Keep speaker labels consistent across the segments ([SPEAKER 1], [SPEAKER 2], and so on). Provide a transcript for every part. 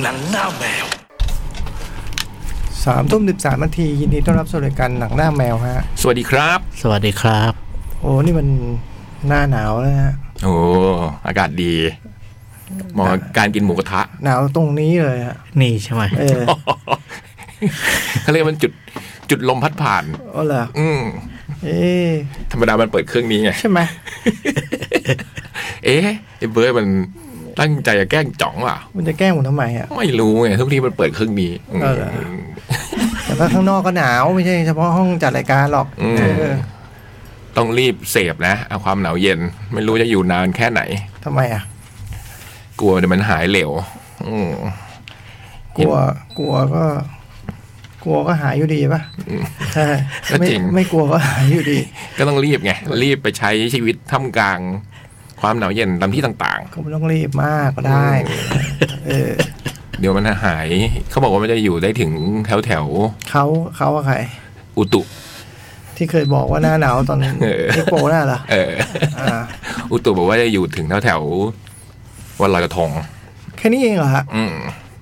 [SPEAKER 1] หนังหน้าแมว
[SPEAKER 2] สามทุ่มสิบสามนาทียินดีต้อนรับสู่รายการหนังหน้าแมวฮะ
[SPEAKER 3] สวัสดีครับ
[SPEAKER 4] สวัสดีครับ
[SPEAKER 2] โอ้นี่มันหน้าหนาวแล้วฮะ
[SPEAKER 3] โอ้อากาศดีเหมาะกับการกินหมูกระทะ
[SPEAKER 2] หนาวตรงนี้เลยฮะ
[SPEAKER 4] นี่ใช่ไหม
[SPEAKER 2] เออ
[SPEAKER 3] เขาเรียกมันจุดจุดลมพัดผ่าน
[SPEAKER 2] เอาเหรอ
[SPEAKER 3] อืม
[SPEAKER 2] เอ๊ะ
[SPEAKER 3] ธรรมดามันเปิดเครื่องนี้ไง
[SPEAKER 2] ใช่ไหม
[SPEAKER 3] เอ๊ะไอ้เบิร์ดมันตั้งใจจะแกล้งจ่องว่ะ
[SPEAKER 2] มันจะแกล้งผมทำไมอ่ะ
[SPEAKER 3] ไม่รู้ไงทุกทีมันเปิดเครื่องนี้อืม
[SPEAKER 2] เออ แต่ว่าข้างนอกก็หนาวไม่ใช่เฉพาะห้องจัดรายการหรอก
[SPEAKER 3] อืม
[SPEAKER 2] เออ
[SPEAKER 3] ต้องรีบเสพนะเอาความหนาวเย็น ไม่รู้จะอยู่นานแค่ไหน
[SPEAKER 2] ทำไมอ่ะ
[SPEAKER 3] กลัวเดี๋ยวมันหายเหลวอืม
[SPEAKER 2] กลัวกลัวก็ กลัวก็หายอยู่ดีป่ะใช่
[SPEAKER 3] ก็
[SPEAKER 2] ไม่
[SPEAKER 3] จริง
[SPEAKER 2] ไม่กลัวก็หายอยู่ดี
[SPEAKER 3] ก็ต้องรีบไงรีบไปใช้ชีวิตท่ามกลาง ความหนาวเย็นตามที่ต่าง ๆ
[SPEAKER 2] ก็ไม่ต้องรีบมากก็ได้เออ
[SPEAKER 3] เดี๋ยวมันหาย เขาบอกว่ามันจะอยู่ได้ถึงแถวแถว
[SPEAKER 2] เขาเขาว่าใคร
[SPEAKER 3] ๆอุตุ
[SPEAKER 2] ที่เคยบอกว่าหน้าหนาวตอน
[SPEAKER 3] เออ
[SPEAKER 2] เอ็กโปน่าเหรอ
[SPEAKER 3] เอ อ
[SPEAKER 2] อ่า
[SPEAKER 3] อุตุบอกว่าจะอยู่ถึงแถวแถวๆวันลอยกระทง
[SPEAKER 2] แค่นี้เองเหรอฮะ
[SPEAKER 3] อืม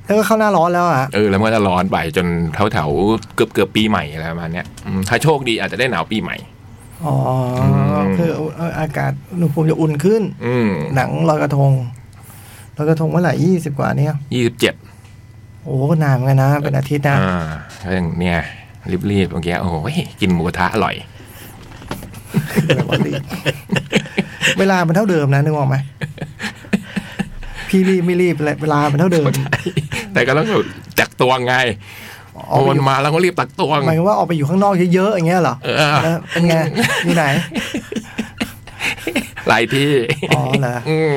[SPEAKER 2] แล้วก็เข้าหน้าร้อนแล้วอะฮะ
[SPEAKER 3] เออ แล้วมันก็จะร้อนไปจนแถวแถวๆเกือบเกือบปีใหม่อะไรประมาณเนี้ยอืมถ้าโชคดีอาจจะได้หนาวปีใหม่
[SPEAKER 2] อ๋ออ
[SPEAKER 3] ม
[SPEAKER 2] คือเอ่ออากาศอุณหภูมิจะอุ่นขึ้น
[SPEAKER 3] อืม
[SPEAKER 2] หนังลอยกระทงลอยกระทงเมื่อไหร่ยี่สิบกว่าเนี่ย
[SPEAKER 3] ยี่สิบเจ็ด
[SPEAKER 2] โอ้ก็นานเหมือนกันนะ เป็นอาทิตย์นะ
[SPEAKER 3] อ่าก็อย่างเนี้ยรีบๆเมื่อกี้โอ้โหกินหมูกระทะอร่อย
[SPEAKER 2] แบบว่ารีบเวลามันเท่าเดิมนะนึกออกไหมพี่รีบไม่รีบเวลามันเท่าเดิม
[SPEAKER 3] แต่ก็ต้องจักตวงไงพ
[SPEAKER 2] ออ
[SPEAKER 3] อก
[SPEAKER 2] ไป
[SPEAKER 3] มันมาแล้วก็รีบตักตวง
[SPEAKER 2] หมายความว่าออกไปอยู่ข้างนอกเยอะๆอย่างเงี้ยเหรอ
[SPEAKER 3] เออ
[SPEAKER 2] แล้วเป็นไงอยู่ไหน
[SPEAKER 3] หลายที่
[SPEAKER 2] อ๋อเหรอ
[SPEAKER 3] อืม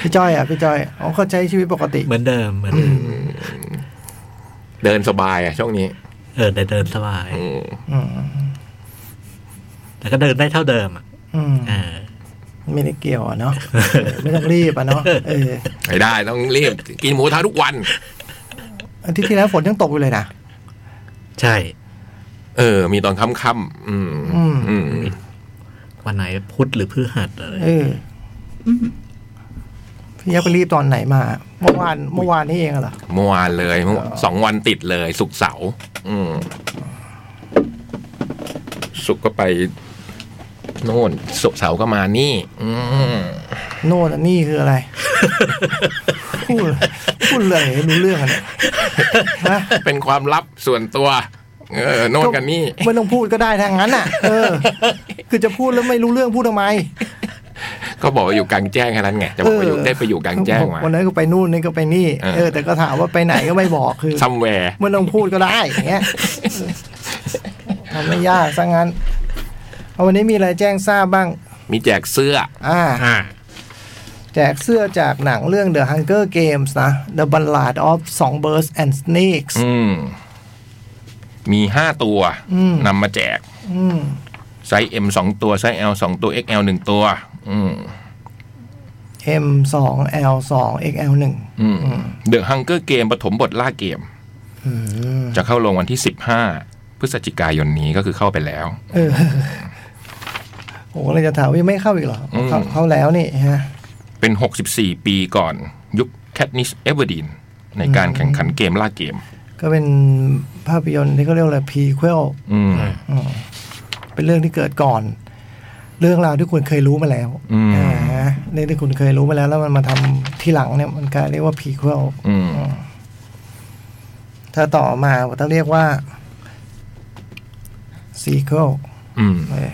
[SPEAKER 2] พี่จ้อยอ่ะพี่จ้อยอ๋อเขาใช้ชีวิตปกติ
[SPEAKER 4] เหมือนเดิมเหมือนเดิม
[SPEAKER 3] เดินสบายอะช่วงนี้
[SPEAKER 4] เออแต่เดินสบาย
[SPEAKER 3] อืม
[SPEAKER 2] อืม
[SPEAKER 4] แต่ก็เดินได้เท่าเดิมอ่ะ
[SPEAKER 2] อืม
[SPEAKER 4] เออ
[SPEAKER 2] ไม่ได้เกี่ยวอะเนาะเออไม่ต้องรีบอ่ะเนาะเออ
[SPEAKER 3] ไม่ได้ต้องรีบกินหมูกระทะทุกวัน
[SPEAKER 2] อาทิตย์ที่แล้วฝนยังตกอยู่เลยนะ
[SPEAKER 4] ใช่
[SPEAKER 3] เออ มีตอนค่ำๆอืม
[SPEAKER 2] อืม
[SPEAKER 3] อืม
[SPEAKER 4] วันไหนพุธหรือพฤหัสอะไร
[SPEAKER 2] เอออพี่ยักษ์ไปรีบตอนไหนมา เมื่อวานเมื่อวานนี่เองอะเหรอ
[SPEAKER 3] เมื่อวานเลยเมื่อวานสองวันติดเลยสุกร์เสาร์อืมสุกร์ก็ไปโน่นสุกร์เสาร์ก็มานี่ อืม
[SPEAKER 2] โน่นอันนี่คืออะไร พูดพูดเลยรู้เรื่องอันเนี่ยนะ
[SPEAKER 3] เป็นความลับส่วนตัว เออ โน่นกันนี่
[SPEAKER 2] ไม่ต้องพูดก็ได้ทางนั้นอ่ะ เออ คือจะพูดแล้วไม่รู้เรื่องพูดทำไม
[SPEAKER 3] ก็บอกว่าอยู่กลางแจ้งแค่นั้นไงจะบอกว่าอยู่ได้ไปอยู่กลางแจ้งมา
[SPEAKER 2] วันนั้นก็ไปนู่นนี่ก็ไปนี่
[SPEAKER 3] เออ
[SPEAKER 2] เออแต่ก็ถามว่าไปไหนก็ไม่บอกคือ
[SPEAKER 3] ซัมแวร์
[SPEAKER 2] ไม่ต้องพูดก็ได้อย่างเงี้ยทำไม่ยากซะงั้นเอาวันนี้มีอะไรแจ้งทราบบ้าง
[SPEAKER 3] มีแจกเสื้อ
[SPEAKER 2] อ่า
[SPEAKER 4] อ่า
[SPEAKER 2] แจกเสื้อจากหนังเรื่อง The Hunger Games นะ The Ballad of Songbirds and Snakes
[SPEAKER 3] อืม มีห้าตัว
[SPEAKER 2] อืม
[SPEAKER 3] นำมาแจก
[SPEAKER 2] อืม
[SPEAKER 3] ไซส์ M สองตัว ไซส์ L สองตัว XL หนึ่งตัว อืม
[SPEAKER 2] M 2 L 2 XL 1
[SPEAKER 3] อืมเดอะฮังเกอร์เกมปฐมบทล่าเกม จะเข้าลงวันที่สิบห้าพฤศจิกายนนี้ก็คือเข้าไปแล้ว
[SPEAKER 2] เออผมก็เลยจะถามว่ายังไม่เข้าอีกเหรอ
[SPEAKER 3] อืม
[SPEAKER 2] เข้าเข้าแล้วนี่ฮะ
[SPEAKER 3] เป็นหกสิบสี่ปีก่อน ยุคแค t นิสเอเวอร์ดีนในการแข่งขันเกมล่าเกม
[SPEAKER 2] ก็เป็นภาพยนตร์ที่เขาเรียกอะไรพีเควล
[SPEAKER 3] อืม
[SPEAKER 2] เป็นเรื่องที่เกิดก่อน เรื่องราวที่คุณเคยรู้มาแล้ว
[SPEAKER 3] อืม
[SPEAKER 2] อ่าฮะเรื่องที่คุณเคยรู้มาแล้ว แล้วมันมาทำที่หลังเนี่ยมันกลายเรียกว่าพีเควล
[SPEAKER 3] อืม
[SPEAKER 2] ถ้าต่อมาต้องเรียกว่าซีเคิล
[SPEAKER 3] อืม
[SPEAKER 2] เออ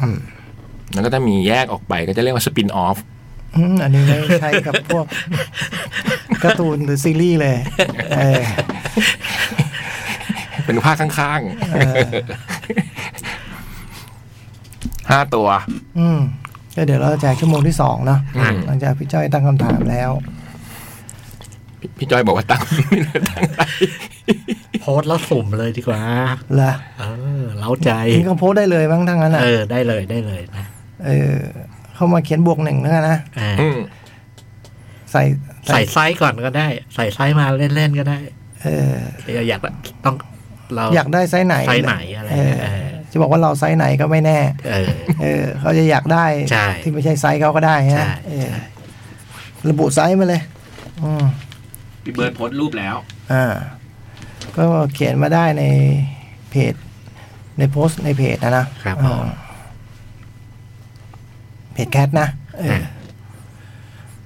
[SPEAKER 2] อืม
[SPEAKER 3] แล้วก็ถ้ามีแยกออกไปก็จะเรียกว่าสปินออฟ
[SPEAKER 2] อืมอันนี้ไม่ใช่กับ พวกการ์ตูนหรือซีรีส์เลยเออ
[SPEAKER 3] เป็นภาคข้างๆห้าตัว
[SPEAKER 2] อืมก็เดี๋ยวเราจะแจกชั่วโมงที่สองเนาะหลังจากพี่จ้อยตั้งคำถามแล้ว
[SPEAKER 3] พี่พี่จอยบอกว่าตั้ง ไม่ได้ตั้งอะไร
[SPEAKER 4] โพสต์แล้วสุ่มเลยดีกว่า
[SPEAKER 2] เหรอ
[SPEAKER 4] เออ เล้าใจ
[SPEAKER 2] ทิ้งคำโพสต์ได้เลยมั้งทั้งนั้นอ่ะ
[SPEAKER 4] เออ ได้เลยได้เลยนะ
[SPEAKER 2] เออ เข้ามาเขียนบวกหนึ่งแล้วกันนะ
[SPEAKER 4] อ่า
[SPEAKER 3] อืม
[SPEAKER 2] ใส่
[SPEAKER 4] ใส่ไซส์ก่อนก็ได้ ใส่ไซส์มาเล่นๆก็ได้
[SPEAKER 2] เออ
[SPEAKER 4] เราอยากต้องเรา
[SPEAKER 2] อยากได้ไซส์ไหน
[SPEAKER 4] ไซส์ไหนอะไร
[SPEAKER 2] เออ
[SPEAKER 4] เออ
[SPEAKER 2] จะบอกว่าเราไซส์ไหนก็ไม่แน่
[SPEAKER 4] เออ
[SPEAKER 2] เออเขาจะอยากได้
[SPEAKER 4] ใช่
[SPEAKER 2] ที่ไม่ใช่ไซส์เขาก็ได้
[SPEAKER 4] ใช่
[SPEAKER 2] ฮะ
[SPEAKER 4] ใช่
[SPEAKER 2] เออระบุไซส์มาเลย อืม
[SPEAKER 1] พี่เบิร์ดโพสต์รูปแล้ว
[SPEAKER 2] อ่า ก็เขียนมาได้ในเพจ ในโพสต์ในเพจนะนะครับอ่าเพจแคทนะเออ
[SPEAKER 4] อ่ะ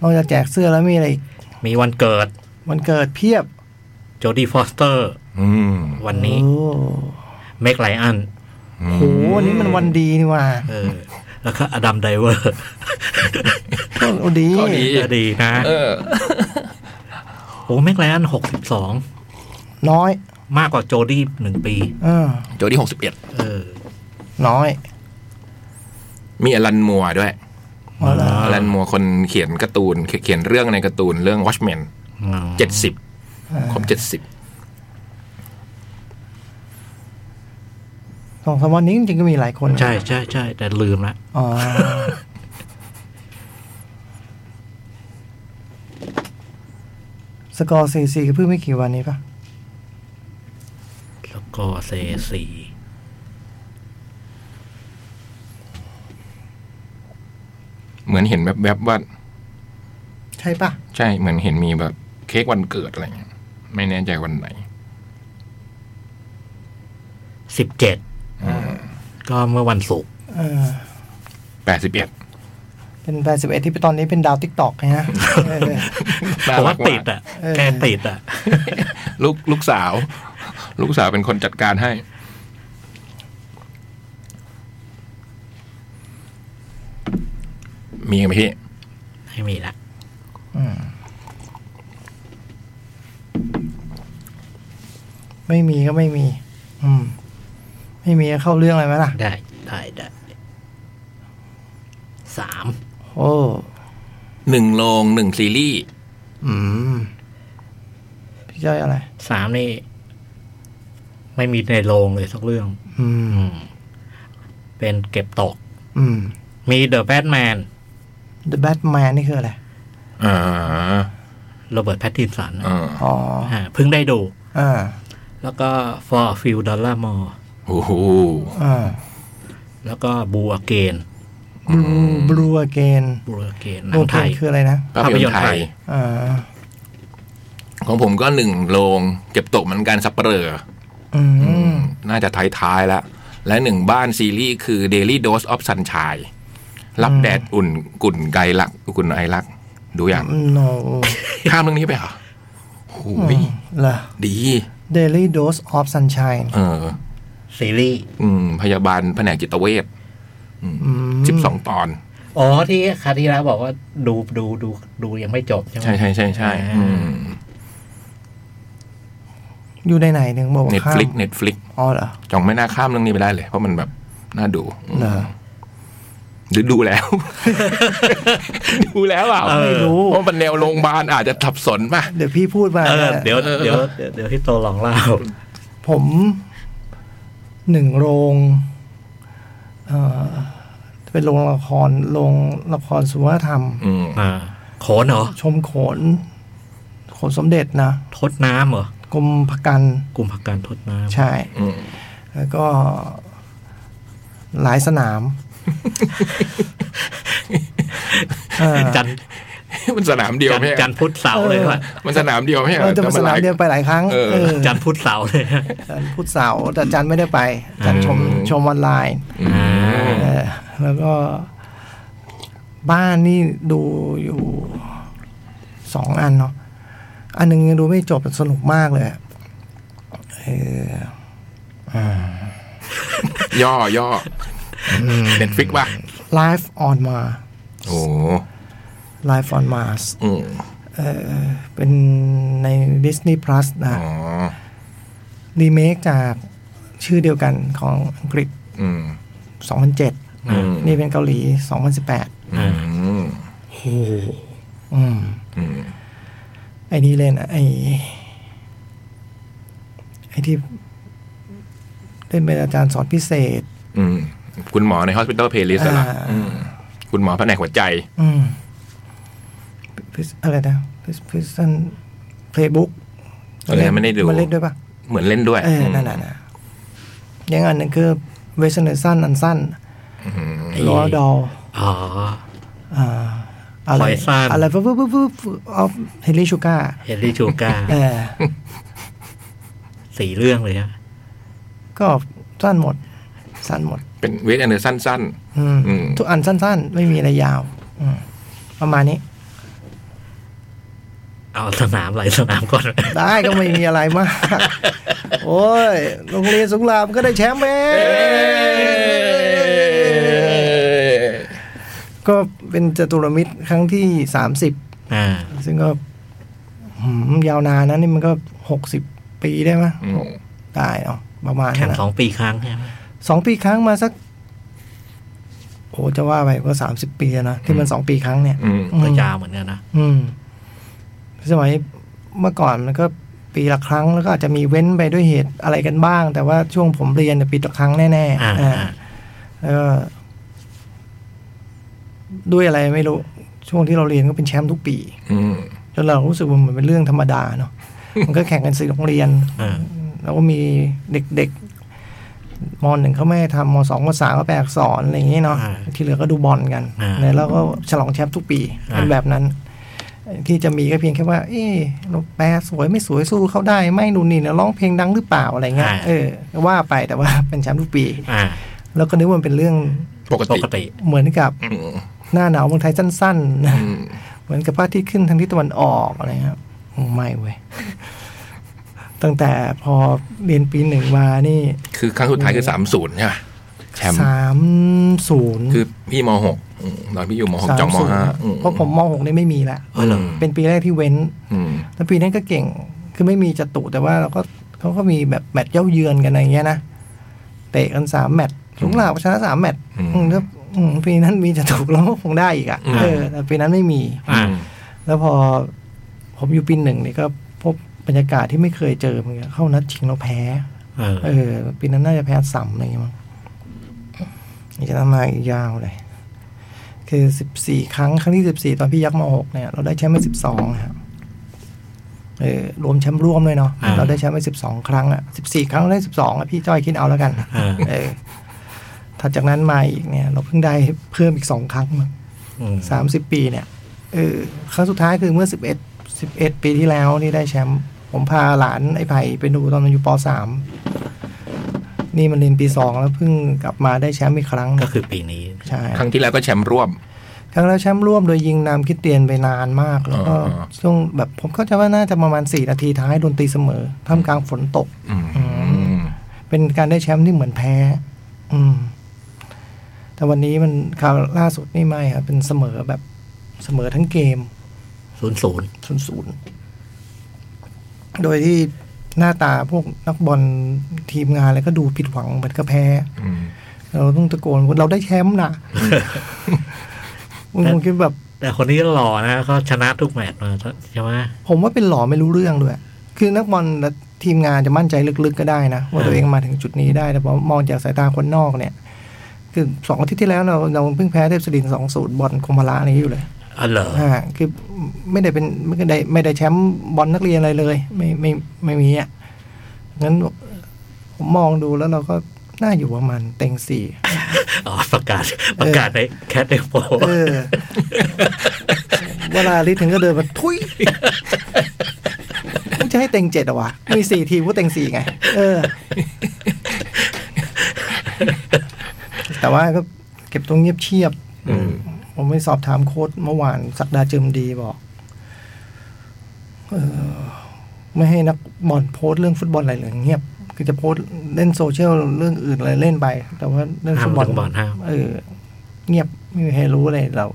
[SPEAKER 2] นอกจากแจกเสื้อแล้วมีอะไรอีก
[SPEAKER 4] มีวันเกิด
[SPEAKER 2] วันเกิดเพียบ
[SPEAKER 4] โจดี้ฟอสเตอร์
[SPEAKER 3] อืม
[SPEAKER 4] วันนี้
[SPEAKER 2] โอ้
[SPEAKER 4] เมกไลอัน
[SPEAKER 2] โหวันนี้มันวันดีนี่ว่า
[SPEAKER 4] เออ แล้วก็อดัมได เวอร์
[SPEAKER 2] โอ้ดี
[SPEAKER 3] ก็ดี
[SPEAKER 4] ก็ดีนะ
[SPEAKER 3] เออ
[SPEAKER 4] โอ้เมกไลอันหกสิบสอง
[SPEAKER 2] น้อย
[SPEAKER 4] มากกว่าโจดี้หนึ่งปี
[SPEAKER 2] เออ
[SPEAKER 3] โจดี้หกสิบเอ็ด
[SPEAKER 4] เออ
[SPEAKER 2] น้อย
[SPEAKER 3] มีอลันมัวร์ด้วย
[SPEAKER 2] อ๋อเหรอ
[SPEAKER 3] อลันมัวร์คนเขียนการ์ตูน เขียนเรื่องในการ์ตูนเรื่อง Watchmen เจ็ดสิบครบเจ็ดสิบ
[SPEAKER 2] สองสามวันนี้จริงๆก็มีหลายคนนะ
[SPEAKER 4] ใช่ใช่ใช่แต่ลืมละ
[SPEAKER 2] อ๋อ สกอร์สี่สี่ก็เพิ่งไม่กี่วันนี้ปะ
[SPEAKER 4] แล้วก็เซซี
[SPEAKER 3] เหมือนเห็นแบบๆว่า
[SPEAKER 2] ใช่ปะ
[SPEAKER 3] ใช่เหมือนเห็นมีแบบเค้กวันเกิดอะไรเงี้ยไม่แน่ใจวันไหน
[SPEAKER 4] สิบเจ็ดก็เมื่อวันศุกร์
[SPEAKER 2] เออ
[SPEAKER 3] แปดสิบเอ็ด
[SPEAKER 2] เป็นแปดสิบเอ็ดที่ตอนนี้เป็นดาวติ๊กตอกนะ เออ
[SPEAKER 4] ผมว่าติดอ่ะ
[SPEAKER 2] เออ
[SPEAKER 4] แกติดอ่ะ
[SPEAKER 3] ลูกลูกสาว ลูกสาวเป็นคนจัดการให้ มีอีกไหมพี่
[SPEAKER 4] ไม่มีละ
[SPEAKER 2] ไม่มีก็ไม่มี อืม ไม่มีก็เข้าเรื่องอะไรไหมล่ะ
[SPEAKER 4] ได้ได้ได้สาม
[SPEAKER 2] โอ้
[SPEAKER 3] หนึ่งโรงหนึ่งซีรีส์
[SPEAKER 2] อืม พี่จ้อยอะไร
[SPEAKER 4] สามนี่ ไม่มีในโรงเลยสักเรื่อง
[SPEAKER 2] อืม
[SPEAKER 4] อืม เป็นเก็บตก
[SPEAKER 2] อืม
[SPEAKER 4] มีเดอะแบทแมน
[SPEAKER 2] The Batman นี่คืออะไร
[SPEAKER 3] อ่า
[SPEAKER 4] โรเบิร์ตแพตตินสัน
[SPEAKER 3] อ่า
[SPEAKER 2] อ๋อ
[SPEAKER 4] เพิ่งได้ดู
[SPEAKER 2] อ่า
[SPEAKER 4] แล้วก็ For a Few Dollar More
[SPEAKER 3] โอ้โห
[SPEAKER 2] อ่า
[SPEAKER 4] แล้วก็บูอเกน
[SPEAKER 2] บลูบลูอเกน
[SPEAKER 4] บูอเกน
[SPEAKER 2] บ
[SPEAKER 4] หนั
[SPEAKER 2] ลู
[SPEAKER 4] ง
[SPEAKER 2] เก
[SPEAKER 4] ไท
[SPEAKER 2] น
[SPEAKER 4] ย
[SPEAKER 2] คืออะไรนะ
[SPEAKER 3] ภาพยนตร์ไท
[SPEAKER 4] ภาพยนตร์ไท
[SPEAKER 3] ย
[SPEAKER 4] ย
[SPEAKER 2] อ่า
[SPEAKER 3] ของผมก็หนึ่งโรงเก็บตกเหมือนกันสับเปลือ
[SPEAKER 2] อืม
[SPEAKER 3] น่าจะท้ายๆแล้วและหนึ่งบ้านซีรีส์คือ Daily Dose of Sunshine รับแดดอุ่นกุ่นไกลลักกุ่นไอรัก ดูอย่าง
[SPEAKER 2] no
[SPEAKER 3] ข้ามเรื่องนี้ไปเหรอโอ้ย
[SPEAKER 2] เหรอ
[SPEAKER 3] ดี
[SPEAKER 2] Daily Dose of Sunshine
[SPEAKER 3] เออ
[SPEAKER 4] ซีรีส์
[SPEAKER 3] อืม พยาบาลแผนกจิตเวช
[SPEAKER 2] อืม
[SPEAKER 3] สิบสองตอน
[SPEAKER 4] อ๋อที่คาทิระบอกว่าดูดูดูดูยังไม่จบใช่ไหม
[SPEAKER 3] ใช่ใช่ใช่ใช่อืม
[SPEAKER 2] อยู่ในไหนหนึ่งบอกว่าข้าม
[SPEAKER 3] Netflix Netflix
[SPEAKER 2] อ๋อเหรอ
[SPEAKER 3] จองไม่น่าข้ามเรื่องนี้ไปได้เลย เพราะมันแบบน่าดูอืม
[SPEAKER 2] เหรอ
[SPEAKER 3] หรือดูแล้ว ดูแล้วเปล่า
[SPEAKER 4] เออ
[SPEAKER 2] ไม่รู้
[SPEAKER 3] เพราะมันแนวโรงพยาบาลอาจจะสับสนป่ะ
[SPEAKER 2] เดี๋ยวพี่พูดมา
[SPEAKER 4] เออ
[SPEAKER 2] นะ
[SPEAKER 4] เดี๋ยวเดี๋ยวเดี๋ยวเดี๋ยวพี่โตลองเล่า
[SPEAKER 2] ผมหนึ่งโรงเอ่อเป็นโรงละครโรงละครสุวรรณธรรม
[SPEAKER 3] อืม
[SPEAKER 4] อ่าโขนเหรอ
[SPEAKER 2] ชมโขน โขนสมเด็จนะ
[SPEAKER 4] ทดน้ำเหรอก
[SPEAKER 2] รมพกัน
[SPEAKER 4] กลุ่มผักการทดน้ำ
[SPEAKER 2] ใช่
[SPEAKER 3] อืม
[SPEAKER 2] แล้วก็หลายสนามเออ
[SPEAKER 4] จันทร์
[SPEAKER 3] มันสนามเดียว
[SPEAKER 4] จันท
[SPEAKER 3] ไหม
[SPEAKER 4] ร์จันทร์พุธเสาร์เลยว่ะ
[SPEAKER 3] มันสนามเดียวไหม
[SPEAKER 2] เราจะไปสนามเดียวไปหลายครั้ง
[SPEAKER 3] เออ
[SPEAKER 2] เออ
[SPEAKER 4] จันทร์พุธเสาร์เลย
[SPEAKER 2] จันทร์พุธเสาร์แต่จันทร์ไม่ได้ไปจันทร์ชม
[SPEAKER 3] อืม
[SPEAKER 2] ชมออนไลน์
[SPEAKER 4] อ่า
[SPEAKER 2] เออแล้วก็บ้านนี่ดูอยู่สองอันเนาะอันหนึ่งยังดูไม่จบแต่สนุกมากเลยอะเออย่
[SPEAKER 3] อย่อเน็ตฟิกป่ะ
[SPEAKER 2] ไลฟ์ออนมา
[SPEAKER 3] โอ้โห
[SPEAKER 2] ไลฟ์ออนมาส
[SPEAKER 3] อืม
[SPEAKER 2] เป็นใน Disney Plus นะ
[SPEAKER 3] อ๋อ
[SPEAKER 2] รีเมคจากชื่อเดียวกันของอังกฤษ
[SPEAKER 3] อืม
[SPEAKER 2] 2007
[SPEAKER 3] อืม
[SPEAKER 2] นี่เป็นเกาหลี 2018
[SPEAKER 3] อืม
[SPEAKER 2] อืม
[SPEAKER 3] อืม
[SPEAKER 2] ไอ้นี่เล่นอะไอ้ไอ้ที่เล่นเป็นอาจารย์สอนพิเศษ
[SPEAKER 3] อืมคุณหมอใน hospital playlist อะเหรอ
[SPEAKER 2] อ่า
[SPEAKER 3] อืมคุณหมอแผนกหัวใจ
[SPEAKER 2] อืมพิอะไรนะพิพิสันเพลย์บุ๊ก
[SPEAKER 3] เออไม่ได้ดู
[SPEAKER 2] มันเล่นด้วยปะ
[SPEAKER 3] เหมือนเล่นด้วย
[SPEAKER 2] เออนั่นน่ะนะยังอันหนึ่งคือเวสเนอร์สันอันสั้น
[SPEAKER 3] อืม
[SPEAKER 2] รอดอล
[SPEAKER 4] อ๋อ
[SPEAKER 2] อ่า อะไร
[SPEAKER 4] ปล่อยสั้น
[SPEAKER 2] อะไรปุ๊บปุ๊บปุ๊บปุ๊บออฟเฮนรี่ชูการ์
[SPEAKER 4] เฮนรี่ชูกา
[SPEAKER 2] เอ อ
[SPEAKER 4] สี่เรื่องเลยฮะ
[SPEAKER 2] ก็สั้นหมด สั้นหมด
[SPEAKER 3] เป็นเวทอันเดอร์สั้น
[SPEAKER 2] อืม
[SPEAKER 3] อืม
[SPEAKER 2] ทุกอันสั้น ๆ ไม่มีอะไรยาวอืมประมาณนี้
[SPEAKER 4] เอาสนามหลายสนามก่อน
[SPEAKER 2] ได้ก็ไม่มีอะไรมาก โอ้ย โรงเรียนสงรามก็ได้แชมป์เอง
[SPEAKER 3] ๆ
[SPEAKER 2] ก็เป็นจตุรมิตรครั้งที่สามสิบ
[SPEAKER 4] อ่า
[SPEAKER 2] ซึ่งก็หืมยาวนานนะนี่มันก็หกสิบปีได้ไหมย
[SPEAKER 3] อืม
[SPEAKER 2] ได้เนาะประมาณ
[SPEAKER 4] แข่
[SPEAKER 2] นั้น
[SPEAKER 4] ง
[SPEAKER 2] นะ
[SPEAKER 4] สองปีครั้งใช่ไหม
[SPEAKER 2] สองปีครั้งมาสัก โอ้จะว่าไปก็สามสิบปีแล้วนะ ที่มันสองปีครั้งเนี่ย
[SPEAKER 3] อืม
[SPEAKER 2] อืม
[SPEAKER 4] ก็ยาวเหมือนกันนะ
[SPEAKER 2] อืม สมัยเมื่อก่อนมันก็ปีละครั้งแล้วก็อาจจะมีเว้นไปด้วยเหตุอะไรกันบ้าง แต่ว่าช่วงผมเรียนเนี่ยปีละครั้งแน่
[SPEAKER 4] อ่า
[SPEAKER 2] ๆอ่า
[SPEAKER 4] อ่า
[SPEAKER 2] แล้วก็ด้วยอะไรไม่รู้ ช่วงที่เราเรียนก็เป็นแชมป์ทุกปี
[SPEAKER 3] อืม
[SPEAKER 2] จนเรารู้สึกว่ามันเป็นเรื่องธรรมดาเนาะ มันก็แข่งกันสี่โรงเรียน
[SPEAKER 4] อ่า
[SPEAKER 2] แล้วก็มีเด็กๆมหนึ่งเขาไม่ให้ทำมสองมสามก็แปลอักษรอะไรอย่างเงี้ยเนาะ
[SPEAKER 4] อ่า
[SPEAKER 2] ที่เหลือก็ดูบอลกัน
[SPEAKER 4] อ่า
[SPEAKER 2] เนี่ยแล้วก็ฉลองแชมป์ทุกปี
[SPEAKER 4] อ่า
[SPEAKER 2] เป็นแบบนั้น ที่จะมีก็เพียงแค่ว่า เอ๊ะเราแปลสวยไม่สวยสู้เขาได้ไหม่นูนนี่เนี่ยร้องเพลงดังหรือเปล่าอะไรเงี้ยเออก็ว่าไปแต่ว่า เป็นแชมป์ทุกปี
[SPEAKER 4] อ่า
[SPEAKER 2] แล้วก็นึกว่ามันเป็นเรื่อง
[SPEAKER 3] ปก
[SPEAKER 4] ป
[SPEAKER 3] ติ
[SPEAKER 4] กติ
[SPEAKER 2] เหมือนกับ
[SPEAKER 3] อืม
[SPEAKER 2] หน้าหนาวเมืองไทยสั้นๆ
[SPEAKER 3] อืม
[SPEAKER 2] เหมือนกับพระอาทิตย์ขึ้นทางทิศตะวันออกอะไรครับไม่เว้ย ตั้งแต่พอเรียนปีหนึ่งมานี่
[SPEAKER 3] คือครั้งสุดท้ายคือสามศูนย์ใช่ไหมแชมป์
[SPEAKER 2] สามศูนย์
[SPEAKER 3] คือพี่มหกอืมตอนพี่อยู่มหกจองมห้าอื
[SPEAKER 2] เพราะผมมหกนี่ไม่มีแล้ว
[SPEAKER 4] เออเหรอ
[SPEAKER 2] เป็นปีแรกที่เว้น
[SPEAKER 3] อืม
[SPEAKER 2] แล้วปีนั้นก็เก่ง คือไม่มีจตุแต่ว่าเราก็เขาก็มีแบบแมตช์เย้าเยือนกันอะไรอย่างเงี้ยนะ เตะกันสามแมตช์ลุงลาวชนะสามแมตช์
[SPEAKER 3] อืม
[SPEAKER 2] อืมแล้วอืมปีนั้นมีจตุ เราก็คงได้อีกอ่ะ เออ แต่ปีนั้นไม่มี
[SPEAKER 4] อ่า
[SPEAKER 2] แล้วพอผมอยู่ปีหนึ่งนี่ก็พบบรรยากาศที่ไม่เคยเจอเหมือนกันเข้านัดชิงเราแพ้
[SPEAKER 4] เออ
[SPEAKER 2] เออปีนั้นน่าจะแพ้สัมอะไรอย่างเงี้ยมั้งนี่จะทำมาอีกยาวเลย คือสิบสี่ครั้งครั้งที่สิบสี่ตอนพี่ยักษ์มหกเนี่ยเราได้แชมป์ไปสิบสองนะครับเออรวมแชมป์ร่วมเลยเนาะ
[SPEAKER 4] อ่า
[SPEAKER 2] เราได้แชมป์ไปสิบสองครั้งอ่ะสิบสี่ครั้งเราได้สิบสองอ่ะพี่จ้อยคิดเอาแล้วกัน
[SPEAKER 4] อ่า
[SPEAKER 2] เออถัดจากนั้นมาอีกเนี่ย เราเพิ่งได้เพิ่มอีกสองครั้งมั้ง
[SPEAKER 4] อืม
[SPEAKER 2] สามสิบปีเนี่ยเออครั้งสุดท้ายคือเมื่อสิบเอ็ดสิบเอ็ดปีที่แล้วนี่ได้แชมป์ผมพาหลานไอ้ไผ่ไปดูตอนมันอยู่ปสามนี่มันเรียนปีสองแล้วเพิ่งกลับมาได้แชมป์อีกครั้งหนึ่
[SPEAKER 4] ก็
[SPEAKER 2] ง
[SPEAKER 4] คือปีนี้
[SPEAKER 2] ใช่
[SPEAKER 3] ครั้งที่แล้วก็แชมป์ร่วม
[SPEAKER 2] ครั้งแล้วแชมป์ร่วมโดยยิงนามคริดเตียนไปนานมาก แล้วก็
[SPEAKER 3] อ่า
[SPEAKER 2] ช่วงแบบผมเข้าใจว่าน่าจะประมาณสี่นาทีท้ายโดนตีเสมอท่ามกลางฝนตก
[SPEAKER 3] อืม
[SPEAKER 2] เป็นการได้แชมป์ที่เหมือนแพ้ อืม แต่วันนี้มันคราวล่าสุดนี่ไม่ครับเป็นเสมอแบบเสมอทั้งเกม
[SPEAKER 4] ศูนย์ศูนย์
[SPEAKER 2] ศูนย์ศูนย์โดยที่หน้าตาพวกนักบอลทีมงานอะไรก็ดูผิดหวังเหมือนกับแพ้
[SPEAKER 3] อืม
[SPEAKER 2] เราต้องตะโกนว่าเราได้แชมป์นะมึงคงคิดแบบ
[SPEAKER 4] แต่คนนี้หล่อนะก็ชนะทุกแมตช์มาใช่ไหม
[SPEAKER 2] ผมว่าเป็นหล่อไม่รู้เรื่องด้วย คือนักบอลและทีมงานจะมั่นใจลึกๆก็ได้นะ ว่า
[SPEAKER 4] อ่า
[SPEAKER 2] ตัวเองมาถึงจุดนี้ได้ แต่พอมองจากสายตาคนนอกเนี่ย คือสองอาทิตย์ที่แล้วเราเราเพิ่งแพ้เทพสดินสองศูนย์บอลคมพละนี้อยู่เลย
[SPEAKER 4] อ๋อเหรอ
[SPEAKER 2] อ่าคือไม่ได้เป็นไม่ได้ไม่ได้แชมป์บอลนักเรียนอะไรเลย ไม่ไม่ไม่มีอ่ะงั้นผมมองดูแล้วเราก็น่าอยู่ประมาณเต็งสี่
[SPEAKER 4] อ๋อประกาศประกาศในแคทเอฟโฟ
[SPEAKER 2] เออ เวลาลิถึงก็เดินมาทุย มึงจะให้เต็งเจ็ดเหรอวะ มีสี่ทีมก็เต็งสี่ไง เออ แต่ว่าก็เก็บตรงเงียบเชียบ ผมไปสอบถามโค้ดเมื่อวานสักดาเจิมดีบอก เออ ไม่ให้นักบอลโพสต์เรื่องฟุตบอลอะไรเลยเงียบ คือจะโพสต์เล่นโซเชียลเรื่องอื่นอะไรเล่นไป แต่ว่าเรื่อง
[SPEAKER 4] ห้า
[SPEAKER 2] ฟุต
[SPEAKER 4] ม
[SPEAKER 2] บอล
[SPEAKER 4] บอลห้าม
[SPEAKER 2] เออ เงียบไม่มีใครรู้เลยเรา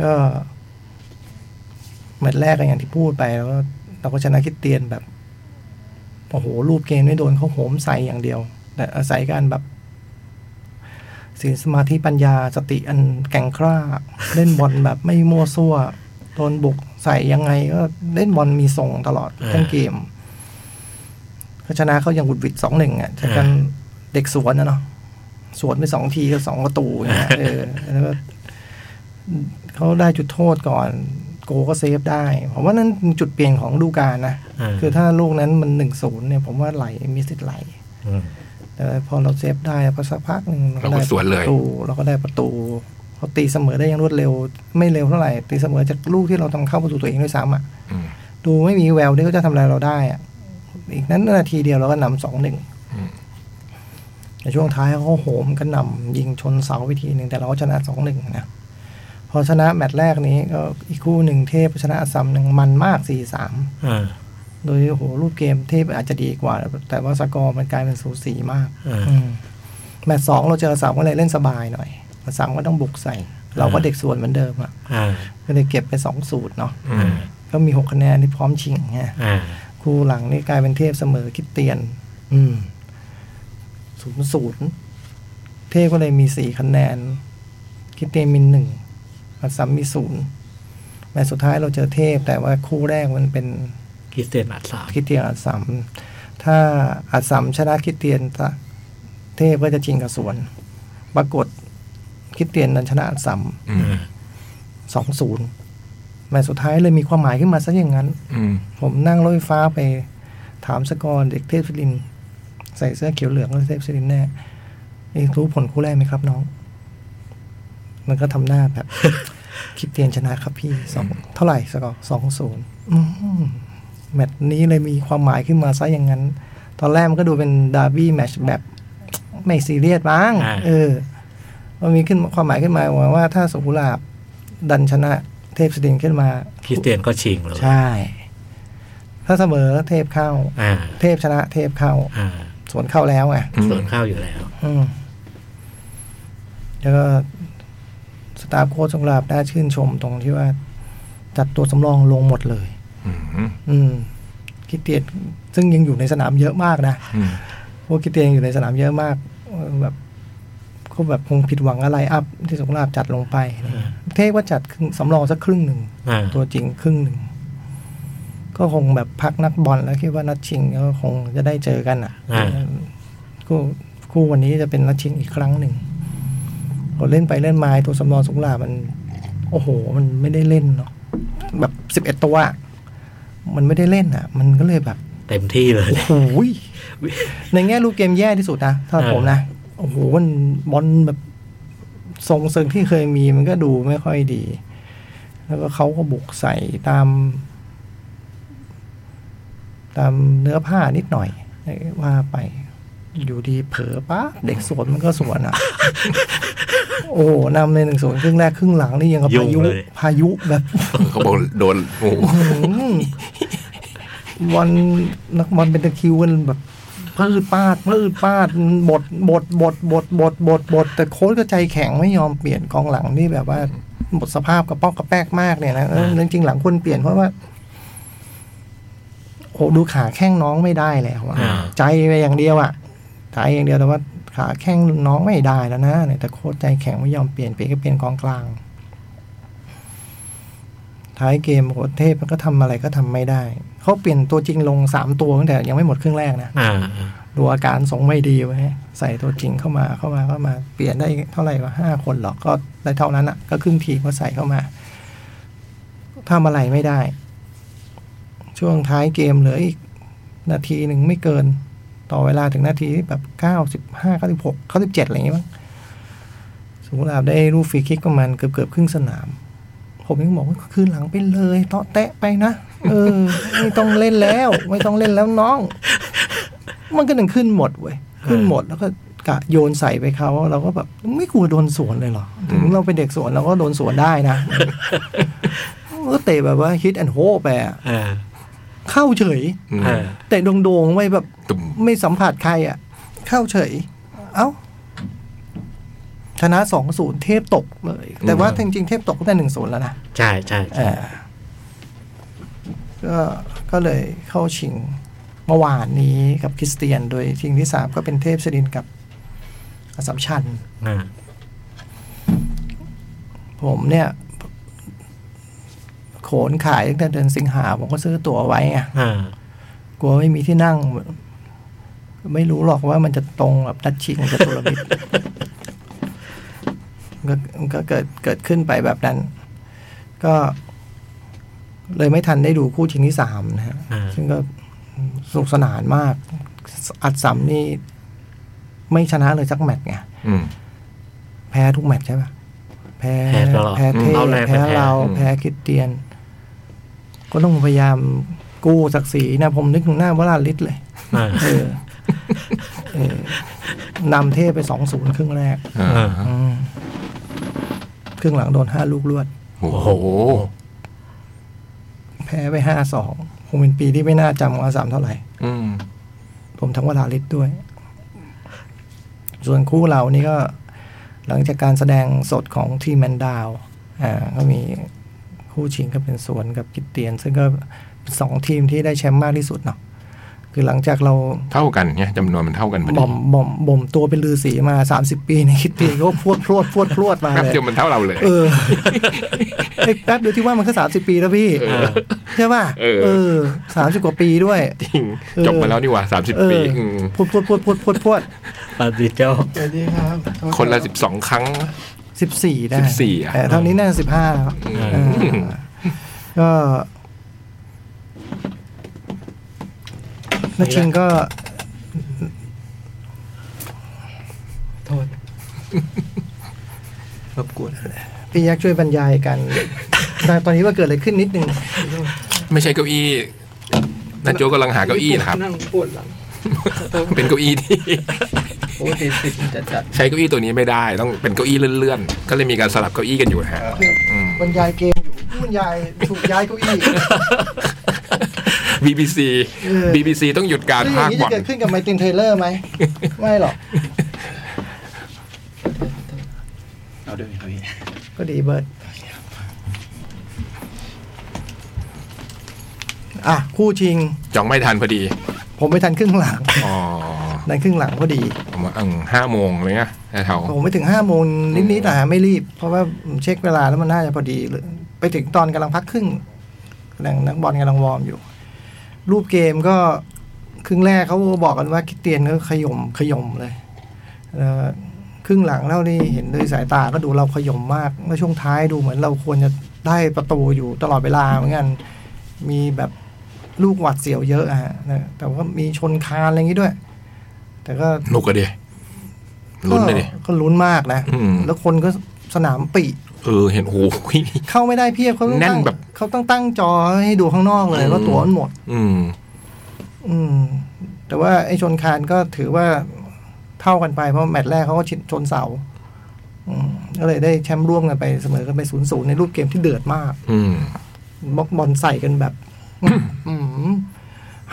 [SPEAKER 2] ก็แมตช์แรกก็อย่างที่พูดไปแล้วก็เราก็ชนะคริดเตียนแบบโอ้โหรูปเกมไม่โดนเขาโหมใส่อย่างเดียว แต่อาศัยการแบบศีลสมาธิปัญญาสติอันแกร่งกล้า เล่นบอลแบบไม่มั่วซั่วโดนบุกใส่ยังไง ก็เล่นบอลมีส่งตลอดทั้งเกมก็ชนะเขาอย่างหวุดหวิดสองหนึ่งอ่ะจากการเด็กสวนนะเนาะ สวนไปสองทีก็สองประตูอย่างเงี้ยเออ แล้วก็เขาได้จุดโทษก่อน โกก็เซฟได้ ผมว่านั่นคือจุดเปลี่ยนของฤดูกาลนะ
[SPEAKER 4] อ่า
[SPEAKER 2] คือถ้าลูกนั้นมันหนึ่งศูนย์เนี่ย ผมว่าไหลมีสิทธิ์ไหล
[SPEAKER 4] อืม
[SPEAKER 2] แต่พอเราเซฟได้พอสักพักหนึ่ง
[SPEAKER 3] เราก็สวนเลย
[SPEAKER 2] ประตูเราก็ได้ประตู เราตีเสมอได้อยังรวดเร็ว ไม่เร็วเท่าไหร่ตีเสมอจากลูกที่เราทำเข้าประตูตัวเองด้วยซ้ำอ่ะ
[SPEAKER 3] อืม
[SPEAKER 2] ดูไม่มีแววที่เขาจะทำอะไรเราได้อ่ะอีกนั้นนาทีเดียวเราก็นำสองหนึ่ง
[SPEAKER 3] อืม
[SPEAKER 2] แต่ช่วงท้ายเขาก็โหมกันนำยิงชนเสาไปทีหนึ่งแต่เราก็ชนะสองหนึ่งนะพอชนะแมตช์แรกนี้ก็อีกคู่หนึ่งเทพชนะอัสสัมหนึ่งมันมากสี่สาม
[SPEAKER 4] อ่า
[SPEAKER 2] โดยโอ้โหรูปเกมเทพอาจจะดีกว่า แต่ว่าสกอร์มันกลายเป็นสูสีมาก
[SPEAKER 4] อ่า
[SPEAKER 2] อืมแมตช์สองเราเจอสามก็เลยเล่นสบายหน่อยสามก็ต้องบุกใส่ เราก็เด็กส่วนเหมือนเดิมอ่ะ
[SPEAKER 4] อ่า
[SPEAKER 2] ก็เลยเก็บไปสองสูตรเนาะ
[SPEAKER 3] อืม
[SPEAKER 2] ก็มีหกคะแนนที่พร้อมชิงฮะ
[SPEAKER 4] อ่า
[SPEAKER 2] คู่หลังนี่กลายเป็นเทพเสมอคริดเตียน อืมศูนย์ศูนย์เทพก็เลยมีสี่คะแนนคริดเตียนมีหนึ่งอัสซัมมีศูนย์แมตช์สุดท้ายเราเจอเทพ แต่ว่าคู่แรกมันเป็น
[SPEAKER 4] คริสเตยนอัดสาม
[SPEAKER 2] คริสเตียนอัสสัมถ้าอัสสัมชนะคริสเตียนตะเทพก็จะชิงกับสวน ปรากฏคริสเตียนนั้นชนะอัสสัม
[SPEAKER 3] อืม
[SPEAKER 2] สองศูนย์แมตช์สุดท้ายเลยมีความหมายขึ้นมาซะอย่างนั้น
[SPEAKER 3] อืม
[SPEAKER 2] ผมนั่งรถไฟฟ้าไปถามสกอร์เด็กเทพศิรินทร์ใส่เสื้อเขียวเหลืองก็เทพศิรินทร์แน่เองรู้ผลคู่แรกไหมครับน้อง มันก็ทำหน้าแบบ คริดเตียนชนะครับพี่สองเท่าไหร่สกอร์สองศูนย์แมตช์นี้เลยมีความหมายขึ้นมาซะอย่างนั้น ตอนแรกมันก็ดูเป็นดาร์บี้แมตช์แบบ ไม่ซีเรียสมั้งเออ มันมีขึ้นความหมายขึ้นมาว่าถ้าสุขุลาบดันชนะเทพศิรินทร์ขึ้นมา
[SPEAKER 4] คริสเตียนก็ชิงเลย
[SPEAKER 2] ใช่ ถ้าเสมอเทพเข้า
[SPEAKER 4] อ่า
[SPEAKER 2] เทพชนะเทพเข้า
[SPEAKER 4] อ่า
[SPEAKER 2] สวนเข้าแล้วไง
[SPEAKER 4] ส่วนเข้าอยู่แล้ว
[SPEAKER 2] อืมแล้วก็สตาฟโค้ชสงราบได้ชื่นชมตรงที่ว่า จัดตัวสำรองลงหมดเลย
[SPEAKER 3] อืม
[SPEAKER 2] อืมคริดเตียนซึ่งยังอยู่ในสนามเยอะมากนะ
[SPEAKER 3] อืม
[SPEAKER 2] พวกคริดเตียนยังอยู่ในสนามเยอะมากเออแบบก็แบบคงผิดหวังอะไรอัพ ที่สงราบจัดลงไปอะไรเงี้ยเทพว่าจัดครึ่งสำรองสักครึ่งหนึ่ง
[SPEAKER 4] อ่า
[SPEAKER 2] ตัวจริงครึ่งหนึ่ง ก็คงแบบพักนักบอลแล้วคิดว่านัดชิงก็คงจะได้เจอกันอ่ะคู่คู่วันนี้จะเป็นนัดชิงอีกครั้งหนึ่งพอเล่นไปเล่นมาไอ้ตัวสำรองสงขลามัน โอ้โห มันไม่ได้เล่นเนาะแบบสิบเอ็ดตัวอะมันไม่ได้เล่นอ่ะ มันก็เลยแบบ
[SPEAKER 4] เต็มที่เลย
[SPEAKER 2] โอ้โหยในแง่ลูกเกมแย่ที่สุดนะสำหรับ
[SPEAKER 4] อ่า
[SPEAKER 2] ผมนะโอ้โหมันบอลแบบทรงเซิงที่เคยมีมันก็ดูไม่ค่อยดี แล้วก็เขาก็บุกใส่ตาม ตามเนื้อผ้านิดหน่อยว่าไป อยู่ดีเผลอปะเด็กสวนมันก็ส วนอ่ะ โอ้โหนำในหนึ่งสวนครึ่งแรกครึ่งหลังนี่ยังกับพายุ
[SPEAKER 4] ยุ่งเลย
[SPEAKER 2] พายุแบบ
[SPEAKER 3] เขาบอกโดนโอ้โห
[SPEAKER 2] อืมบอลนักบอลเป็นตะคริวกันแบบพืดปาดพืดปาดบดบดบดบดบดบดบดแต่โค้ชก็ใจแข็งไม่ยอมเปลี่ยนกองหลังนี่แบบว่าหมดสภาพกระป้อกกระแป๊กมากเนี่ยนะเออจริงๆหลังควรเปลี่ยนเพราะว่าโอ้ดูขาแข้งน้องไม่ได้แล้วอะ
[SPEAKER 4] อ่า
[SPEAKER 2] ใจไปอย่างเดียวอะใจอย่างเดียวแต่ว่าขาแข้งน้องไม่ได้แล้วนะเนี่ยแต่โค้ชใจแข็งไม่ยอมเปลี่ยนเปลี่ยนก็เปลี่ยนกองกลาง ท้ายเกมโหเทพมันก็ทำอะไรก็ทำไม่ได้ เขาเปลี่ยนตัวจริงลงสามตัวตั้งแต่ยังไม่หมดครึ่งแรกนะ
[SPEAKER 4] อ่าอ่า
[SPEAKER 2] ดูอาการทรงไม่ดีไว้ใส่ตัวจริงเข้ามาเข้ามาเข้ามาเปลี่ยนได้เท่าไหร่วะห้าคนหรอกก็ได้เท่านั้นอ่ะ ก็ครึ่งทีมก็ใส่เข้ามาทำอะไรไม่ได้ ช่วงท้ายเกมเหลืออีก นาทีหนึ่งไม่เกิน ต่อเวลาถึงนาทีที่แบบเก้าสิบห้าเก้าสิบหกเก้าสิบเจ็ดอะไรอย่างเงี้ยมั้งสุราบได้รูปฟรีคิกประมาณเกือบเกือบๆครึ่งสนาม ผมยังบอกว่าคืนหลังไปเลยเตาะแตะไปนะเออ ไม่ต้องเล่นแล้ว ไม่ต้องเล่นแล้วน้อง มันก็หนึ่งขึ้นหมดเว้ยขึ้นหมดแล้วก็กะโยนใส่ไปเขาเราก็แบบไม่กลัวโดนสวนเลยเหรอ ถึงเราเป็นเด็กสวนเราก็โดนสวนได้นะ ก็เตะแบบว่าฮิตแอนโฮไปอะ
[SPEAKER 4] อ่า
[SPEAKER 2] เข้าเฉย
[SPEAKER 3] อืม
[SPEAKER 4] อ่า
[SPEAKER 2] เตะโด่งๆไม่แบบ
[SPEAKER 3] ตุ่ม
[SPEAKER 2] ไม่สัมผัสใครอ่ะ เข้าเฉย เอ้า ชนะสองศูนย์เทพตกเลย แต่ว่าจริงๆเทพตกตั้งแต่หนึ่งศูนย์แล้วนะ
[SPEAKER 4] ใช่ใช่ใช่
[SPEAKER 2] อ่าก็ก็เลยเข้าชิงเมื่อวานนี้กับคริสเตียน โดยชิงที่สามก็เป็นเทพศรินทร์กับอสสัมชัญ
[SPEAKER 4] อ่า
[SPEAKER 2] ผมเนี่ย โขนขายตั้งแต่เดือนสิงหา ผมก็ซื้อตั๋วไว้ไง
[SPEAKER 4] อ่าก
[SPEAKER 2] ลัวไม่มีที่นั่ง ไม่รู้หรอกว่ามันจะตรงกับนัดชิงจะตุล มิตร ก็ก็เกิดเกิดขึ้นไปแบบนั้น ก็เลยไม่ทันได้ดูคู่ชิงที่สามนะฮะ
[SPEAKER 4] อ่า
[SPEAKER 2] ซึ่งก็สนุกสนานมาก อัดสัมนี่ไม่ชนะเลยสักแมตช์ไง
[SPEAKER 3] อืม
[SPEAKER 2] แพ้ทุกแมตช์ใช่ปะ แพ้
[SPEAKER 4] แพ้ตลอด
[SPEAKER 2] แพ้เทพ
[SPEAKER 4] เอาแรงไป
[SPEAKER 2] แพ้
[SPEAKER 4] แพ้
[SPEAKER 2] เรา
[SPEAKER 3] อืม
[SPEAKER 2] แพ้คริดเตียน ก็ต้องพยายามกู้ศักดิ์ศรีนะผมนึกถึงหน้าวราลิศเลย
[SPEAKER 4] อ่า
[SPEAKER 2] เออเออนำเทพไปสองศูนย์ครึ่งแรก
[SPEAKER 3] อ่า
[SPEAKER 4] อ่า
[SPEAKER 2] อืมครึ่งหลังโดนห้าลูกรวด
[SPEAKER 3] โอ้โห
[SPEAKER 2] แพ้ไปห้าสองคงเป็นปีที่ไม่น่าจำของอาสามเท่าไหร่
[SPEAKER 3] อืม
[SPEAKER 2] ผมทั้งวราลิศด้วย ส่วนคู่เรานี่ก็ หลังจากการแสดงสดของทีมแมนดาวอ่าก็มีคู่ชิงก็เป็นสวนกับกิตเตียน ซึ่งก็เป็นสองทีมที่ได้แชมป์มากที่สุดเนาะคือหลังจากเรา
[SPEAKER 3] เท่ากันเนี่ยจำนวนมันเท่ากันพอดี
[SPEAKER 2] บ่มบ่มบ่มตัวเป็นลือสีมา 30 ปีในยคิดเตียนก็พรวดพรวดพรวดพรวดมา
[SPEAKER 3] แป๊บ
[SPEAKER 2] เลย
[SPEAKER 3] เดียวมันเท่าเราเลย
[SPEAKER 2] เออไอ้แป๊บเดียวที่ว่ามันก็สามสิบปีแล้วพี่ ใช่ป่ะ
[SPEAKER 3] เออ
[SPEAKER 2] สามสิบกว่าปีด้วย
[SPEAKER 3] จริง
[SPEAKER 2] เออ
[SPEAKER 3] จบมาแล้วนี่หว่าสามสิบ
[SPEAKER 2] เออ
[SPEAKER 3] ปีอืม
[SPEAKER 2] พวดพวดพวดพวดพวดพวด
[SPEAKER 4] ปฏิเจ้า
[SPEAKER 2] สวัสดีครับ
[SPEAKER 3] คนละสิบสองครั้ง
[SPEAKER 2] สิบสี่ได้
[SPEAKER 3] 14อ่ะ
[SPEAKER 2] แต่เท่านี้น่าจะสิบห้าแล้วเออก็นักชิงก็
[SPEAKER 4] โทษ
[SPEAKER 2] รบกวนพี่ยักษ์ช่วยบรรยายกัน แต่ตอนนี้ว่าเกิดอะไรขึ้นนิดนึง
[SPEAKER 3] ไม่ใช่เก้าอี้นาโจกำลังหาเก้าอี้นะครับ
[SPEAKER 5] นั่งปวดหลัง
[SPEAKER 3] เป็นเก้าอี้ที่
[SPEAKER 5] โอ้ยติดติดจัดจัด
[SPEAKER 3] ใช้เก้าอี้ตัวนี้ไม่ได้ ต้องเป็นเก้าอี้เลื่อนๆ ก็เลยมีการสลับเก้าอี้กันอยู่นะฮะ
[SPEAKER 2] บรรยายเกมอยู่บรรยายถูกย้ายเก้าอี้
[SPEAKER 3] BBC
[SPEAKER 2] เออ
[SPEAKER 3] BBC ต้องหยุดการ
[SPEAKER 2] ซึ่งอ
[SPEAKER 3] พา
[SPEAKER 2] ย่าง
[SPEAKER 3] กบ
[SPEAKER 2] นี้
[SPEAKER 3] อ
[SPEAKER 2] จะ
[SPEAKER 3] ล
[SPEAKER 2] เกิดขึ้นกับไมตินเทเลอ ร์ไหม ไม่หรอก
[SPEAKER 1] เอาด้วยครับพี่
[SPEAKER 2] ก็ดีเบิร์ดอ่ะ คู่ชิง
[SPEAKER 3] จองไม่ทันพอดี
[SPEAKER 2] ผมไปทันครึ่งห ลัง
[SPEAKER 3] อ๋อ
[SPEAKER 2] ในครึ่งหลังพอดี
[SPEAKER 3] ประมาณห้าโมงเลยนะแถว
[SPEAKER 2] ผมไปถึงห้าโมงนิดๆแต่ไม่รีบ เพราะว่าผมเช็คเวลาแล้วมันน่าจะพอดีเลยไปถึงตอนกำลังพักครึ่งกำลังนักบอลกำลังวอร์มอยู่ รูปเกมก็ครึ่งแรกเขาบอกกันว่าคริดเตียนก็ขย่มขย่มเลยเอ่อครึ่งหลังเท่านี้เห็นด้วยสายตาก็ดูเราขย่มมากเมื่อช่วงท้ายดูเหมือนเราควรจะได้ประตูอยู่ตลอดเวลาเหมือนกัน มีแบบลูกหวัดเสียวเยอะอะฮะนะแต่ว่ามีชนคานอะไรอย่างนี้ด้วย แต่ก็
[SPEAKER 3] ๆหนุกอะเดียลุ้นเลยดิ
[SPEAKER 2] ก็ก็ลุ้นมากนะ
[SPEAKER 3] อืม
[SPEAKER 2] แล้วคนก็สนามปิ
[SPEAKER 3] เออ เห็นโอ้โห
[SPEAKER 2] เข้าไม่ได้เพียบเขาต้อง
[SPEAKER 3] แน่น
[SPEAKER 2] ตั้ง
[SPEAKER 3] แบบ
[SPEAKER 2] เขาต้องตั้งจอให้ดูข้างนอกเลย
[SPEAKER 3] อืม
[SPEAKER 2] ว่าตั๋วมันหมด
[SPEAKER 3] อืม
[SPEAKER 2] อืม แต่ว่าไอ้ชนคานก็ถือว่าเท่ากันไปเพราะแมตช์แรกเขาก็ชิชนเสาอืมก็เลยได้แชมป์ร่วมกันไปเสมอกันไปศูนย์ศูนย์ในรูปเกมที่เดือดมาก
[SPEAKER 3] อืม
[SPEAKER 2] บล็อกบอลใส่กันแบบ อืม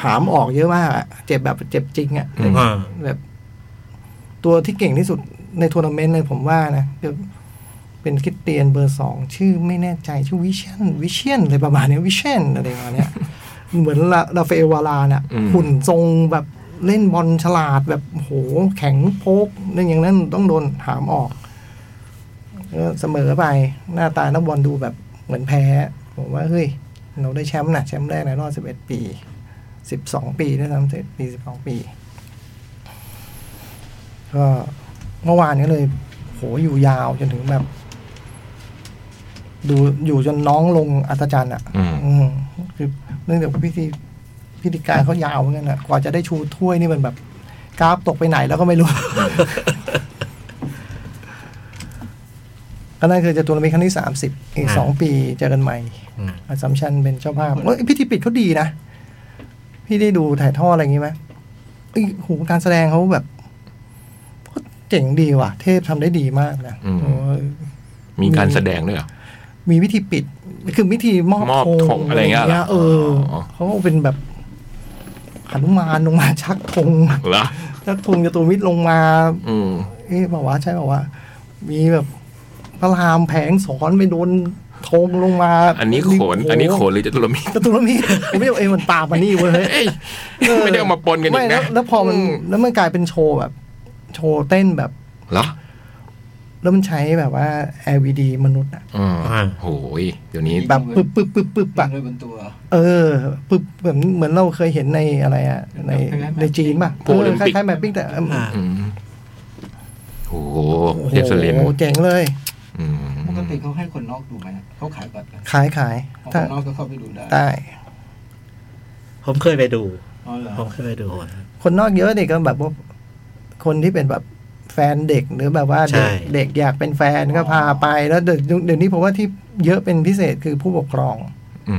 [SPEAKER 2] หามออกเยอะมากอะเจ็บแบบเจ็บจริงอะ
[SPEAKER 3] อืม
[SPEAKER 2] แบบตัวที่เก่งที่สุดในทัวร์นาเมนต์เลยผมว่านะคือเป็นคริดเตียนเบอร์สองชื่อไม่แน่ใจชื่อวิเชียนวิเชียนอะไรประมาณเนี้ยวิเชียนอะไรประมาณเนี้ย เหมือนลาลาเฟเอวาลาน่ะ
[SPEAKER 3] อืม
[SPEAKER 2] หุ่นทรงแบบเล่นบอลฉลาดแบบโหแข็งโพกนั่นอย่างนั้นต้องโดนหามออกก็เสมอไป หน้าตานักบอลดูแบบเหมือนแพ้ ผมว่าเฮ้ย เราได้แชมป์นะแชมป์แรกในรอบสิบเอ็ดปีสิบสองปีได้วยซ้ำเสร็จปีสิบสองปี ก็เมื่อวานนี้เลย โหอยู่ยาวจนถึงแบบ ดูอยู่จนน้องลงอัศจรรย์อ่ะ
[SPEAKER 3] อืม
[SPEAKER 2] อืมคือเนื่องจากพิธีพิธีการเขายาวเหมือนกันนะกว่าจะได้ชูถ้วยนี่มันแบบกราฟตกไปไหนแล้วก็ไม่รู้ ก็นั่นคือจะตัวร์นาเมนต์ครั้งที่สามสิบอีก
[SPEAKER 4] อ่า
[SPEAKER 2] สองปีเจอกันใหม่
[SPEAKER 4] อืม
[SPEAKER 2] อัสสัมชันเป็นเจ้าภาพเอ้ยพิธีปิดเขาดีนะ พี่ได้ดูถ่ายทอดอะไรอย่างงี้ไหมเอ้ยโหการแสดงเขาแบบก็เจ๋งดีว่ะ เทพทำได้ดีมากนะ
[SPEAKER 3] อืม
[SPEAKER 2] โอ้ย
[SPEAKER 3] มีการแสดงด้วยเหรอ
[SPEAKER 2] มีวิธีปิด คือวิธีมอบ
[SPEAKER 3] มอบธง
[SPEAKER 2] ธ
[SPEAKER 3] อะไรเงี้ยเหรอ
[SPEAKER 2] เอออ
[SPEAKER 3] อ
[SPEAKER 2] เขาเป็นแบบหนุมานลงมาชักธง
[SPEAKER 3] เหรอ
[SPEAKER 2] ชักธงจตุรมิตรลงมา
[SPEAKER 3] อืม
[SPEAKER 2] เอ๊ะบอกว่าใช่บอกว่า มีแบบพระรามแผงสอนไปโดนธงลงมา
[SPEAKER 3] อันนี้โขน อันนี้โขนหรือจะตุลมี
[SPEAKER 2] จตุรมิตรผมไม่เอาเองมันตามมานี่เว้ย
[SPEAKER 3] เอ้ยไม่ได้เอามาปนกันอี
[SPEAKER 2] ไม่
[SPEAKER 3] ก
[SPEAKER 2] แล้ว
[SPEAKER 3] นะ
[SPEAKER 2] แล้วพอมัน แล้วมันกลายเป็นโชว์แบบ โชว์เต้นแบบ
[SPEAKER 3] เหรอ
[SPEAKER 2] แล้วมันใช้แบบว่า LVD มนุษย์อะ
[SPEAKER 3] อืม
[SPEAKER 4] อ่า
[SPEAKER 3] โอ้ยเดี๋ยวนี้
[SPEAKER 2] แบบปึ๊บปึ๊บปึ๊บปึ๊บ
[SPEAKER 5] ปั
[SPEAKER 2] อะ
[SPEAKER 5] งด้วยบนตัว
[SPEAKER 2] เออปึ๊บแบบเหมือนเราเคยเห็นในอะไรอะใน
[SPEAKER 5] คล้ายๆ
[SPEAKER 2] ในจีนป่ะ
[SPEAKER 3] พวกโอลิมปิก
[SPEAKER 2] เคล้ายๆแมปปิ้งแต่เอิ่ม
[SPEAKER 4] อ่า
[SPEAKER 3] อืมโอ้โหเดฟสลิน
[SPEAKER 2] โอ้โหเจ๋งเลย
[SPEAKER 3] อืม
[SPEAKER 5] ปกติเขาให้คนนอกดูไหมเขาขายบัตรกัน
[SPEAKER 2] ขายขาย
[SPEAKER 5] เอาค
[SPEAKER 2] ถ้าน
[SPEAKER 5] นอกก็เข้าไปดูได้
[SPEAKER 2] ได้
[SPEAKER 4] ผมเคยไปดู
[SPEAKER 5] อ๋อเหรอ
[SPEAKER 4] ผมเคยไปดู
[SPEAKER 2] คนนอกเยอะเด็กก็แบบว่าคนที่เป็นแบบ ฟนเด็กหรือแบบว่าเด็ก
[SPEAKER 4] ใช่
[SPEAKER 2] เด็กอยากเป็นแฟนก็พาไป แล้วเดี๋ยวเดี๋ยวนี้ผมว่าที่เยอะเป็นพิเศษคือผู้ปกครอง
[SPEAKER 3] อื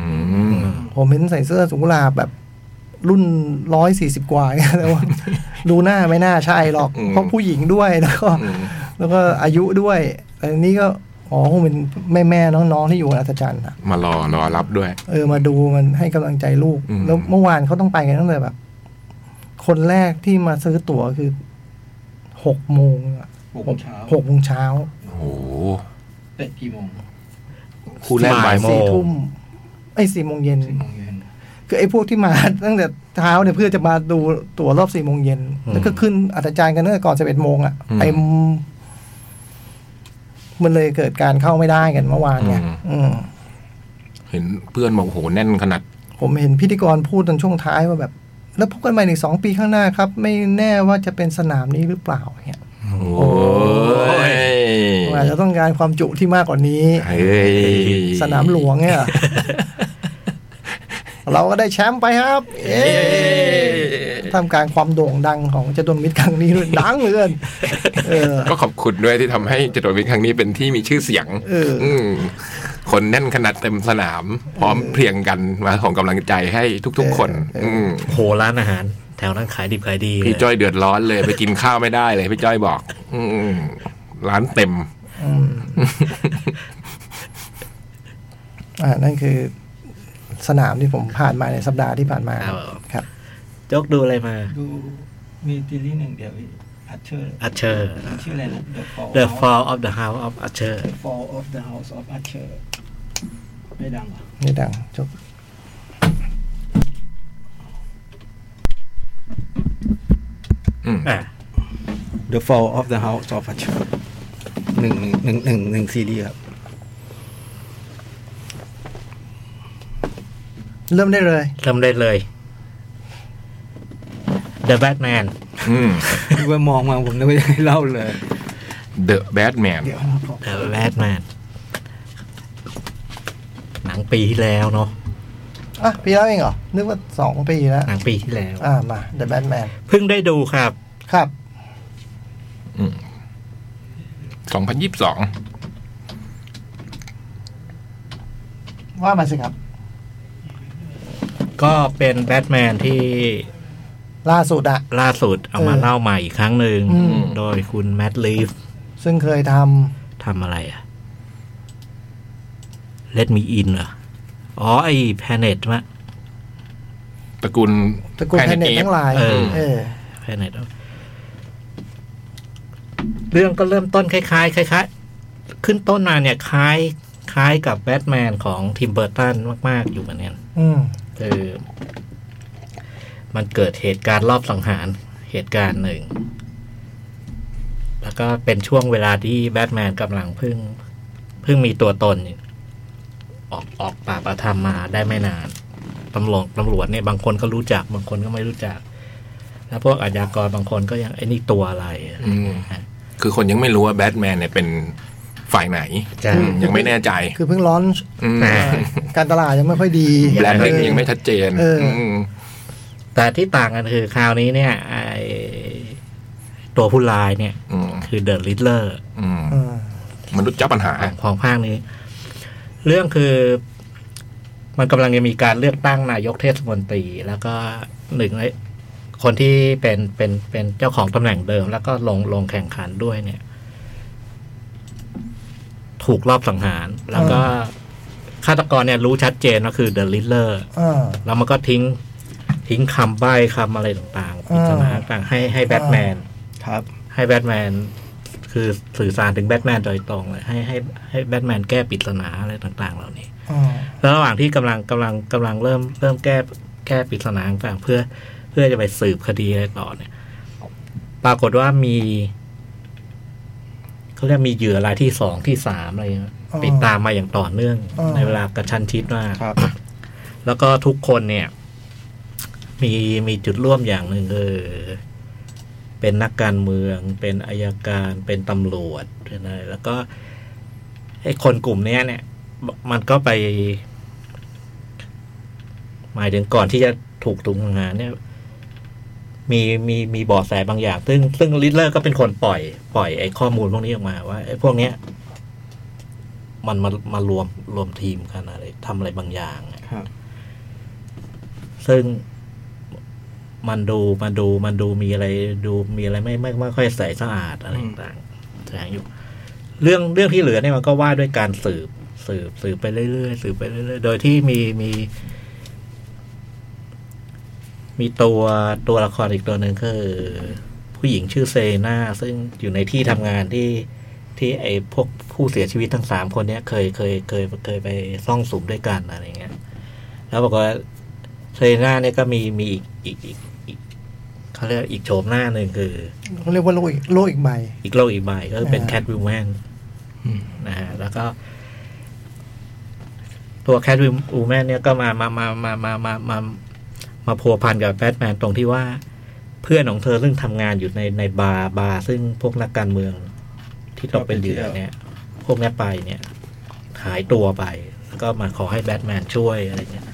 [SPEAKER 3] ม
[SPEAKER 2] ผมเห็นใส่เสื้อสุกุหลาบแบบรุ่นร้อยสี่สิบกว่าเนี่ยแต่ว่า ดูหน้าไม่น่าใช่หรอกเพราะผู้หญิงด้วยแล้วก็
[SPEAKER 3] อืม
[SPEAKER 2] แล้วก็อายุด้วยอันนี้ก็อ๋อคงเป็นแม่แม่ๆน้องๆที่อยู่อัศจรรย์อะ
[SPEAKER 3] มารอรอรับด้วย
[SPEAKER 2] เออมาดูมันให้กำลังใจลูก
[SPEAKER 3] อืม
[SPEAKER 2] แล้วเมื่อวานเขาต้องไปกันตั้งแต่แบบ คนแรกที่มาซื้อตั๋วคือหกโมงอะ
[SPEAKER 5] หกโมงเช้า
[SPEAKER 2] หกโมงเช้า
[SPEAKER 3] โอ้โห
[SPEAKER 5] เตะกี่โมง
[SPEAKER 3] คู่แรกบ่ายโม
[SPEAKER 2] สี่
[SPEAKER 3] ง
[SPEAKER 2] ทุ่มไอ้ยสี่โมงเย็น
[SPEAKER 5] สี่โมงเย็น
[SPEAKER 2] คือไอ้พวกที่มา ตั้งแต่เช้าเนี่ยเพื่อจะมาดูตั๋วรอบสี่โมงเย็น
[SPEAKER 4] อืม
[SPEAKER 2] แล้วก็ขึ้นอัศจารย์กันตั้งแต่ก่อนสิบเอ็ดโมงอ่ะเต็มมันเลยเกิดการเข้าไม่ได้กันเมื่อวานไงอืม
[SPEAKER 3] เห็นเพื่อนบอกโอ้โหแน่นขนาด
[SPEAKER 2] ผมเห็นพิธีกรพูดตอนช่วงท้ายว่าแบบ แล้วพบกันใหม่ในสองปีข้างหน้าครับ ไม่แน่ว่าจะเป็นสนามนี้หรือเปล่าเนี่ย
[SPEAKER 3] โอ้ย
[SPEAKER 2] อาจจะต้องการความจุที่มากกว่านี้
[SPEAKER 3] เฮ้ย
[SPEAKER 2] สนามหลวง เนี่ย เราก็ได้แชมป์ไปครับเย้ทำกลารความโด่งดังของเจดนมิตรครั้งนี้ด้วยดังเหลือเกินเออ
[SPEAKER 3] ก็ขอบคุณด้วยที่ทำให้จตุรวิทย์ครั้งนี้เป็นที่มีชื่อเสียง
[SPEAKER 2] เอออื
[SPEAKER 3] มคนแน่นขนาดเต็มสนาม พร้อมเพรียงกันมาของกำลังใจให้ทุกๆ คนม
[SPEAKER 4] โหร้านอาหาร แถวนั้นขายดิบขายดี
[SPEAKER 3] พี่
[SPEAKER 4] เลย
[SPEAKER 3] จ้อยเดือดร้อนเลยไปกินข้าวไม่ได้เลยพี่จ้อยบอก อืมร้านเต็ม
[SPEAKER 2] อ่านั่นคือ สนามที่ผมผ่านมาในสัปดาห์ที่ผ่านมา
[SPEAKER 4] ครับ
[SPEAKER 2] ครับ
[SPEAKER 4] โจกดูอะไรมา
[SPEAKER 5] ดูมีซีรีส์หนึ่งเดี๋ยวอีกอัดเชอร์
[SPEAKER 4] Archer
[SPEAKER 5] ชื่ออะไรนะ The Fall
[SPEAKER 4] The Fall of the House of Usher
[SPEAKER 5] The Fall of the House of Usher ไม่ดังเหรอ
[SPEAKER 2] นี่ดังจบ
[SPEAKER 4] อ่ะ
[SPEAKER 5] The Fall of the House of Usher หนึ่งหนึ่งหนึ่งหนึ่งซีรีส์ครับ
[SPEAKER 2] เริ่มได้เลย
[SPEAKER 4] เริ่มได้เลย The Batman
[SPEAKER 3] อืม
[SPEAKER 5] คือว่ามองมาผมนึกว่าจะให้เล่าเลย
[SPEAKER 3] The Batman
[SPEAKER 5] เดี๋ยว
[SPEAKER 4] The Batman หนังปีที่แล้วเนาะ
[SPEAKER 2] อ่ะปีแล้วเองเหรอนึกว่าสองปีแล้ว
[SPEAKER 4] หนังปีที่แล้ว
[SPEAKER 2] อ่ามา The Batman
[SPEAKER 4] เพิ่งได้ดูครับ
[SPEAKER 2] ครับ
[SPEAKER 3] สองพันยี่สิบสอง
[SPEAKER 2] ว่ามาสิครับ
[SPEAKER 4] ก็เป็นแบทแมนที่
[SPEAKER 2] ล่าสุดอะ
[SPEAKER 4] ล่าสุดเอามาเล่าใหม่อีกครั้งหนึ่ง
[SPEAKER 2] อืม
[SPEAKER 4] โดยคุณแมดลีฟ
[SPEAKER 2] ซึ่งเคยท
[SPEAKER 4] ทำอะไรอะ Let me in เหรอ อ๋อ ไอ้ Planet มะ
[SPEAKER 3] ตระกูล
[SPEAKER 2] ำตระกูลแพ
[SPEAKER 3] Planet
[SPEAKER 2] นเน็ต
[SPEAKER 3] Ape
[SPEAKER 2] ทั้งหลาย
[SPEAKER 4] เออ
[SPEAKER 2] เออ
[SPEAKER 4] Planet of เรื่องก็เริ่มต้นคล้ายๆคล้ายๆ ขึ้นต้นมาเนี่ยคล้ายคล้ายกับแบทแมนของทิมเบอร์ตันมาก ๆ อยู่เหมือนกัน
[SPEAKER 2] อืม
[SPEAKER 4] คือมันเกิดเหตุการณ์รอบสังหารเหตุการณ์หนึ่ง แล้วก็เป็นช่วงเวลาที่แบทแมนกำลังเพิ่งเพิ่งมีตัวตน ออกออกปราบอาธรรมมาได้ไม่นานตำรวจตำรวจเนี่ยบางคนก็รู้จัก บางคนก็ไม่รู้จัก แล้วพวกอาชญากรบางคนก็ยังไอ้นี่ตัวอะไรอะไรอย่างเงี้ยฮะ
[SPEAKER 3] คือคนยังไม่รู้ว่าแบทแมนเนี่ยเป็นฝ่ายไหน
[SPEAKER 4] ใช่
[SPEAKER 3] ยังไม่แน่ใจ
[SPEAKER 2] คือเพิ่งร้อนช์
[SPEAKER 3] อืม
[SPEAKER 4] แต่
[SPEAKER 2] การตลาดยังไม่ค่อยดี
[SPEAKER 3] แบรนดิ้ง
[SPEAKER 2] เออ
[SPEAKER 3] ยังไม่ชัดเจน
[SPEAKER 2] เอออื
[SPEAKER 3] ม
[SPEAKER 4] แต่ที่ต่างกันคือคราวนี้เนี่ยไอ้ตัวผู้ลายเนี่ย
[SPEAKER 3] อืม
[SPEAKER 4] คือเดอะลิ d เลอร์
[SPEAKER 3] อืม
[SPEAKER 2] อืม
[SPEAKER 3] มนุษย์เจ้าปัญหา
[SPEAKER 4] ของของภาคนี้ เรื่องคือ มันกำลังจะมีการเลือกตั้งนายกเทศมนตรี แล้วก็หนึ่งในคนที่เป็นเป็นเป็นเจ้าของตำแหน่งเดิม แล้วก็ลงลงแข่งขันด้วยเนี่ย ถูกรอบสังหาร แล้วก็ฆาตกรเนี่ยรู้ชัดเจนว่าคือเดอะลิเลอร์
[SPEAKER 2] อ่า
[SPEAKER 4] แล้วมันก็ทิ้ง ทิ้งคำใบ้คำอะไรต่างๆปริศนาต่างๆให้ให้แบทแมน
[SPEAKER 5] ครับ
[SPEAKER 4] ให้แบทแมนคือสื่อสารถึงแบทแมนโดยตรงเลยให้ให้ให้แบทแมนแก้ปริศนาอะไรต่าง ๆ เหล่านี้
[SPEAKER 2] อ่า
[SPEAKER 4] แล้วระหว่างที่กำลังกำลังกำลังเริ่มเริ่มแก้แก้ปริศนาต่างๆเพื่อเพื่อจะไปสืบคดีอะไรต่อเนี่ย ปรากฏว่ามีเขาเรียกมีเหยื่อรายที่สองที่สามอะไรเงี้ย
[SPEAKER 2] อ๋อ
[SPEAKER 4] ติดตามมาอย่างต่อเนื่อง
[SPEAKER 2] อ๋อ
[SPEAKER 4] ในเวลากระชั้นชิดมาก
[SPEAKER 5] ครับ
[SPEAKER 4] แล้วก็ทุกคนเนี่ย มีมีจุดร่วมอย่างหนึ่งคือเป็นนักการเมือง เป็นอายการเป็นตำรวจเป็นอะไรแล้วก็ไอ้คนกลุ่มเนี้ยเนี่ย มันก็ไป หมายถึงก่อนที่จะถูกตุงหารเนี่ย มีมีมีเบาะแสบางอย่าง ซึ่งซึ่งลิดเลอร์ก็เป็นคนปล่อย ปล่อยไอ้ข้อมูลพวกนี้ออกมาว่าไอ้พวกเนี้ย มันมามารวมรวมทีมกันอะไรทำอะไรบางอย่างอะ
[SPEAKER 5] ครับ
[SPEAKER 4] ซึ่งมันดูมันดูมันดูมีอะไรดูมีอะไรไม่ไม่ไม่ค่อยใสสะอาดอะไร
[SPEAKER 5] อืม
[SPEAKER 4] ต่างๆแสดงอยู่ เรื่องเรื่องที่เหลือเนี่ยมันก็ว่าด้วยการสืบ สืบสืบไปเรื่อยๆสืบไปเรื่อยๆโดยที่มีมี มีตัวตัวละครอีกตัวหนึ่งคือผู้หญิงชื่อเซเลนาซึ่งอยู่ในที่ทำงานที่ที่ไอ้พวกผู้เสียชีวิตทั้งสามคนเนี้ยเคยเคยเคยเคยไปซ่องสุมด้วยกันอะไรเงี้ย แล้วบอกฏว่า เซเลน่าเนี่ยก็มีมีอีกอีกอีกอีกเขาเรียกอีกโฉมหน้าหนึ่งคือ
[SPEAKER 2] เขาเรียกว่าโลกอีกโลกอีกใบ
[SPEAKER 4] อีกโลกอีกใบก็คือเป็น
[SPEAKER 2] อ่า
[SPEAKER 4] แคทวิวแมนนะฮะแล้วก็ ตัวแคทวิวแมนเนี่ยก็มามามามามามามามาพัวพันกับแบทแมนตรงที่ว่า เพื่อนของเธอซึ่งทำงานอยู่ในในบาร์บาร์ซึ่งพวกนักการเมือง ที่ตกเป็นเหยื่อเนี่ย พวกเนี้ยไปเนี่ย หายตัวไป แล้วก็มาขอให้แบทแมนช่วยอะไรเงี้ย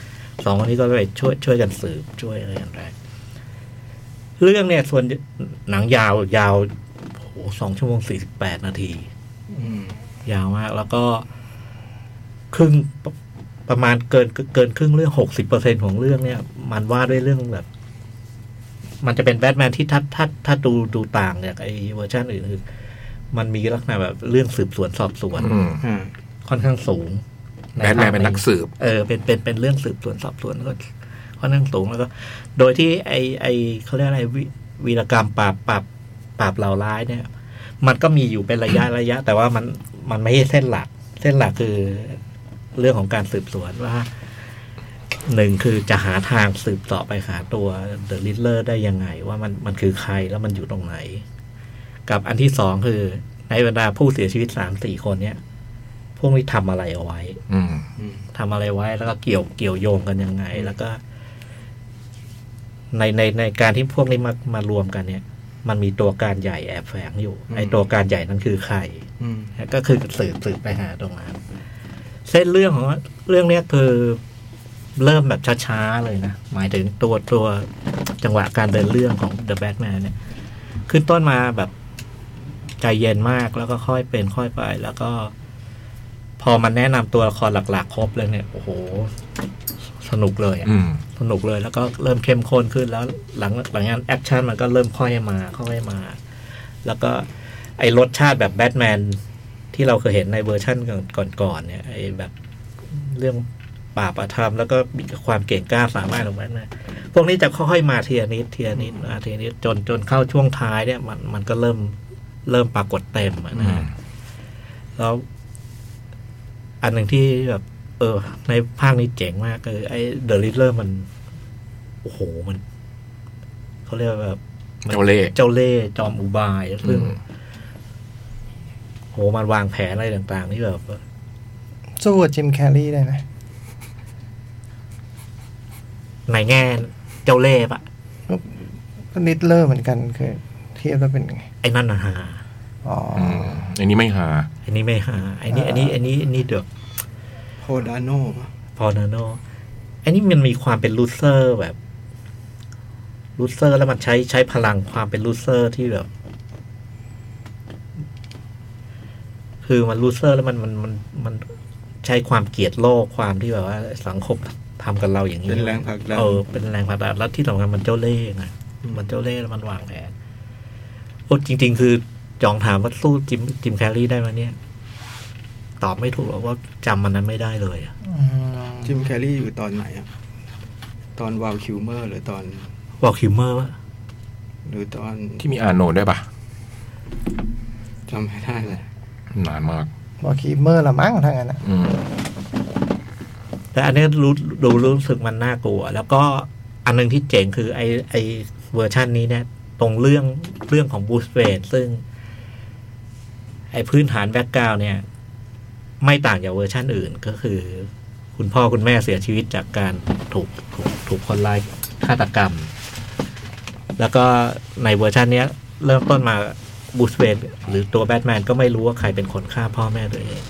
[SPEAKER 4] สองคนนี้ก็ไปช่วยช่วยกันสืบช่วยอะไรกันไปเรื่องเนี่ยส่วนหนังยาวยาว โอ้สองชั่วโมงสี่สิบแปดนาที
[SPEAKER 5] อืม
[SPEAKER 4] ยาวมาก แล้วก็ ครึ่งปประมาณเกินเกินครึ่งเรื่องหกสิบเปอร์เซ็นของเรื่องเนี่ย มันว่าด้วยเรื่องแบบ มันจะเป็นแบทแมนที่ถ้าถ้าถ้าดูดูต่างจากไอ้เวอร์ชันอื่นคือมันมีลักษณะแบบเรื่องสืบสวนสอบสวน
[SPEAKER 3] อืม
[SPEAKER 5] อ่า
[SPEAKER 4] ค่อนข้างสูง
[SPEAKER 3] แบทแมนเป็นนักสืบ
[SPEAKER 4] เออเป็นเป็นเป็นเรื่องสืบสวนสอบสวนก็ค่อนข้างสูงแล้วก็ โดยที่ไอไอเขาเรียกอะไรวิวีรกรรมปราบปราบปราบเหล่าร้ายเนี่ย มันก็มีอยู่เป็นระยะ ระยะ แต่ว่ามันมันไม่ใช่เส้นหลัก เส้นหลักคือเรื่องของการสืบสวนว่าหนึ่งคือจะหาทางสืบต่อไปหาตัวเดอะลิทเลอร์ได้ยังไง ว่ามันมันคือใครแล้วมันอยู่ตรงไหน กับอันที่สองคือในบรรดาผู้เสียชีวิตสามสี่คนเนี่ย พวกนี้ทำอะไรเอาไว้
[SPEAKER 3] อืม
[SPEAKER 5] อืม
[SPEAKER 4] ทำอะไรไว้แล้วก็เกี่ยวเกี่ยวโยงกันยังไง แล้วก็ ในในในการที่พวกนี้มามารวมกันเนี่ย มันมีตัวการใหญ่แอบแฝงอยู่
[SPEAKER 5] อืม
[SPEAKER 4] ไอตัวการใหญ่นั่นคือใคร
[SPEAKER 5] อืม
[SPEAKER 4] ก็คือสืบสืบไปหาตรงนั้นเส้นเรื่องของเรื่องเนี้ยคือเริ่มแบบช้าๆเลยนะ หมายถึงตัวตัวจังหวะการเดินเรื่องของ The Batman เนี่ย ขึ้นต้นมาแบบใจเย็นมากแล้วก็ค่อยเป็นค่อยไป แล้วก็ พอมันแนะนำตัวละครหลัก ๆ ครบเลยเนี่ยโอ้โห สนุกเลยอะ
[SPEAKER 3] อืม
[SPEAKER 4] สนุกเลยแล้วก็เริ่มเข้มข้นขึ้นแล้วหลังหลังงานแอคชั่นมันก็เริ่มค่อยมาค่อยมา แล้วก็ไอ้รสชาติแบบแบทแมนที่เราเคยเห็นในเวอร์ชั่นก่อนๆเนี่ยไอ้แบบเรื่องปราบอาธรรม แล้วก็มีความเก่งกล้าสามารถของแบทแมนพวกนี้จะค่อยๆมาเทียนิดเทียนิดมาเทียนิดจนจนเข้าช่วงท้ายเนี่ยมันมันก็เริ่มเริ่มปรากฏเต็มอะ
[SPEAKER 3] อื
[SPEAKER 4] นะ
[SPEAKER 3] ม
[SPEAKER 4] ฮะแล้วอันหนึ่งที่แบบ เออ ในภาคนี้เจ๋งมากคือไอ้เดอะลิเลอร์มัน โอ้โหมันเขาเรียกว่าแบบมัน
[SPEAKER 3] เจ้าเล่ห์
[SPEAKER 4] เจ้าเล่ห์จอมอุบาย
[SPEAKER 3] อื
[SPEAKER 4] ซึ่ง
[SPEAKER 3] ม
[SPEAKER 4] โหมันวางแผนอะไรต่างๆนี่แบบ
[SPEAKER 2] สู้กับจิมแคร์รีได้นะ
[SPEAKER 4] ในแง่เจ้าเล่ห์ปะ
[SPEAKER 2] ก็นิดเลอร์เหมือนกันคือเทียบแล้วเป็นไง
[SPEAKER 4] ไอ้นั่นน่ะหา
[SPEAKER 2] อ๋ออ
[SPEAKER 3] อืมอันนี้ไม่หา
[SPEAKER 4] อันนี้ไม่หาไอ้นี่
[SPEAKER 2] อ่า
[SPEAKER 4] อันนี้อันนี้อันนี้เดือบ
[SPEAKER 5] โพดาโน่ปะ
[SPEAKER 4] พอนาโนอันนี้มันมีความเป็นลูเซอร์แบบลูเซอร์แล้วมันใช้ใช้พลังความเป็นลูเซอร์ที่แบบ คือมันลูเซอร์แล้วมันมันมันมันใช้ความเกลียดโลกความที่แบบว่า สังคมทำกับเราอย่างนี้
[SPEAKER 5] เป็นแรงผลักดัน
[SPEAKER 4] เออเป็นแรงผลักดันแล้วที่สำคัญมันเจ้าเล่ห์ไง
[SPEAKER 5] อืม
[SPEAKER 4] มันเจ้าเล่ห์แล้วมันวางแผนโอ้จริง ๆ คือจองถามว่าสู้จิมจิมแคร์รี่ได้ไหมเนี่ย ตอบไม่ถูกหรอกว่าจำมันนั้นไม่ได้เลยอะ
[SPEAKER 5] จิมแคลรี่อยู่ตอนไหนอะตอนวาลคิวเมอร์หรือตอน
[SPEAKER 4] วอลคิมเมอร์วะ
[SPEAKER 5] หรือตอน
[SPEAKER 3] ที่มีอาโนด้วยปะ
[SPEAKER 5] จำไม่ได้เลย
[SPEAKER 3] นานมาก
[SPEAKER 2] บอกคีเมอร์ละมั้งทางนั้นอะ
[SPEAKER 3] อืม
[SPEAKER 4] แต่อันนี้รู้ดูรู้สึกมันน่ากลัว แล้วก็อันหนึงที่เจ๋งคือไอไอเวอร์ชันนี้เนี่ย ตรงเรื่องเรื่องของบูสเวนซึ่ง ไอพื้นฐานแบ็กกราวเนี่ย ไม่ต่างจากเวอร์ชั่นอื่นก็คือ คุณพ่อคุณแม่เสียชีวิตจากการถูกถูกถูกคนร้ายฆาตกรรม แล้วก็ในเวอร์ชันเนี้ย เริ่มต้นมาบูสเวนหรือตัวแบทแมนก็ไม่รู้ว่าใครเป็นคนฆ่าพ่อแม่ตัวเอง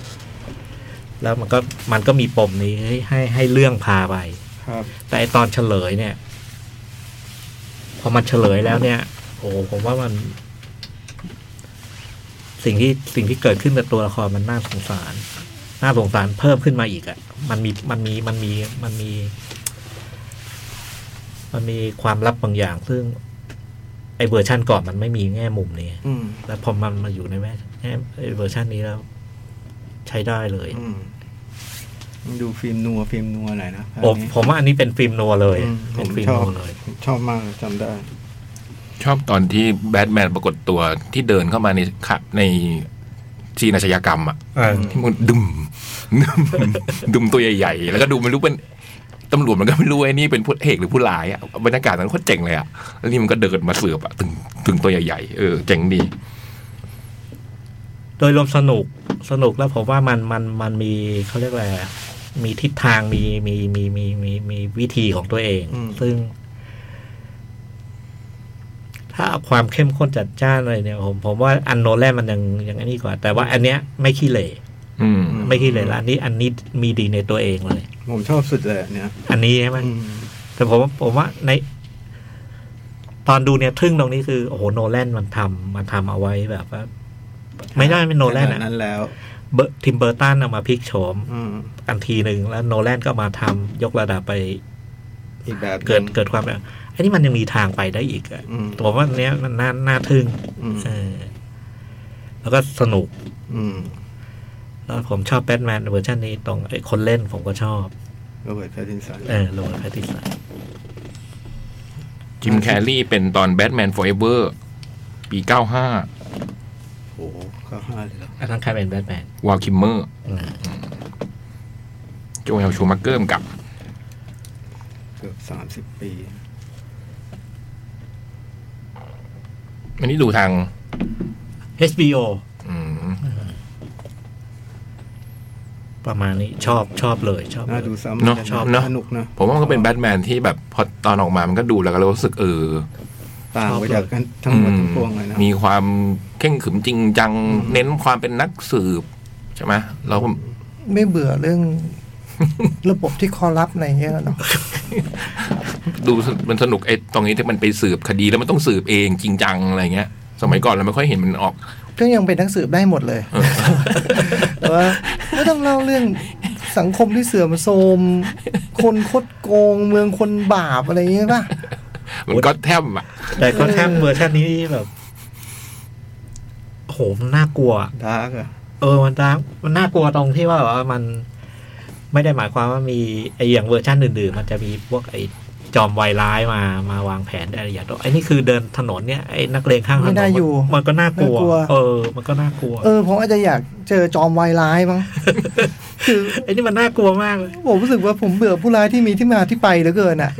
[SPEAKER 4] แล้วมันก็มันก็มีปมนี้ให้ให้ให้เรื่องพาไป
[SPEAKER 5] ครับ
[SPEAKER 4] แต่ไอ้ตอนเฉลยเนี่ย อมันเฉลยแล้วเนี่ย โอ้โหผมว่ามัน สิ่งที่สิ่งที่เกิดขึ้นกับตัวละครมันน่าสงสาร น่าสงสารเพิ่มขึ้นมาอีกอะ่ะ มันมีมันมีมันมีมันมี มันมีความลับบางอย่าง ซึ่ง ไอเวอร์ชั่นก่อนมันไม่มีแง่มุมนี้
[SPEAKER 5] อืม
[SPEAKER 4] แล้วพอมันมาอยู่ในแม่แง่ไอ้เวอร์ชันนี้แล้ว ใช้ได้เลย
[SPEAKER 5] อืมดูฟิล์มนัวฟิล์มนัวหน่อยนะ
[SPEAKER 4] โอ้
[SPEAKER 5] ภาคนี้
[SPEAKER 4] ผมว่าอันนี้เป็นฟิล์มนัวเลย
[SPEAKER 5] อืม
[SPEAKER 4] เป็น
[SPEAKER 5] ผม
[SPEAKER 4] ฟิล์ม
[SPEAKER 5] ชอบ
[SPEAKER 4] นัวเลย
[SPEAKER 5] ชอบมากจำได้
[SPEAKER 3] ชอบตอนที่แบทแมนปรากฏตัวที่เดินเข้ามาในค่ะในซีนอาชญากรรมอ่ะ ที่มันดุมดุมดุมตัวใหญ่ๆ แล้วก็ดูไม่รู้เป็นตำรวจมันก็ไม่รู้ไอ้นี่เป็นผู้เอกหรือผู้ร้ายอ่ะบรรยากาศมันโคตรเจ๋งเลยอ่ะแล้วนี่มันก็เดินมาเสือบอ่ะถึงถึงตัวใหญ่ๆเออเจ๋งดี
[SPEAKER 4] โดยรวมสนุกสนุกแล้วผมว่ามันมันมันมีเขาเรียกอะไรอะมีทิศทางมีมีมีมีมีมีวิธีของตัวเอง
[SPEAKER 5] อืม
[SPEAKER 4] ซึ่ง ถ้าเอาความเข้มข้นจัดจ้านเลยเนี่ย ผมผมว่าอันโนแลนมันยังยังไอันนี้กว่า แต่ว่าอันเนี้ยไม่ขี้เหร่
[SPEAKER 3] อืม
[SPEAKER 4] ไม่ขี้เหร่ละอันนี้อันนี้มีดีในตัวเองเลย
[SPEAKER 5] ผมชอบสุดเลยอันเนี่ย
[SPEAKER 4] อันนี้ใช่ไหม
[SPEAKER 5] อืม
[SPEAKER 4] แต่ผมว่าผมว่าใน ตอนดูเนี่ยทึ่งตรงนี้คือ โอ้โหโนแลนมันทำมันทำเอาไว้แบบว่า ไม่ได้ไม่โนแลน
[SPEAKER 5] ขาด
[SPEAKER 4] อ่ะ
[SPEAKER 5] นั้นแล้ว
[SPEAKER 4] เบอร์ทิมเบอร์ตันเอามาพลิกโฉม
[SPEAKER 5] อืม
[SPEAKER 4] อันทีหนึ่งแล้วโนแลนก็มาทำยกระดับไป
[SPEAKER 5] อีกแบบหนึ่ง
[SPEAKER 4] เกิดเกิดความแบบอันนี้มันยังมีทางไปได้อีกอะ
[SPEAKER 5] อืม
[SPEAKER 4] ผมว่าอันเนี้ยมันน่าน่าทึ่ง
[SPEAKER 5] อืม
[SPEAKER 4] เออแล้วก็สนุก
[SPEAKER 5] อืม
[SPEAKER 4] แล้วผมชอบแบทแมนเวอร์ชันนี้ตรงไอ้คนเล่นผมก็ชอบ
[SPEAKER 5] โรเบิร์ตแพตตินสัน
[SPEAKER 4] เออโรเบิร์ตแพตตินสัน
[SPEAKER 3] จิมแคร์รี่เป็นตอนแบทแมนฟอ r e เ e อร์ปีเก้าห้า
[SPEAKER 5] โอ้โหก็ห้าเลยแล้ว
[SPEAKER 4] อันนั้นใครเป็นแบทแมน
[SPEAKER 3] วอลคิมเมอร์
[SPEAKER 4] อืม
[SPEAKER 3] โจเอลชูมักเกอร์กับ
[SPEAKER 5] เกือบสามสิบ30 ปี
[SPEAKER 3] อันนี้ดูทาง
[SPEAKER 4] HBO
[SPEAKER 3] อืม
[SPEAKER 4] ประมาณนี้ชอบชอบเลยชอบเล
[SPEAKER 5] น่าย ดูซ้ำ
[SPEAKER 3] เนาะ
[SPEAKER 5] กั
[SPEAKER 4] ชอบ
[SPEAKER 3] เนาะ
[SPEAKER 5] สนุกนะ
[SPEAKER 3] ผมว่ามันก็เป็นแบทแมนที่แบบพอตอนออกมามันก็ดูแล้วก็รู้สึกเออ
[SPEAKER 5] ต่างไปจากกันทั้งหมด
[SPEAKER 3] อื
[SPEAKER 5] ทั้งปวงเลยนะ
[SPEAKER 3] มีความเข่งขรึมจริงจัง เน้นความเป็นนักสืบ ใช่ไหมเราก็
[SPEAKER 2] ไม่เบื่อเรื่อง ระบบที่คอรับอะไรเงี้ยเนาะ
[SPEAKER 3] ดูมันสนุกไอ้ตรงนี้ที่มันไปสืบคดีแล้วมันต้องสืบเองจริงจังอะไรเงี้ย สมัยก่อนเราไม่ค่อยเห็นมันออก
[SPEAKER 2] ก็ยังเป็นนักสืบได้หมดเลยแต่ว่าไม่ต้องเล่าเรื่องสังคมที่เสื่อมโทรมคนคดโกง เมืองคนบาปอะไรเงี้ยป่ะ
[SPEAKER 3] มันก็แทบอ่ะ
[SPEAKER 4] แต่ก็แทบเวอร์ชันนี้แบบโหมันน่ากลัว
[SPEAKER 5] ดาร์กอะ
[SPEAKER 4] เออมันน่ามันน่ากลัวตรงที่ว่าแบบว่ามันไม่ได้หมายความว่ามีไออย่างเวอร์ชันอื่นๆ มันจะมีพวกไอจอมวายร้ายมามาวางแผนอะไรอย่างเงี้ยไอนี่คือเดินถนนเนี่ยไอนักเลงข้างถนน
[SPEAKER 2] ไม่ได้อยู่
[SPEAKER 4] มันก็น่ากลัว
[SPEAKER 2] น่ากลัว
[SPEAKER 4] เออ มันก็น่ากลัว
[SPEAKER 2] เออผมอาจจะอยากเจอจอมวายร้ายมั้ง คือ
[SPEAKER 4] ไอนี่มันน่ากลัวมากเลย
[SPEAKER 2] ผมรู้สึกว่าผมเบื่อผู้ร้ายที่มีที่มาที่ไปเหลือเกินอ่ะ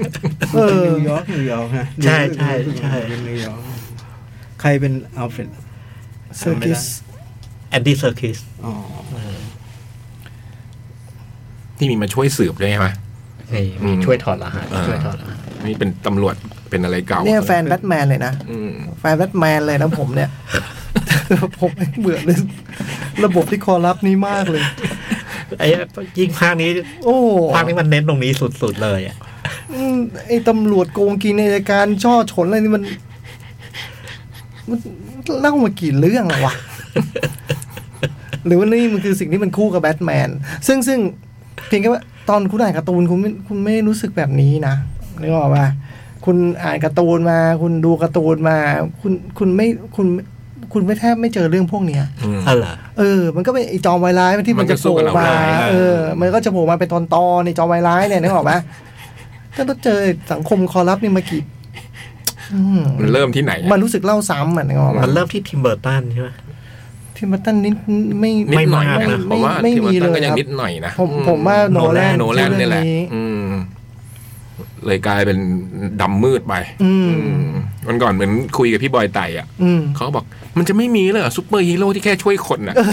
[SPEAKER 2] เอ
[SPEAKER 5] เป็น
[SPEAKER 2] อ
[SPEAKER 5] นิวยอร์กนิวยอร์กฮะ
[SPEAKER 4] ใช่ใช่ใช่
[SPEAKER 5] เป็นนิวยอร์กใครเป็นอัลเฟรด
[SPEAKER 2] เซอร์กิส
[SPEAKER 4] แอนดี้เซอร์คิส
[SPEAKER 5] อ๋อ
[SPEAKER 3] ที่มีมาช่วยสืบด้วยใช่ไหม
[SPEAKER 4] นี่
[SPEAKER 3] อืม
[SPEAKER 4] ช่วยถอดรหัส
[SPEAKER 3] อ่า
[SPEAKER 4] ช่วยถอดรหัส
[SPEAKER 3] นี่เป็นตำรวจเป็นอะไรเก่า
[SPEAKER 2] เนี่ยแฟนแบทแมนเลยนะ
[SPEAKER 3] อืม
[SPEAKER 2] แฟนแบทแมนเลยนะผมเนี่ย ผมเบื่อเลยระบบที่คอรัปนี้มากเลย
[SPEAKER 4] ไอยิ่งภาคนี้
[SPEAKER 2] โอ้
[SPEAKER 4] ภาคนี้มันเน้นตรงนี้สุดๆเลยอะ
[SPEAKER 2] อืมไอ้ตำรวจโกงกินในรายการช่อฉนอะไรนี่มัน มันเล่ามากี่เรื่องแล้ววะ หรือว่านี่มันคือสิ่งที่มันคู่กับแบทแมน ซึ่งซึ่งเพียงแค่ว่าตอนคุณอ่านการ์ตูนคุณไม่คุณไม่รู้สึกแบบนี้นะนึกออกป่ะคุณอ่านการ์ตูนมา คุณดูการ์ตูนมา คุณคุณไม่คุณคุณไม่แทบไม่เจอเรื่องพวกเนี้ย
[SPEAKER 3] อืม
[SPEAKER 4] อ๋อเหรอ
[SPEAKER 2] เออ มันก็เป็นไอ้จอมวายร้ายที่มันจะโผล่
[SPEAKER 3] มันก็สู้กับ
[SPEAKER 2] มา
[SPEAKER 3] เราได้
[SPEAKER 2] เออ มันก็จะโผล่มาเป็นตอนตอนในจอมวายร้ายเนี่ยนึกออกปะ ก็ต้องเจอสังคมคอร์รัปต์นี่มากี่อืม
[SPEAKER 3] มันเริ่มที่ไหนอะ
[SPEAKER 2] มันรู้สึกเล่าซ้ำอ่ะนึกออกปะ
[SPEAKER 4] มันเริ่มที่ทิมเบอร์ตันใช่ไหม
[SPEAKER 2] ที่มันตั้นนิดไม่
[SPEAKER 3] นิดหน่อยนะ
[SPEAKER 4] ไม่มาก
[SPEAKER 3] ผมว่า
[SPEAKER 2] ไม่
[SPEAKER 3] ทีม
[SPEAKER 2] มี
[SPEAKER 3] เวอร์ตันก็
[SPEAKER 2] เลย
[SPEAKER 3] ยัง
[SPEAKER 2] ครับ
[SPEAKER 3] นิดหน่อยนะ
[SPEAKER 2] ผม
[SPEAKER 3] อื
[SPEAKER 2] ผมว่าโนแลน
[SPEAKER 3] โนแลน
[SPEAKER 2] ชื่อเรื่อง
[SPEAKER 3] นี่แหละ
[SPEAKER 2] นี้
[SPEAKER 3] อืมเลยกลายเป็นดำมืดไป
[SPEAKER 2] อืม
[SPEAKER 3] วันก่อนเหมือนคุยกับพี่บอยไต่อ่ะ
[SPEAKER 2] อืม
[SPEAKER 3] เขาบอก มันจะไม่มีเลยเหรอซูเปอร์ฮีโร่ที่แค่ช่วยคนอ่ะ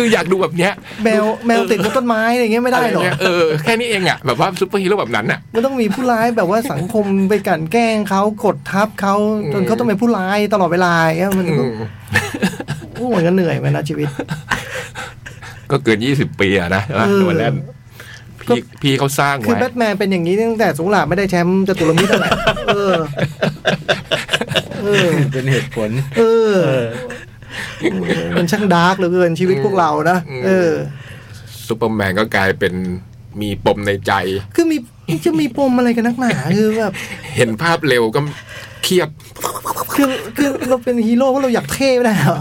[SPEAKER 3] คืออยากดูแบบเนี้ย
[SPEAKER 2] แมวแมวติดกับต้นไม้อะไรอย่างเงี้ยไม่ได้หรอก
[SPEAKER 3] ะเงี้ยเออแค่นี้เองอ่ะ แบบว่าซูเปอร์ฮีโร่แบบนั้นอ่ะ
[SPEAKER 2] มันต้องมีผู้ร้ายแบบว่าสังคมไปกลันแกล้งเขากดทับเขาจนเขาต้องเป็นผู้ร้ายตลอดเวลาอย่างเงี้ยมัน
[SPEAKER 3] อื
[SPEAKER 2] ก็
[SPEAKER 3] ม
[SPEAKER 2] โอ้มันก็เหนื่อยไปนะชีวิต
[SPEAKER 3] ก็เกินยี่สิบปีอ่ะนะ
[SPEAKER 2] เออ
[SPEAKER 3] โนแลนพี่พี่เขาสร้าง
[SPEAKER 2] คือ
[SPEAKER 3] ไว้
[SPEAKER 2] แบทแมนเป็นอย่างนี้ตั้งแต่สงครามไม่ได้แชมป์จตุรมิตรนั่นแหละเออ อ เออ
[SPEAKER 5] เป็นเหตุผล
[SPEAKER 2] เออมันช่างดาร์กเหลือเกินชีวิตพวกเรานะเออ
[SPEAKER 3] ซูเปอร์แมนก็กลายเป็นมีปมในใจ
[SPEAKER 2] คือมีจะมีปมอะไรกันนักหนาคือแบบ
[SPEAKER 3] เห็นภาพเร็วก็เครียด
[SPEAKER 2] คือคือเราเป็นฮีโร่เพราะเราอยากเท่ไม่ได้เหรอ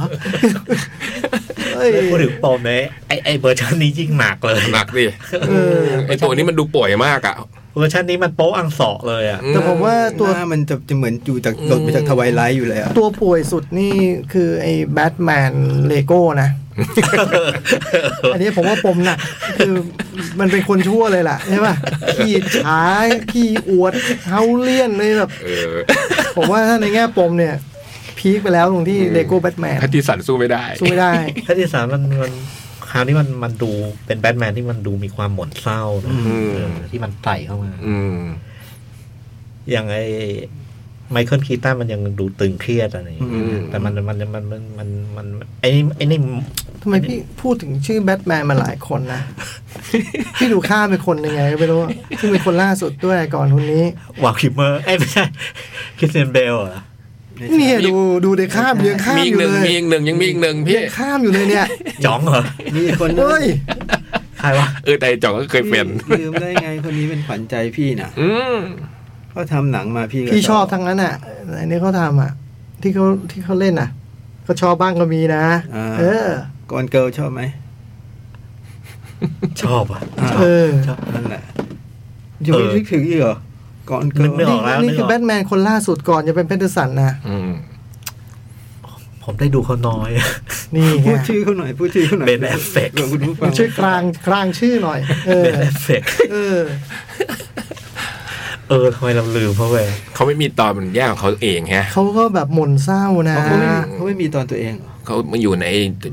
[SPEAKER 2] เอ้ย
[SPEAKER 4] พูดถึงปมเนี่ยไอไอเวอร์ชันนี้ยิ่งหนักเลย
[SPEAKER 3] หนักดิ
[SPEAKER 2] เออ
[SPEAKER 3] ไอตัวนี้มันดูป่วยมากอ่ะ
[SPEAKER 4] เวอร์ชันนี้มันโป๊ะอังสอเลยอ่ะ
[SPEAKER 2] แต่ผมว่า
[SPEAKER 5] ตั
[SPEAKER 2] ตัว ว
[SPEAKER 5] มันจะจะเหมือนอยู่จากหล่นไปจากทวายไลท์อยู่เลยอะ
[SPEAKER 2] ตัวป่วยสุดนี่คือไอ้แบทแมนเลโก้ นะ อันนี้ผมว่าปมหนักคือมันเป็นคนชั่วเลยล่ะใช่ป่ะขี้ช้าขี้อวดเฮาเลี่ยนเลยแบบ
[SPEAKER 3] เออ
[SPEAKER 2] ผมว่าถ้าในแง่ปมเนี่ย พีคไปแล้วตรงที่เลโก้แบทแมน
[SPEAKER 3] แพตติสันสู้ไม่ได้
[SPEAKER 2] สู้ไม่ได้
[SPEAKER 4] ถ้าที่สามมันมันคราวนี้มันมันดูเป็นแบทแมนที่มันดูมีความหม่นเศร้านะ
[SPEAKER 3] ม
[SPEAKER 4] เออที่มันใส่เข้ามา
[SPEAKER 3] อืม
[SPEAKER 4] อย่างไอไมเคิลคีตันมันยังดูตึงเครียดอะไรอย่างเงี้ย
[SPEAKER 3] อืม
[SPEAKER 4] แต่มันมันมันมันมันมันไอ้นี่ไอ้นี่
[SPEAKER 2] ทำไมพี่พูดถึงชื่อแบทแมนมาหลายคนนะ พี่ดูข้ามไปคนยังไงไม่รู้อะซึ่งเป็นคนล่าสุดด้วยก่อนคนนี้
[SPEAKER 4] วาลคิมเมอร์ไอ้ยไม่ใช่คริสเตนเบลเหรอ
[SPEAKER 2] เนี่ยดูดูเด็กข้ามยังข้าม
[SPEAKER 3] มี
[SPEAKER 2] อ
[SPEAKER 3] อีก
[SPEAKER 2] ยู่
[SPEAKER 3] หนึ่ง
[SPEAKER 2] เล
[SPEAKER 3] มี
[SPEAKER 2] ย
[SPEAKER 3] อีกหนึ่งยังมีอีกหนึ่งพี่
[SPEAKER 2] ยังข้ามอยู่เลยเนี่ย
[SPEAKER 4] จ๋องเหรอ
[SPEAKER 5] มีคนนึง
[SPEAKER 2] เฮ้ย
[SPEAKER 4] ใครวะ
[SPEAKER 3] เออแต่ไอ้จ่องก็เคยเป็น
[SPEAKER 5] ลืมได้ไงคนนี้เป็นขวัญใจพี่นะ
[SPEAKER 3] อืม
[SPEAKER 5] เขาทำหนังมาพี่ก็
[SPEAKER 2] พี่ชอบทั้งนั้นอ่ะอันนี้เขาทำอ่ะ ที่เขาที่เขาเล่นอ่ะก็ชอบบ้างก็มีนะ
[SPEAKER 5] อ่า
[SPEAKER 2] เออ
[SPEAKER 5] ก่อนเกิลชอบไหม
[SPEAKER 4] ชอบอ่ะ
[SPEAKER 5] อ่า
[SPEAKER 2] เออ
[SPEAKER 5] นั่นแหละอยู่ไม่นึกถึงอีกเหรอก่อนเกิล
[SPEAKER 4] นึกไม่ออก แล้ว
[SPEAKER 2] นี่คือแบทแมนคนล่าสุดก่อนจะเป็นแพทเทอร์สันนะ
[SPEAKER 3] อืม
[SPEAKER 4] ผมได้ดูเขาน้อย
[SPEAKER 2] นี่ไง
[SPEAKER 5] พูดชื่อเขาหน่อยพูดชื่อเขาหน่อย
[SPEAKER 4] Ben Affleck
[SPEAKER 5] ผื่อคุณผู้ฟั
[SPEAKER 2] มั
[SPEAKER 5] ง
[SPEAKER 2] นชื่อกลางกลางชื่อหน่อย เออ
[SPEAKER 4] เป็นเอฟเฟก
[SPEAKER 2] เออ
[SPEAKER 4] เออทำไมเราลืมเพราะเว้ย
[SPEAKER 3] เขาไม่มีตอนมันแยกของเขาเองฮะ
[SPEAKER 2] เขาก็แบบหม่นเศร้านะ
[SPEAKER 5] เขาไม่มีเขาไม่มีตอนตัวเองเหรอ
[SPEAKER 3] เขามาอยู่ใน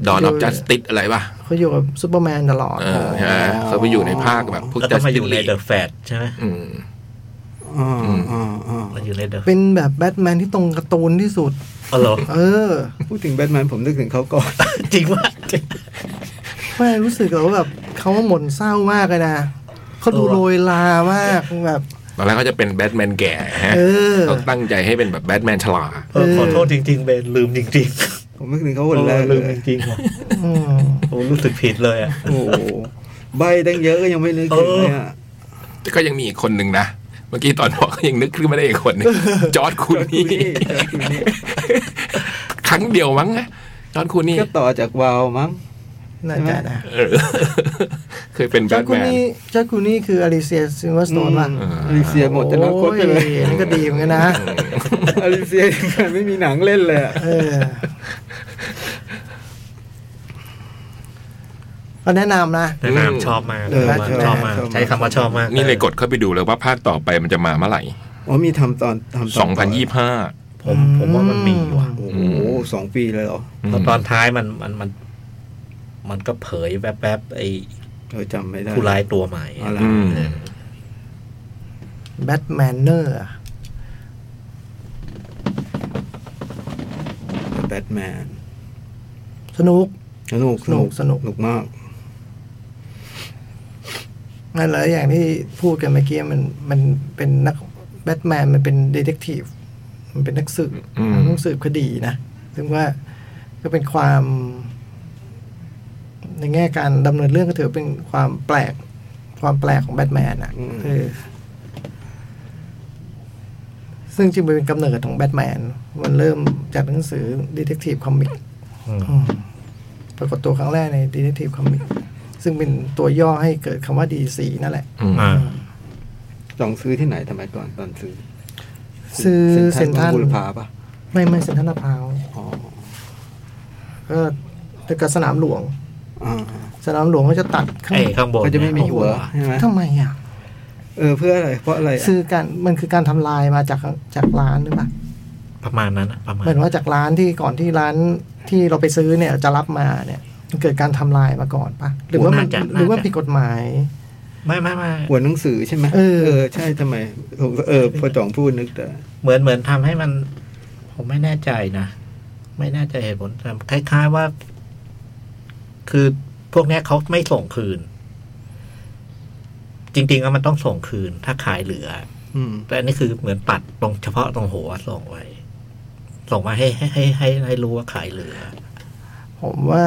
[SPEAKER 3] ดอนออฟจัสติสอะไรป่ะ
[SPEAKER 2] เขาอยู่กับซูเปอร์แมนตลอด
[SPEAKER 3] เออใช่ไหมเขาไปอยู่ในภาคแบบพวก
[SPEAKER 4] แล้ว
[SPEAKER 3] จั
[SPEAKER 4] ก็
[SPEAKER 3] ส
[SPEAKER 4] มาอ
[SPEAKER 3] ติ
[SPEAKER 4] ยู่
[SPEAKER 3] ส
[SPEAKER 4] ใน
[SPEAKER 3] ลี
[SPEAKER 4] เดอะแฟดใช่ไหม
[SPEAKER 3] อืม
[SPEAKER 5] อ่าอ่าอ่า
[SPEAKER 4] มาอยู่ในเดอะ
[SPEAKER 2] เป็นแบบแบทแมนที่ตรงการ์ตูนที่สุด
[SPEAKER 4] อ๋อเหรอ
[SPEAKER 2] เออ
[SPEAKER 5] พูดถึงแบทแมนผมนึกถึงเขาก่อน
[SPEAKER 4] จริงว่า
[SPEAKER 2] แม่รู้สึกว่าแบบเขาหม่นเศร้ามากเลยนะเขาดู
[SPEAKER 4] เออ
[SPEAKER 2] โรยลามากแบบ
[SPEAKER 3] ตอนแรกเขาจะเป็นแบทแมนแก่ฮะ
[SPEAKER 2] เออ
[SPEAKER 3] เขาตั้งใจให้เป็นแบบแบทแมนฉลาด
[SPEAKER 4] เออขอโทษจริงๆเบนลืมจริง
[SPEAKER 5] ผมนึกถึงเขา
[SPEAKER 4] ๆ
[SPEAKER 5] คนแรก
[SPEAKER 4] เออ
[SPEAKER 5] เล
[SPEAKER 4] ลืม
[SPEAKER 5] ย
[SPEAKER 4] จริงๆว่ะ
[SPEAKER 2] อืม
[SPEAKER 4] ผมรู้สึกผิดเลยอ่ะ
[SPEAKER 5] โอ้โหใบตั้งเยอะก็ยังไม่นึกถึงเลยอะ
[SPEAKER 3] แต่ก็ยังมีอีกคนหนึ่งนะ เมื่อกี้ตอนบอกก็ยังนึกขึ้นมาได้อีกคนหนึงจอร์ดคู
[SPEAKER 5] คุ
[SPEAKER 3] นี่
[SPEAKER 5] ณนี่คุณนี่
[SPEAKER 3] ครั้งเดียวมั้งนะจอร์ดคูนี่
[SPEAKER 5] ก็ต่อจากวาวมั้ง
[SPEAKER 2] น่าจะนะ
[SPEAKER 3] เอ อเคยเป็นแบ
[SPEAKER 2] เจ้า
[SPEAKER 3] ท
[SPEAKER 2] คุ
[SPEAKER 3] แม
[SPEAKER 2] ณ
[SPEAKER 3] น
[SPEAKER 2] นี่เจ้าคุณนี่คืออลิเซียซิลเวอร์สโตนป่ะ
[SPEAKER 3] เออ
[SPEAKER 5] อลิเซียหมดจะนักโคตรไปเลย
[SPEAKER 2] โอ้นั่นก็ดีเหมือนกันนะ
[SPEAKER 5] อลิเซียยังไงไม่มีหนังเล่นเลยอะ
[SPEAKER 2] เออก็แนะนำนะ
[SPEAKER 4] แนะนำชอบมากชอบมากใช้คำว่าชอบมาก
[SPEAKER 3] นี่เลยกดเข้าไปดูเลยว่าภาคต่อไปมันจะมาเมื่อไหร่
[SPEAKER 5] อ๋อมีทำตอนทำตน
[SPEAKER 3] 2025
[SPEAKER 4] ผมผมว่ามันมีว่ะ
[SPEAKER 5] โอ้โหสองปีเลยเหรอ
[SPEAKER 4] แล้วตอนท้ายมันมันมัน มันก็เผยแวบๆไอ้
[SPEAKER 5] เธอจำไม่ได้
[SPEAKER 4] ผู้ร้ายตัวใหม่
[SPEAKER 5] เอาละ
[SPEAKER 3] อืม
[SPEAKER 2] แบทแมนเนอร์อะ
[SPEAKER 5] แบทแมน
[SPEAKER 2] สนุก
[SPEAKER 5] สนุก
[SPEAKER 2] สนุกสนุก
[SPEAKER 5] สนุกมาก
[SPEAKER 2] นั่นแหละอย่างที่พูดกันเมื่อกี้มันมันเป็นนักแบทแมนมันเป็นดีเทคทีฟมันเป็นนักสืบ
[SPEAKER 3] อืม
[SPEAKER 2] นักสืบคดีนะถึงว่าก็เป็นความ ในแง่การดำเนินเรื่องก็ถือเป็นความแปลก ความแปลกของแบทแมนอ่ะ
[SPEAKER 5] อืม
[SPEAKER 2] เออซึ่งจริงๆมันเป็นกำเนิดของแบทแมน มันเริ่มจากหนังสือดีเทคทีฟคอมิก
[SPEAKER 4] อืม
[SPEAKER 2] อืมปรากฏตัวครั้งแรกใน Detective Comic ซึ่งเป็นตัวย่อให้เกิดคำว่า DC นั่นแหละ
[SPEAKER 3] อืม
[SPEAKER 4] อ่า
[SPEAKER 5] ลองซื้อที่ไหนทำไมก่อนตอนซื้อ
[SPEAKER 2] ซื้อเซ็นทรัล
[SPEAKER 5] บุรพาปะ
[SPEAKER 2] ไม่ไม่เซ็นทรัลลาดพร้าว
[SPEAKER 5] อ๋อ
[SPEAKER 2] ก็แต่กับสนามหลวง
[SPEAKER 5] อ่า
[SPEAKER 2] สนามหลวงก็จะตัดข้าง
[SPEAKER 4] ไอ้ข้างบน
[SPEAKER 5] เขาจะไม่มีหัวใช่ไหม
[SPEAKER 2] ทำไมอ่ะ
[SPEAKER 5] เออเพื่ออะไรเพราะอะไรอะ
[SPEAKER 2] ซื้อการมันคือการทำลายมาจากจากร้านหรือเปล่า
[SPEAKER 4] ประมาณนั้นอะประมาณ
[SPEAKER 2] เหมือนว่าจากร้านที่ก่อนที่ร้านที่เราไปซื้อเนี่ยจะรับมาเนี่ย มันเกิดการทำลายมาก่อนปะหรือว่ามันหรือว่าผิดกฎหมาย
[SPEAKER 4] ไม่ไม่ไม่
[SPEAKER 5] หัวหนังสือใช่ไหม
[SPEAKER 2] เออ
[SPEAKER 5] ใช่ทำไมผมเออพอจ่องพูดนึกแต่
[SPEAKER 4] เหมือนเหมือนทำให้มัน ผมไม่แน่ใจนะไม่แน่ใจเหตุผลแต่คล้ายๆว่า คือพวกเนี้ยเขาไม่ส่งคืน จริงๆแล้วมันต้องส่งคืน ถ้าขายเหลือ
[SPEAKER 5] อืม
[SPEAKER 4] แต่อันนี่คือเหมือนปัดตรงเฉพาะตรงหัวส่งไว้ ส่งมาให้ให้ให้ให้ให้รู้ว่าใครเหลือ
[SPEAKER 2] ผมว่า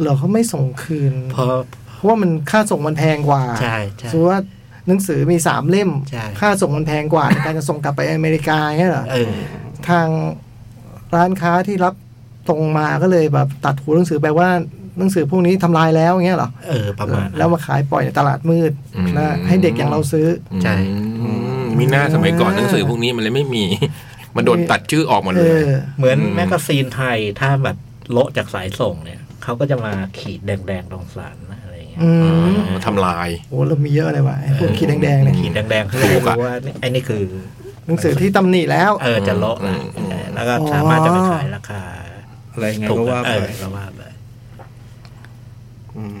[SPEAKER 2] เราเขาไม่ส่งคืน
[SPEAKER 4] เพราะ
[SPEAKER 2] เพราะว่ามันค่าส่งมันแพงกว่า
[SPEAKER 4] ใช่ใช่
[SPEAKER 2] สมมติว่าหนังสือมีสามเล่ม
[SPEAKER 4] ใช่
[SPEAKER 2] ค่าส่งมันแพงกว่า ในการจะส่งกลับไปอเมริกาเงี้ยเหรอ
[SPEAKER 4] เออ
[SPEAKER 2] ทางร้านค้าที่รับตรงมาก็เลยแบบตัดหัวหนังสือไปว่าหนังสือพวกนี้ทำลายแล้วเงี้ยเหรอ
[SPEAKER 4] เออ ประมาณนั้น
[SPEAKER 2] แล้วมาขายปล่อยในตลาดมืด
[SPEAKER 3] อืม
[SPEAKER 2] นะให้เด็กอย่างเราซื้อ
[SPEAKER 4] ใช่
[SPEAKER 3] อืมมีหน้าสมัยก่อนหนังสือพวกนี้มันเลยไม่มี มันโดนตัดชื่อออกหมด
[SPEAKER 2] เอ
[SPEAKER 3] เลย
[SPEAKER 2] อ
[SPEAKER 4] เหมือน
[SPEAKER 3] อืม
[SPEAKER 4] แมกกาซีนไทยถ้าแบบโละจากสายส่งเนี่ยเขาก็จะมาขีดแดงๆตรงสารนะอะไรอย่างเงี้ย
[SPEAKER 2] อืม
[SPEAKER 3] มทำลาย
[SPEAKER 2] โอ้เรามีเยอะเลยว่ะไอ้พวกขีดแดงๆเนี่ย
[SPEAKER 4] ขีดแดงๆเพื่อให้รู้ว่านี่ไอ้นี่คือ
[SPEAKER 2] หนังสือที่ตำหนิแล้ว
[SPEAKER 4] เออจะโละ
[SPEAKER 3] อื
[SPEAKER 4] ละ
[SPEAKER 3] มอืม
[SPEAKER 4] แล้วก็สามารถจะไปขายราคา
[SPEAKER 5] อะไรไง
[SPEAKER 4] ถูก
[SPEAKER 5] ก็ว่า
[SPEAKER 4] เอ
[SPEAKER 5] ไป
[SPEAKER 4] อก็ว่าไป
[SPEAKER 5] ม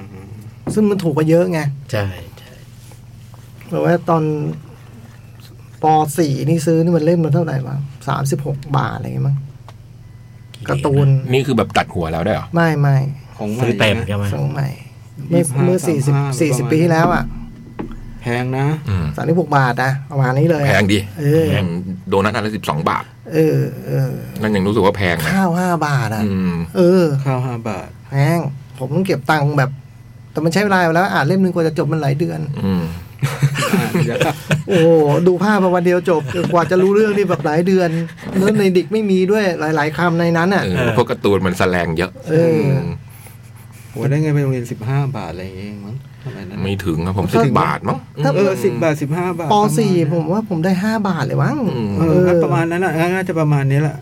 [SPEAKER 2] ซึ่งมันถูกกว่าเยอะไง
[SPEAKER 4] ใช่ใช่
[SPEAKER 2] แปลว่าตอนป .4 นี่ซื้อนี่มันเล่มมันเท่าไหร่วะสามสิบหกบาทอะไรเงี้ยมั้งการ์ตูน
[SPEAKER 3] นี่คือแบบตัดหัวแล้วได้เหรอ
[SPEAKER 2] ไม่ไม่
[SPEAKER 5] ของใหม่
[SPEAKER 4] ซื้อเต็ม
[SPEAKER 5] นะ
[SPEAKER 4] ใช่ไหม
[SPEAKER 2] สองใหม่ เมื่อ
[SPEAKER 5] 25
[SPEAKER 2] เมื่อสี่สิบ
[SPEAKER 5] 35
[SPEAKER 2] สี่สิบ
[SPEAKER 5] ประมาณ
[SPEAKER 2] ปีที่แล้วอ่ะ
[SPEAKER 5] แพงนะ
[SPEAKER 3] อืม
[SPEAKER 2] สามสิบหกบาทนะประมาณนี้เลย
[SPEAKER 3] แพ
[SPEAKER 2] อะ
[SPEAKER 3] งดิ
[SPEAKER 2] เออ
[SPEAKER 3] แพงโดนัทอันละสิบสองบาท
[SPEAKER 2] เออเออ
[SPEAKER 3] นั่นยังรู้สึกว่าแพงนะ
[SPEAKER 2] ข้าวห้าบาทอ่ะ
[SPEAKER 3] อืม
[SPEAKER 2] เออ
[SPEAKER 5] ข้าวห้าบาท
[SPEAKER 2] แพงผมต้องเก็บตังค์แบบ แต่มันใช้เวลาอยู่แล้วอ่านเล่มหนึ่งกว่าจะจบมันหลายเดือน
[SPEAKER 3] อืม
[SPEAKER 5] อ่านยาก
[SPEAKER 2] โอ้โหดูภาพมาวันเดียวจบ กว่าจะรู้เรื่องนี่แบบหลายเดือนแล้วในดิกไม่มีด้วยหลาย ๆคำในนั้นอ่ะ
[SPEAKER 3] เออเพราะการ์ตูนมันแสแลงเยอะ
[SPEAKER 2] เออ
[SPEAKER 5] โหได้ไงไปโรงเรียนสิบห้าบาทอะไรอย่างเงี้ยมั้งเท่าไหร่นั้น
[SPEAKER 3] ไม่ถึงครับผมสิบบาทมั้ง
[SPEAKER 2] ถ้า
[SPEAKER 5] เออสิบบาทสิบห้าบาท
[SPEAKER 2] ป .4
[SPEAKER 5] ป
[SPEAKER 2] ผ
[SPEAKER 5] ระ
[SPEAKER 2] มว่าผมได้ห้าบาทเลยมั้ง
[SPEAKER 5] มาณนั้นเออก็ประมาณนั้นน่ะน่าจะประมาณนี้แหละ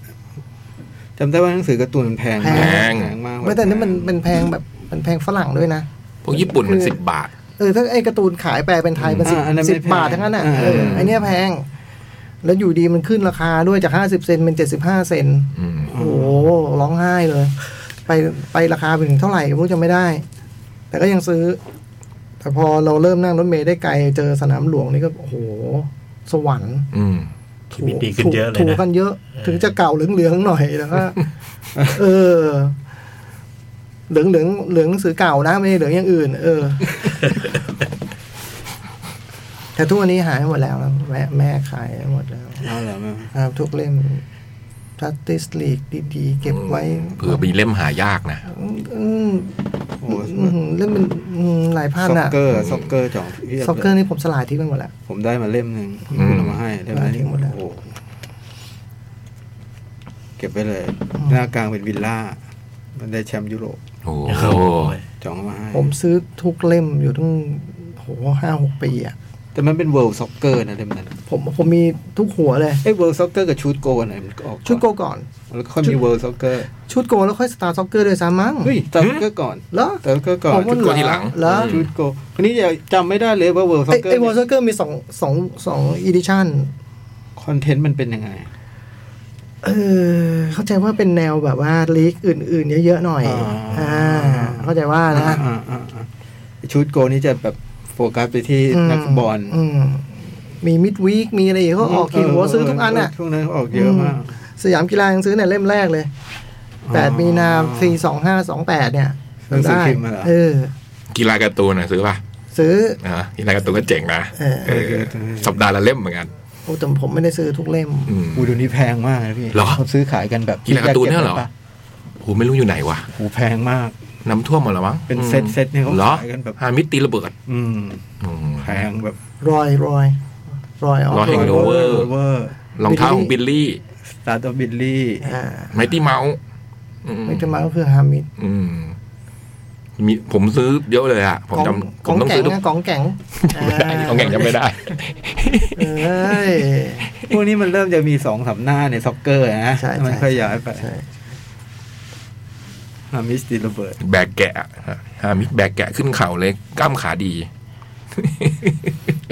[SPEAKER 5] จำได้ว่าหนังสือการ์ตูนมันแพงมาก
[SPEAKER 2] แพ
[SPEAKER 3] ง
[SPEAKER 5] แพงมาก
[SPEAKER 2] ไม่แต่นี่มันเป็นแพงแบบมันแพงฝรั่งด้วยนะ
[SPEAKER 3] พวกญี่ปุ่นมันสิบบาท
[SPEAKER 2] เออถ้าไอ้การ์ตูนขายแปลเป็นไทยมันสิบ
[SPEAKER 5] อ่าอันนั้น
[SPEAKER 2] สิบ
[SPEAKER 5] ไม่แพ
[SPEAKER 2] บาททั้งนั้นอ่ะเอออา ไอเนี้ยแพง แล้วอยู่ดีมันขึ้นราคาด้วยจากห้าสิบเซนเป็นเจ็ดสิบห้าเซน
[SPEAKER 3] อืม
[SPEAKER 2] โอ้โหร้องไห้เลย ไปไปราคาไปถึงเท่าไหร่ก็ไม่รู้จะไม่ได้ แต่ก็ยังซื้อ แต่พอเราเริ่มนั่งรถเมล์ได้ไกลเจอสนามหลวงนี่ก็โอ้โห สวรรค์
[SPEAKER 3] อืม
[SPEAKER 4] ชีวิตดีขึ้นเยอะเลยนะ
[SPEAKER 2] ถูกกันเยอะ ถึงจะเก่าเหลืองๆหน่อยแล้วก็เออ เหลืองเหลืองๆเหลืองหนังสือเก่านะไม่ได้เหลืองอย่างอื่น เออ แต่ทุกวันนี้หายหมดแล้วนะแม่แม่ขายหมดแล้ว
[SPEAKER 5] เอาเหรอแม่
[SPEAKER 2] ครับทุกเล่มพัตติสลีกดีๆ เก็บไว้
[SPEAKER 3] เผื่อมีเล่มหายากนะ
[SPEAKER 2] อืม
[SPEAKER 5] โอ้
[SPEAKER 2] อืมเล่มมันอืมหลายพัน
[SPEAKER 5] ซ็อก
[SPEAKER 2] อ่ะ
[SPEAKER 5] เกอร์ซ็อกเกอร์จ่องพี่
[SPEAKER 2] ซ็อกเกอร์นี่ผมสลายทิ้งไปหมดแล้ว
[SPEAKER 5] ผมได้มาเล่มหนึ่ง
[SPEAKER 3] อืม
[SPEAKER 5] คุณเอามาให้ได้ไหม
[SPEAKER 2] ทิ้งหมดแล้ว
[SPEAKER 5] โอ้โหเก็บไปเลย หน้ากลางเป็นวิลล่า มันได้แชมป์ยุโรป
[SPEAKER 3] โอ้
[SPEAKER 4] โอ้
[SPEAKER 3] โห
[SPEAKER 5] จ่องเอามาให้
[SPEAKER 2] ผมซื้อทุกเล่มอยู่ตั้งโหห้าหกปีอ่ะ
[SPEAKER 5] แต่มันเป็นเวิลด์ซ็อกเกอร์นะเล่มนั้น
[SPEAKER 2] ผมผมมีทุกหัวเลย
[SPEAKER 5] เอ้ยเวิลด์ซ็อกเกอร์กับชูดโกนไหนมันออกอน
[SPEAKER 2] ชุดโกก่อน
[SPEAKER 5] แล้วก็ค่อยมีเวิลด์ซ็อกเกอร์
[SPEAKER 2] ชุดโกแล้วค่อยสตาร์ซ็อกเกอร์ด้วยซ้ำมั้ง
[SPEAKER 5] เฮ้ยซ็อกเกอร์ก่อน
[SPEAKER 2] เหรอ
[SPEAKER 5] ซ็อกเกอร์ก่อน
[SPEAKER 2] ผม
[SPEAKER 3] ชุ
[SPEAKER 2] ว่า
[SPEAKER 3] ดโกที่หลัง
[SPEAKER 2] เหรอ
[SPEAKER 5] ชูดโกคนนี้อย่าจำไม่ได้เลยว่าเวิลด์ซ็
[SPEAKER 2] ไอ
[SPEAKER 5] อกเกอ
[SPEAKER 2] ไอ
[SPEAKER 5] ร์
[SPEAKER 2] วอลซ็อกเกอร์มีสองสองสองอีดิชั่น
[SPEAKER 5] คอนเทนต์มันเป็นยังไง
[SPEAKER 2] เออเข้าใจว่าเป็นแนวแบบว่าลีกอื่น ๆ เยอะ ๆ หน่อยอ่าเข้าใจว่านะ
[SPEAKER 5] อ่าอ่าอ่าชูดโกนี่จะแบบโฟกัสไปที่นักฟุตบอล
[SPEAKER 2] มมมีมิดวีคมีอะไรอีกเขาออกขีดหัวซื้อทุกอันอ่ะ
[SPEAKER 5] ช่วงนั้นออกเยอะมาก
[SPEAKER 2] สยามกีฬายังซื้อเนี่ยเล่มแรกเลยแปดมีนาปีสองห้าสองแปดเนี่ย
[SPEAKER 5] หนังสือพิมพ์มาเหรอ
[SPEAKER 2] เออ
[SPEAKER 3] กีฬาการ์ตูนนะซื้อป่ะ
[SPEAKER 2] ซื้อ
[SPEAKER 3] นะกีฬาการ์ตูนก็เจ๋งนะ
[SPEAKER 2] เออ
[SPEAKER 3] เออสัปดาห์ละเล่มเหมือนกัน
[SPEAKER 2] โอ้แต่ผมไม่ได้ซื้อทุกเล่ม
[SPEAKER 3] อืม
[SPEAKER 5] อูเดูนี่แพงมากนะพี่
[SPEAKER 3] เหรอ
[SPEAKER 5] เขาซื้อขายกันแบบ
[SPEAKER 3] กีฬาการ์ตูนเนี่ยเหรอ
[SPEAKER 5] ก็บไว้ปะ
[SPEAKER 3] โหไม่รู้อยู่ไหนวะ
[SPEAKER 5] โหแพงมาก
[SPEAKER 3] น้ำท่วมหมดแล้วมั้ง
[SPEAKER 5] เป็นเซตเซตเนี่ยเขา
[SPEAKER 3] หรอ
[SPEAKER 5] ขายกันแบบ
[SPEAKER 3] ฮามิตตีระเบิด
[SPEAKER 5] อืม
[SPEAKER 3] อืม
[SPEAKER 5] แพงแบบ
[SPEAKER 2] รอยรอยรอยออฟ
[SPEAKER 3] รอยแห่งโลก Hangover
[SPEAKER 5] เวอร์
[SPEAKER 3] รองเท้าของบิลลี่
[SPEAKER 5] สตาร์ทบิลลี่
[SPEAKER 2] อ่า
[SPEAKER 3] ไมตี้เมาส์
[SPEAKER 2] ไม่จะมาก็คือฮามิด
[SPEAKER 3] อืมมีผมซื้อเยอะเลยอะผมจำผ
[SPEAKER 2] กอ
[SPEAKER 3] ม
[SPEAKER 2] ง
[SPEAKER 3] ต้อง
[SPEAKER 2] แก่
[SPEAKER 3] ซื้
[SPEAKER 2] ง
[SPEAKER 3] อทุก
[SPEAKER 2] นะกองแก่ง
[SPEAKER 3] ไม่ได้ของแข่งจำไม่ได้
[SPEAKER 2] เอ้ย
[SPEAKER 5] พวกนี้มันเริ่มจะมีสองสามหน้าในซ็อกเกอร์นะ
[SPEAKER 2] ใช่ใช่
[SPEAKER 5] มันขยายไป
[SPEAKER 2] ใช่
[SPEAKER 5] ฮามิสติระเบิด
[SPEAKER 3] แบกแกะฮามิตแบกแกะขึ้นเขาเลยกล้ามขาดี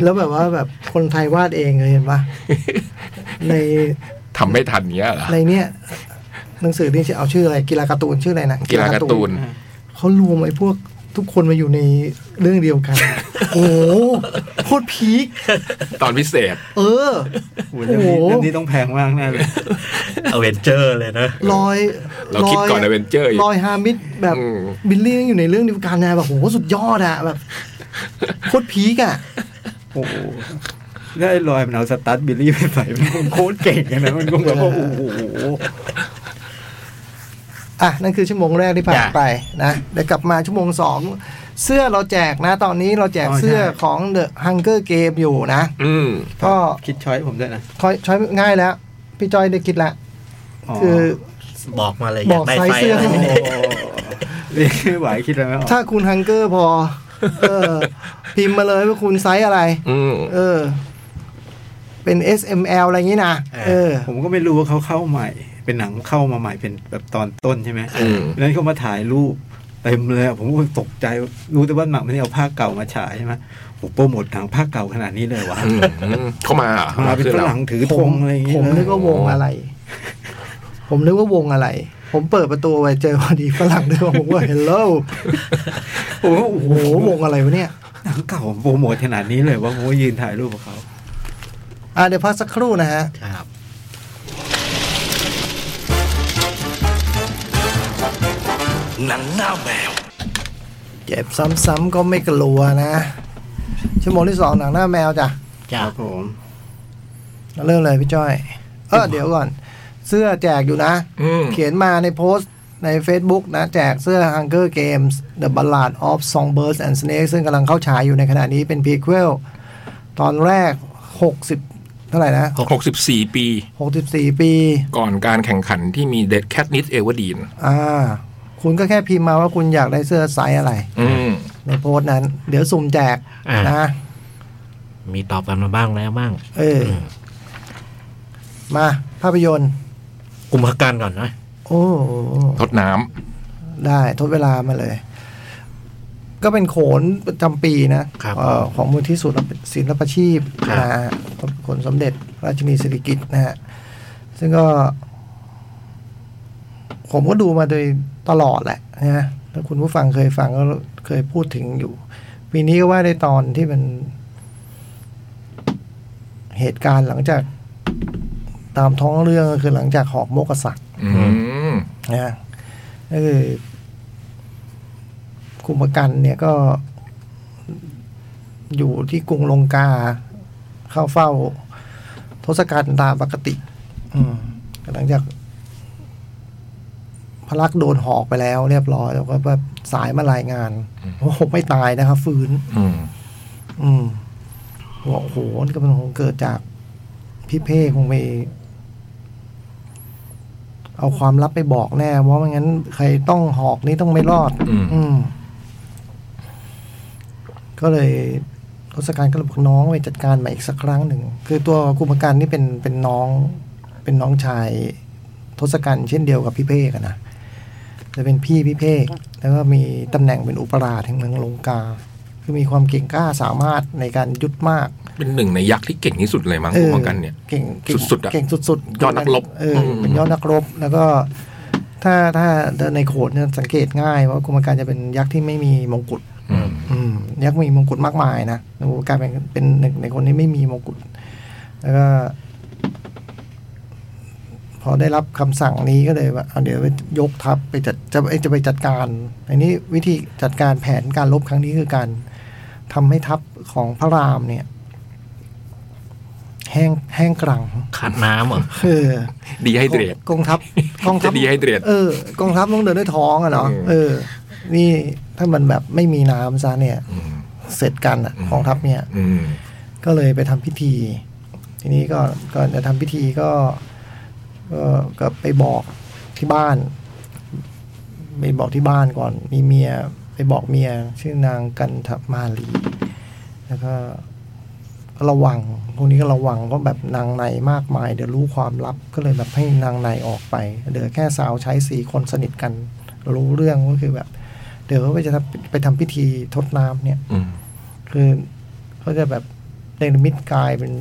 [SPEAKER 2] แล้วแบบว่าแบบคนไทยวาดเองเลยเห็น ปะใน
[SPEAKER 3] ทำไม่ทันเนี้ยเหรอ
[SPEAKER 2] ในเนี้ยหนังสือนี่เอาชื่ออะไรกีฬาการ์ตูนชื่ออะไรนะ
[SPEAKER 3] กีฬาการ์ตูน
[SPEAKER 2] เขารวมไอ้พวกทุกคนมาอยู่ในเรื่องเดียวกัน โอ้โหโคตรพีค
[SPEAKER 3] ตอนพิเศษ
[SPEAKER 2] เออ
[SPEAKER 5] โอ้โหเรื่องนี้
[SPEAKER 2] โอ้โห
[SPEAKER 5] เรื่องนี้ต้องแพงมากแน่เลย
[SPEAKER 4] อเวนเจอร์เลยนะ
[SPEAKER 2] ลอย
[SPEAKER 3] เราคิดก่อน Avenger อีก
[SPEAKER 2] ลอยฮามิดแบบ
[SPEAKER 3] อืม
[SPEAKER 2] บิลลี่ยังอยู่ในเรื่องเดียว กันนะแบบโหสุดยอดอะแบบโคตรพีคอะ
[SPEAKER 5] โอ้โห ได้ลอยมันเอาสตั๊ดบิลลี่ไปใส่มันโคตรเก่งอะนะมันก็แบบว่าโอ้โห
[SPEAKER 2] อ่ะ นั่นคือชั่วโมงแรกที่ผ่าน
[SPEAKER 4] จ้ะ
[SPEAKER 2] ไปนะเดี๋ยวกลับมาชั่วโมงสองเสื้อเราแจกนะ ตอนนี้เราแจก
[SPEAKER 5] อ๋อใช่
[SPEAKER 2] เสื้อของ The Hunger Game อยู่นะ
[SPEAKER 3] อืม
[SPEAKER 2] ก็
[SPEAKER 5] คิดช้อยผมด้วยนะ
[SPEAKER 2] ช้อยช้อยง่ายแล้ว พี่จอยได้คิดละ คือ
[SPEAKER 4] บอกมาเลย
[SPEAKER 2] บ
[SPEAKER 4] อยา
[SPEAKER 2] อก
[SPEAKER 4] กได้
[SPEAKER 2] ไซส์
[SPEAKER 4] ไซส์
[SPEAKER 2] เสื้อ
[SPEAKER 4] อะไร
[SPEAKER 5] โอ้
[SPEAKER 4] เนี่ย
[SPEAKER 5] เรียกไม่ไหวคิดอะไรไม่ออก
[SPEAKER 2] ถ้าคุณฮังเกอร์พอ เอ อ พิมพ์มาเลยว่าคุณไซส์อะไร
[SPEAKER 3] อืม
[SPEAKER 2] เออ เป็น S M L อะไรอย่างนี้นะเออ
[SPEAKER 5] ผมก็ไม่รู้ว่าเขาเข้าใหม่ เป็นหนังเข้ามาใหม่เป็นแบบตอนต้นใช่ไหม
[SPEAKER 3] อืม
[SPEAKER 5] แล้วเขามาถ่ายรูปเต็มเลยอะผมก็ตกใจรู้แต่ว่าหนังมันเอาภาคเก่ามาฉายใช่ไหมผมโปรโมทหนังภาคเก่าขนาดนี้เลยวะ
[SPEAKER 3] อืมเข้ามาเหรอ
[SPEAKER 5] มาเป็นฝรั่งถือธ
[SPEAKER 2] ผม
[SPEAKER 5] งอะไรอย่างเงี้
[SPEAKER 2] ผ
[SPEAKER 5] ย
[SPEAKER 2] มนึกว่าวงอะไร ผมนึกว่าวงอะไร ผมเปิดประตูไปเจอพอดีฝรั่งนึกว่าผมว่า hello
[SPEAKER 5] ผมก็โอ้
[SPEAKER 2] โอ้
[SPEAKER 5] โห
[SPEAKER 2] โหวงอะไรวะเนี่ย
[SPEAKER 5] หนังเก่าผมโปรโมทขนาดนี้เลยวะผมก็ยืนถ่ายรูปกับเขา
[SPEAKER 2] อ่ะเดี๋ยวพักสักครู่นะฮะ
[SPEAKER 4] ครับ
[SPEAKER 2] เจ็บซ้ำๆก็ไม่กลัวนะ ชั่วโมงที่สองหนังหน้าแมวจ้ะ
[SPEAKER 4] จ้ะ
[SPEAKER 5] ครับผม
[SPEAKER 2] เริ่มเลยพี่จ้อย เออเดี๋ยวก่อน เสื้อแจกอยู่นะ
[SPEAKER 3] อืม
[SPEAKER 2] เขียนมาในโพสต์ใน Facebook นะ แจกเสื้อ Hunger Games The Ballad of Songbirds and Snakes ซึ่งกำลังเข้าฉายอยู่ในขณะนี้เป็น prequel ตอนแรก 60 เท่าไหร่นะ
[SPEAKER 3] หกสิบสี่ปี
[SPEAKER 2] 64 ปี
[SPEAKER 3] ก่อนการแข่งขันที่มีเดดแคทนิสเอเวอร์ดีน
[SPEAKER 2] อ่า คุณก็แค่พิมพ์มาว่าคุณอยากได้เสื้อไซส์อะไร
[SPEAKER 3] อืม
[SPEAKER 2] ในโพสต์นั้น เดี๋ยวสุ่มแจก
[SPEAKER 4] อ่า
[SPEAKER 2] นะ
[SPEAKER 4] มีตอบกันมาบ้างแล้วบ้าง
[SPEAKER 2] เออ มาภาพยนตร์
[SPEAKER 4] กลุ่มพักการก่อนนะ
[SPEAKER 2] โอ้
[SPEAKER 3] ทดน้ำ
[SPEAKER 2] ได้ทดเวลามาเลย ก็เป็นโขนประจำปีนะเอ่อของมูลที่สุดศิลปาชีพนะฮะขนสมเด็จพระราชินีสิริกิติ์นะฮะ ซึ่งก็ ผมก็ดูมาโดยตลอดแหละนะถ้าคุณผู้ฟังเคยฟังก็เคยพูดถึงอยู่ ปีนี้ก็ว่าได้ตอนที่มัน เหตุการณ์หลังจาก ตามท้องเรื่องก็คือหลังจากหอกโมกษัตริย์
[SPEAKER 3] อืม
[SPEAKER 2] นะก็คือคุมประกันเนี่ยก็ อยู่ที่กรุงลงกา เข้าเฝ้า ทศกัณฐ์ตามปกติ อืมหลังจาก พระลักษมณ์โดนหอกไปแล้วเรียบร้อย แล้วก็แบบสายมารายงานโอ้โหไม่ตายนะครับฟื้น
[SPEAKER 3] อืม
[SPEAKER 2] อืมบอกโอ้โหนี่ก็มันคงเกิดจากพี่เพ่คงไปเอาความลับไปบอกแน่ว่าไม่งั้น ใครต้องหอกนี้ต้องไม่รอด
[SPEAKER 3] อืม
[SPEAKER 2] อืม ก็เลยทศกัณฐ์ก็เลยบอกน้องไปจัดการใหม่อีกสักครั้งหนึ่ง คือตัวกุมภการนี่เป็นเป็นน้อง เป็นน้องชายทศกัณฐ์เช่นเดียวกับพี่เพ่กันนะจะเป็นพี่พี่เพ่แล้วก็มีตำแหน่งเป็นอุปราชแห่งเมืองลงกา คือมีความเก่งกล้าสามารถในการยุดมาก
[SPEAKER 3] เป็นหนึ่งในยักษ์ที่เก่งที่สุดเลยมั้ง
[SPEAKER 2] เออ
[SPEAKER 3] ป้องกันเนี่ย
[SPEAKER 2] เก่งเก่ง
[SPEAKER 3] สุดๆอะ
[SPEAKER 2] เก่งสุด
[SPEAKER 3] ยอดนักรบ
[SPEAKER 2] เอออ
[SPEAKER 3] ม
[SPEAKER 2] เป็นยอดนักรบ แล้วก็ ถ้าถ้าในโขนเนี่ยสังเกตง่ายว่ากรมการจะเป็นยักษ์ที่ไม่มีมงกุฎ
[SPEAKER 3] อืม
[SPEAKER 2] อืมยักษ์มีมงกุฎมากมายนะกรมการเป็นเป็นหนึ่งในคนที่ไม่มีมงกุฎแล้วก็ พอได้รับคำสั่งนี้ก็เลยว่าเอาเดี๋ยวไปยกทัพไปจัดจะจะไปจัดการอันนี้วิธีจัดการแผนการลบครั้งนี้คือการทำให้ทัพของพระรามเนี่ย แห้งแห้งกรัง
[SPEAKER 4] ขาดน้ำเหรอ
[SPEAKER 2] เออ
[SPEAKER 3] ดีให้เดรด
[SPEAKER 2] กองทัพกองทัพ
[SPEAKER 3] จะดีไฮเดรต
[SPEAKER 2] เออกองทัพต้องเดินด้วยท้องอะเนาะ
[SPEAKER 3] อืม
[SPEAKER 2] เออ นี่ถ้ามันแบบไม่มีน้ำซะเนี่ย
[SPEAKER 3] อืม
[SPEAKER 2] เสร็จกันอะ
[SPEAKER 3] อืม
[SPEAKER 2] กองทัพเนี่ย
[SPEAKER 3] อืม
[SPEAKER 2] ก็เลยไปทำพิธี ทีนี้ก็ก่อนจะทำพิธีก็ก็ก็ไปบอกที่บ้านไปบอกที่บ้านก่อน มีเมียไปบอกเมีย ชื่อนางกันทมาลี แล้วก็ก็ระวังพวกนี้ก็ระวังเพราะแบบนางในมากมาย เดี๋ยวรู้ความลับก็เลยแบบให้นางในออกไปเดี๋ยวแค่สาวใช้สีคนสนิทกัน รู้เรื่องก็คือแบบ เดี๋ยวเขาไปจะทำไปทำพิธีทดน้ำเนี่ย
[SPEAKER 3] อืม
[SPEAKER 2] คือเขาจะแบบเนรมิตกายเป็น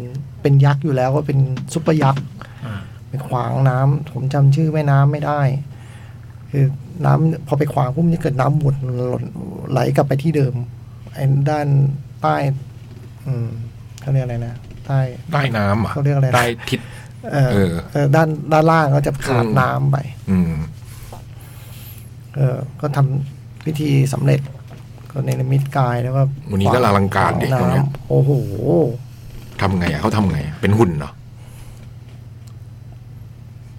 [SPEAKER 2] เป็นยักษ์อยู่แล้วก็เป็นซุปเปอร์ยักษ์
[SPEAKER 4] อ่า
[SPEAKER 2] ไปขวางน้ำผมจำชื่อแม่น้ำไม่ได้ คือน้ำพอไปขวางปุ๊บมันจะเกิดน้ำวนหล่นไหลกลับไปที่เดิมไอ้ด้านใต้ อืมเขาเรียกอะไรนะใต้
[SPEAKER 3] ใต้น้ำอ่ะ
[SPEAKER 2] เขาเรียกอะไรนะ
[SPEAKER 3] ใต้ทิศ
[SPEAKER 2] เออ
[SPEAKER 3] เออ
[SPEAKER 2] เออด้านด้านล่างก็จะขาด
[SPEAKER 3] อืม
[SPEAKER 2] น้ำไป
[SPEAKER 3] อืม
[SPEAKER 2] เออ ก็ทำพิธีสำเร็จ ก็เนรมิตกายแล้วก็
[SPEAKER 3] วันนี้ก็อลังการดิ
[SPEAKER 2] ขว
[SPEAKER 3] ตรงเนี้ย
[SPEAKER 2] น้ำโอ้โห
[SPEAKER 3] ทำไงอะเขาทำไงอะเป็นหุ่นเหรอ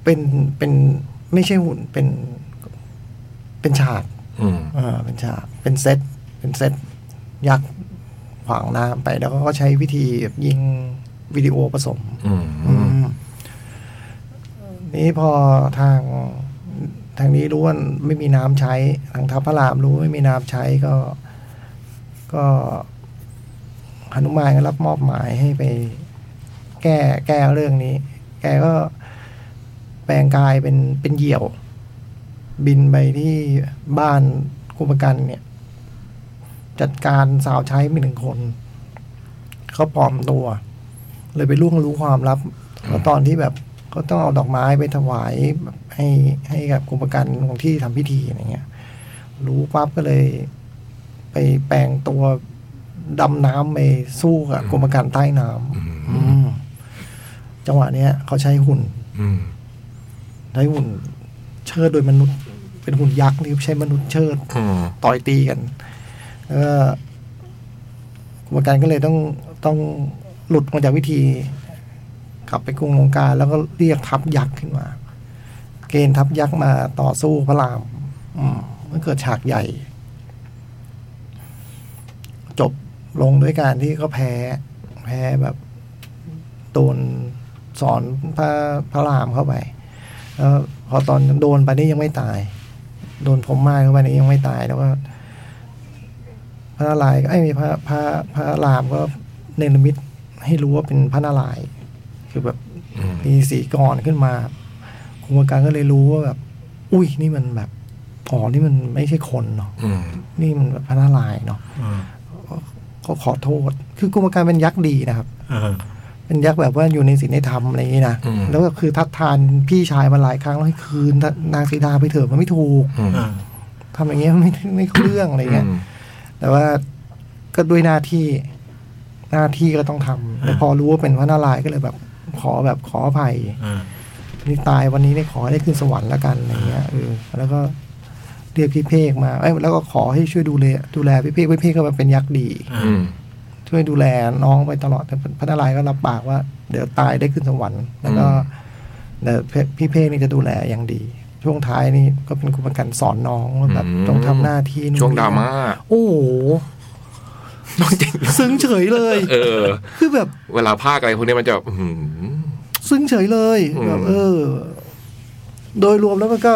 [SPEAKER 2] เป็นเป็นไม่ใช่หุ่นเป็นเป็นฉาก
[SPEAKER 3] อืม
[SPEAKER 2] อ่าเป็นฉากเป็นเซตเป็นเซตยักษ์ขวางน้ำไปแล้วก็ใช้วิธีแบบยิงวิดีโอผสม
[SPEAKER 3] อืม
[SPEAKER 2] นี่พอทางทางนี้รู้ว่าไม่มีน้ำใช้ ทางทัพพระรามรู้ว่าไม่มีน้ำใช้ก็ ก็หนุมานก็รับมอบหมายให้ไป แก้แก้เรื่องนี้ แกก็แปลงกายเป็นเป็นเหยี่ยว บินไปที่บ้านกุมกันเนี่ย จัดการสาวใช้ไปหนึ่งคน เขาปลอมตัว เลยไปล่วงรู้ความลับแล้วตอนที่แบบเขาต้องเอาดอกไม้ไปถวายแบบให้ให้กับกรมประกันของที่ทำพิธีอะไรเงี้ย รู้ปั๊บก็เลย ไปแปลงตัวดำน้ำไปสู้กับกรมประกันใต้น้ำอืมจังหวะเนี้ยเขาใช้หุ่น
[SPEAKER 3] อืม
[SPEAKER 2] ใช้หุ่นเชิดโดยมนุษย์ เป็นหุ่นยักษ์ที่ใช้มนุษย์เชิด
[SPEAKER 3] อืม
[SPEAKER 2] ต่อยตีกันแล้วก็กรรมการก็เลยต้องต้องหลุดมาจากวิธีกลับไปกรุงลงกาแล้วก็เรียกทัพยักษ์ขึ้นมา เกณฑ์ทัพยักษ์มาต่อสู้พระราม อืมมันเกิดฉากใหญ่ จบลงด้วยการที่ก็แพ้ แพ้แบบโดนสอนพระพระรามเข้าไป แล้วพอตอนโดนไปนี่ยังไม่ตาย โดนผมไม้เข้าไปนี่ยังไม่ตายแล้วก็พระนารายณ์ก็ไอ้ยไม่พระพระพระรามก็เนรมิตให้รู้ว่าเป็นพระนารายณ์คือแบบ
[SPEAKER 3] อืม
[SPEAKER 2] มีสีกรขึ้นมาคุมการก็เลยรู้ว่าแบบ อุ้ยนี่มันแบบอ๋อนี่มันไม่ใช่คนเนาะ
[SPEAKER 3] อืม
[SPEAKER 2] นี่มันแบบพระนารายณ์เนาะ
[SPEAKER 4] อืม
[SPEAKER 2] ก็ขอโทษ คือกุมการเป็นยักษ์ดีนะครับ
[SPEAKER 4] อ่า
[SPEAKER 2] เป็นยักษ์แบบว่าอยู่ในศีลในธรรมอะไรอย่างนี้นะแล้วก็คือทัดทานพี่ชายมาหลายครั้งแล้วให้คืนนางสีดาไปเถอะมันไม่ถูก
[SPEAKER 3] อืม
[SPEAKER 4] อ่า
[SPEAKER 2] ทำอย่างเงี้ย ไม่ไม่เครื่องอะไรเงี้ย แต่ว่าก็ด้วยหน้าที่หน้าที่ก็ต้องทำแต่พอรู้ว่าเป็นพระนารายณ์ก็เลยแบบ ขอแบบขออภัย
[SPEAKER 4] อ่า
[SPEAKER 2] นี่ตายวันนี้ได้ขอได้ขึ้นสวรรค์ละกันอะไรเงี้ยเออแล้วก็เรียกพี่เพกมาเอ้ยแล้วก็ขอให้ช่วยดูแลดูแลพี่เพกพี่เพกก็แบบเป็นยักษ์ดี
[SPEAKER 4] อ่า
[SPEAKER 3] อืม
[SPEAKER 2] ช่วยดูแลน้องไปตลอดแต่พระนารายณ์ก็รับปากว่า เดี๋ยวตายได้ขึ้นสวรรค์ แล้วก็เดี๋ยวพี่เพกนี่จะดูแลอย่างดี ช่วงท้ายนี่ก็เป็นคุณประกันสอนน้องว่าแบบต้องทำหน้าที่นู่น
[SPEAKER 3] ช่วงดราม่า
[SPEAKER 2] โอ้โห
[SPEAKER 3] ต้องจริง
[SPEAKER 2] ซึ้งเฉยเลย
[SPEAKER 3] เออ
[SPEAKER 2] คือแบบ
[SPEAKER 3] เวลาภาคอะไรพวกนี้มันจะอื้อหือ
[SPEAKER 2] ซึ้งเฉยเลย
[SPEAKER 3] อืม
[SPEAKER 2] แบบเออ โดยรวมแล้วมันก็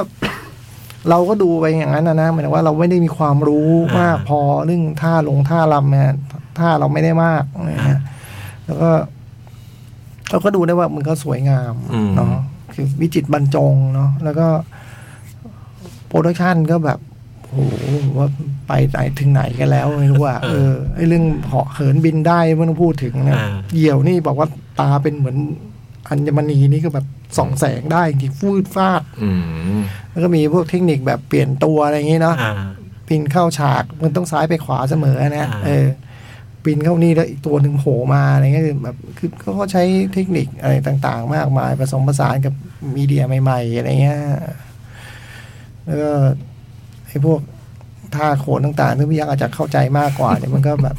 [SPEAKER 2] เราก็ดูไปอย่างนั้นนะนะหมายถึงว่าเราไม่ได้มีความรู้มากพอเรื่องท่าลงท่ารำเนี่ยท่าเราไม่ได้มากนะฮะแล้วก็ เราก็ดูได้ว่ามันก็สวยงาม
[SPEAKER 3] อืม
[SPEAKER 2] เนาะคือวิจิตรบรรจงเนาะแล้วก็โปรดักชันก็แบบโอ้โหผมว่าไปไหนถึงไหนกันแล้วไม่รู้ว่าเออไอเรื่องเหาะเหินบินได้ไม่ต้องพูดถึงนะเหยี่ยวนี่บอกว่าตาเป็นเหมือนอัญมณีนี่ก็แบบส่องแสงได้จริงฟืดฟาด
[SPEAKER 3] อืม
[SPEAKER 2] แล้วก็มีพวกเทคนิคแบบเปลี่ยนตัวอะไรอย่างงี้เนาะ
[SPEAKER 4] อ่า
[SPEAKER 2] ปินเข้าฉากมันต้องซ้ายไปขวาเสมอนะ
[SPEAKER 4] อ่า
[SPEAKER 2] เออปินเข้านี่แล้วอีกตัวหนึ่งโผล่มาอะไรเงี้ยคือแบบคือเขาก็ใช้เทคนิคอะไรต่างๆ มากมายผสมผสานกับมีเดียใหม่ ๆ อะไรเงี้ยแล้วก็ไอ้พวกท่าโขนต่างๆที่พี่ยักษ์อาจจะเข้าใจมากกว่าเนี่ยมันก็แบบ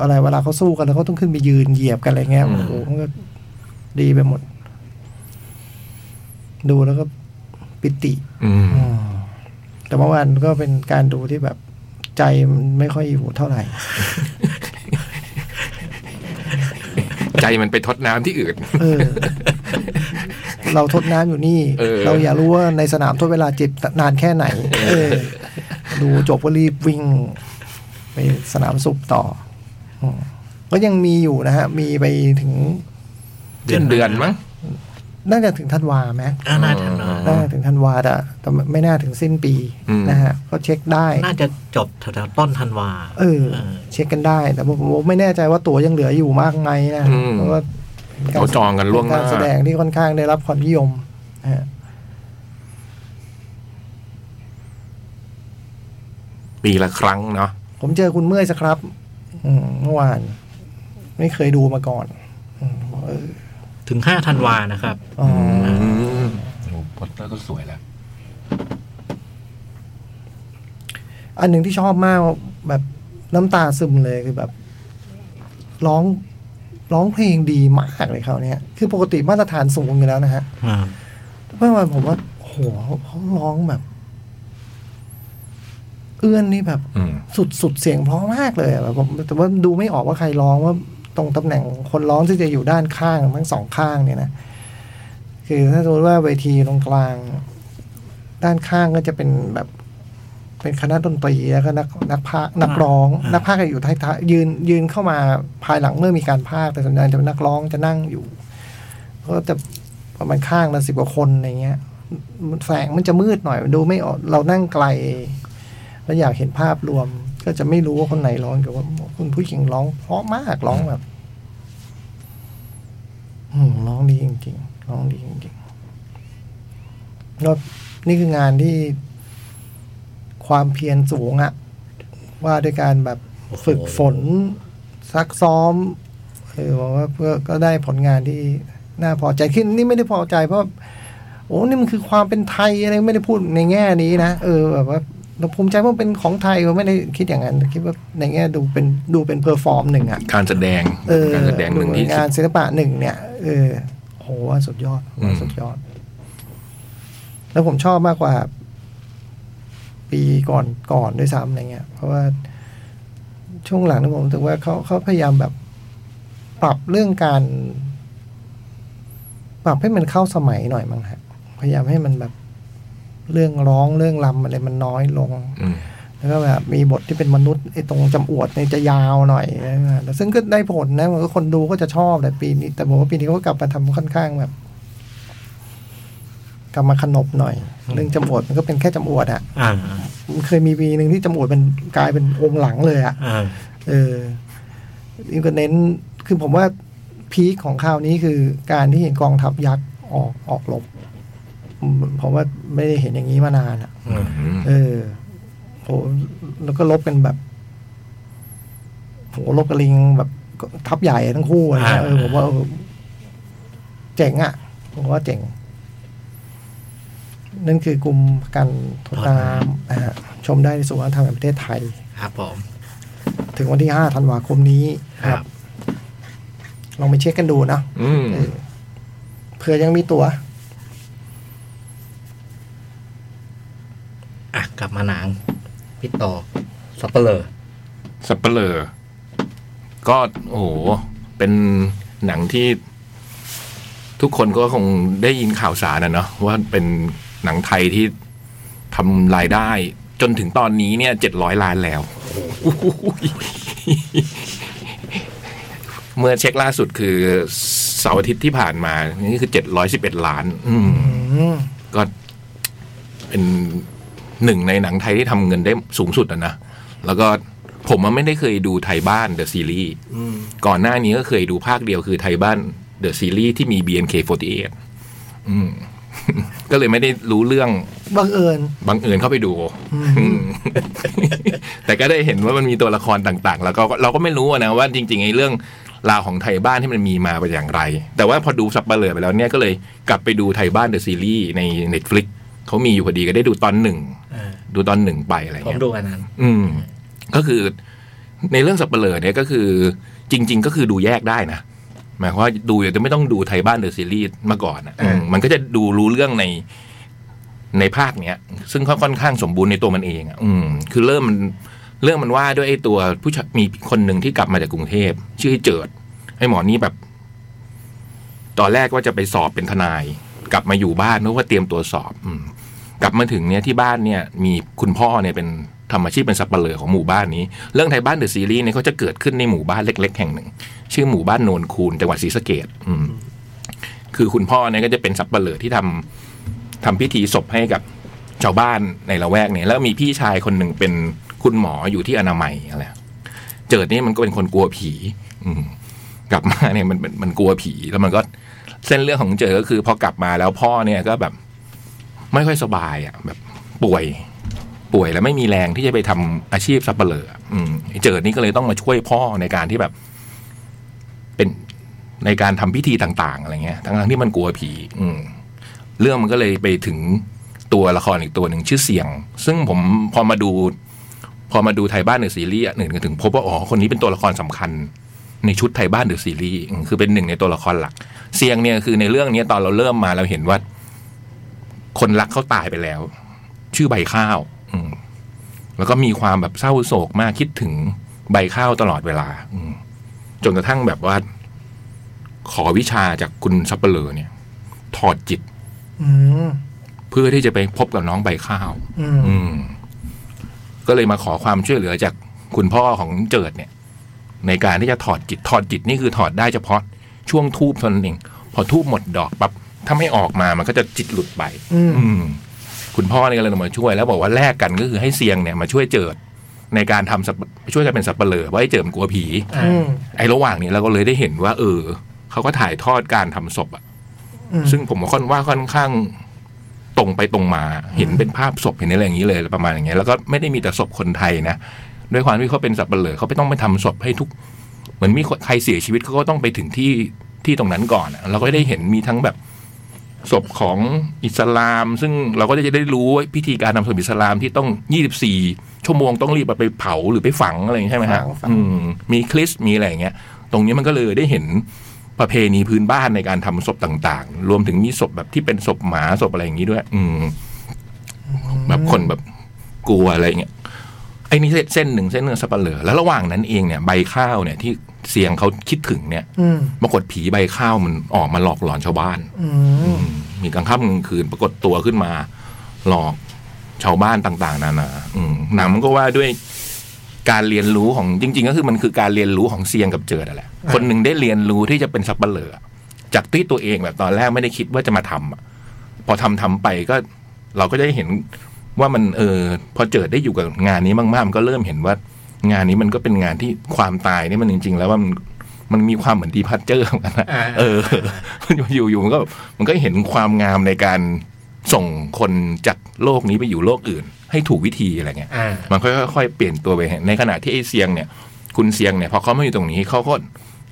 [SPEAKER 2] อะไรเวลาเขาสู้กันแล้วเขาต้องขึ้นไปยืนเหยียบกันอะไรเงี้ยโอ้โหมันก็ดีไปหมด ดูแล้วก็ปิติ
[SPEAKER 3] อืม
[SPEAKER 2] อืมแต่เมื่อวานก็เป็นการดูที่แบบใจมันไม่ค่อยอยู่เท่าไหร่
[SPEAKER 3] ใจมันไปทดน้ำที่อื่น
[SPEAKER 2] เอ อ เราทดน้ำอยู่นี่
[SPEAKER 3] เออ
[SPEAKER 2] เราอยากรู้ว่าในสนามทดเวลาเจ็บนานแค่ไหน เออ ดูจบก็รีบวิ่ง ไปสนามสุบต่ออืมก็ยังมีอยู่นะฮะ มีไปถึง
[SPEAKER 3] สิ้นเดือนมั้ง
[SPEAKER 2] น่าจะถึงธันวาไหม
[SPEAKER 4] อ่าน่าจะเนอะ
[SPEAKER 2] น่าจะถึงธันวาแต่แต่ไม่น่าถึงสิ้นปี
[SPEAKER 3] อืม
[SPEAKER 2] นะฮะ ก็เช็คได้
[SPEAKER 4] น่าจะจบแถวๆต้นธันวา
[SPEAKER 2] เออ เช็คกันได้ แต่ผมผมไม่แน่ใจว่าตั๋วยังเหลืออยู่มากไหมนะ
[SPEAKER 3] อืม
[SPEAKER 2] เพราะว่าป็
[SPEAKER 3] เขาจองกันล่วงหน้า
[SPEAKER 2] เป็การแสดงที่ค่อนข้างได้รับความนิยมนะฮะ
[SPEAKER 3] ปีละครั้งเนาะ
[SPEAKER 2] ผมเจอคุณเมื่อยสครับ อืมเมื่อวาน ไม่เคยดูมาก่อนอืมเออ
[SPEAKER 4] ถึงห้าธันวานะครับ
[SPEAKER 2] อ๋ออ
[SPEAKER 3] อืมโอ้โปสเตอร์ก็สวยแล้ว
[SPEAKER 2] อันหนึ่งที่ชอบมากแบบน้ำตาซึมเลยคือแบบ ร้องร้องเพลงดีมากเลยเขาวเนี่ยคือปกติมาตรฐานสูงอยู่แล้วนะฮะ
[SPEAKER 4] อ่า
[SPEAKER 2] เมื่อวานผมว่าโอ้โหเขาร้องแบบ เอื้อนนี่แบบ
[SPEAKER 3] อืม
[SPEAKER 2] สุดสุดเสียงเพราะมากเลยอะแบบผมแต่ว่าดูไม่ออกว่าใครร้องว่าตรงตำแหน่งคนร้องที่จะอยู่ด้านข้างทั้งสองข้างเนี่ยนะคือถ้าสมมติว่าเวทีตรงกลาง ด้านข้างก็จะเป็นแบบ เป็นคณะดนตรีแล้วก็นักนักพากย์นักร้อง นักพากย์ก็อยู่ท้ายท้ายยืนยืนเข้ามาภายหลังเมื่อมีการพากย์แต่ส่วนใหญ่จะเป็นนักร้องจะนั่งอยู่ก็จะประมาณข้างละสิบกว่าคนอะไรเงี้ยแสงมันจะมืดหน่อยมันดูไม่ออกเรานั่งไกล แล้วอยากเห็นภาพรวม ก็จะไม่รู้ว่าคนไหนร้องแต่ว่าคุณผู้หญิงร้องเพราะมากร้องแบบ อืมร้องดีจริงๆร้องดีจริงๆแล้วนี่คืองานที่ความเพียรสูงอะว่าด้วยการแบบฝึกฝน ซักซ้อมเออบอกว่าเพื่อก็ได้ผลงานที่น่าพอใจขึ้นนี่ไม่ได้พอใจเพราะ โอ้นี่มันคือความเป็นไทยอะไรไม่ได้พูดในแง่นี้นะเออแบบว่าเราภูมิใจว่าเป็นของไทยเราไม่ได้คิดอย่างนั้นคิดว่าในแง่ดูเป็นดูเป็นเพอร์ฟอร์มหนึ่งอะ
[SPEAKER 3] การแสดง
[SPEAKER 2] เออ
[SPEAKER 3] การแสดงหนึ่งที่
[SPEAKER 2] งานศิลปะหนึ่งเนี่ยเออโหว่าสุดยอด
[SPEAKER 3] อืม
[SPEAKER 2] ว่าสุดยอด แล้วผมชอบมากกว่า ปีก่อนก่อนด้วยซ้ำอะไรเงี้ย เพราะว่าช่วงหลังนี่ผมรู้สึกว่าเขาเขาพยายามแบบปรับเรื่องการ ปรับให้มันเข้าสมัยหน่อยมั้งฮะพยายามให้มันแบบเรื่องร้องเรื่องรำอะไรมันน้อยลง
[SPEAKER 3] อืม
[SPEAKER 2] แล้วก็แบบมีบทที่เป็นมนุษย์ไอ้ตรงจำอวดเนี่ยจะยาวหน่อยนะแต่ซึ่งก็ได้ผลนะมันก็คนดูก็จะชอบแต่ปีนี้ แต่ผมว่าปีนี้เขาก็กลับมาทำค่อนข้างแบบกลับมาขนบหน่อย เรื่องจำอวดมันก็เป็นแค่จำอวดอะ
[SPEAKER 4] อ่า
[SPEAKER 2] มันเคยมีปีหนึ่งที่จำอวดเป็นกลายเป็นองค์หลังเลยอะ
[SPEAKER 4] อ่า
[SPEAKER 2] เออนี่ก็เน้น คือผมว่าพีคของข่าวนี้คือการที่เห็นกองทัพยักษ์ออกออกรบอืมเพราะว่าไม่ได้เห็นอย่างนี้มานานอะเออโหแล้วก็ลบกันแบบโหลบกระลิงแบบทัพใหญ่ทั้งคู่อะนะเออผมว่าเออเจ๋งอะผมว่าเจ๋ง นั่นคือกลุ่มกันทดน้ำนะฮะชมได้ในสุวรรณธรรมแห่งประเทศไทย
[SPEAKER 4] ครับผม
[SPEAKER 2] ถึงวันที่ 5 ธันวาคมนี้
[SPEAKER 4] ครับ
[SPEAKER 2] ลองไปเช็คกันดูนะ
[SPEAKER 3] อืม
[SPEAKER 2] เออเผื่อยังมีตัว๋ว
[SPEAKER 4] อ่ะกลับมาหนังพี่ต่อสับเปลอ
[SPEAKER 3] สับเปลือก็โอ้โห เป็นหนังที่ ทุกคนก็คงได้ยินข่าวสารนะเนาะว่าเป็นหนังไทยที่ทำรายได้ จนถึงตอนนี้เนี่ยเจ็ดร้อยล้านแล้ว โอ้โหเมื่อเช็คล่าสุดคือเสาร์อาทิตย์ที่ผ่านมา นี่คือเจ็ดร้อยสิบเอ็ดล้าน อืม
[SPEAKER 2] อืม
[SPEAKER 3] ก็เป็นหนึ่งในหนังไทยที่ทำเงินได้สูงสุดอะนะ แล้วก็ผมอะไม่ได้เคยดูไทยบ้านเดอะซีรีส์
[SPEAKER 5] อืม
[SPEAKER 3] ก่อนหน้านี้ก็เคยดูภาคเดียวคือไทยบ้านเดอะซีรีส์ที่มี BNK48 อืม ก็เลยไม่ได้รู้เรื่อง
[SPEAKER 2] บังเอิญ
[SPEAKER 3] บังเอิญเข้าไปดู อืม แต่ก็ได้เห็นว่ามันมีตัวละครต่างๆ แล้วก็เราก็ไม่รู้อะนะว่าจริงๆไอ้เรื่องราวของไทยบ้านที่มันมีมาเป็นอย่างไร แต่ว่าพอดูสับเปลือไปแล้วเนี่ยก็เลยกลับไปดูไทยบ้านเดอะซีรีส์ใน Netflix เขามีอยู่พอดีก็ได้ดูตอนหนึ่ง
[SPEAKER 4] อ่า
[SPEAKER 3] ดูตอนหนึ่งไปอะไร
[SPEAKER 4] ผม
[SPEAKER 3] เงี้ย
[SPEAKER 4] ดูอันนั้น
[SPEAKER 3] อืม ก็คือในเรื่องสับเปลือเนี่ยก็คือจริง ๆ ก็คือดูแยกได้นะ หมายความว่าดูจะไม่ต้องดูไทยบ้านเดอะซีรีส์มาก่อนอะอืมมันก็จะดูรู้เรื่องในในภาคเนี้ย ซึ่งค่อนข้างสมบูรณ์ในตัวมันเองอะอืม คือเริ่มมันเรื่องมันว่าด้วยไอ้ตัวผู้ชายมีคนหนึ่งที่กลับมาจากกรุงเทพ ชื่อไอ้เจิดไอ้หมอนี่แบบ ตอนแรกว่าจะไปสอบเป็นทนาย กลับมาอยู่บ้านเพราะว่าเตรียมตัวสอบ อืม กลับมาถึงเนี่ยที่บ้านเนี่ย มีคุณพ่อเนี่ยเป็นทำอาชีพเป็นสับปะเหร่อของหมู่บ้านนี้ เรื่องไทยบ้านเดอะซีรีส์เนี่ยเขาจะเกิดขึ้นในหมู่บ้านเล็ก ๆ แห่งหนึ่ง ชื่อหมู่บ้านโนนคูนจังหวัดศรีสะเกดคือคุณพ่อเนี่ยก็จะเป็นสับปะเหร่อที่ทำทำพิธีศพให้กับชาวบ้านในละแวกเนี่ยแล้วมีพี่ชายคนหนึ่งเป็นคุณหมออยู่ที่อนามัยอะไรเจิดนี่มันก็เป็นคนกลัวผี อืม กลับมาเนี่ยมันมันมันกลัวผีแล้วมันก็เส้นเรื่องของเจอก็คือพอกลับมาแล้วพ่อเนี่ยก็แบบ ไม่ค่อยสบายอ่ะ แบบป่วย ป่วยแล้วไม่มีแรงที่จะไปทำอาชีพสับเปลืออืมไอ้เจิดนี่ก็เลยต้องมาช่วยพ่อในการที่แบบ เป็นในการทำพิธีต่างๆอะไรเงี้ยทั้งๆที่มันกลัวผี อืม เรื่องมันก็เลยไปถึงตัวละครอีกตัวหนึ่งชื่อเสียง ซึ่งผมพอมาดู พอมาดูไทยบ้านหนึ่งซีรีส์อันอื่นก็ถึงพบว่าอ๋อคนนี้เป็นตัวละครสำคัญ ในชุดไทยบ้านหรือซีรีส์อืมคือเป็นหนึ่งในตัวละครหลัก เซียงเนี่ยคือในเรื่องเนี้ยตอนเราเริ่มมาเราเห็นว่า คนรักเขาตายไปแล้ว ชื่อใบข้าว อืม แล้วก็มีความแบบเศร้าโศกมากคิดถึงใบข้าวตลอดเวลา อืมจนกระทั่งแบบว่า ขอวิชาจากคุณซัปเปเหร่อเนี่ย ถอดจิต
[SPEAKER 2] อืม
[SPEAKER 3] เพื่อที่จะไปพบกับน้องใบข้าว
[SPEAKER 2] อืม
[SPEAKER 3] อืม ก็เลยมาขอความช่วยเหลือจากคุณพ่อของเจิดเนี่ย ในการที่จะถอดจิต ถอดจิตนี่คือถอดได้เฉพาะ ช่วงทูบเท่านั้นเองพอทูบหมดดอกปั๊บถ้าไม่ออกมามันก็จะจิตหลุดไป
[SPEAKER 2] อืม
[SPEAKER 3] อืม คุณพ่อเนี่ยก็เลยลงมาช่วยแล้วบอกว่าแลกกันก็คือให้เซียงเนี่ยมาช่วยเจิด ในการทำสับช่วยกันเป็นสับเปลือว่าให้เจิดมันกลัวผี
[SPEAKER 4] อ่า
[SPEAKER 2] อืม
[SPEAKER 3] ไอ้ระหว่างนี้เราก็เลยได้เห็นว่า เออเขาก็ถ่ายทอดการทำศพอะ
[SPEAKER 2] อืม
[SPEAKER 3] ซึ่งผมค่อนว่าค่อนข้างตรงไปตรงมา เห็นเป็นภาพศพเห็นอะไรอย่างนี้เลยประมาณอย่างเงี้ยแล้วก็ไม่ได้มีแต่ศพคนไทยนะด้วยความที่เขาเป็นสับเปลือเขาไม่ต้องไปทำศพให้ทุก เหมือนมีคนใครเสียชีวิตเขาก็ต้องไปถึงที่ที่ตรงนั้นก่อนอะเราก็ได้เห็นมีทั้งแบบศพของอิสลาม ซึ่งเราก็จะได้รู้ว่าพิธีการนำศพอิสลามที่ต้อง 24 ชั่วโมงต้องรีบเอาไปเผาหรือไปฝังอะไรอย่างนี้ใช่ไหมฮะอืมมีคริสต์มีอะไรอย่างเงี้ย ตรงนี้มันก็เลยได้เห็น ประเพณีพื้นบ้านในการทำศพต่างๆ รวมถึงมีศพแบบที่เป็นศพหมาศพอะไรอย่างนี้ด้วย อืม แบบคนแบบกลัวอะไรอย่างเงี้ย ไอ้นี่เส้นเส้นหนึ่งเส้นเนื้อสับปะเหร่อแล้วระหว่างนั้นเองเนี่ยใบข้าวเนี่ยที่เสียงเขาคิดถึงเนี่ย
[SPEAKER 2] อืม
[SPEAKER 3] ปรากฏผีใบข้าวมันออกมาหลอกหลอนชาวบ้าน
[SPEAKER 2] อืม
[SPEAKER 3] อืมมีกลางค่ำกลางคืนปรากฏตัวขึ้นมา หลอกชาวบ้านต่าง ๆ นานาอืมหนังมันก็ว่าด้วยการเรียนรู้ของจริง ๆ ก็คือมันคือการเรียนรู้ของเซียงกับเจิดอะแหละคนหนึ่งได้เรียนรู้ที่จะเป็นสับเปลือจากที่ตัวเองแบบตอนแรกไม่ได้คิดว่าจะมาทำอะพอทำทำไปก็เราก็จะได้เห็นว่ามันเออพอเจิดได้อยู่กับงานนี้มากๆมันก็เริ่มเห็นว่า งานนี้มันก็เป็นงานที่ความตายนี่มันจริง ๆ แล้วว่ามันมันมีความเหมือนดีพัทเจอร์เหมือนกันนะ
[SPEAKER 4] อ่า
[SPEAKER 3] เออ มันอยู่อยู่มันก็มันก็เห็นความงามในการส่งคนจากโลกนี้ไปอยู่โลกอื่น ให้ถูกวิธีอะไรเงี้ย
[SPEAKER 4] อ่า
[SPEAKER 3] มันค่อยๆเปลี่ยนตัวไป ในขณะที่ไอ้เซียงเนี่ย คุณเซียงเนี่ยพอเขามาอยู่ตรงนี้เขาก็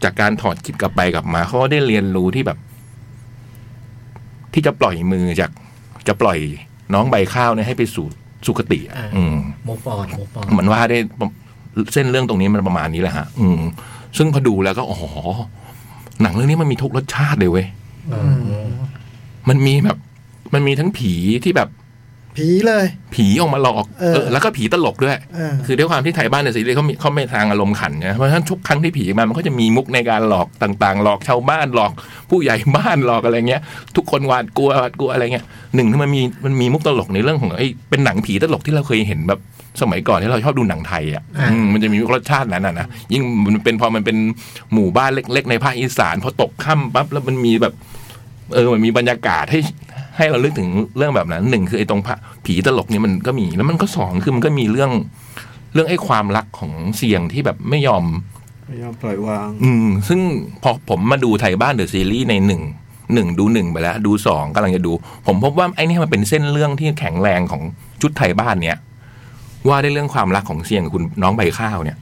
[SPEAKER 3] จากการถอดคิดกลับไปกลับมาเขาก็ได้เรียนรู้ที่แบบ ที่จะปล่อยมือจากจะปล่อยน้องใบข้าวเนี่ยให้ไปสู่สุคติอะอืม
[SPEAKER 4] มูฟออนมูฟออน
[SPEAKER 3] เหมือนว่าได้เส้นเรื่องตรงนี้มันประมาณนี้แหละฮะ อืม ซึ่งพอดูแล้วก็อ๋อหนังเรื่องนี้มันมีทุกรสชาติเลยเว้ย มันมีแบบ มันมีทั้งผีที่แบบ
[SPEAKER 2] ผีเลย
[SPEAKER 3] ผีออกมาหลอก
[SPEAKER 2] เออ
[SPEAKER 3] แล้วก็ผีตลกด้วย
[SPEAKER 2] เออ
[SPEAKER 3] คือด้วยความที่ไทยบ้านในซีรีส์เขามีเขาไม่ทางอารมณ์ขันนะเพราะฉะนั้นทุกครั้งที่ผีมามันก็จะมีมุกในการหลอกต่างๆ หลอกชาวบ้านหลอกผู้ใหญ่บ้านหลอกอะไรเงี้ย ทุกคนหวาดกลัวหวาดกลัวอะไรเงี้ยหนึ่งที่มันมีมันมีมุกตลกในเรื่องของไอ้เป็นหนังผีตลกที่เราเคยเห็นแบบสมัยก่อนที่เราชอบดูหนังไทยอ่ะอืมมันจะมีรสชาตินั้นน่ะนะยิ่งมันเป็นพอมันเป็นหมู่บ้านเล็ก ๆ ในภาคอีสานพอตกค่ำปั๊บแล้วมันมีแบบ เออมันมีบรรยากาศให้ให้เราลึกถึงเรื่องแบบนั้นหนึ่งคือไอ้ตรงพระผีตลกเนี่ยมันก็มีแล้วมันก็สองคือมันก็มีเรื่อง เรื่องไอ้ความรักของเสียงที่แบบไม่ยอม
[SPEAKER 5] ไม่ยอมปล่อยวาง
[SPEAKER 3] อืม ซึ่งพอผมมาดูไทยบ้านเดอะซีรีส์ในหนึ่งหนึ่งดูหนึ่งไปแล้ว ดูสองกำลังจะดู ผมพบว่าไอ้เนี่ยมันเป็นเส้นเรื่องที่แข็งแรงของชุดไทยบ้านเนี่ยว่าได้เรื่องความรักของเสียงกับคุณน้องใบข้าวเนี่ย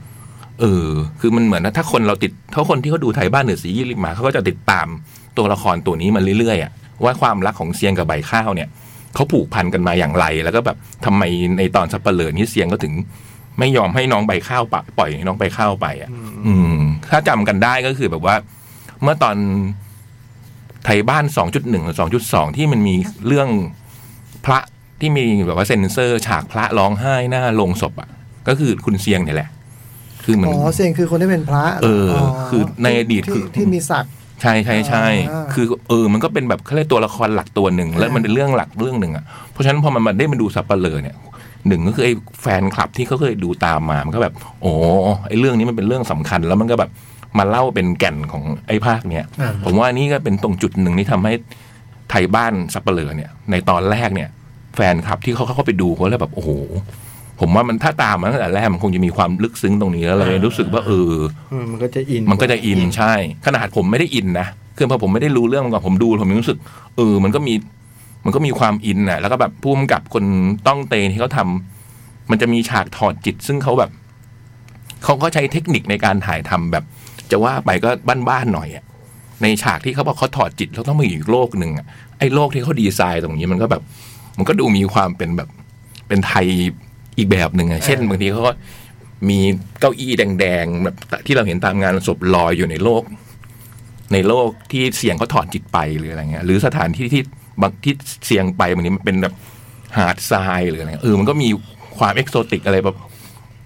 [SPEAKER 3] เออ คือมันเหมือนนะถ้าคนเราติดถ้าคนที่เขาดูไทยบ้านเดอะซีรีส์มาเขาก็จะติดตามตัวละครตัวนี้มาเรื่อยๆอะว่าความรักของเสียงกับใบข้าวเนี่ยเขาผูกพันกันมาอย่างไร แล้วก็แบบทำไมในตอนสัปเหร่อนี้เสียงก็ถึง ไม่ยอมให้น้องใบข้าวปะปล่อยให้น้องใบข้าวไปอ่ะ อืม ถ้าจำกันได้ก็คือแบบว่า เมื่อตอนไทยบ้าน 2.1หรือ2.2 ที่มันมีเรื่องพระที่มีแบบว่าเซ็นเซอร์ ฉากพระร้องไห้หน้าโลงศพอ่ะ ก็คือคุณเซียงเนี่ยแหละ คือเหมือน
[SPEAKER 2] อ๋อเสียงคือคนที่เป็นพระ
[SPEAKER 3] เออคือในอดีตคือ
[SPEAKER 2] ที่ที่มีศักดิ์
[SPEAKER 3] ใช่ใช่ใช่
[SPEAKER 2] อ่า
[SPEAKER 3] คือเออ มันก็เป็นแบบเขาเรียกตัวละครหลักตัวหนึ่ง แล้วมันเป็นเรื่องหลักเรื่องหนึ่งอ่ะ เพราะฉะนั้นพอมันมาได้มาดูสับเปลือเนี่ยหนึ่งก็คือไอ้แฟนคลับที่เขาเคยดูตามมา มันก็แบบ โอ้ไอ้เรื่องนี้มันเป็นเรื่องสำคัญ แล้วมันก็แบบมาเล่าเป็นแก่นของไอ้ภาคเนี่ย
[SPEAKER 4] อ่า
[SPEAKER 3] ผมว่านี่ก็เป็นตรงจุดหนึ่งที่ทำให้ไทยบ้านสับเปลือเนี่ย ในตอนแรกเนี่ย แฟนคลับที่เขาเข้าไปดูเขาแล้วแบบโอ้โห ผมว่ามันถ้าตามมาตั้งแต่แรกมันคงจะมีความลึกซึ้งตรงนี้แล้วเราเลยรู้สึกว่าเออ
[SPEAKER 5] มันก็จะอิน
[SPEAKER 3] มันก็จะอินใช่ ขนาดผมไม่ได้อินนะคือพอผมไม่ได้รู้เรื่องมาก่อนผมดูผมยังรู้สึกเออมันก็มี มันก็มีความอินน่ะ แล้วก็แบบพุ่มกับคนต้องเตนที่เขาทำมันจะมีฉากถอดจิต ซึ่งเขาแบบเขาก็ใช้เทคนิคในการถ่ายทำแบบ จะว่าไปก็บ้านๆหน่อยอะในฉากที่เขาบอกเขาถอดจิตแล้วต้องมาอยู่อีกโลกหนึ่งอะไอ้โลกที่เขาดีไซน์ตรงนี้มันก็แบบ มันก็ดูมีความเป็นแบบ เป็นไทยอีกแบบหนึ่งอะเช่นบางทีเขาก็ มีเก้าอี้แดงๆแบบที่เราเห็นตามงานศพลอยอยู่ในโลก ในโลกที่เสียงเขาถอดจิตไปหรืออะไรเงี้ย หรือสถานที่ที่บางที่เสียงไปบางทีมันเป็นแบบหาดทรายหรืออะไรเงี้ยเออมันก็มีความเอกโซติกอะไรแบบ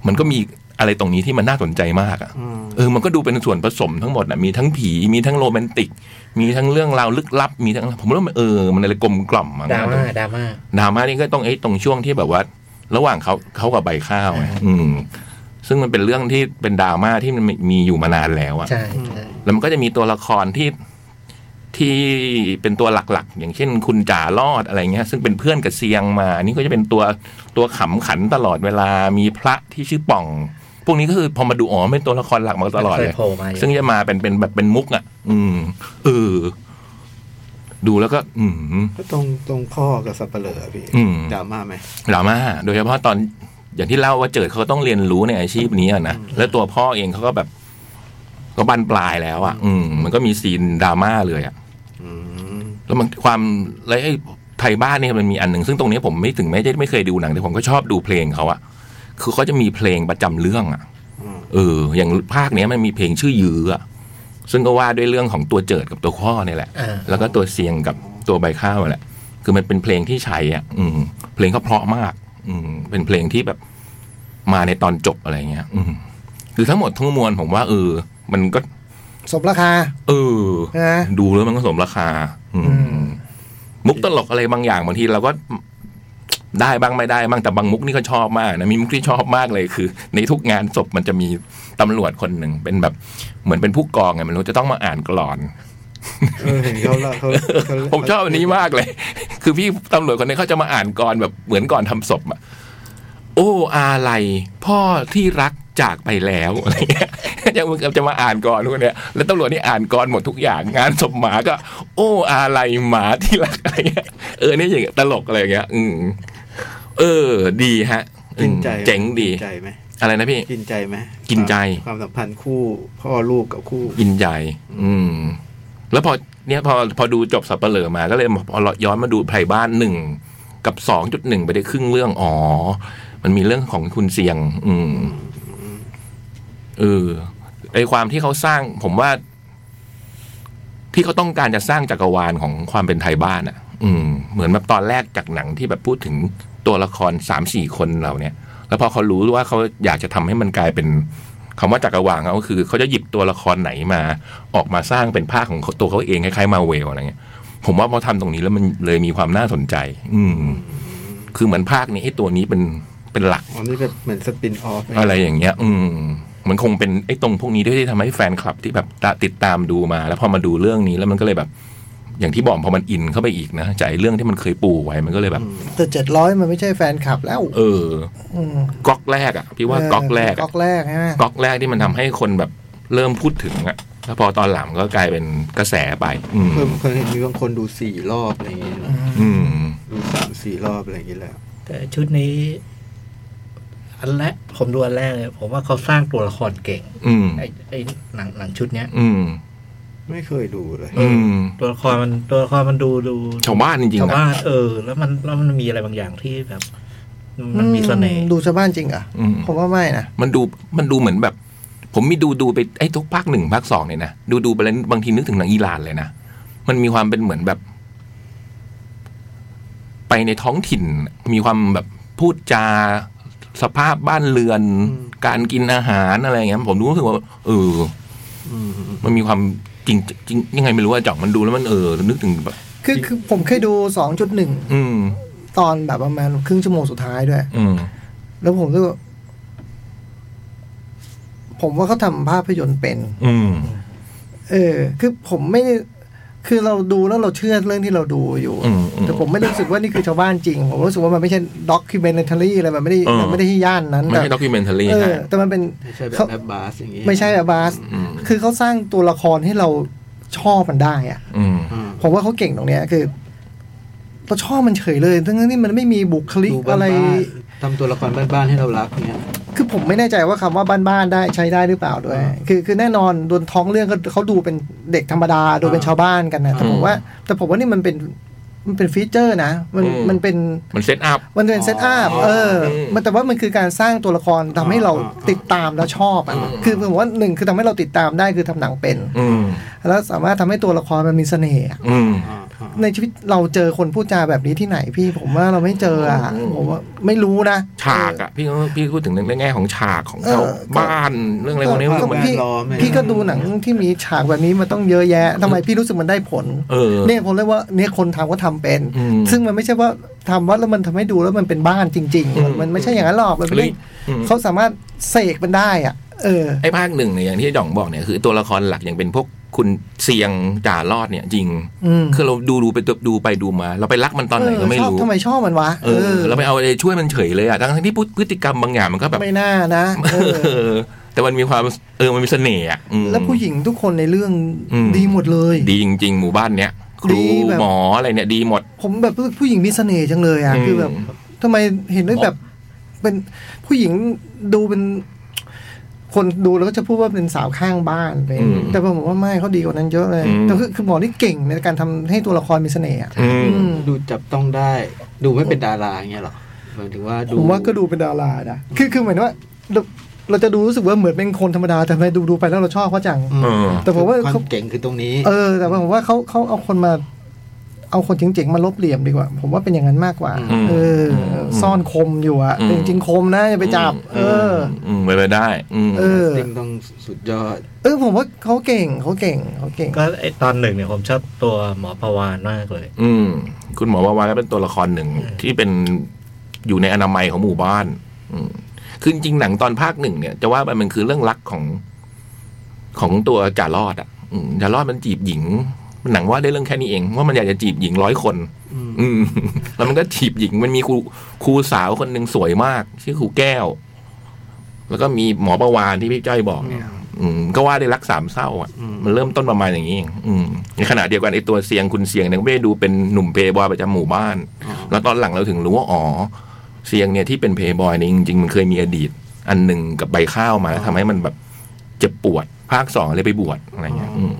[SPEAKER 3] มันก็มีอะไรตรงนี้ที่มันน่าสนใจมากอะ
[SPEAKER 5] อืม
[SPEAKER 3] เออ มันก็ดูเป็นส่วนผสมทั้งหมดนะมีทั้งผี มีทั้งโรแมนติก มีทั้งเรื่องราวลึกลับ มีทั้ง ผมว่ามันเออ มันอะไรกลมกล่อมอะ
[SPEAKER 4] ดราม่าดราม่า
[SPEAKER 3] ดราม่านี่ก็ต้องไอ้ตรงช่วงที่แบบว่า ระหว่างเขาเขากับใบข้าวอะอืม ซึ่งมันเป็นเรื่องที่เป็นดราม่าที่มันมีอยู่มานานแล้วอะ
[SPEAKER 4] ใช่ใช่
[SPEAKER 3] แล้วมันก็จะมีตัวละครที่ที่เป็นตัวหลักๆ อย่างเช่น คุณจ่ารอดอะไรเงี้ย ซึ่งเป็นเพื่อนกับเซียงมา นี่ก็จะเป็นตัวตัวขำขันตลอดเวลามีพระที่ชื่อป่อง พวกนี้ก็คือพอมาดูอ๋อเป็นตัวละครหลักมาตลอด
[SPEAKER 4] เค
[SPEAKER 3] เลย ย
[SPEAKER 4] โผล่มาอยู่
[SPEAKER 3] ซึ่งจะมาเป็นเป็นแบบเป็นมุกอ่ะ อืมเออ ดูแล้วก็ อืม
[SPEAKER 5] ก็ตรงตรงพ่อกับสับเปลือพี่
[SPEAKER 3] อืม
[SPEAKER 5] ดราม่าไหม
[SPEAKER 3] ดราม่าโดยเฉพาะตอนอย่างที่เล่าว่าเจิดเขาต้องเรียนรู้ในอาชีพนี้อะนะแล้วตัวพ่อเองเขาก็แบบ ก็บันปลายแล้วอ่ะ อืม มันก็มีซีนดราม่าเลยอ่ะ
[SPEAKER 5] อืม
[SPEAKER 3] แล้วมันความแล้วไอ้ไทยบ้านเนี่ยมันมีอันหนึ่งซึ่งตรงเนี้ยผมไม่ถึงไม่ได้ไม่เคยดูหนังแต่ผมก็ชอบดูเพลงเขาอะคือเขาจะมีเพลงประจำเรื่องอะ
[SPEAKER 5] อืม
[SPEAKER 3] เออ อย่างภาคเนี้ยมันมีเพลงชื่อยื้ออะซึ่งก็ว่าด้วยเรื่องของตัวเจิดกับตัวข้อเนี่ยแหละ
[SPEAKER 4] อ่า
[SPEAKER 3] แล้วก็ตัวเสียงกับตัวใบข้าวอะแหละ คือมันเป็นเพลงที่ใช้อ่ะ อืม เพลงก็เพราะมาก อืม เป็นเพลงที่แบบมาในตอนจบอะไรเงี้ย อืมคือทั้งหมดทั้งมวลผมว่าเออ มันก็
[SPEAKER 2] สมราคา
[SPEAKER 3] เออ
[SPEAKER 2] นะ
[SPEAKER 3] ดูแล้วมันก็สมราคา อืม
[SPEAKER 2] อืม
[SPEAKER 3] มุกตลกอะไรบางอย่างบางทีเราก็ ได้บ้างไม่ได้บ้างแต่บางมุกนี่ก็ชอบมากนะมีมุกที่ชอบมากเลยคือ ในทุกงานศพมันจะมีตำรวจคนหนึ่งเป็นแบบเหมือนเป็นผู้กองไงไมันรู้จะต้องมาอ่านกลอน
[SPEAKER 5] เออเห็นเขาเล่าเขาเขา
[SPEAKER 3] ผมชอบอันนี้มากเลย คือพี่ตำรวจคนนี้เขาจะมาอ่านกรแบบเหมือนก่อนทำศพอะโอ้อาไลยพ่อที่รักจากไปแล้ว อะไรเงี้ยจะมึงจะมาอ่านกรทุกเนี่ยแล้วตำรวจนี่อ่านกรหมดทุกอย่าง งานศพหมาก็ โอ้อาไลยหมาที่รักอะไร เงี้ยเออนี่อย่างตลกอะไรอย่างเงี้ย อืมเออ ดีฮะอืม
[SPEAKER 5] กินใจไหม
[SPEAKER 3] เจ๋งดี
[SPEAKER 5] กินใจไหม
[SPEAKER 3] อะไรนะพี่
[SPEAKER 5] กินใจไหม
[SPEAKER 3] กินใจ
[SPEAKER 5] ความสัมพันธ์คู่พ่อลูกกับคู่
[SPEAKER 3] ยินใจ อืม แล้วพอเนี่ยพอพอดูจบสับเปลือมา ก็เลยพอย้อนมาดูไพร่บ้านหนึ่งกับสองจุดหนึ่งไปได้ครึ่งเรื่อง อ๋อ มันมีเรื่องของคุณเสียง อืม เออ ไอความที่เขาสร้าง ผมว่า ที่เขาต้องการจะสร้างจักรวาลของความเป็นไทยบ้านอะ่ะ อืม เหมือนแบบตอนแรกจากหนังที่แบบพูดถึงตัวละครสามสี่คนเราเนี่ย แล้วพอเขารู้ว่าเขาอยากจะทำให้มันกลายเป็นคำว่าจักรวาลเขาก็คือเขาจะหยิบตัวละครไหนมา ออกมาสร้างเป็นภาคของเขาตัวเขาเองคล้ายๆมาเวลอะไรเงี้ย ผมว่าพอทำตรงนี้แล้วมันเลยมีความน่าสนใจ อืม คือเหมือนภาคนี้ไอ้ตัวนี้เป็นเป็นหลัก
[SPEAKER 5] อันนี้แบบเหมือนสปินออฟ
[SPEAKER 3] อะไรอย่างเงี้ย อืม มันคงเป็นไอ้ตรงพวกนี้ด้วยที่ทำให้แฟนคลับที่แบบตะติดตามดูมา แล้วพอมาดูเรื่องนี้แล้วมันก็เลยแบบ อย่างที่บอกพอมันอินเข้าไปอีกนะจากไอ้เรื่องที่มันเคยปูไว้มันก็เลยแบบ
[SPEAKER 2] แต่เจ็ดร้อยมันไม่ใช่แฟนคลับแล้ว
[SPEAKER 3] เออ
[SPEAKER 2] อืม
[SPEAKER 3] ก๊อกแรกอ่ะพี่ว่าก๊อกแรก
[SPEAKER 2] ก๊
[SPEAKER 3] อะ
[SPEAKER 2] อกแรกใช่ไหม
[SPEAKER 3] ก๊อกแรกที่มันทำให้คนแบบเริ่มพูดถึงอ่ะแล้วพอตอนหลังก็กลายเป็นกระแสไป อืม
[SPEAKER 5] เพิ่มเคยเห็นมีบางคนดูสี่รอบอะไรอย่างเงี้ย
[SPEAKER 3] อืม
[SPEAKER 5] ดูสามสี่รอบอะไรอย่างเงี้ยแล้ว
[SPEAKER 4] แต่ชุดนี้ อันแรกผมดูอันแรกเลย ผมว่าเขาสร้างตัวละครเก่ง
[SPEAKER 3] อืม
[SPEAKER 4] ไอ้ไอ้หนังหนังชุดเนี้ย
[SPEAKER 3] อืม
[SPEAKER 5] ไม่เคยดูเลย
[SPEAKER 3] อืม
[SPEAKER 4] ตัวละครมันตัวละครมันดูดู
[SPEAKER 3] ชาวบ้านจริง
[SPEAKER 4] ชาว
[SPEAKER 3] ๆนะ
[SPEAKER 4] บ้านเออ แล้วมันแล้วมันมีอะไรบางอย่างที่แบบ มันมีเสน่ห์
[SPEAKER 2] อืดูชาวบ้านจริงเหรอ่ะ
[SPEAKER 3] อืม
[SPEAKER 2] ผมว่าไม่นะ
[SPEAKER 3] มันดูมันดูเหมือนแบบ ผมมีดูดูไปไอ้ทุกภาคหนึ่งภาคสองเนี่ยนะดูดูไปแล้วบางทีนึกถึงหนังอิหร่านเลยนะมันมีความเป็นเหมือนแบบ ไปในท้องถิ่น มีความแบบพูดจาสภาพบ้านเรือน การกินอาหารอะไรอย่างเงี้ยผมรู้สึกว่าเออ
[SPEAKER 5] อืมอืม
[SPEAKER 3] มันมีความจริงจริงยังไงไม่รู้ว่าจ่องมันดูแล้วมันเออ นึกถึงแบบ
[SPEAKER 2] คือคือผมเคยดูสองจุดหนึ่ง
[SPEAKER 3] อืม
[SPEAKER 2] ตอนแบบประมาณครึ่งชั่วโมงสุดท้ายด้วย
[SPEAKER 3] อืม
[SPEAKER 2] แล้วผมรู้สึกว่าผมว่าเขาทำภาพยนตร์เป็น
[SPEAKER 3] อืม
[SPEAKER 2] เออ คือผมไม่ได้คือเราดูแล้วเราเชื่อเรื่องที่เราดูอยู่
[SPEAKER 3] อืมอืม
[SPEAKER 2] แต่ผมไม่ได้รู้สึกว่านี่คือชาวบ้านจริง ผมรู้สึกว่ามันไม่ใช่ด็อกิเมนทารีอะไรมันไม่ได้
[SPEAKER 3] เออ
[SPEAKER 2] มันไม่ได้ที่ย่านนั้น
[SPEAKER 3] ไม่
[SPEAKER 2] แต่
[SPEAKER 3] ใช่ด็อกิเมนทารี
[SPEAKER 2] เออ
[SPEAKER 3] ฮะ
[SPEAKER 2] แต่มันเป็น
[SPEAKER 5] ไม่ใช่แบ
[SPEAKER 2] เขา
[SPEAKER 5] บแบบบาสอย่างเงี้ย
[SPEAKER 2] ไม่ใช่อะบาส
[SPEAKER 3] อืม
[SPEAKER 2] คือเขาสร้างตัวละครให้เราชอบมันได้อะ
[SPEAKER 3] อืม
[SPEAKER 5] อ่า
[SPEAKER 2] ผมว่าเขาเก่งตรงเนี้ยคือเราชอบมันเฉยเลย ทั้งๆที่มันไม่มีบุคลิก
[SPEAKER 5] ดู
[SPEAKER 2] อะ
[SPEAKER 5] บ้าน
[SPEAKER 2] ไร
[SPEAKER 5] ๆทำตัวละครบ้านๆให้เรารักเนี่ย
[SPEAKER 2] คือผมไม่แน่ใจว่าคำว่าบ้านๆได้ใช้ได้หรือเปล่าด้วย คือคือแน่นอนโดนท้องเรื่องก็เขาดูเป็นเด็กธรรมดา โดยเป็นชาวบ้านกันนะแต่ผมว่า แต่ผมว่านี่มันเป็น มันเป็นฟีเจอร์นะ มัน
[SPEAKER 3] อืม
[SPEAKER 2] มันเป็น
[SPEAKER 3] มันเซตอัพ
[SPEAKER 2] มันเป็นเซตอัพ
[SPEAKER 5] อ๋อ
[SPEAKER 2] เอออ
[SPEAKER 3] ม
[SPEAKER 2] มันแต่ว่ามันคือการสร้างตัวละครทำให้เรา
[SPEAKER 5] อ่าอ่า
[SPEAKER 2] ติดตามแล้วชอบอ่ะ
[SPEAKER 3] อืม
[SPEAKER 2] คือผมว่าหนึ่งคือทำให้เราติดตามได้คือทำหนังเป็น
[SPEAKER 3] อืม
[SPEAKER 2] แล้วสามารถทำให้ตัวละครมันมีเสน่ห์อะ
[SPEAKER 3] อืม
[SPEAKER 5] อ่าอ่า
[SPEAKER 2] ในชีวิตเราเจอคนพูดจาแบบนี้ที่ไหนพี่ ผมว่าเราไม่เจออ่ะ
[SPEAKER 3] อืม
[SPEAKER 2] ผมว่าไม่รู้นะ
[SPEAKER 3] ฉากอะพี่ก็พี่พูดถึงเรื่องแง่ของฉากของ
[SPEAKER 2] เออ
[SPEAKER 3] เจ้า
[SPEAKER 2] ก็
[SPEAKER 3] บ้านเรื่องอะไรพวกนี้
[SPEAKER 2] เออ
[SPEAKER 3] ว่า
[SPEAKER 2] ก็
[SPEAKER 3] มัน
[SPEAKER 2] พี่
[SPEAKER 5] แวดล้อมเนี่ย
[SPEAKER 2] พี่ก็ดูหนังที่มีฉากแบบนี้มันต้องเยอะแยะทำไมพี่รู้สึกมันได้ผล
[SPEAKER 3] เออ
[SPEAKER 2] เนี่ยผมเรียกว่าเนี่ยคนทำก็ทำเป็น
[SPEAKER 3] อืม
[SPEAKER 2] ซึ่งมันไม่ใช่ว่าทำวัดแล้วมันทำให้ดูแล้วมันเป็นบ้านจริง
[SPEAKER 3] อืม
[SPEAKER 2] ๆ มันไม่ใช่อย่างนั้นหรอกมันเป็น
[SPEAKER 3] ลิอืม
[SPEAKER 2] เขาสามารถเสกมันได้อ่ะ เออ
[SPEAKER 3] ไอ้ภาคหนึ่งเนี่ยอย่างที่จ่องบอกเนี่ยคือตัวละครหลักอย่างเป็นพวกคุณเสียงจ่ารอดเนี่ยจริง
[SPEAKER 2] อืม
[SPEAKER 3] คือเราดูดูไปดูไปดูมา เราไปรักมันตอนไหนก็ไม่
[SPEAKER 2] เชอบ
[SPEAKER 3] รู้
[SPEAKER 2] ทำไมชอบมันวะ
[SPEAKER 3] เออเราไปเอาอะไรช่วยมันเฉยเลยอะทั้งๆที่พฤติกรรมบางอย่างมันก็แบบ
[SPEAKER 2] ไม่น่านะเออ
[SPEAKER 3] เออ แต่มันมีความเออมันมีเสน่ห์อะอืม
[SPEAKER 2] แล้วผู้หญิงทุกคนในเรื่อง
[SPEAKER 3] อืม
[SPEAKER 2] ดีหมดเลย
[SPEAKER 3] ดีจริง ๆ หมู่บ้านเนี้ยครู
[SPEAKER 2] ดีแบบ
[SPEAKER 3] หมออะไรเนี่ยดีหมด
[SPEAKER 2] ผมแบบรู้สึกผู้หญิงมีเสน่ห์จังเลยอ่ะ
[SPEAKER 3] อืม
[SPEAKER 2] คือแบบทำไมเห็นด้วยแบบ เป็นผู้หญิงดูเป็น คนดูแล้วก็จะพูดว่าเป็นสาวข้างบ้านอะไรอย่างเงี้ย
[SPEAKER 3] อืม
[SPEAKER 2] แต่ผมว่าไม่เขาดีกว่านั้นเยอะเลย
[SPEAKER 3] อืม
[SPEAKER 2] แต่คือคือหมอที่เก่งในการทำให้ตัวละครมีเสน่ห์อะ
[SPEAKER 3] อืม
[SPEAKER 2] อืม
[SPEAKER 5] ดูจับต้องได้ ดูไม่เป็นดาราอย่างเงี้ยหรอหมายถึงว่าดู
[SPEAKER 2] ผมว่าก็ดูเป็นดารานะคือคือเหมือนว่าเราเราจะดูรู้สึกว่าเหมือนเป็นคนธรรมดาแต่ทำไมดูดูไปแล้วเราชอบเขาจัง
[SPEAKER 5] อืม
[SPEAKER 3] เออ
[SPEAKER 2] แต่ผมว่า
[SPEAKER 5] ควา
[SPEAKER 2] เขา
[SPEAKER 5] มเก่งคือตรงนี้
[SPEAKER 2] เออ แต่ว่าผมว่าเขาเขาเอาคนมา เอาคนเจ๋งๆมาลบเหลี่ยมดีกว่า ผมว่าเป็นอย่างนั้นมากกว่า
[SPEAKER 5] อืม
[SPEAKER 2] เอออ
[SPEAKER 3] ม
[SPEAKER 2] ซ่อนคมอยู่อะ
[SPEAKER 3] อืม
[SPEAKER 2] แต่จริงๆคมนะอย่าไปจับ เออ
[SPEAKER 3] อืมไปไปได้ อืม
[SPEAKER 2] เออ
[SPEAKER 5] ติ้งต้องสุดยอด
[SPEAKER 2] เออ ผมว่าเขาเก่งเขาเก่งเขาเก่ง
[SPEAKER 4] ก็ไอตอนหนึ่งเนี่ยผมชอบตัวหมอประวานมากเลย
[SPEAKER 3] อืมคุณหมอวาวาก็เป็นตัวละครหนึ่งที่เป็นอยู่ในอนามัยของหมู่บ้าน อืมคือจริงๆหนังตอนภาคหนึ่งเนี่ยจะว่าไปมันคือเรื่องรักของของตัวจ่ารอดอ่ะอืมจ่ารอดมันจีบหญิงหนังว่าได้เรื่องแค่นี้เองว่ามันอยากจะจีบหญิงร้อยคน
[SPEAKER 5] อืม
[SPEAKER 3] อืม แล้วมันก็จีบหญิงมันมีครูครูสาวคนหนึ่งสวยมาก ชื่อครูแก้ว แล้วก็มีหมอประวานที่พี่จ้อยบอกเนี่ย อืมก็ว่าได้รักสามเศร้าอ่ะ
[SPEAKER 5] อืม
[SPEAKER 3] มันเริ่มต้นประมาณอย่างนี้เองอืมในขณะเดียวกันไอ้ตัวเสียงคุณเสียงเนี่ยก็ไม่ได้ดูเป็นหนุ่มเพย์บอยประจำหมู่บ้าน
[SPEAKER 5] อ๋อ
[SPEAKER 3] แล้วตอนหลังเราถึงรู้ว่าอ๋อเสียงเนี่ยที่เป็นเพย์บอยเนี่ยจริงๆมันเคยมีอดีต อันหนึ่งกับใบข้าวมาแล้วทำให้มันแบบเจ็บปวด ภาคสองเลยไปบวชอะไรเงี้ยอืม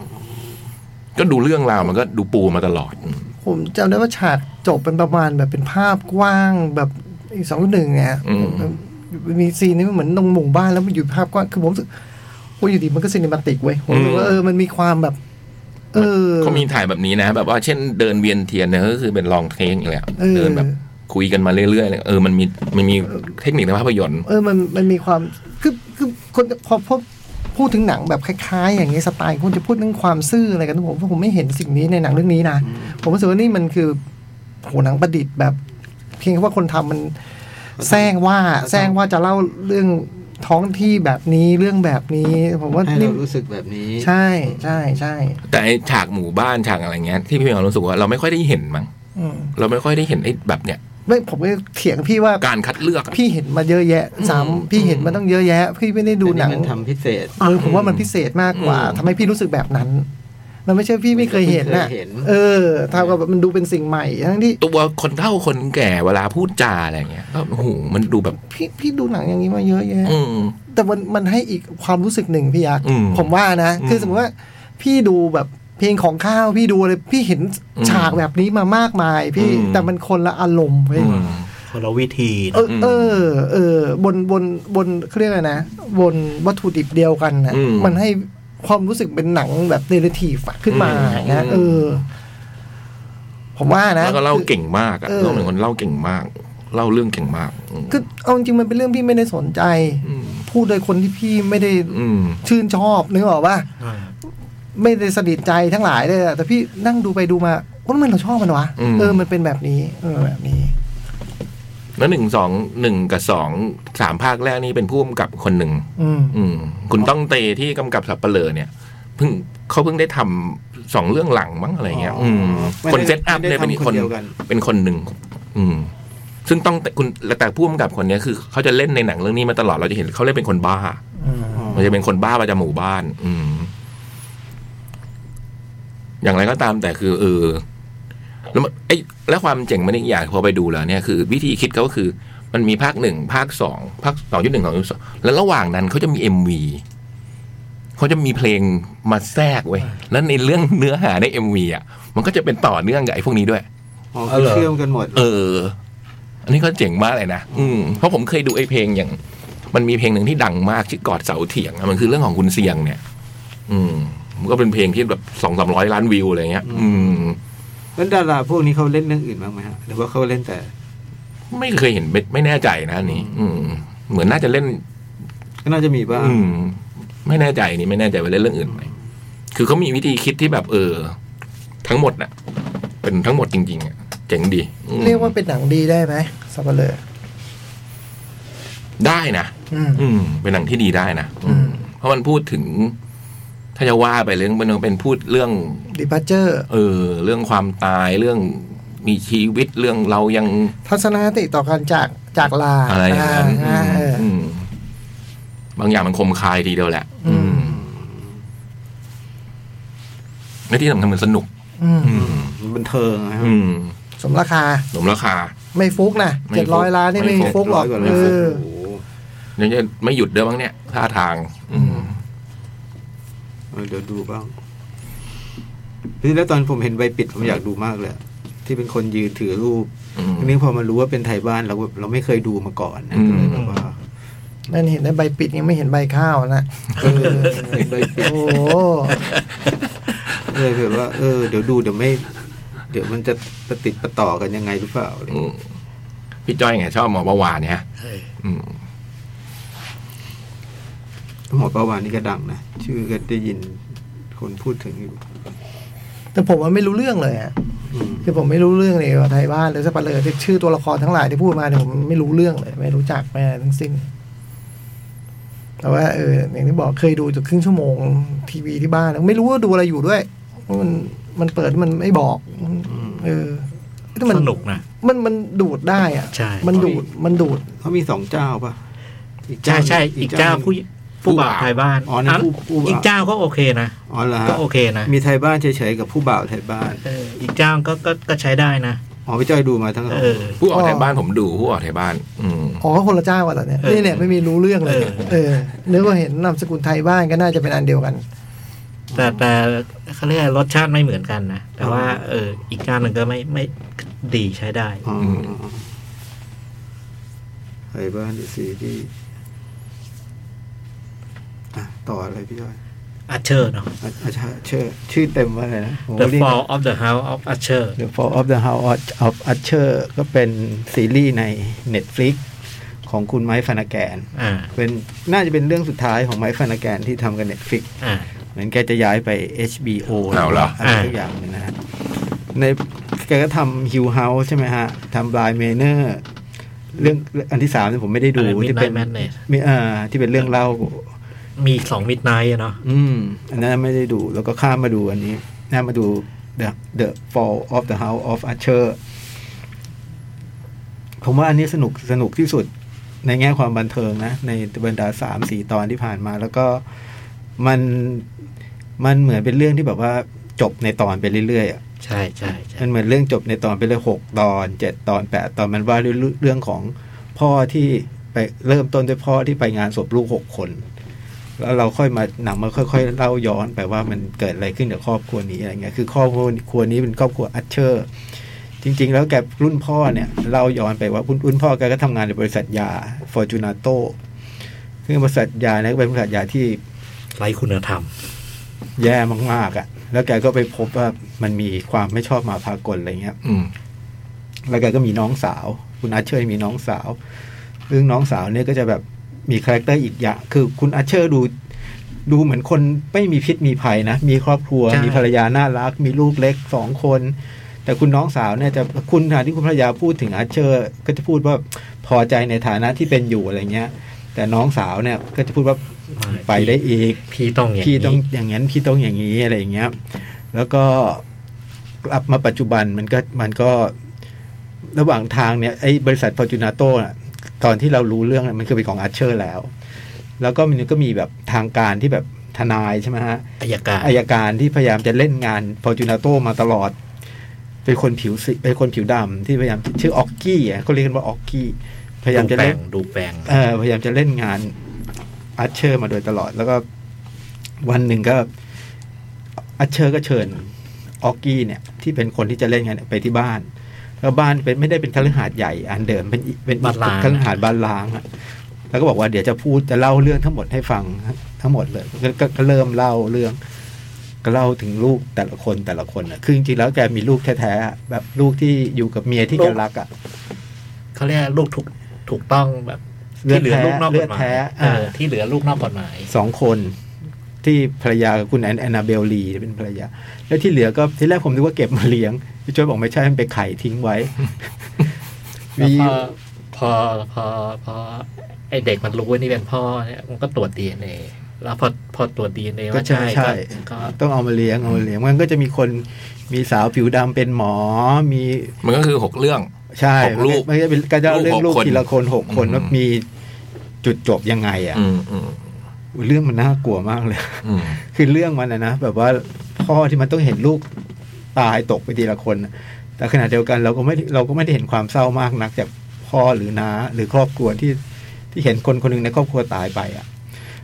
[SPEAKER 3] ก็ดูเรื่องราวมันก็ดูปูมาตลอดอืม
[SPEAKER 2] ผมจำได้ว่าฉากจบเป็นประมาณแบบเป็นภาพกว้างแบบอีสองหนึ่งเนี่ย
[SPEAKER 3] อืม
[SPEAKER 2] มีซีนนี้เหมือนตรงหมู่บ้านแล้วมันอยู่ภาพกว้างคือผมรู้สึกโอ้ยอยู่ดีมันก็ซีนิมาติกเว้ยผมรู้สึกว่าเออมันมีความแบบ เออ
[SPEAKER 3] เขามีถ่ายแบบนี้นะ แบบว่าเช่นเดินเวียนเทียนเนี่ยก็คือเป็นลองเทคอีกแล้ว
[SPEAKER 2] เออ
[SPEAKER 3] เดินแบบคุยกันมาเรื่อยๆเลยเออมันมีมันมีเทคนิคในภาพยนตร์
[SPEAKER 2] เออ มัน มันมีความ คือ คือคนพอพบพูดถึงหนังแบบคล้ายๆ อย่างนี้ยสไตล์คุณจะพูดเรื่องความซื่ออะไรกันผมผมไม่เห็นสิ่งนี้ในหนังเรื่องนี้นะ ผมรู้สึกว่านี่มันคือโหหนังประดิษฐ์แบบ เพียงแค่ว่าคนทำมันแซงว่าแซงว่าจะเล่าเรื่องท้องที่แบบนี้เรื่องแบบนี้ ผมว่า
[SPEAKER 5] ให้
[SPEAKER 2] นี่
[SPEAKER 5] เรารู้สึกแบบนี้
[SPEAKER 2] ใช่ใช่ใช่
[SPEAKER 3] แต่ไอ้ฉากหมู่บ้านฉากอะไรเงี้ยที่พี่เหมียวรู้สึกว่าเราไม่ค่อยได้เห็นมั้ง
[SPEAKER 2] อืม
[SPEAKER 3] เราไม่ค่อยได้เห็นไอ้แบบเนี้ย
[SPEAKER 2] ไม่ผมก็เถียงพี่ว่า
[SPEAKER 3] การคัดเลือกอะ
[SPEAKER 2] พี่เห็นมาเยอะแยะสามพี่เห็นมาต้องเยอะแยะ พี่ไม่ได้ดูหนัง
[SPEAKER 5] แต่มันทำพิเศษ
[SPEAKER 2] เออผมว่ามันพิเศษมากกว่า
[SPEAKER 3] อืม
[SPEAKER 2] ทำให้พี่รู้สึกแบบนั้น มันไม่ใช่พี่ไม่เคยเห็นน่ะ
[SPEAKER 5] ไม่เคยเห็น
[SPEAKER 2] เออเท่ากับมันดูเป็นสิ่งใหม่ทั้งที่
[SPEAKER 3] ตัวคนเฒ่าคนแก่เวลาพูดจาอะไรเงี้ยก็โอ้โหมันดูแบบ
[SPEAKER 2] พี่พี่ดูหนังอย่างนี้มาเยอะแยะ
[SPEAKER 3] อืม
[SPEAKER 2] แต่มันมันให้อีกความรู้สึกหนึ่งพี่ยักษ์
[SPEAKER 3] อืม
[SPEAKER 2] ผมว่านะ
[SPEAKER 3] อืม
[SPEAKER 2] คือสมมติว่า พี่ดูแบบเพลงของข้าวพี่ดูอะไรพี่เห็น
[SPEAKER 3] อืม
[SPEAKER 2] ฉากแบบนี้มามากมาย พี่
[SPEAKER 3] อืม
[SPEAKER 2] แต่มันคนละอารมณ์เว้ย
[SPEAKER 3] อืม
[SPEAKER 4] คนละวิธี
[SPEAKER 2] เออเออเออบนบนบนเขาเรียกอะไรนะ บนวัตถุดิบเดียวกันนะ
[SPEAKER 3] อืม
[SPEAKER 2] มันให้ความรู้สึกเป็นหนังแบบเดลิทีฟขึ้นมา
[SPEAKER 3] อืม
[SPEAKER 2] อย่างเงี้ยเออ ผมว่านะ
[SPEAKER 3] แล้วก็เล่าเก่งมากอะ
[SPEAKER 2] เออ
[SPEAKER 3] เล่าเป็นคนเล่าเก่งมาก เล่าเรื่องเก่งมากอืม
[SPEAKER 2] คือเอาจริงๆมันเป็นเรื่องพี่ไม่ได้สนใจ
[SPEAKER 3] อืม
[SPEAKER 2] พูดโดยคนที่พี่ไม่ได้
[SPEAKER 3] อืม
[SPEAKER 2] ชื่นชอบนึกออกป่ะ
[SPEAKER 4] อ่า
[SPEAKER 2] ไม่ได้สนิทใจทั้งหลายเลยอะแต่พี่นั่งดูไปดูมาว่ามันเราชอบมันวะ
[SPEAKER 3] อืม
[SPEAKER 2] เออมันเป็นแบบนี้ เออแบบนี้
[SPEAKER 3] แล้วหนึ่งสองหนึ่งกับสองสามภาคแรกนี่เป็นผู้กำกับคนหนึ่ง
[SPEAKER 2] อืม
[SPEAKER 3] อืมคุณต้องเตที่กำกับสับเปลอเนี่ยเพิ่งเขาเพิ่งได้ทำสองเรื่องหลังมั้งอะไรเงี้ย อืม
[SPEAKER 5] ไม่ได้
[SPEAKER 3] คนเซตอัพเนี่ย
[SPEAKER 5] ไม่
[SPEAKER 3] เป็น
[SPEAKER 5] ได้
[SPEAKER 3] อีกค
[SPEAKER 5] ทำคน นเดียวกัน
[SPEAKER 3] เป็นคนหนึ่งอืม ซึ่งต้องแต่คุณแต่ผู้กำกับคนเนี้ยคือเขาจะเล่นในหนังเรื่องนี้มาตลอดเราจะเห็นเขาเล่นเป็นคนบ้า
[SPEAKER 5] อ๋อ
[SPEAKER 3] มันจะเป็นคนบ้าประจำหมู่บ้าน อืม อย่างไรก็ตามแต่คือ เออ แล้วมันไอ้แล้วความเจ๋งมันอีกอย่างพอไปดูแล้วเนี่ยคือ วิธีคิดเขาก็คือ มันมีภาคหนึ่งภาคสองภาคสองจุดหนึ่งสองจุดสองแล้วระหว่างนั้นเขาจะมีเอ็มวีเขาจะมีเพลงมาแทรกไว้ยแล้วในเรื่องเนื้อหาในเอ็มวีอ่ะ มันก็จะเป็นต่อเนื่องกับไอ้พวกนี้ด้วย
[SPEAKER 5] อ๋อ
[SPEAKER 6] อ๋อเหรอ
[SPEAKER 5] เชื่อมกันหมด
[SPEAKER 3] เออ อันนี้ก็เจ๋งมากเลยนะอืมเพราะผมเคยดูไอ้เพลงอย่าง มันมีเพลงหนึ่งที่ดังมากชื่อกอดเสาเถียงอะมันคือเรื่องของคุณเสียงเนี่ย อืมมันก็เป็นเพลงที่แบบสองสามร้อยล้านวิวอะไรเงี้ย อืม
[SPEAKER 5] แล้วดาราพวกนี้เขาเล่นเรื่องอื่นบ้างไหมฮะหรือว่าเขาเล่นแต่
[SPEAKER 3] ไม่เคยเห็นไม่ไม่แน่ใจนะอันนี้ อืม เหมือนน่าจะเล่น
[SPEAKER 5] ก็น่าจะมีบ้าง
[SPEAKER 3] อืม ไม่แน่ใจนี่ไม่แน่ใจว่าเล่นเรื่องอื่นไหมคือเขามีวิธีคิดที่แบบเออ ทั้งหมดน่ะ เป็นทั้งหมดจริงๆอะเจ๋งดีอืม
[SPEAKER 2] เรียกว่าเป็นหนังดีได้ไหมสับปะเลอ
[SPEAKER 3] ได้นะ
[SPEAKER 2] อืม
[SPEAKER 3] อืม เป็นหนังที่ดีได้นะอืม
[SPEAKER 2] อืม
[SPEAKER 3] เพราะมันพูดถึง ถ้าจะว่าไปเรื่องมันเป็นพูดเรื่อง
[SPEAKER 2] ดิพัเจอร์
[SPEAKER 3] เออ เรื่องความตายเรื่องมีชีวิตเรื่องเรายัง
[SPEAKER 2] ทัศนคติต่อการจากจากลา
[SPEAKER 3] อะไรอย่างนั้น
[SPEAKER 2] อ่าเอออ
[SPEAKER 3] อืมบางอย่างมันคมคายทีเดียวแหละ อื
[SPEAKER 2] อื
[SPEAKER 3] ม
[SPEAKER 2] ม
[SPEAKER 3] และที่สำคัญมันสนุก
[SPEAKER 2] อืม
[SPEAKER 3] อืม
[SPEAKER 5] บันเทิงนะฮะ
[SPEAKER 3] อืม
[SPEAKER 2] สมราคา
[SPEAKER 3] สมราคา
[SPEAKER 2] ไม่ฟุกนะ
[SPEAKER 3] ไม่ฟุ
[SPEAKER 2] เจ็ด
[SPEAKER 3] ก
[SPEAKER 2] ร้อยล้านนี่
[SPEAKER 3] ไม่ฟุ
[SPEAKER 2] ไม่
[SPEAKER 3] ก
[SPEAKER 2] ฟุกหรอก
[SPEAKER 5] เจ็ดร้อยก
[SPEAKER 2] เอ
[SPEAKER 5] ว่าล้าน
[SPEAKER 2] อ
[SPEAKER 5] โอ้โห
[SPEAKER 3] เนี่ยจะไม่หยุดด้วยบ้างเนี่ยท่าทาง อืม
[SPEAKER 5] เออเดี๋ยวดูบ้างพี่แล้วตอนผมเห็นใบปิดผมอยากดูมากเลยอะที่เป็นคนยืนถือรูป
[SPEAKER 3] อืม
[SPEAKER 5] ทีนี้พอมารู้ว่าเป็นไทยบ้านเราเราไม่เคยดูมาก่อนนะ
[SPEAKER 3] อืม
[SPEAKER 5] ก็เลยแบบว่า
[SPEAKER 2] นั่นเห็นในใบปิดยังไม่เห็นใบข้าวนะ
[SPEAKER 5] เออเห็นใบปิด
[SPEAKER 2] โอ้โห
[SPEAKER 5] ก็เลยแบบว่า เออเดี๋ยวดูเดี๋ยวไม่ เดี๋ยวมันจะประติดประต่อกันยังไงหรือเปล่าอะไร
[SPEAKER 3] อืมพี่จ้อยไงชอบหมอประวานเนี่ยฮะ
[SPEAKER 4] เออ
[SPEAKER 3] อืม
[SPEAKER 5] หมอประวานนี่ก็ดังนะชื่อก็ได้ยินคนพูดถึงอยู่
[SPEAKER 2] แต่ผมว่าไม่รู้เรื่องเลยอะ
[SPEAKER 5] อืม
[SPEAKER 2] คือผมไม่รู้เรื่องเลยว่าไทยบ้านหรือสับปะเลอที่ชื่อตัวละครทั้งหลายที่พูดมาเนี่ยผมไม่รู้เรื่องเลย ไม่รู้จักไม่อะไรทั้งสิ้น แต่ว่าเอออย่างที่บอกเคยดูจนครึ่งชั่วโมง ทีวีที่บ้านไม่รู้ว่าดูอะไรอยู่ด้วย มันมันเปิดมันไม่บอก เออแต่มั
[SPEAKER 4] สนุกนะ
[SPEAKER 2] มันมันดูดได้อะ
[SPEAKER 4] ใช่
[SPEAKER 2] มันดูด มันดูด
[SPEAKER 5] เขามีสองเจ้าปะอีก
[SPEAKER 4] ใช่
[SPEAKER 5] เจ้า
[SPEAKER 4] ใช่
[SPEAKER 5] อี
[SPEAKER 4] อี
[SPEAKER 5] ก
[SPEAKER 4] ก
[SPEAKER 5] เจ้า
[SPEAKER 4] เจ้า
[SPEAKER 5] หนึ่ง
[SPEAKER 4] ผู้ผู้บ่าวไทยบ้าน
[SPEAKER 5] อ๋อนั่นผู้ผู้บ่าว
[SPEAKER 4] อีกเจ้าก็โอเคนะ
[SPEAKER 5] อ๋อเหรอฮะ
[SPEAKER 4] ก็โอเคนะ
[SPEAKER 5] มีไทยบ้านเฉยๆกับผู้บ่าวไทยบ้าน
[SPEAKER 4] เอออีกเจ้าก็ก็ก็ใช้ได้นะ
[SPEAKER 5] อ๋อพี่จ้อยดูมาทั้งสอง
[SPEAKER 4] เออ
[SPEAKER 3] ผู้ออกแถวบ้านผมดูผู้ออกแถวบ้าน อืม
[SPEAKER 2] อ๋อคนละเจ้ากันเหรอเนี่ย
[SPEAKER 4] เออ
[SPEAKER 2] นี่เนี่ยไม่มีรู้เรื่องเลย
[SPEAKER 4] เออ
[SPEAKER 2] เออนึกว่าเห็นนามสกุลไทยบ้านก็น่าจะเป็นอันเดียวกัน
[SPEAKER 4] แต่แต่เขาเรียกอะไรรสชาติไม่เหมือนกันนะ แต่ว่าเอออีกเจ้าหนึ่งก็ไม่ไม่ดีใช้ได้
[SPEAKER 5] อ๋อ
[SPEAKER 3] ม
[SPEAKER 5] ไทยบ้านดีซีดีส์อ่ะต่ออะไรพี่จ้อย
[SPEAKER 4] อัชเชอร์เนาะ
[SPEAKER 5] อาอาชาเชื่อชื่อเต็มว่าอะไรนะผม
[SPEAKER 4] The
[SPEAKER 5] เรียก
[SPEAKER 4] Fall of the House of Usher
[SPEAKER 5] The Fall of the House of Usher ก็เป็นซีรีส์ใน Netflix ของคุณไมค์ฟานาแกน
[SPEAKER 4] อ่า
[SPEAKER 5] เป็นน่าจะเป็นเรื่องสุดท้ายของไมค์ฟานาแกนที่ทำกับ Netflix
[SPEAKER 4] อ่า
[SPEAKER 5] เหมือนแกจะย้ายไป HBO
[SPEAKER 3] เอาเหรอ
[SPEAKER 5] อะไรสักอย่างหนึงนะฮะ ในแกก็ทำฮิวเฮาส์ใช่ไหมฮะทำบลายเมเนอร์ เรื่องอันที่สามเนี่ยผมไม่ได้ดู
[SPEAKER 4] อะไร Midnight
[SPEAKER 5] ที่เป็น
[SPEAKER 4] Madness
[SPEAKER 5] มีอ่าที่เป็นเรื่องเล่า
[SPEAKER 4] มีอีกสองมิดไนท์เนาะ
[SPEAKER 5] อืม อันนั้นไม่ได้ดูแล้วก็ข้ามมาดูอันนี้น่ามาดู The The Fall of the House of Usher ผมว่าอันนี้สนุกสนุกที่สุดในแง่ความบันเทิงนะ ในบรรดาสามสี่ตอนที่ผ่านมา แล้วก็มันมันเหมือนเป็นเรื่องที่แบบว่าจบในตอนไปเรื่อยๆอะ
[SPEAKER 4] ใช่ใช่ใช่
[SPEAKER 5] มันเหมือนเรื่องจบในตอนไปเลยหกตอนเจ็ดตอนแปดตอนมันว่าด้วยเรื่องของพ่อที่ไปเริ่มต้นด้วยพ่อที่ไปงานศพลูกหกคน แล้วเราค่อยมาหนังมาค่อย ๆ เล่าย้อนไปว่ามันเกิดอะไรขึ้นกับครอบครัวนี้อะไรเงี้ยคือครอบครัวครัวนี้เป็นครอบครัวอัชเชอร์ จริง ๆ แล้วแกรุ่นพ่อเนี่ยเล่าย้อนไปว่ารุ่นพ่อแกก็ทำงานในบริษัทยาฟอร์จูนาโตซึ่งบริษัทยาเนี่ยก็เป็นบริษัทยาที่
[SPEAKER 4] ไรคุณธรรม
[SPEAKER 5] แย่มากๆอะ่ะ แล้วแกก็ไปพบว่ามันมีความไม่ชอบมาพากลอะไรเงี้ย
[SPEAKER 3] อืม
[SPEAKER 5] แล้วแกก็มีน้องสาว คุณอาเชอร์มีน้องสาว ซึ่งน้องสาวเนี่ยก็จะแบบมีคาแรคเตอร์อีกอย่าง คือคุณอาเชอร์ดูดูเหมือนคนไม่มีพิษมีภัยนะ มีครอบครัว
[SPEAKER 4] ใช่
[SPEAKER 5] มีภรรยาน่ารัก มีลูกเล็กสองคน แต่คุณน้องสาวเนี่ยจะคุณฐานที่คุณภรรยาพูดถึงอาเชอร์ ก็จะพูดว่าพอใจในฐานะที่เป็นอยู่อะไรเงี้ย แต่น้องสาวเนี่ยก็จะพูดว่า
[SPEAKER 4] ม่
[SPEAKER 5] ไปได้อีก
[SPEAKER 4] พี่ต้องอย่าง
[SPEAKER 5] พี่
[SPEAKER 4] นี้
[SPEAKER 5] ต้องอย่างนั้นพี่ต้องอย่างนี้อะไรอย่างเงี้ย แล้วก็กลับมาปัจจุบันมันก็มันก็ระหว่างทางเนี่ยไอ้บริษัทฟอร์จูนาโต้ตอนที่เรารู้เรื่องน่ะมันคือเป็นของอาร์เชอร์แล้ว แล้วก็มันก็มีแบบทางการที่แบบทนายใช่ไหมฮะ
[SPEAKER 4] อายการ
[SPEAKER 5] อายการที่พยายามจะเล่นงานฟอร์จูนาโตมาตลอด เป็นคนผิวสีเป็นคนผิวดำที่พยายามชื่อออกกี้อ่ะเขาเรียกกันว่าออกกี้พยายามจะเล่น
[SPEAKER 4] ดูแปลงดูแปลง
[SPEAKER 5] เอ่อพยายามจะเล่นงานอัชเชอร์มาโดยตลอด แล้วก็วันหนึ่งก็อัชเชอร์ก็เชิญออกกี้เนี่ย ที่เป็นคนที่จะเล่นงานเนี่ยไปที่บ้าน แล้วบ้านเป็นไม่ได้เป็นคฤหาสน์ใหญ่อันเดิมเป็นอีกเป็น
[SPEAKER 4] บ้านร้าง
[SPEAKER 5] คฤหาสน์บ้านล้างอะแล้วก็บอกว่าเดี๋ยวจะพูดจะเล่าเรื่องทั้งหมดให้ฟังทั้งหมดเลยกก็ก็เริ่มเล่าเรื่อง ก็เล่าถึงลูกแต่ละคนแต่ละคนอะคือจริงๆแล้วแกมีลูกแท้ๆอะแบบลูกที่อยู่กับเมียที่แกรักอ่ะ
[SPEAKER 4] เขาเรียกลูกถูกถูกต้องแบบ
[SPEAKER 5] เลือ
[SPEAKER 4] ที่
[SPEAKER 5] ด
[SPEAKER 4] เหลือ
[SPEAKER 5] แท้
[SPEAKER 4] ลูกนอกกฎห
[SPEAKER 5] เลือด
[SPEAKER 4] มา
[SPEAKER 5] แท้
[SPEAKER 4] ย
[SPEAKER 5] อ่า
[SPEAKER 4] เออที่เหลือลูกนอกกฎหมาย
[SPEAKER 5] สองคนที่ภรรยากับคุณแอนแอนนาเบลลีเป็นภรรยา แล้วที่เหลือก็ที่แรกผมนึกว่าเก็บมาเลี้ยงพี่โจ้ยบอกไม่ใช่มันไปไข่ทิ้งไว้
[SPEAKER 4] แล้วพอพอพอพอไอเด็กมันรู้ว่านี่เป็นพ่อเนี่ยมันก็ตรวจดีเอ็นเอแล้วพอพอตรวจดีเอ็นเอ
[SPEAKER 5] ก็
[SPEAKER 4] ว่า
[SPEAKER 5] ใช่
[SPEAKER 4] ใช่
[SPEAKER 5] ใช่
[SPEAKER 4] ก็ก็
[SPEAKER 5] ต้องเอามาเลี้ยงเอามาเลี้ยงมันก็จะมีคนมีสาวผิวดำเป็นหมอมี
[SPEAKER 3] มันก็คือหกเรื่อง
[SPEAKER 5] ใช่
[SPEAKER 3] หกลูก
[SPEAKER 5] มันจะเป็นก็จะเล่าเรื่อง
[SPEAKER 3] ลู
[SPEAKER 5] ลู
[SPEAKER 3] กห
[SPEAKER 5] ก
[SPEAKER 3] กคน
[SPEAKER 5] ทีละคนหกคน
[SPEAKER 3] อืม
[SPEAKER 5] ว่ามีจุดจบยังไงอ่ะ
[SPEAKER 3] อืมอืม
[SPEAKER 5] เรื่องมันน่ากลัวมากเลย
[SPEAKER 3] อืม
[SPEAKER 5] คือเรื่องมันนะนะแบบว่าพ่อที่มันต้องเห็นลูกตายตกไปทีละคนน่ะแต่ขณะเดียวกันเราก็ไม่เราก็ไม่ได้เห็นความเศร้ามากนักจากพ่อหรือน้าหรือครอบครัวที่ที่เห็นคนคนหนึ่งในครอบครัวตายไปอ่ะ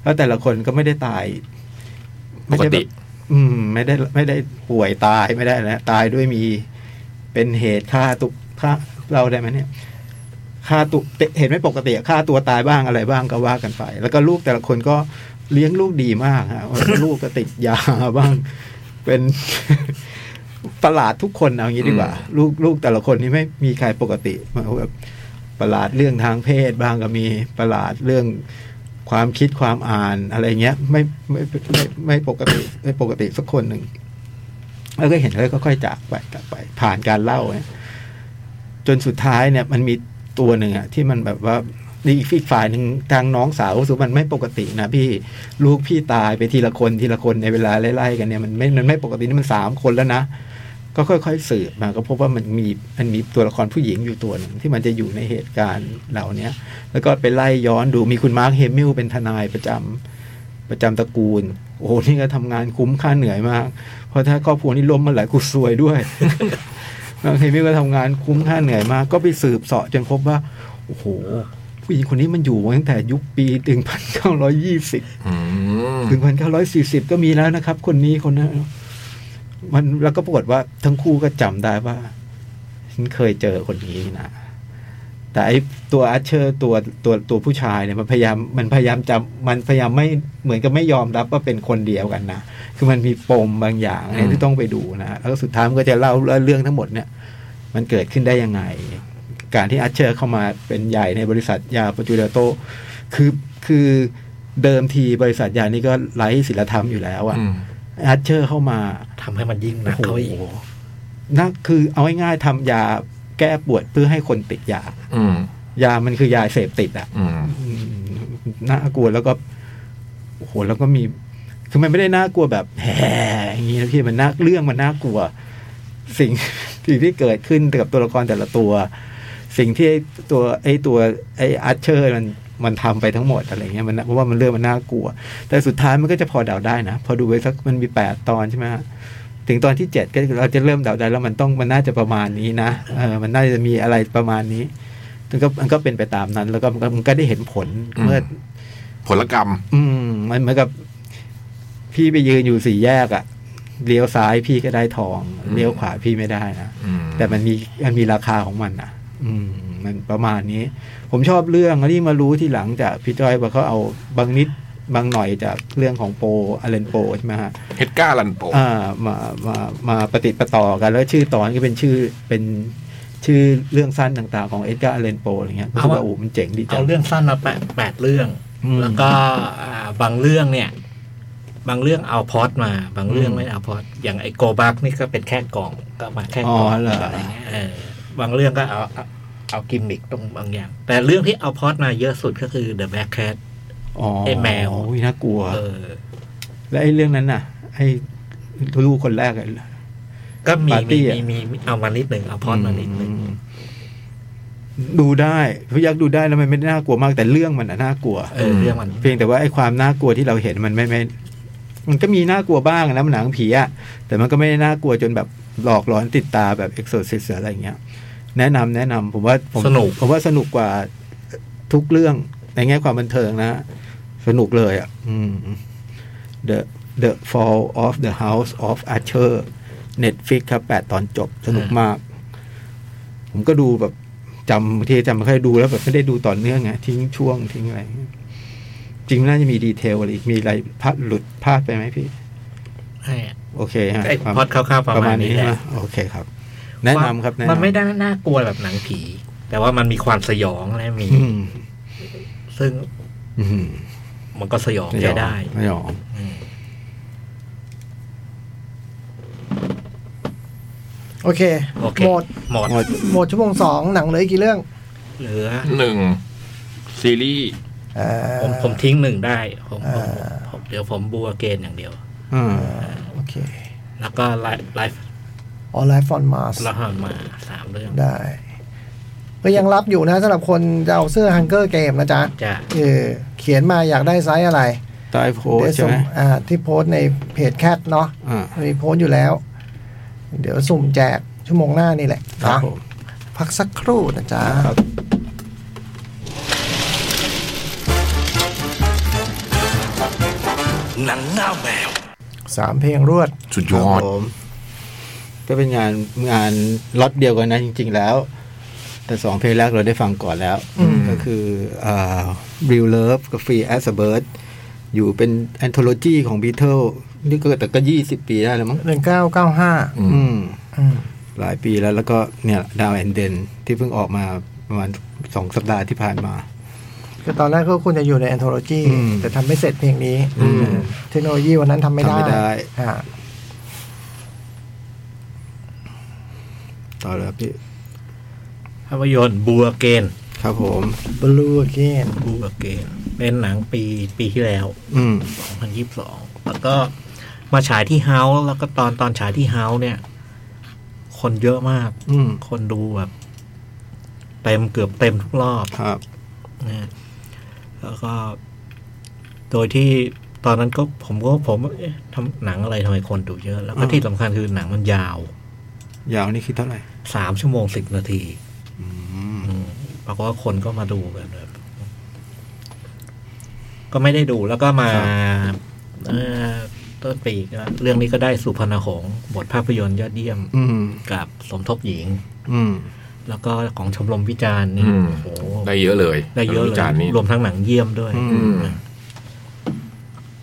[SPEAKER 5] แล้วแต่ละคนก็ไม่ได้ตาย
[SPEAKER 3] ป
[SPEAKER 5] ไม่
[SPEAKER 3] ก
[SPEAKER 5] ได้แบบ
[SPEAKER 3] ติ
[SPEAKER 5] อืม ไม่ได้ไม่ได้ป่วยตายไม่ได้อะไรนะตายด้วยมีเป็นเหตุฆ่าตุกฆ่าเราได้ไหมเนี่ยฆ่าตุกเห็นไม่ปกติฆ่าตัวตายบ้างอะไรบ้างก็ว่ากันไป แล้วก็ลูกแต่ละคนก็ เลี้ยงลูกดีมากฮะ ลูกก็ติดยาบ้าง เป็น ประหลาดทุกคนเอางี้ดีกว่า ลูกลูกแต่ละคนนี่ไม่มีใครปกติมาแบบประหลาดเรื่องทางเพศบ้างก็มีประหลาดเรื่องความคิดความอ่านอะไรเงี้ย ไม่ไม่ไมไม่ไม่ปกติ ไม่ปกติสักคนหนึ่งแล้วก็เห็นแล้วก็ค่อยจากไปจากไป ผ่านการเล่าเนี่ยจนสุดท้ายเนี่ย มันมีตัวหนึ่งอะที่มันแบบว่า นี่อีกฝ่ายหนึ่งทางน้องสาวรู้สึกมันไม่ปกตินะพี่ลูกพี่ตายไปทีละคนทีละคนในเวลาไล่ๆกันเนี่ยมันไม่มันไม่ปกตินี่มันสามคนแล้วนะ ก็ค่อยๆสืบมาก็พบว่ามันมีมันมีตัวละครผู้หญิงอยู่ตัวหนึ่งที่มันจะอยู่ในเหตุการณ์เหล่าเนี้ย แล้วก็ไปไล่ย้อนดูมีคุณมาร์คเฮมิลเป็นทนายประจำประจำตระกูล โอ้โหนี่ก็ทำงานคุ้มค่าเหนื่อยมาก เพราะถ้าครอบครัวนี้ล้มเมาหลายกูซวยด้วย มาร์คเฮมิลก็ทำงานคุ้มค่าเหนื่อยมาก ก็ไปสืบเสาะจนพบว่าโอ้โห ผู้หญิงคนนี้มันอยู่มาตั้งแต่ยุคปี 1920
[SPEAKER 3] อืม
[SPEAKER 5] ถึง 1940 ก็มีแล้วนะครับ คนนี้คนนั้นมันแล้วก็ปรากฏว่าทั้งคู่ก็จำได้ว่า ฉันเคยเจอคนนี้นะ แต่ไอตัวอัชเชอร์ตัวตัวตัวผู้ชายเนี่ยมันพยายามมันพยายามจำมันพยายามไม่เหมือนกับไม่ยอมรับว่าเป็นคนเดียวกันนะ คือมันมีปมบางอย่างเนี่ยที่ต้องไปดูนะ แล้วก็สุดท้ายมันก็จะเล่าเรื่องทั้งหมดเนี่ย มันเกิดขึ้นได้ยังไง การที่อัชเชอร์เข้ามาเป็นใหญ่ในบริษัทยาปจูเดโต คือคือเดิมทีบริษัทยานี้ก็ไร้ศีลธรรมอยู่แล้วอะ
[SPEAKER 3] อืม
[SPEAKER 5] อัชเชอร์เข้ามา
[SPEAKER 4] ทำให้มันยิ่งหนักเขาอีก
[SPEAKER 5] โอ้โห นั่นคือเอาง่ายๆทำยาแก้ปวดเพื่อให้คนติดยา
[SPEAKER 3] อืม
[SPEAKER 5] ยามันคือยาเสพติดอะ
[SPEAKER 3] อืม
[SPEAKER 5] อืมน่ากลัวแล้วก็โอ้โหแล้วก็มี คือมันไม่ได้น่ากลัวแบบแหอย่างนี้นะพี่มันน่าเรื่องมันน่ากลัว สิ่ง สิ่งที่เกิดขึ้นกับตัวละครแต่ละตัว สิ่งที่ไอ้ตัวไอ้ตัวไอ้อาร์เชอร์มันมันทำไปทั้งหมดอะไรเงี้ยมันเพราะว่ามันเรื่องมันน่ากลัว แต่สุดท้ายมันก็จะพอเดาได้นะ พอดูไปสักมันมีแปดตอนใช่ไหมฮะถึงตอนที่เจ็ดก็เราจะเริ่มเดาได้แล้วมันต้องมันน่าจะประมาณนี้นะเออมันน่าจะมีอะไรประมาณนี้มันก็มันก็เป็นไปตามนั้น แล้วก็มันก็มันก็ได้เห็นผล
[SPEAKER 3] อืม
[SPEAKER 5] เมื่อ
[SPEAKER 3] ผลกรรม
[SPEAKER 5] อืมมันเหมือนกับ พี่ไปยืนอยู่สี่แยกอะเลี้ยวซ้ายพี่ก็ได้ทอง
[SPEAKER 3] อืม
[SPEAKER 5] เลี้ยวขวาพี่ไม่ได้นะ
[SPEAKER 3] อืม
[SPEAKER 5] แต่มันมีมันมีราคาของมันนะอืม มันประมาณนี้ ผมชอบเรื่องแล้วที่มารู้ที่หลังจากพี่จ้อยว่าเขาเอาบางนิดบางหน่อยจากเรื่องของโปอเลนโปใช่ไหมฮะ
[SPEAKER 3] เฮดก้าลันโป
[SPEAKER 5] อ่ามามามาปฏิดประต่อกัน แล้วชื่อตอนก็เป็นชื่อเป็นชื่อเรื่องสั้นต่างๆ ของเอ็ดการ์อเลนโปอะไรเงี้ยรู้สึกว่าโอ้มันเจ๋งดีจั
[SPEAKER 4] เอา
[SPEAKER 5] ง
[SPEAKER 4] เรื่องสั้นมาแปดแปดเรื่อง
[SPEAKER 5] อืม
[SPEAKER 4] แล้วก็อ่าบางเรื่องเนี่ย บางเรื่องเอาพล็อดมา บางเรื่อง
[SPEAKER 5] อืม
[SPEAKER 4] ไม่เอาพล็อดอย่างไอโกบักนี่ก็เป็นแค่กล่องก็มาแค่ก
[SPEAKER 5] อ๋
[SPEAKER 4] ล่อง
[SPEAKER 5] อเหรออ
[SPEAKER 4] อะไรเงี้ยเออบางเรื่องก็เอาเอาเอากิมมิกตรงบางอย่าง แต่เรื่องที่เอาพล็อดมาเยอะสุดก็คือ The Black Cat
[SPEAKER 5] อ๋อ
[SPEAKER 4] ไอ้แมว
[SPEAKER 5] โอ้ยน่ากลัว
[SPEAKER 4] เออ
[SPEAKER 5] แล้วไอ้เรื่องนั้นน่ะ ไอ้ลูกคนแรกอะ
[SPEAKER 4] ก็มี
[SPEAKER 5] ปาร์ตี้
[SPEAKER 4] มี
[SPEAKER 5] อะ
[SPEAKER 4] มีมีมีเอามานิดหนึ่งเอาพล็อดมานิดหนึ่ง
[SPEAKER 5] ดูได้พยักดูได้แล้วมันไม่ได้น่ากลัวมากแต่เรื่องมันอะน่ากลัว
[SPEAKER 4] เออ เรื่องมัน
[SPEAKER 5] เพียงแต่ว่าไอ้ความน่ากลัวที่เราเห็นมันไม่ไม่ มันก็มีน่ากลัวบ้างนะหนังผีอะแต่มันก็ไม่ได้น่ากลัวจนแบบหลอกหลอนติดตาแบบเอ็กโซซิสอะไรอย่างเงี้ย แนะนำแนะนำผมว่าผม
[SPEAKER 4] สนุก
[SPEAKER 5] ผมว่าสนุกกว่าทุกเรื่องในแง่ความบันเทิงนะ สนุกเลยอ่ะ อืม The The Fall of the House of Usher Netflix ครับแปดตอนจบสนุกมาก ผมก็ดูแบบจำบางทีจำไม่ค่อยดูแล้วแบบไม่ได้ดูต่อเนื่องไงทิ้งช่วงทิ้งอะไรอย่างเงี้ยจริงน่าจะมีดีเทลอะไรอีกมีอะไรพลาดหลุดพลาดไปไหมพี่
[SPEAKER 4] ให้อะ
[SPEAKER 5] โอเคฮะ
[SPEAKER 4] ไอ้
[SPEAKER 5] ประ
[SPEAKER 4] พล็
[SPEAKER 5] มา
[SPEAKER 4] อ
[SPEAKER 5] ณ
[SPEAKER 4] ดคร่าวๆประมาณนี้แหละ
[SPEAKER 5] นะโอเคครับ แนะนำครับแะำ
[SPEAKER 4] มันไม่ได้น่ากลัวแบบหนังผี แต่ว่ามันมีความสยองและมี
[SPEAKER 5] อืม
[SPEAKER 4] ซึ่ง
[SPEAKER 5] อืม
[SPEAKER 4] มันก็สยอง
[SPEAKER 5] สย
[SPEAKER 4] ใช้
[SPEAKER 5] อง
[SPEAKER 4] ได้
[SPEAKER 5] สยอง
[SPEAKER 2] โอเค
[SPEAKER 4] โอเค
[SPEAKER 2] หมด
[SPEAKER 4] หมด
[SPEAKER 5] หมด
[SPEAKER 2] หมดชั่วโมงสองหนังเหลืออีกกี่เรื่อง
[SPEAKER 4] เหลือ
[SPEAKER 3] หนึ่งซีรีส์
[SPEAKER 2] เออ
[SPEAKER 4] ผมผมทิ้งหนึ่งได้ผม
[SPEAKER 2] เอ่
[SPEAKER 4] ผม
[SPEAKER 2] อ
[SPEAKER 4] ผมเดี๋ยวผมบูอาเกนอย่างเดียว
[SPEAKER 5] อ่า
[SPEAKER 2] เออโอเค
[SPEAKER 4] แล้วก็ไลฟ์ไลฟ์
[SPEAKER 2] ออนไลน์ฟอนมาส
[SPEAKER 4] ละหอนมาสามเรื่อง
[SPEAKER 2] ได้ ก็ยังรับอยู่นะสำหรับคนจะเอาเสื้อฮังเกอร์เกมนะจ๊ะ
[SPEAKER 4] จะ
[SPEAKER 2] เออเขียนมาอยากได้ไซส์อะไร
[SPEAKER 5] ใตายโพสต์
[SPEAKER 2] เดี๋ยวส่ง
[SPEAKER 5] ใช่ไหม
[SPEAKER 2] อ่าที่โพสต์ในเพจแคทเนาะ
[SPEAKER 5] อ่า
[SPEAKER 2] มีโพสต์อยู่แล้ว เดี๋ยวสุ่มแจกชั่วโมงหน้านี่แหละ
[SPEAKER 5] ครับ
[SPEAKER 2] นะ
[SPEAKER 5] ผม
[SPEAKER 2] พักสักครู่นะจ๊ะ
[SPEAKER 5] ครับ
[SPEAKER 2] สามเพลงรวด
[SPEAKER 3] สุดยอ
[SPEAKER 5] ครั
[SPEAKER 3] ด
[SPEAKER 5] บผมก็เป็นงานงานล็อตเดียวกันนะจริง ๆแล้ว แต่สองเพลงแรกเราได้ฟังก่อนแล้ว
[SPEAKER 2] อืม
[SPEAKER 5] ก็คืออ่า Real Love กับ Free as a Bird อยู่เป็นแอนโทโลจีของ Beatles นี่ก็แต่ก็ยี่สิบปีได้แล้วมั้ง
[SPEAKER 2] หนึ่งเก้าเก้าห้า
[SPEAKER 3] อืม
[SPEAKER 5] อืม หลายปีแล้วแล้วก็เนี่ยดาวแอนเดนที่เพิ่งออกมาประมาณสองสัปดาห์ที่ผ่านมา
[SPEAKER 2] ก็ตอนแรกก็ควรจะอยู่ใน a n t h o l o g y
[SPEAKER 5] อืม
[SPEAKER 2] แต่ทำไม่เสร็จเพลงนี้
[SPEAKER 5] อืม
[SPEAKER 2] เทคโนโลยีวันนั้นทำไม่ได้
[SPEAKER 5] ทำไม่ได้
[SPEAKER 2] อ่า
[SPEAKER 5] ต่อเลยครับพี่
[SPEAKER 4] ภาพยนตร์บูอาเกน
[SPEAKER 5] ครับผม
[SPEAKER 2] บลูเกน
[SPEAKER 4] บูอาเกนเป็นหนังปีปีที่แล้ว
[SPEAKER 5] อืม
[SPEAKER 4] 2022 แล้วก็มาฉายที่เฮาส์แล้วก็ตอนตอนฉายที่เฮาส์เนี่ย คนเยอะมาก
[SPEAKER 5] อืม
[SPEAKER 4] คนดูแบบเต็มเกือบเต็มทุกรอบ
[SPEAKER 5] ครับ
[SPEAKER 4] นะแล้วก็โดยที่ตอนนั้นก็ผมก็ผมเอ๊ะทำหนังอะไรทำไมคนดูเยอะ แล้วก็ที่สำคัญคือหนังมันยาวย
[SPEAKER 5] าวนี่คือเท่าไหร่
[SPEAKER 4] สามชั่วโมงสิบนาที
[SPEAKER 5] อืม
[SPEAKER 4] อืมปรากฏว่าคนก็มาดูกันแบบก็ไม่ได้ดูแล้วก็มาเอ่อต้นปีก็เรื่องนี้ก็ได้สุพรรณหงส์บทภาพยนตร์ยอดเยี่ยม
[SPEAKER 5] อืม
[SPEAKER 4] กับสมทบหญิง
[SPEAKER 5] อืม
[SPEAKER 4] แล้วก็ของชมรมวิจารณ์นี่
[SPEAKER 3] อืม
[SPEAKER 4] โอ้โห
[SPEAKER 3] ได้เยอะเลย
[SPEAKER 4] ได้เยอะเลย
[SPEAKER 3] จานนี้
[SPEAKER 4] รวมทั้งหนังเยี่ยมด้วย
[SPEAKER 5] อื
[SPEAKER 3] อื
[SPEAKER 5] ม
[SPEAKER 3] ม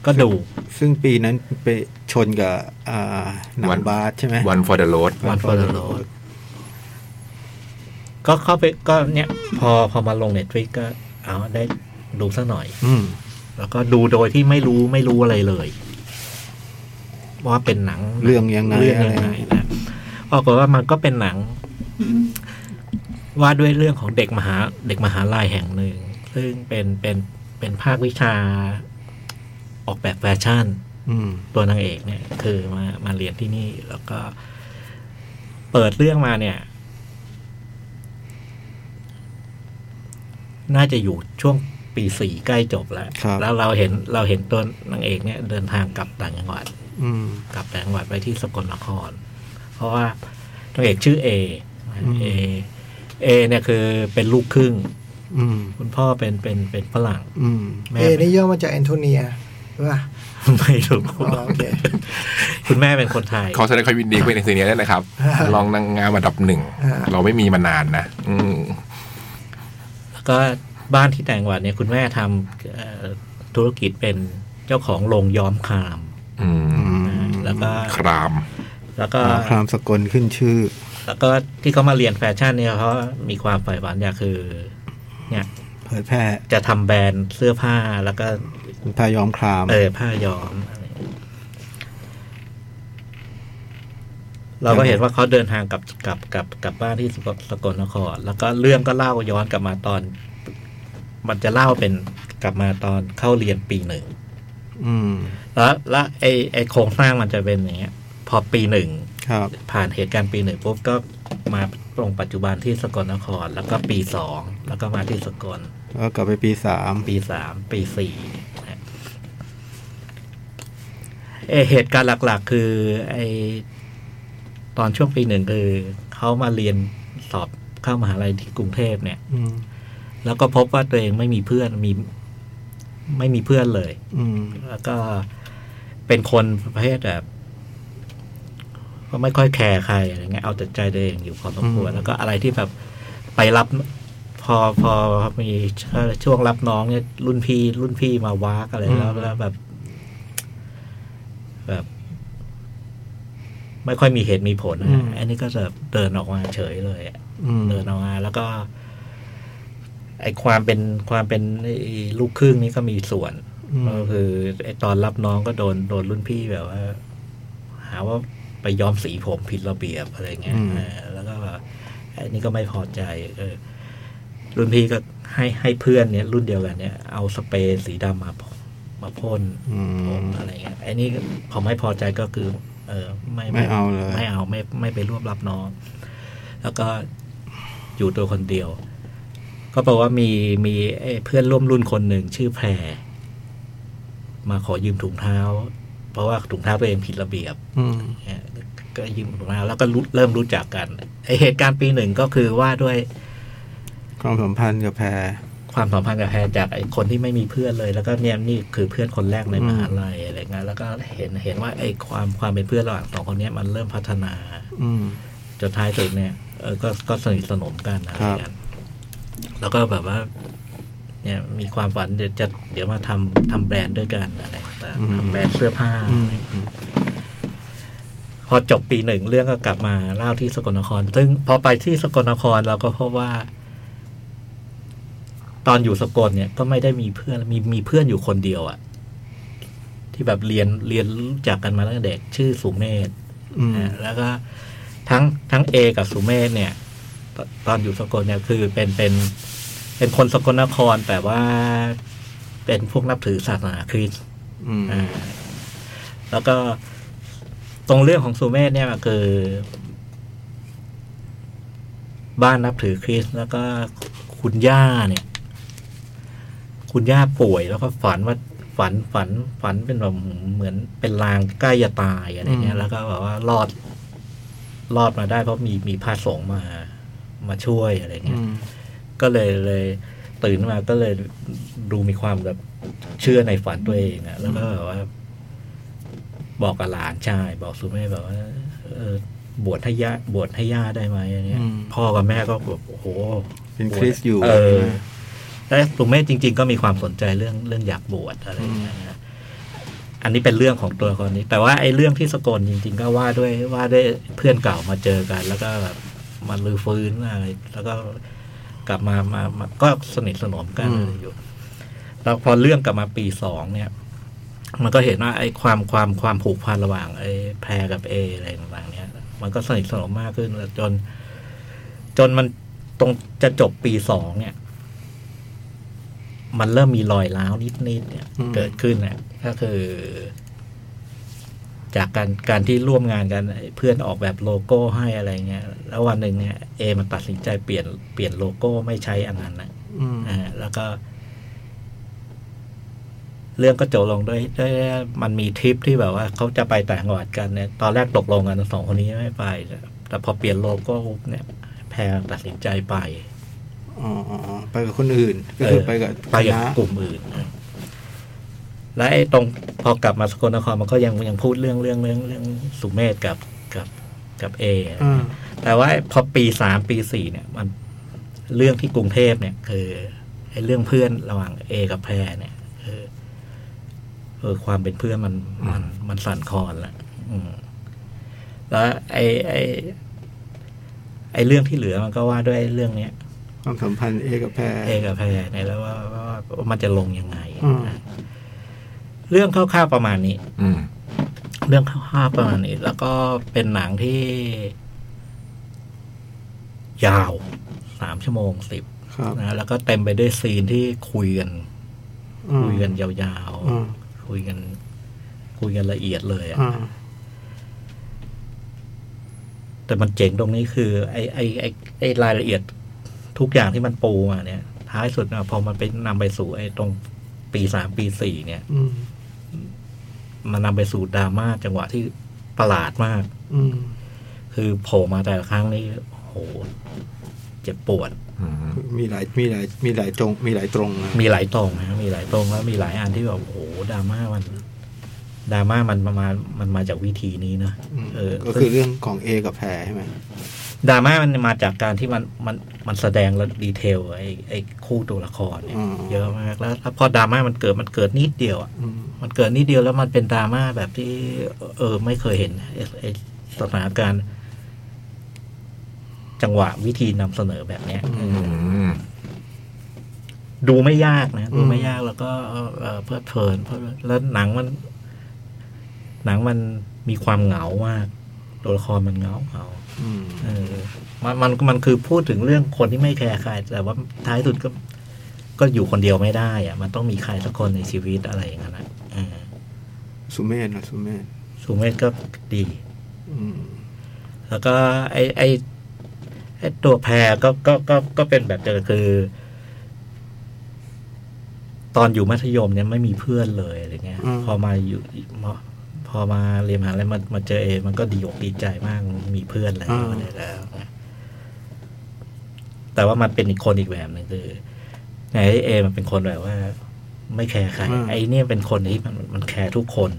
[SPEAKER 4] ก็ดู
[SPEAKER 5] ซึ่งปีนั้นไปชนกับอ่าหนั
[SPEAKER 3] วั
[SPEAKER 5] ง
[SPEAKER 3] น
[SPEAKER 5] บาสใช่ไหม
[SPEAKER 3] One for the road
[SPEAKER 4] One for the Road ก็เข้าไปก็เนี่ย พอพอมาลงเน็ตฟลิกก็เอาได้ดูสักหน่อย
[SPEAKER 5] อืม
[SPEAKER 4] แล้วก็ดูโดยที่ไม่รู้ไม่รู้อะไรเลย ว่าเป็นหนัง
[SPEAKER 5] เรื่องยังไง
[SPEAKER 4] เรื่อง
[SPEAKER 5] อะ
[SPEAKER 4] ยั
[SPEAKER 5] ไรง
[SPEAKER 4] ไงนะปรากฏว่ามันก็เป็นหนัง ว่าด้วยเรื่องของเด็กมหา เด็กมหาลัยแห่งหนึ่ง ซึ่งเป็นเป็นเป็นภาควิชาออกแบบแฟชั่น
[SPEAKER 5] อืม
[SPEAKER 4] ตัวนางเอกเนี่ย คือมามาเรียนที่นี่แล้วก็ เปิดเรื่องมาเนี่ย น่าจะอยู่ช่วงปีสี่ใกล้จบแล้ว แล้วเราเห็นเราเห็นตัวนางเอกเนี่ย เดินทางกลับต่างจังหวัด
[SPEAKER 5] อืม
[SPEAKER 4] กลับต่างจังหวัดไปที่สกลนคร เพราะว่านางเอกชื่อเอ
[SPEAKER 5] อืม
[SPEAKER 4] เอเอเนี่ยคือเป็นลูกครึ่ง
[SPEAKER 5] อืม
[SPEAKER 4] คุณพ่อเป็นเป็นเป็นฝรั่ง
[SPEAKER 5] อืม
[SPEAKER 4] แม่
[SPEAKER 2] เอ
[SPEAKER 4] เป็น
[SPEAKER 2] นี่ย่อมาจากแอนโทเนียใช่ป่ะ
[SPEAKER 4] ไม่รู้
[SPEAKER 2] อ๋อโอเค
[SPEAKER 4] คุณแม่เป็นคนไทย
[SPEAKER 3] ขอแสดงความยินดีกับในซีเนียร์ด้วยนะครับ ลองนางงามอันดับหนึ่ง เราไม่มีมานานนะ อืม
[SPEAKER 4] แล้วก็บ้านที่แต่งหวัดเนี่ยคุณแม่ทำเอ่อธุรกิจเป็นเจ้าของโรงย้อมคราม
[SPEAKER 3] อืม
[SPEAKER 5] อื
[SPEAKER 4] นะ
[SPEAKER 5] ม
[SPEAKER 4] แล้วก็
[SPEAKER 3] คราม
[SPEAKER 4] แล้วก็
[SPEAKER 5] ครามสกลขึ้นชื่อ
[SPEAKER 4] แล้วก็ที่เขามาเรียนแฟชั่นเนี่ยเขามีความใฝ่ฝันอยากคือ เนี่ย
[SPEAKER 5] เผยแพร่
[SPEAKER 4] จะทำแบรนด์เสื้อผ้าแล้วก็
[SPEAKER 5] คุณพายอมคราม
[SPEAKER 4] เออผ้าย้อมอะไรเราก็เห็นว่าเขาเดินทางกลับกลับกลับกลับบ้านที่สกลสกลนคร แล้วก็เรื่องก็เล่าย้อนกลับมาตอน มันจะเล่าเป็นกลับมาตอนเข้าเรียนปีหนึ่ง
[SPEAKER 5] อืม
[SPEAKER 4] แล้วแล้วไอไอโครงสร้างมันจะเป็นอย่างเงี้ย พอปีหนึ่ง
[SPEAKER 5] ครับ
[SPEAKER 4] ผ่านเหตุการณ์ปีหนึ่งปุ๊บก็มาลงปัจจุบันที่สกลนคร แล้วก็ปีสองแล้วก็มาที่สกล
[SPEAKER 5] แล้วกลับไปปีสาม
[SPEAKER 4] ปีสามปีสี่นะเออเหตุการณ์หลัก ๆ คือไอตอนช่วงปีหนึ่งคือเขามาเรียนสอบเข้ามหาลัยที่กรุงเทพเนี่ย
[SPEAKER 5] อืม
[SPEAKER 4] แล้วก็พบว่าตัวเองไม่มีเพื่อนมีไม่มีเพื่อนเลย
[SPEAKER 5] อืม
[SPEAKER 4] แล้วก็เป็นคนประเภทแบบ ก็ไม่ค่อยแคร์ใครอะไรเงี้ยเอาแต่ใจตัวเองอยู่พอสมควร
[SPEAKER 5] อืม
[SPEAKER 4] แล้วก็อะไรที่แบบไปรับ พอพอมีช่วงรับน้องเนี่ยรุ่นพี่รุ่นพี่มาวากอะไรแล้วแล้วแบบ แบบ ไม่ค่อยมีเหตุมีผลนะ
[SPEAKER 5] อื
[SPEAKER 4] ฮะ
[SPEAKER 5] ม
[SPEAKER 4] อันนี้ก็จะเดินออกมาเฉยเลยอะ
[SPEAKER 5] อืม
[SPEAKER 4] เดินออกมาแล้วก็ ไอความเป็นความเป็นไอ้ลูกครึ่งนี่ก็มีส่วน
[SPEAKER 5] อืม
[SPEAKER 4] ก็คือไอตอนรับน้องก็โดนโดนรุ่นพี่แบบว่า หาว่าไปย้อมสีผมผิดระเบียบอะไรเงี้ยเออแล้วก็ไอ้นี่ก็ไม่พอใจเออรุ่นพี่ก็ให้ให้เพื่อนเนี่ย รุ่นเดียวกันเนี่ยเอาสเปรย์สีดำมามาพ่น
[SPEAKER 5] อื
[SPEAKER 4] ผม
[SPEAKER 5] ม
[SPEAKER 4] อะไรเงี้ยไอ้นี่ผมไม่พอใจก็คือ เออ ไม่
[SPEAKER 5] ไม่เอาเลย
[SPEAKER 4] ไม่เอาไม่ไม่ไปร่วมรับน้อง แล้วก็อยู่ตัวคนเดียว ก็แปลว่ามีมีไอ้เพื่อนร่วมรุ่นคนหนึ่งชื่อแพร มาขอยืมถุงเท้า เพราะว่าถุงเท้าตัวเองผิดระเบียบ
[SPEAKER 5] อืม
[SPEAKER 4] เนี่ยก็ยืมถุงเท้าแล้วก็รู้เริ่มรู้จักกันไอเหตุการณ์ปีหนึ่งก็คือว่าด้วย
[SPEAKER 5] ความสัมพันธ์กับแพร
[SPEAKER 4] ความสัมพันธ์กับแพรจากไอคนที่ไม่มีเพื่อนเลย แล้วก็เนี่ยนี่คือเพื่อนคนแรกใน
[SPEAKER 5] อืม
[SPEAKER 4] มหาลัยอะไรเงี้ยแล้วก็เห็นเห็นว่าไอความความเป็นเพื่อนระหว่างสองคนเนี้ยมันเริ่มพัฒนา
[SPEAKER 5] อืม
[SPEAKER 4] จนท้ายสุดเนี่ยเออก็ก็สนิทสนมกันอะไร
[SPEAKER 5] ค
[SPEAKER 4] กั
[SPEAKER 5] รั
[SPEAKER 4] น
[SPEAKER 5] บ
[SPEAKER 4] แล้วก็แบบว่า เนี่ยมีความฝันเดี๋ยวจะเดี๋ยวมาทำทำแบรนด์ด้วยกันอะไรต่างๆทำแบรนด์เสื้อผ้า
[SPEAKER 5] อืม
[SPEAKER 4] พอจบปีหนึ่งเรื่องก็กลับมาเล่าที่สกลนคร ซึ่งพอไปที่สกลนครเราก็พบว่า ตอนอยู่สกลเนี่ย ก็ไม่ได้มีเพื่อนมีมีเพื่อนอยู่คนเดียวอะที่แบบเรียนเรียนรู้จักกันมาตั้งแต่เด็กชื่อสุเมธ
[SPEAKER 5] อืม
[SPEAKER 4] นะแล้วก็ทั้งทั้งเอกับสุเมธเนี่ยตตอนอยู่สกลเนี่ยคือเป็นเป็นเป็นคนสกลนครแต่ว่าเป็นพวกนับถือศาสนาคริสต์
[SPEAKER 5] อืม
[SPEAKER 4] อ่าแล้วก็ตรงเรื่องของสุเมธเนี่ยคือ บ้านนับถือคริสต์แล้วก็คุณย่าเนี่ย คุณย่าป่วยแล้วก็ฝันว่าฝันฝันฝันเป็นแบบเหมือนเป็นลางใกล้จะตายอะไรเงี้ย
[SPEAKER 5] อืม
[SPEAKER 4] แล้วก็แบบว่ารอด รอดมาได้เพราะมีมีพระสงฆ์มามาช่วยอะไร
[SPEAKER 5] อื
[SPEAKER 4] เงี้ย
[SPEAKER 5] ม
[SPEAKER 4] ก็เลยเลยตื่นมาก็เลยดูมีความแบบเชื่อในฝันตัวเองอะแล้วก็แบบว่า บอกกับหลานชาย บอกสุเมฆแบบว่าเออบวชให้ย่าบวชให้ย่าได้ไหมอะไรเงี้ย
[SPEAKER 5] อืม
[SPEAKER 4] พ่อกับแม่ก็แบบโอ้โห
[SPEAKER 5] เป็นคริสอยู่
[SPEAKER 4] เออแต่สุเมธจริง ๆ ก็มีความสนใจเรื่องเรื่องอยากบวชอะไรอย่างเงี้ยนะอันนี้เป็นเรื่องของตัวละคนนี้ แต่ว่าไอ้เรื่องที่สกลจริง ๆ ก็ว่าด้วยว่าด้วยเพื่อนเก่ามาเจอกัน แล้วก็แบบมันลือฟื้นอะไร แล้วก็กลับมามามาก็สนิทสนมกันอะไรอยู่ แล้วพอเรื่องกลับมาปีสองเนี่ย มันก็เห็นว่าไอ้ความความความผูกพันระหว่างไอ้แพรกับเออะไรต่างๆเนี่ย มันก็สนิทสนมมากขึ้นจน จนมันตรงจะจบปีสองเนี่ย มันเริ่มมีรอยร้าวนิดๆเนี่ย
[SPEAKER 5] อืม
[SPEAKER 4] เกิดขึ้นเนี่ยก็คือ จากการการที่ร่วมงานกันไอ้เพื่อนออกแบบโลโก้ให้อะไรเงี้ยแล้ววันหนึ่งเนี่ยเอมันตัดสินใจเปลี่ยนเปลี่ยนโลโก้ไม่ใช้อันนั้นนะ
[SPEAKER 5] อืม
[SPEAKER 4] อ่าแล้วก็ เรื่องก็จบลงด้วยด้วยมันมีทริปที่แบบว่าเขาจะไปต่างจังหวัดกันเนี่ย ตอนแรกตกลงกันสองคนนี้ไม่ไป แต่พอเปลี่ยนโลโก้ปุ๊บเนี่ย แพรตัดสินใจไป
[SPEAKER 5] อ๋ออ๋ออ๋อไปกับคนอื่น ก็คือ
[SPEAKER 4] เออ
[SPEAKER 5] ไปกับ
[SPEAKER 4] ไปกับ
[SPEAKER 5] คณะ
[SPEAKER 4] กลุ่มอื่นนะและไอ้ตรงพอกลับมาสกลนครมันก็ยังยังพูดเรื่องเรื่องเรื่องเรื่องสุเมธกับกับกับเออะไร
[SPEAKER 5] อ่า
[SPEAKER 4] เงี้ย แต่ว่าพอปีสามปีสี่เนี่ย มันเรื่องที่กรุงเทพเนี่ย คือไอ้เรื่องเพื่อนระหว่างเอกับแพรเนี่ยเออเออความเป็นเพื่อนมันมันมันสั่นคลอนละอืมแล้วไอ้ไอ้ไอ้เรื่องที่เหลือมันก็ว่าด้วยเรื่องเนี้ย
[SPEAKER 5] ความสัมพันธ์เอกับแพร
[SPEAKER 4] เอกับแพรเนี่ยแล้วว่าว่าว่ามันจะลงยังไง
[SPEAKER 5] อืม
[SPEAKER 4] เรื่องคร่าวๆประมาณนี้
[SPEAKER 3] อืม
[SPEAKER 4] เรื่องคร่าวๆประมาณนี้ แล้วก็เป็นหนังที่ ยาวสามชั่วโมงสิบ
[SPEAKER 5] ครับ
[SPEAKER 4] นะแล้วก็เต็มไปด้วยซีนที่คุยกัน
[SPEAKER 5] อ่า
[SPEAKER 4] คุยกันยาว
[SPEAKER 5] อ่า
[SPEAKER 4] ๆ คุยกัน คุยกันละเอียดเลยอะ
[SPEAKER 5] อ่า
[SPEAKER 4] แต่มันเจ๋งตรงนี้คือ ไอ้ไอ้ไอ้ไอ้รายละเอียดทุกอย่างที่มันปูมาเนี่ย ท้ายสุดอะพอมันไปนำไปสู่ไอ้ตรงปีสามปีสี่เนี่ย
[SPEAKER 5] อืม
[SPEAKER 4] มันนำไปสู่ดราม่าจังหวะที่ประหลาดมาก
[SPEAKER 5] อืม
[SPEAKER 4] คือโผล่มาแต่ละครั้งนี่โอ้โห เจ็บปวด
[SPEAKER 3] อืม
[SPEAKER 5] มีหลายมีหลายมีหลายตรงมีหลายตรงนะ
[SPEAKER 4] มีหลายตรงนะมีหลายตรงแล้วมีหลายอันที่แบบโอ้โหดราม่ามัน ดราม่ามันประมาณมันมาจากวิธีนี้เนอะ
[SPEAKER 5] อืม
[SPEAKER 4] เออ
[SPEAKER 5] ก็คือเรื่องของเอกับแพรใช่ไหม
[SPEAKER 4] ดราม่ามันมาจากการที่มันมันมันแสดงแล้วดีเทลไอ้ไอ้คู่ตัวละครเนี่ย
[SPEAKER 5] อืม
[SPEAKER 4] เยอะมากแล้วแล้วพอดราม่ามันเกิดมันเกิดนิดเดียวอะ
[SPEAKER 5] อืม
[SPEAKER 4] มันเกิดนิดเดียวแล้วมันเป็นดราม่าแบบที่ เออ ไม่เคยเห็นไอ้ไอสถานการณ์ จังหวะวิธีนำเสนอแบบเนี้ย
[SPEAKER 5] อืม
[SPEAKER 3] อืม
[SPEAKER 4] ดูไม่ยากนะ ดูไม่
[SPEAKER 5] อืม
[SPEAKER 4] ยากแล้วก็เอ่อเอ่อเพลิดเพลินเพลิดแล้วหนังมัน หนังมันมีความเหงามากตัวละครมันเหงาเหงา
[SPEAKER 5] อืม
[SPEAKER 4] เออ มันมันมันคือพูดถึงเรื่องคนที่ไม่แคร์ใคร แต่ว่าท้ายสุดก็ ก็อยู่คนเดียวไม่ได้อะมันต้องมีใครสักคนในชีวิตอะไรอย่างนั้นนะเออ
[SPEAKER 5] สุเมธนะสุเมธ
[SPEAKER 4] สุเมธก็ดี
[SPEAKER 5] อืม
[SPEAKER 4] แล้วก็ไอไอไอตัวแพรก็ก็ก็ก็เป็นแบบเดิมคือ ตอนอยู่มัธยมเนี่ยไม่มีเพื่อนเลยอะไรเงี้ย พอมาอยู่มาพอมาเรียนมหาลัยมามาเจอเอ มันก็ดีอกดีใจมากมีเพื่อนแล้วอะไรแล้วนะแต่ว่ามันเป็นอีกคนอีกแบบหนึ่งคือไอเอมันเป็นคนแบบว่า ไม่แคร์ใครไอเนี่ยเป็นคนที่มันมันแคร์ทุกคน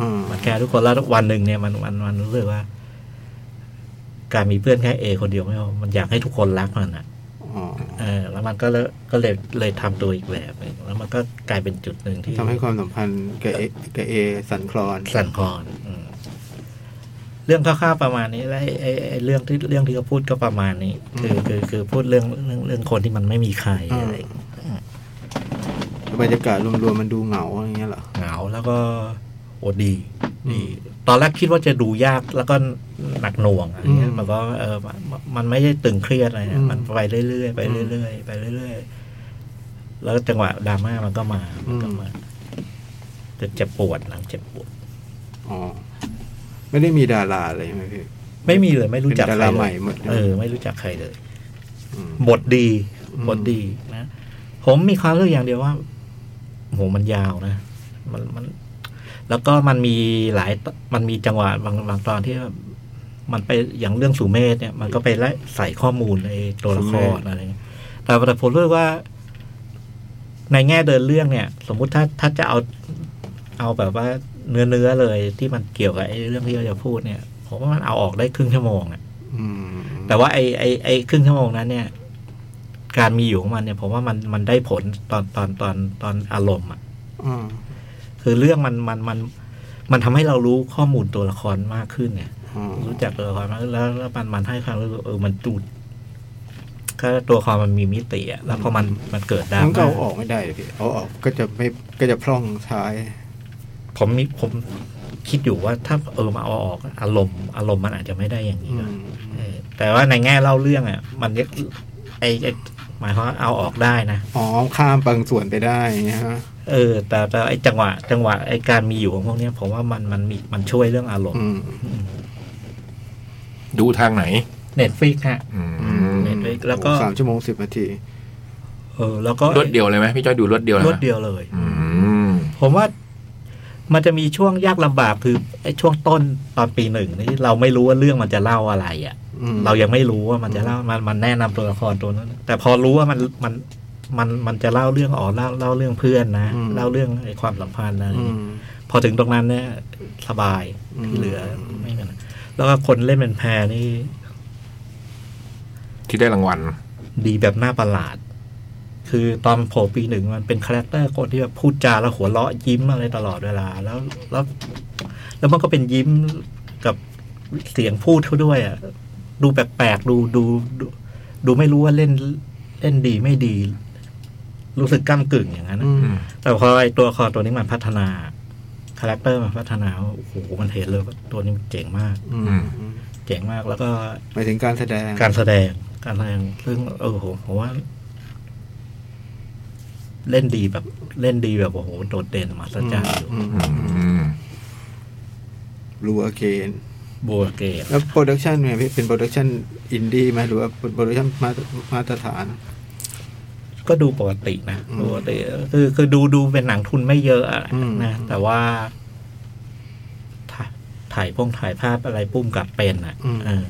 [SPEAKER 5] อ่า
[SPEAKER 4] มันแค่ทุกคนแล้ววันหนึ่งเนี่ยมันมันมันรู้สึกว่า การมีเพื่อนแค่เอคนเดียวไม่พอมันอยากให้ทุกคนรักมันอ่ะ
[SPEAKER 5] อ๋อ
[SPEAKER 4] เออแล้วมันก็เลยก็เลยเลยทำตัวอีกแบบหนึ่งแล้วมันก็กลายเป็นจุดหนึ่งที่
[SPEAKER 5] ทำให้ความสัมพันธ์กับเอกับเอสันคลอน
[SPEAKER 4] สั่นคลอนอืมเรื่องคร่าวๆประมาณนี้และไอ้ไอ้ไอ้เรื่องที่เรื่องที่เขาพูดก็ประมาณนี้คือคือคือพูดเรื่องเรื่องเรื่องคนที่มันไม่มีใคร
[SPEAKER 5] อืม
[SPEAKER 4] อะไรอย่างเงี้ย
[SPEAKER 5] บรรยากาศรวมๆมันดูเหงาอะไรเงี้ยเหรอ
[SPEAKER 4] เหงาแล้วก็โอดี ดีตอนแรกคิดว่าจะดูยากแล้วก็หนักหน่วงอะไรเงี้ย
[SPEAKER 5] อืม
[SPEAKER 4] มันก็เออมันมันไม่ได้ตึงเครียดอะไร
[SPEAKER 5] อื
[SPEAKER 4] นะ
[SPEAKER 5] ม
[SPEAKER 4] มันไปเรื่อยๆไปเรื่อยๆไปเรื่อยๆแล้วจังหวะดราม่ามันก็มามันก็
[SPEAKER 5] อืม
[SPEAKER 4] มาจะเจ็บปวดหลังเจ็บปวด
[SPEAKER 5] อ๋อไม่ได้มีดาราเลยใช่ไหมพี่
[SPEAKER 4] ไม่มีเลยไม่รู้จัก
[SPEAKER 5] เป็น
[SPEAKER 4] ใค
[SPEAKER 5] ดารรา
[SPEAKER 4] เลย
[SPEAKER 5] ใหม่หมดเลย
[SPEAKER 4] เออ ไม่รู้จักใครเลย
[SPEAKER 5] อืม
[SPEAKER 4] บทดี
[SPEAKER 5] อืม
[SPEAKER 4] บทดีนะ ผมมีความรู้สึกอย่างเดียวว่าโหมันยาวนะมันมัน แล้วก็มันมีหลายตมันมีจังหวะบางบางตอนที่แบบมันไปอย่างเรื่องสุเมธเนี่ย มันก็ไปไล่ใส่ข้อมูลในตัวละครอะไรเงี้ยแต่แต่ผมรู้สึกว่า ในแง่เดินเรื่องเนี่ย สมมุติถ้าถ้าจะเอาเอาแบบว่าเนื้อเนื้อเลยที่มันเกี่ยวกับไอ้เรื่องที่เราจะพูดเนี่ยผมว่ามันเอาออกได้ครึ่งชั่วโมงอะ
[SPEAKER 5] อืม
[SPEAKER 4] แต่ว่าไอ้ไอ้ไอ้ครึ่งชั่วโมงนั้นเนี่ย การมีอยู่ของมันเนี่ยผมว่ามันมันได้ผลตอนตอนตอนตอนอารมณ์อ่ะ
[SPEAKER 5] อ่า
[SPEAKER 4] คือเรื่องมันมันมัน มันทำให้เรารู้ข้อมูลตัวละครมากขึ้นเนี่ย
[SPEAKER 5] อ่า
[SPEAKER 4] รู้จักตัวละครมากขึ้นแล้วแล้วมันมันให้ความรู้สึกเออมันจูดก็ตัวละครมันมีมิติอ่ะแล้วพอมันมันเกิดดรา
[SPEAKER 5] มันก็
[SPEAKER 4] ม่า
[SPEAKER 5] เอาออกไม่ได้เลยพี่เอาออกก็จะไม่ก็จะพร่องท้าย
[SPEAKER 4] ผมมีผมคิดอยู่ว่าถ้าเออมาเอาออกอะอารมณ์อารมณ์มันอาจจะไม่ได้อย่างนี้
[SPEAKER 5] อื
[SPEAKER 4] นะ
[SPEAKER 5] ม
[SPEAKER 4] เออแต่ว่าในแง่เล่าเรื่องอ่ะ มันเรียกไอไอ้หมายความว่าเอาออกได้นะ
[SPEAKER 5] อ๋อข้ามบางส่วนไปได้อย่างเงี้ยฮะ
[SPEAKER 4] เออ แต่แต่ไอ้จังหวะ จังหวะไอ้การมีอยู่ของพวกเนี้ยผมว่ามันมันมีมันช่วยเรื่องอารมณ์
[SPEAKER 5] อืม
[SPEAKER 3] ดูทางไหน
[SPEAKER 4] เน็ตฟิกฮะ
[SPEAKER 3] อืม
[SPEAKER 5] อืม
[SPEAKER 4] เน็ตเวิร์กแล้วก็
[SPEAKER 5] โอ้สามชั่วโมงสิบนาที
[SPEAKER 4] เออ แล้วก็
[SPEAKER 3] รวดเดียวเลยไหมพี่จ้อยดูรวดเดียวเลย
[SPEAKER 4] ร
[SPEAKER 3] ไหม
[SPEAKER 4] วดเดียวเลย
[SPEAKER 3] อืม
[SPEAKER 4] ผมว่ามันจะมีช่วงยากลำบากคือไอ้ช่วงต้นตอนปีหนึ่งนี่เราไม่รู้ว่าเรื่องมันจะเล่าอะไรอ่ะ
[SPEAKER 5] อืม
[SPEAKER 4] เรายังไม่รู้ว่ามันจะเล่ามันมันแนะนำตัวละครตัวนั้น แต่พอรู้ว่ามันมันมันมันจะเล่าเรื่องอ๋อเล่าเล่าเรื่องเพื่อนนะ
[SPEAKER 5] อืม
[SPEAKER 4] เล่าเรื่องไอ้ความสัมพันธ์อะไรอย่าง
[SPEAKER 5] อื
[SPEAKER 4] เงี้ย
[SPEAKER 5] ม
[SPEAKER 4] พอถึงตรงนั้นเนี่ยสบาย
[SPEAKER 5] อืม
[SPEAKER 4] ที่เหลือไม่มีปัญหาแล้วก็คนเล่นเป็นแพรนี่
[SPEAKER 3] ที่ได้รางวัล
[SPEAKER 4] ดีแบบน่าประหลาด คือตอนโผล่ปีหนึ่งมันเป็นคาแรคเตอร์คนที่แบบพูดจาแล้วหัวเราะยิ้มอะไรตลอดเวลา แล้วแล้วแล้วมันก็เป็นยิ้มกับเสียงพูดเขาด้วยอ่ะดูแปลกๆดูดูดู ดูไม่รู้ว่าเล่นเล่นดีไม่ดี รู้สึกก้ากึ่งอย่างนั้นนะ
[SPEAKER 5] อืม
[SPEAKER 4] แต่พอไอตัวละคอตัวนี้มันพัฒนาคาแรคเตอร์มันพัฒนาโอ้โหมันเห็นเลยว่าตัวนี้มันเจ๋งมาก
[SPEAKER 5] อืม
[SPEAKER 4] เจ๋งมากแล้วก็
[SPEAKER 5] หมายถึงการแสดง
[SPEAKER 4] การแสดงการแสดงซึ่งเออผมผมว่า เล่นดีแบบเล่นดีแบบโอ้โหโดดเด่นมาสัจจารย์อยู่
[SPEAKER 5] อืม
[SPEAKER 3] อืม
[SPEAKER 5] รูอเคน
[SPEAKER 4] บัวเกต
[SPEAKER 5] แล้วโปรดักชันเนี่ยพี่เป็นโปรดักชันอินดี้ไหมหรือว่าโปรดักชันมามาตรฐาน
[SPEAKER 4] ก็ดูปกตินะ
[SPEAKER 5] อืม
[SPEAKER 4] ปกติคือคือดูดูเป็นหนังทุนไม่เยอะอะ
[SPEAKER 5] อืม
[SPEAKER 4] นะแต่ว่าถ่ายถ่ายพงถ่ายภาพอะไรปุ้มกับเป็นอ่ะเออ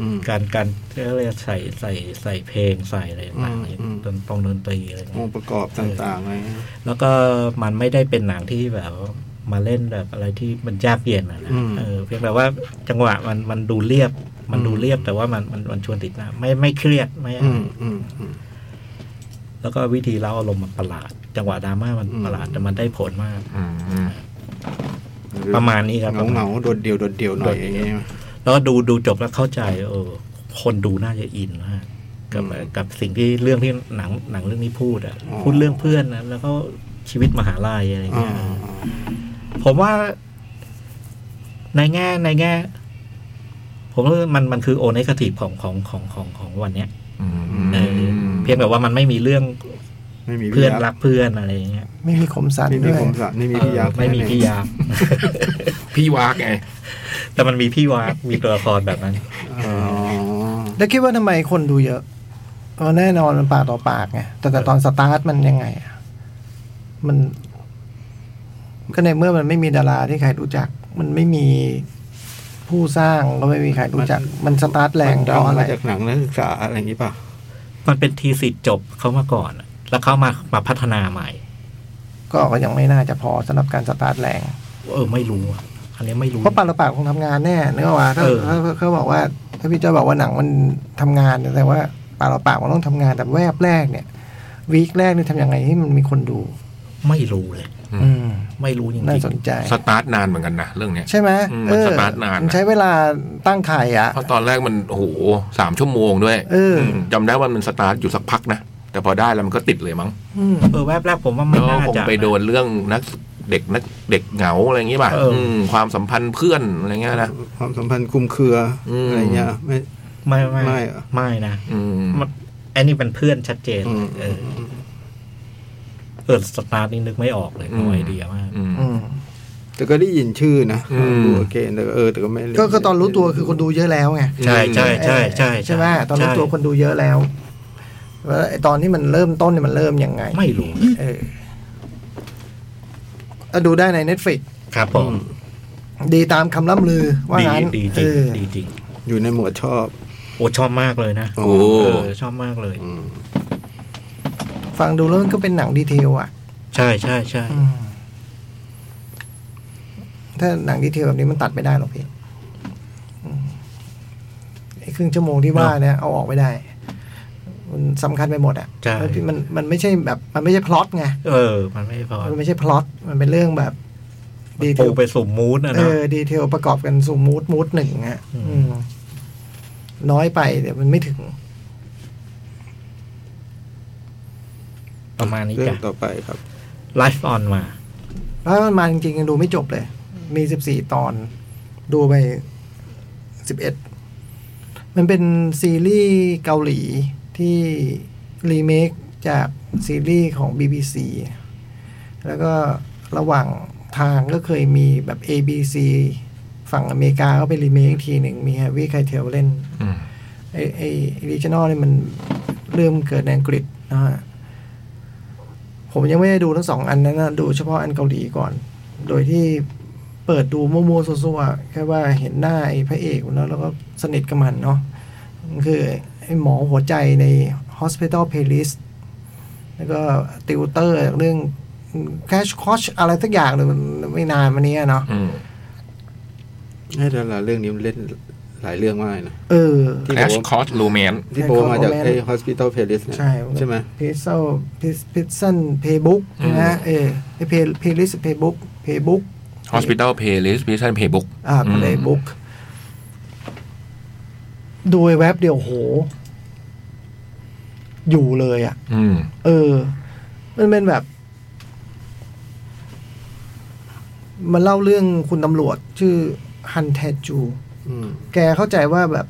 [SPEAKER 5] อืม
[SPEAKER 4] การการเรียกใส่ใส่ใส่เพลงใส่อะไรต่าง
[SPEAKER 5] อืมอืม
[SPEAKER 4] ๆดนตรงดนตรีอะไร
[SPEAKER 5] อง
[SPEAKER 4] เงี้ย
[SPEAKER 5] ค์ประกอบต่างๆอะไร
[SPEAKER 4] แล้วก็มันไม่ได้เป็นหนังที่แบบ มาเล่นแบบอะไรที่มันยากเย็นอะนะ
[SPEAKER 5] อืม
[SPEAKER 4] เออเพียงแต่ว่าจังหวะมันมันดูเรียบ มันดู
[SPEAKER 5] อืม
[SPEAKER 4] เรียบแต่ว่ามันมันมันชวนติดหนะไม่ไม่เครียดไม่อะไร
[SPEAKER 5] อืมอืมอืม
[SPEAKER 4] แล้วก็วิธีเล่าอารมณ์มันประหลาด จังหวะดราม่ามัน
[SPEAKER 5] อืม
[SPEAKER 4] ประหลาดแต่มันได้ผลมาก
[SPEAKER 3] อืมอืม
[SPEAKER 4] ประมาณนี้ครับ
[SPEAKER 5] เหงาเหงาๆโดดเดียวโดดเดียวหน่อยอย่างเงี้ย
[SPEAKER 4] แล้วก็ดูดูจบแล้วเข้าใจเออคนดูน่าจะอินมากกับ
[SPEAKER 5] อืม
[SPEAKER 4] กับสิ่งที่เรื่องที่หนังหนังเรื่องนี้พูดอ่ะ
[SPEAKER 5] อ๋อ
[SPEAKER 4] พูดเรื่องเพื่อนนะแล้วก็ชีวิตมหาลัยอะไร
[SPEAKER 5] อ่า
[SPEAKER 4] เงี้ยผมว่า ในแง่ในแง่ ผมว่ามันมันคือโอเนกาทีฟของของของของของวันเนี้ย
[SPEAKER 3] อืมอืม
[SPEAKER 4] เอออเพียงแต่ว่ามันไม่มีเรื่อง
[SPEAKER 5] ไม่มี
[SPEAKER 4] เพื่อน
[SPEAKER 5] ยั
[SPEAKER 4] รักเพื่อนอะไรอย่างเงี้ย
[SPEAKER 2] ไม่มีคมสัน
[SPEAKER 5] ไม่มี
[SPEAKER 2] ด้วย
[SPEAKER 5] ผมสัตว์ไม่มีพี่ยักษ์
[SPEAKER 4] เออไม่มีพี่ยาม
[SPEAKER 3] พี่วากไง
[SPEAKER 4] แต่มันมีพี่วากมีตัวละครแบบนั้น
[SPEAKER 5] อ๋อ
[SPEAKER 2] แล้วคิดว่าทำไมคนดูเยอะเพราะแน่นอนมันปากต่อปากไงแต่แต่ตอนสตาร์ทมันยังไงอะมัน ก็ในเมื่อมันไม่มีดาราที่ใครรู้จัก มันไม่มีผู้สร้างก็ไม่มีใครรู้จัก มันสตาร์ทแรง
[SPEAKER 5] มัน
[SPEAKER 2] เพ
[SPEAKER 5] เดา
[SPEAKER 2] ราะอะไร
[SPEAKER 5] มาจากหนังนักศึกษาอะไรอย่างงี้ป่ะ
[SPEAKER 4] มันเป็นทีสิทธิ์จบเขามาก่อนอะแล้วเขามามาพัฒนาใหม่
[SPEAKER 2] ก็ก็ยังไม่น่าจะพอสำหรับการสตาร์ทแรง
[SPEAKER 4] เออไม่รู้อะอันนี้ไม่รู้
[SPEAKER 2] เพราะปากต่อปากคงทำงานแน่นึกออกว่าถ้า
[SPEAKER 4] เออ
[SPEAKER 2] ถ้าถ้าเขาบอกว่า ถ้าพี่เจ้าบอกว่าหนังมันทำงานแต่ว่าปากต่อปากมันต้องทำงานแต่แวบแรกเนี่ยวีคแรกนี่ทำยังไงให้มันมีคนดู
[SPEAKER 4] ไม่รู้เลย
[SPEAKER 2] อืม
[SPEAKER 4] ไม่รู้จริง
[SPEAKER 2] น่า
[SPEAKER 4] ๆ
[SPEAKER 2] สนใจ
[SPEAKER 3] สตาร์ทนานเหมือนกันนะเรื่องเนี้ย
[SPEAKER 2] ใช่ไหม
[SPEAKER 3] อืม
[SPEAKER 2] เอ
[SPEAKER 3] มัน
[SPEAKER 2] อ
[SPEAKER 3] สตาร์ทนาน
[SPEAKER 2] มัใช้เวลาตั้งไข่อ่ะ
[SPEAKER 3] เพราะตอนแรกมันโอ้โหสามชั่วโมงด้วย
[SPEAKER 2] เอออื
[SPEAKER 3] มจำได้ว่ามันสตาร์ทอยู่สักพักนะ แต่พอได้แล้วมันก็ติดเลยมั้ง
[SPEAKER 2] อืม
[SPEAKER 4] เออแวบแรกผมว่าไม่
[SPEAKER 3] แล้วก็
[SPEAKER 4] น่า
[SPEAKER 3] คง
[SPEAKER 4] จะ
[SPEAKER 3] ไปโดนเรื่องนักเด็กนักเด็กเหงาอะไรอย่างงี้ป่ะ
[SPEAKER 4] เอออื
[SPEAKER 3] มความสัมพันธ์เพื่อนอะไรเงี้ยนะ
[SPEAKER 5] ความสัมพันธ์คลุมเครืออ
[SPEAKER 3] ม
[SPEAKER 5] อะไรเงี้ยไม่
[SPEAKER 4] ไม่ไม่
[SPEAKER 5] ไม่
[SPEAKER 4] ไม่
[SPEAKER 5] อะ
[SPEAKER 4] ไม่นะ
[SPEAKER 3] อืม
[SPEAKER 4] มันไอันนี้เป็นเพื่อนชัดเจน
[SPEAKER 5] อืม
[SPEAKER 4] เออเออสตาร์ทนี่นึกไม่ออกเลยหน่วยเดียมาก
[SPEAKER 3] อืม
[SPEAKER 2] อืม
[SPEAKER 5] แต่ก็ได้ยินชื่อนะ
[SPEAKER 3] อืม
[SPEAKER 5] ดูโอเคแต่ก็เออแต่ก็ไม่
[SPEAKER 2] ก็ก็ตอนรู้ตัวคือคนดูเยอะแล้วไง
[SPEAKER 4] ใช่ใช่ใช่ใช่
[SPEAKER 2] ใช่ไหมตอนรู้ตัวคนดูเยอะแล้วแล้วไอ้ตอนที่มันเริ่มต้นเนี่ยมันเริ่มยังไง
[SPEAKER 4] ไม่รู้
[SPEAKER 2] เออเอาดูได้ใน Netflix
[SPEAKER 4] ครับผม
[SPEAKER 2] ดีตามคำล่ำลือว่า
[SPEAKER 4] ดี
[SPEAKER 2] งั้น
[SPEAKER 4] ดีจ
[SPEAKER 2] เอ
[SPEAKER 4] ริง
[SPEAKER 2] อ
[SPEAKER 4] ดีจริง
[SPEAKER 5] อยู่ในหมวดชอบ
[SPEAKER 4] โอ้ชอบมากเลยนะ
[SPEAKER 3] โอ้
[SPEAKER 4] เออชอบมากเลย
[SPEAKER 5] อืม
[SPEAKER 2] ฟังดูแล้วมันก็เป็นหนังดีเทลอ่ะ
[SPEAKER 4] ใช่ใช่ใช่
[SPEAKER 2] อืมถ้าหนังดีเทลแบบนี้มันตัดไม่ได้หรอกพี่อืมไอ้ครึ่งชั่วโมงที่ว่าเนี่ยเอาออกไม่ได้ มันสำคัญไปหมดอ่ะ
[SPEAKER 4] ใช่
[SPEAKER 2] มันมันมันไม่ใช่แบบ มันไม่ใช่พล็อตไง
[SPEAKER 4] เออ มันไม่พอ
[SPEAKER 2] มันไม่ใช่พล็อต มันเป็นเรื่องแบบดีเท
[SPEAKER 4] ปู
[SPEAKER 2] ล
[SPEAKER 4] ไปสู่มูดนะ
[SPEAKER 2] เอ
[SPEAKER 4] เนอะ
[SPEAKER 2] อดีเทลประกอบกันสู่มูดมูดหนึ่งฮะ
[SPEAKER 4] อืม
[SPEAKER 2] อืมน้อยไปเดี๋ยวมันไม่ถึง
[SPEAKER 4] ประมาณนี้
[SPEAKER 5] เรื่อง
[SPEAKER 4] จ้ะ
[SPEAKER 5] ต่อไปครับ
[SPEAKER 4] ไลฟ์ออนมา
[SPEAKER 2] เพราะมันมาจริงๆยังดูไม่จบเลย มีสิบสี่ตอน ดูไปสิบเอ็ดมันเป็นซีรีส์เกาหลีที่รีเมคจากซีรีส์ของ BBC แล้วก็ระหว่างทางก็เคยมีแบบ ABC ฝั่งอเมริกาก็ไปรีเมคอีกทีหนึ่งมีแฮร์รี่ไคเทลเล่น ไอไอรีจินอลนี่มันเริ่มเกิดในอังกฤษนะฮะผมยังไม่ได้ดูทั้งสองอันนั้นนะดูเฉพาะอันเกาหลีก่อน โดยที่เปิดดูมั่วๆซัวๆแค่ว่าเห็นหน้าไอ้พระเอกแล้วแล้วก็สนิทกับมันเนาะมันคือไอ้หมอหัวใจใน Hospital Playlist แล้วก็ติวเตอร์เรื่อง Cash Coach อะไรสักอย่างเลยมันไม่นานมาเนี้ยเนาะ
[SPEAKER 3] อืม
[SPEAKER 5] ให้ดาราเรื่องนี้มันเล่นหลายเรื่องมากเลยนะ
[SPEAKER 2] เออ
[SPEAKER 5] ที่บอก
[SPEAKER 3] Ash
[SPEAKER 5] ว่า
[SPEAKER 3] Cost Romance
[SPEAKER 5] ที่โบมาจาก
[SPEAKER 2] Romance
[SPEAKER 5] ไอ้ hospital playlist เนี่ย
[SPEAKER 2] ใช่
[SPEAKER 5] ใช่ไหม
[SPEAKER 2] พิซเซลพิซซันเพย์บุ๊กนะฮะเออเพย์เพย์ลิสเพย์บุ๊กเพย์บุ๊ก
[SPEAKER 3] Hospital Playlist Prison Playbook
[SPEAKER 2] อ่าเพย์บุ๊กดูไอ้แว็บเดียวโห อยู่เลยอ่ะ
[SPEAKER 3] อืม
[SPEAKER 2] เออ มันเป็นแบบ มันเล่าเรื่องคุณตำรวจ ชื่อฮันแทจู
[SPEAKER 5] อืม
[SPEAKER 2] แกเข้าใจว่าแบบ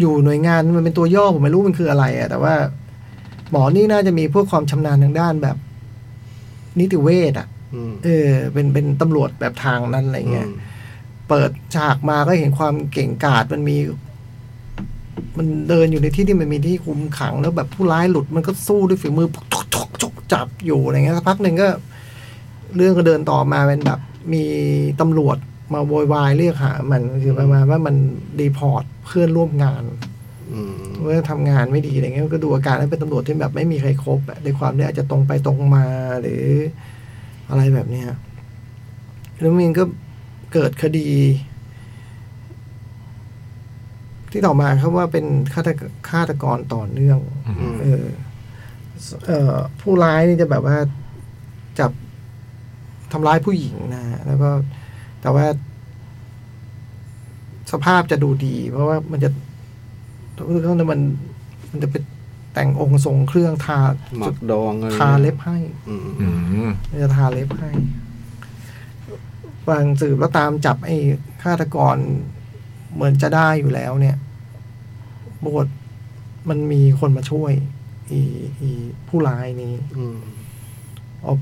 [SPEAKER 2] อยู่หน่วยงานมันเป็นตัวย่อผมไม่รู้มันคืออะไรอะแต่ว่า หมอนี่น่าจะมีพวกความชำนาญทางด้านแบบ นิติเวชอะ
[SPEAKER 5] อืม
[SPEAKER 2] เออ เป็นเป็นตำรวจแบบทางนั้นอะไรเงี้ย เปิดฉากมาก็เห็นความเก่งกาจมันมี มันเดินอยู่ในที่ที่มันมีที่คุมขังแล้วแบบผู้ร้ายหลุดมันก็สู้ด้วยฝีมือทุกทุกทุกจับอยู่อะไรเงี้ยสักพักหนึ่งก็ เรื่องก็เดินต่อมาเป็นแบบ มีตำรวจมาโวยวายเรียกหามันคือประมาณว่ามันรีพอร์ตเพื่อนร่วมงาน
[SPEAKER 5] อืม
[SPEAKER 2] ว่าทำงานไม่ดีอะไรเงี้ยก็ดูอาการแล้วเป็นตำรวจที่แบบไม่มีใครครบอะในความที่อาจจะตรงไปตรงมาหรืออะไรแบบเนี้ย แล้วมินก็เกิดคดี ที่ต่อมาครับว่าเป็นฆาตกฆาตกรต่อเนื่อง
[SPEAKER 5] อืม
[SPEAKER 2] เออเอ่อผู้ร้ายนี่จะแบบว่าจับทำร้ายผู้หญิงนะฮะแล้วก็แต่ว่า สภาพจะดูดี เพราะว่ามันจะเรื่องนั้นมัน มันจะเป็นแต่งองค์ทรงเครื่องทา
[SPEAKER 5] หมักดองอะไร
[SPEAKER 2] ทาเล็บให้
[SPEAKER 5] อืม
[SPEAKER 3] อืม
[SPEAKER 2] มันจะทาเล็บให้กำลังสืบแล้วตามจับไอ้ฆาตกรเหมือนจะได้อยู่แล้ว เนี่ยปรากฏมันมีคนมาช่วย อีอีผู้ร้ายนี้
[SPEAKER 5] อืม
[SPEAKER 2] เอา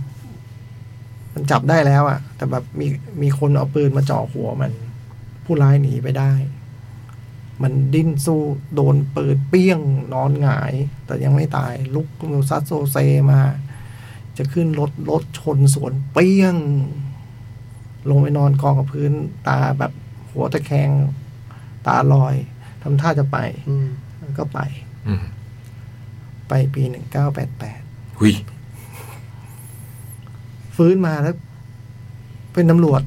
[SPEAKER 2] มันจับได้แล้วอะแต่แบบมีมีคนเอาปืนมาจ่อหัวมัน ผู้ร้ายหนีไปได้ มันดิ้นสู้โดนปืนเปี้ยงนอนหงาย แต่ยังไม่ตาย ลุกโนซัสโซเซมา จะขึ้นรถรถชนสวนเปี้ยง ลงไปนอนกองกับพื้น ตาแบบหัวตะแคง ตาลอยทำท่าจะไป
[SPEAKER 5] อืม
[SPEAKER 2] ก็ไป
[SPEAKER 3] อืม
[SPEAKER 2] ไปปีหนึ่งเก้าแปดแปด
[SPEAKER 3] หุย
[SPEAKER 2] ฟื้นมาแล้ว เป็นตำรวจ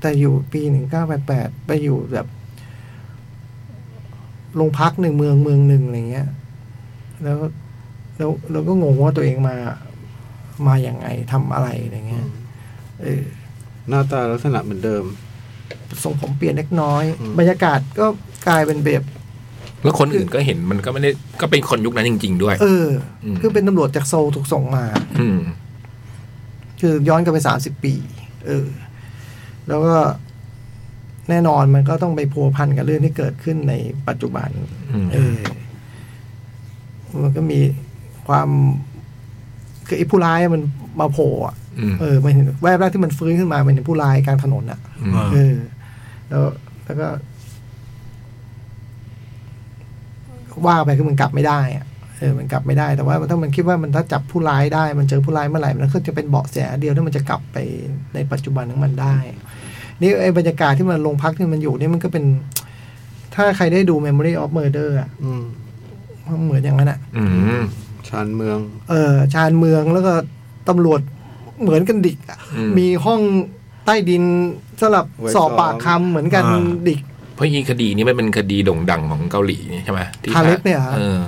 [SPEAKER 2] แต่อยู่ปีหนึ่งเก้าแปดแปดไปอยู่แบบโรงพักหนึ่งเมืองเมืองหนึ่งอะไรเงี้ย แล้วแล้วเราก็งงว่าตัวเองมา มาอย่างไงทำอะไรอะไรเงี้ยเออ
[SPEAKER 5] หน้าตาลักษณะเหมือนเดิม
[SPEAKER 2] ทรงผมเปลี่ยนเล็กน้อย
[SPEAKER 5] อืม
[SPEAKER 2] บรรยากาศก็กลายเป็นแบบ
[SPEAKER 3] แล้วคนอื่นก็เห็นมันก็ไม่ได้ก็เป็นคนยุคนั้นจริง ๆ ด้วย
[SPEAKER 2] เอออ
[SPEAKER 3] ม
[SPEAKER 2] คือเป็นตำรวจจากโซลถูกส่งมา
[SPEAKER 3] อืม
[SPEAKER 2] คือย้อนกลับไปสามสิบปี เออ แล้วก็แน่นอนมันก็ต้องไปพัวพันกับเรื่องที่เกิดขึ้นในปัจจุบัน
[SPEAKER 3] อืม
[SPEAKER 2] เออ มันก็มีความคือไอ้ผู้ร้ายอะมันมาโผล่อะ
[SPEAKER 3] อืม
[SPEAKER 2] เออมันเห็นแวบแรกที่มันฟื้นขึ้นมามันเห็นผู้ร้ายกลางถนนอ่ะ
[SPEAKER 3] ม
[SPEAKER 2] เออ แล้วแล้วก็ ว่าไปคือมันกลับไม่ได้อะเออ มันกลับไม่ได้แต่ว่าถ้ามันคิดว่ามันถ้าจับผู้ร้ายได้ มันเจอผู้ร้ายเมื่อไหร่มันก็จะเป็นเบาะแสเดียวที่มันจะกลับไปในปัจจุบันของมันได้ นี่ไอ้บรรยากาศที่มันโรงพักที่มันอยู่นี่มันก็เป็น ถ้าใครได้ดู Memory of Murder อ่ะ
[SPEAKER 5] อืม
[SPEAKER 2] มันเหมือนอย่างนั้นอ่ะ
[SPEAKER 3] อืม
[SPEAKER 5] ชานเมือง
[SPEAKER 2] เออชานเมืองแล้วก็ตำรวจเหมือนกันดิกอะมีห้องใต้ดินสลับ
[SPEAKER 5] ไว้
[SPEAKER 2] สอบ
[SPEAKER 5] ซ้อม
[SPEAKER 2] ปากคำเหมือนกัน
[SPEAKER 6] อ่า
[SPEAKER 2] ดิก
[SPEAKER 3] เพราะยีคดีนี้มันเป็นคดีโด่งดังของเกาหลีนี่ใช่ไหม
[SPEAKER 2] คาเล็กเนี่ยเหรอ
[SPEAKER 3] เออ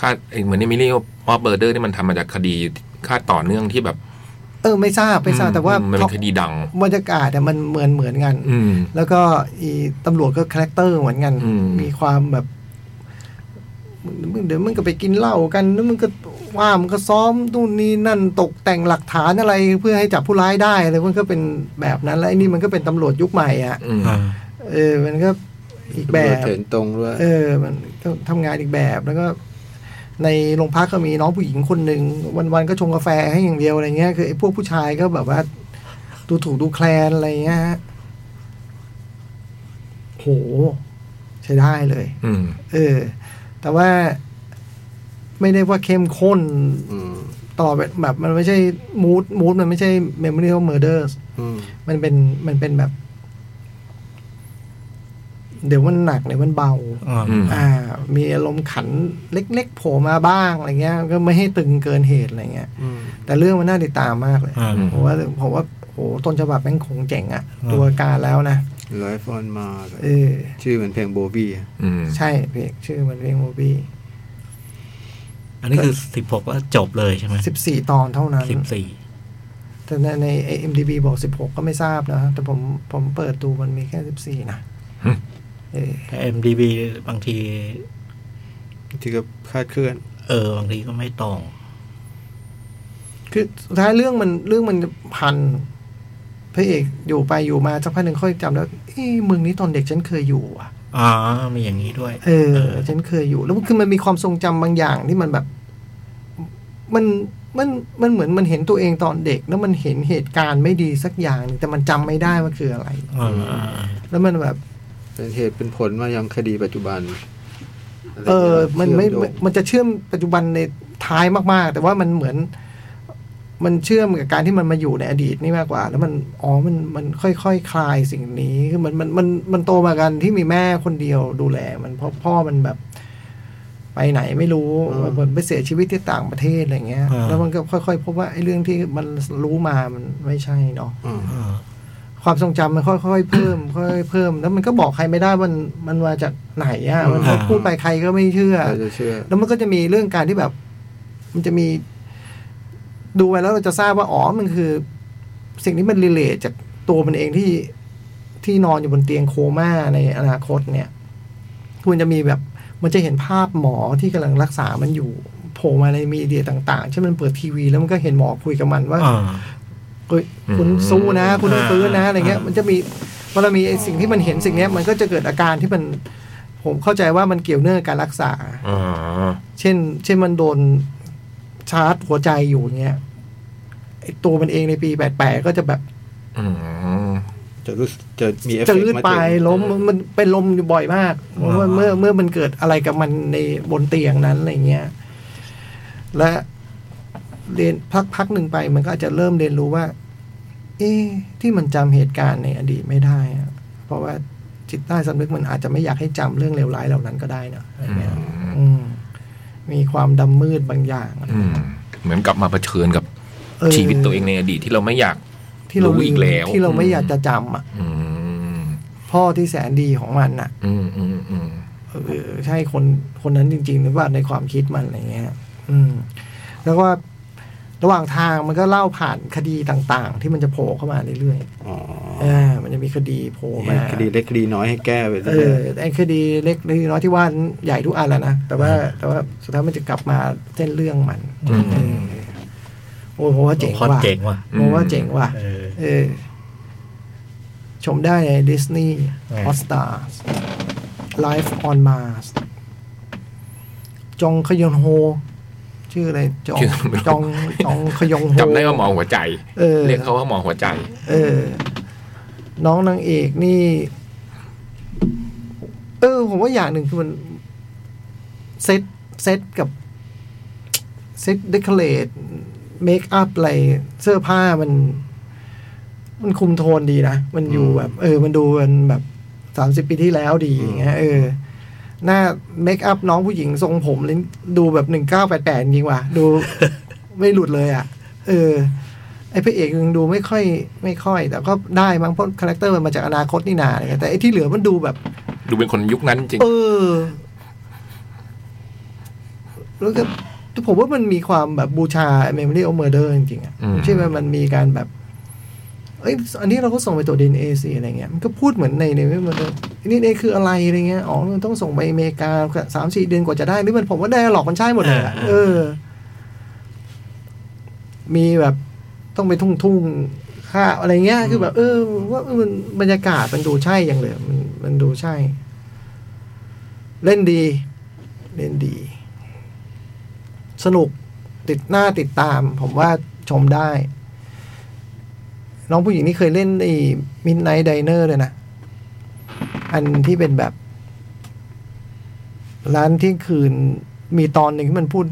[SPEAKER 3] คาดไอ้เหมือนนี่มิเรียกมอบเบอร์เดอร์นี่มันทำมาจากคดีคาดต่อเนื่องที่แบบ
[SPEAKER 2] เออไม่ทราบไม่ทราบแต่ว่า
[SPEAKER 3] อืมมันเป็นคดีดัง
[SPEAKER 2] บรรยากาศแต่มันเหมือนเหมือนกัน
[SPEAKER 3] อืม
[SPEAKER 2] แล้วก็อีตำรวจก็คาแรคเตอร์เหมือนกัน
[SPEAKER 3] อืม
[SPEAKER 2] มีความแบบมึงเดี๋ยวมึงก็ไปกินเหล้ากันแล้วมึงก็ว่ามึงก็ซ้อมนู่นนี่นั่นตกแต่งหลักฐานอะไรเพื่อให้จับผู้ร้ายได้อะไรมันก็เป็นแบบนั้นแล้วไอ้นี่มันก็เป็นตำรวจยุคใหม่อ่ะ
[SPEAKER 3] อืม
[SPEAKER 6] อ่า
[SPEAKER 2] เออมันก็อีกแบ
[SPEAKER 5] ตำรวจ
[SPEAKER 2] บ
[SPEAKER 5] เถินตรงด้วย
[SPEAKER 2] เออ มันก็ทำงานอีกแบบแล้วก็ ในโรงพักก็มีน้องผู้หญิงคนหนึ่งวันๆก็ชงกาแฟให้อย่างเดียวอะไรเงี้ยคือไอ้พวกผู้ชายก็แบบว่า ดูถูกดูแคลนอะไรเงี้ยฮะโห ใช้ได้เลย
[SPEAKER 3] อืม
[SPEAKER 2] เออ แต่ว่าไม่ได้ว่าเข้มข้น
[SPEAKER 5] ม
[SPEAKER 2] ต่อแบบแบบมันไม่ใช่มูดมูดมันไม่ใช่ Memory of Murder
[SPEAKER 5] อืม
[SPEAKER 2] มันเป็นมันเป็นแบบ เดี๋ยวมันหนักเดี๋ยวมันเบา
[SPEAKER 6] อ่า
[SPEAKER 3] อืม
[SPEAKER 2] อ่ามีอารมณ์ขันเล็กๆโผล่มาบ้างอะไรเงี้ย ก็ไม่ให้ตึงเกินเหตุอะไรเงี้ย
[SPEAKER 5] อืม
[SPEAKER 2] แต่เรื่องมันน่าติดตามมากเลย
[SPEAKER 6] อ่า
[SPEAKER 2] ผมว่าผมว่าโหต้นฉบับแม่งคงเจ๋งอะตัวการแล้วนะ
[SPEAKER 5] ไลฟ์ออนมา
[SPEAKER 2] เออ
[SPEAKER 5] ชื่อเหมือนเพลงโบบี้อะ
[SPEAKER 3] อืม
[SPEAKER 2] ใช่เพลงชื่อมันเพลงโมบี้
[SPEAKER 4] อันนี้คือสิบหกว่าจบเลยใช่ไหม
[SPEAKER 2] สิบสี่ตอนเท่านั้น
[SPEAKER 4] สิบสี่
[SPEAKER 2] แต่ในใน IMDb บอกสิบหกก็ไม่ทราบนะ แต่ผมผมเปิดดูมันมีแค่สิบสี่นะเออ
[SPEAKER 4] แต่ MDB บางที
[SPEAKER 5] ที่ก็คาดเคลื่อน
[SPEAKER 4] เออ บางทีก็ไม่ตรง
[SPEAKER 2] คือสุดท้ายเรื่องมันเรื่องมันพันพระเอกอยู่ไปอยู่มาสักพักหนึ่งค่อยจำแล้วเอ้มึงนี่ตอนเด็กฉันเคยอยู่อ่ะ
[SPEAKER 4] อ๋อมีอย่างนี้ด้วย
[SPEAKER 2] เออฉันเคยอยู่ แล้วคือมันมีความทรงจำบางอย่างที่มันแบบ มันมันมันเหมือนมันเห็นตัวเองตอนเด็ก แล้วมันเห็นเหตุการณ์ไม่ดีสักอย่างหนึ่งแต่มันจำไม่ได้ว่าคืออะไร
[SPEAKER 4] อ่า
[SPEAKER 2] แล้วมันแบบ
[SPEAKER 5] เป็นเหตุเป็นผลมายังคดีปัจจุบัน
[SPEAKER 2] เออ มันไม่
[SPEAKER 5] เชื่อโยง
[SPEAKER 2] มันจะเชื่อมปัจจุบันในท้ายมากๆ แต่ว่ามันเหมือน มันเชื่อมกับการที่มันมาอยู่ในอดีตนี่มากกว่า แล้วมันอ๋อมันมันค่อยๆคลายสิ่งนี้คือมันมันมันมันโตมากันที่มีแม่คนเดียวดูแล มันเพราะพ่อมันแบบ ไปไหนไม่รู้
[SPEAKER 5] อืม
[SPEAKER 2] เหมือนไปเสียชีวิตที่ต่างประเทศอะไรเงี้ย
[SPEAKER 6] อ่า
[SPEAKER 2] แล้วมันก็ค่อยๆพบว่าไอ้เรื่องที่มันรู้มามันไม่ใช่เนาะ
[SPEAKER 5] อืม
[SPEAKER 2] ความทรงจำมันค่อยๆเพิ่มค่อยๆเพิ่ม แล้วมันก็บอกใครไม่ได้ว่ามันมันมาจากไหนอ่ะมันก็พูดไปใครก็ไม่เชื่อ
[SPEAKER 5] เราจะเชื่อ
[SPEAKER 2] แล้วมันก็จะมีเรื่องการที่แบบ มันจะมี ดูไปแล้วเราจะทราบว่าอ๋อมันคือ สิ่งที่มันรีเลทจากตัวมันเองที่ที่นอนอยู่บนเตียงโคม่าในอนาคตเนี่ยคุณจะมีแบบ มันจะเห็นภาพหมอที่กำลังรักษามันอยู่โผล่มาในมีเดียต่างๆเช่นมันเปิดทีวี แล้วมันก็เห็นหมอคุยกับมันว่า
[SPEAKER 6] อ่า
[SPEAKER 2] เฮ้ยคุณ
[SPEAKER 3] อืม
[SPEAKER 2] สู้นะ คุณต้องฟื้นนะอะไรเงี้ย
[SPEAKER 6] อ่ามั
[SPEAKER 2] มันจะมีพอเรามีไอ้สิ่งที่มันเห็นสิ่งเนี้ย มันก็จะเกิดอาการที่มัน ผมเข้าใจว่ามันเกี่ยวเนื่องกับการรักษา
[SPEAKER 3] อ๋อ
[SPEAKER 2] เช่น เช่นมันโดนชาร์จหัวใจอยู่เงี้ยไอ้ตัวมันเองในปี 88 ก็จะแบบ
[SPEAKER 3] อืม
[SPEAKER 5] จะรู้สึกจะมีเอฟเฟก
[SPEAKER 2] จืด
[SPEAKER 5] ต์มา
[SPEAKER 2] ไป
[SPEAKER 5] ถึง
[SPEAKER 2] ล้มมันเป็นลมอยู่บ่อยมาก เพราะว่าเมื่อเมื่อมันเกิดอะไรกับมันในบนเตียงนั้นอะไรเงี้ย และเรียนพักพักหนึ่งไป มันก็อาจจะเริ่มเรียนรู้ว่า เอ๊ะที่มันจำเหตุการณ์ในอดีตไม่ได้อะเพราะว่าจิตใต้สำนึกมันอาจจะไม่อยากให้จำเรื่องเลวร้ายเหล่านั้นก็ได้นะอะไรเงี้ยอืมมีความดำมืดบางอย่างอะไร
[SPEAKER 3] อืม เหมือนกลับมาเผชิญกับ
[SPEAKER 2] เออ
[SPEAKER 3] ชีวิตตัวเองในอดีตที่เราไม่อยาก
[SPEAKER 2] ที่เรา
[SPEAKER 3] รู้อีกแล้ว
[SPEAKER 2] ที่เราไม่อยากจะจำอ่ะ
[SPEAKER 3] อืม
[SPEAKER 2] พ่อที่แสนดีของมันอ่ะ
[SPEAKER 3] อืมอืมอืม
[SPEAKER 2] เออใช่คนคนนั้นจริง ๆ หรือว่าในความคิดมันอะไรเงี้ยอืม แล้วก็ระหว่างทางมันก็เล่าผ่านคดีต่าง ๆ ที่มันจะโผล่เข้ามาเรื่อย
[SPEAKER 5] อ๋อ
[SPEAKER 2] ๆเออมันจะมีคดีโผล่มา
[SPEAKER 5] คดีเล็กคดีน้อยให้แก้ไป
[SPEAKER 2] เอ
[SPEAKER 5] เรื่
[SPEAKER 2] อ
[SPEAKER 5] อย
[SPEAKER 2] ไอ้คดีเล็กคดีน้อยที่ว่านั้นใหญ่ทุกอันแหละนะแต่ว่า แต่ว่าสุดท้ายมันจะกลับมาเส้นเรื่องมันเออโอ้โหว่า
[SPEAKER 4] หลว
[SPEAKER 2] เจ๋
[SPEAKER 4] ง
[SPEAKER 2] ง
[SPEAKER 4] พ่อ
[SPEAKER 2] ว่ะ
[SPEAKER 4] เจ๋งว่ะ
[SPEAKER 2] โอ้ว่าเจ๋งว่ะ
[SPEAKER 4] เออ
[SPEAKER 2] เออชมได้ในดิสนีย์
[SPEAKER 4] ไง
[SPEAKER 2] ฮอสตาร์ไลฟ์ออนมาสจองขยอนโฮ ชื่ออะไรจองจองจองขยองโฮ
[SPEAKER 3] จำได้ว่าหมอหัวใจ
[SPEAKER 2] เออ
[SPEAKER 3] เรียกเขาว่าหมอหัวใจ
[SPEAKER 2] เออ น้องนางเอกนี่ เออ ผมว่าอย่างหนึ่งคือมัน เซตเซตกับ เซตเดคอเรทเมคอัพอะไร เสื้อผ้ามัน มันคุมโทนดีนะ มันอยู่แบบ เออ มันดูมันแบบสามสิบ30 ปีที่แล้วดีอย่างเงี้ยเออ หน้าเมคอัพน้องผู้หญิงทรงผมเลยดูแบบหนึ่งเก้าแปดแปดจริงว่ะ ดู ไม่หลุดเลยอ่ะ เออ ไอ้พระเอกยังดูไม่ค่อย ไม่ค่อย แต่ก็ได้มั้งเพราะคาแรคเตอร์มันมาจากอนาคตนี่นาอะไรเงี้ยแต่ไอ้ที่เหลือมันดูแบบ
[SPEAKER 3] ดูเป็นคนยุคนั้นจริง
[SPEAKER 2] เออ แล้วก็ผมว่ามันมีความแบบบูชา Memory of Murder จริงๆอ่ะ
[SPEAKER 3] อืม
[SPEAKER 2] ใช่ไหมมันมีการแบบ เอ้ย อันนี้เราก็ส่งไปตัวดีเอซีอะไรเงี้ย มันก็พูดเหมือนในในไม่มันนี่เอคืออะไรอะไรเงี้ย อ๋อ มันต้องส่งไปอเมริกาสามสี่เดือนกว่าจะได้ หรือมันผมว่าได้หลอกมันใช่หมดเลยอะเออ มีแบบต้องไปทุ่งทุ่งๆข้าวอะไรเงี้ย คือแบบ เออ ว่าเออมันบรรยากาศมันดูใช่อย่างเลย มันมันดูใช่ เล่นดี เล่นดี สนุกติดหน้าติดตาม ผมว่าชมได้ น้องผู้หญิงนี่เคยเล่นไอ้ Midnight Diner เลยนะ อันที่เป็นแบบ ร้านเที่ยงคืนมีตอนหนึ่งที่มันพูด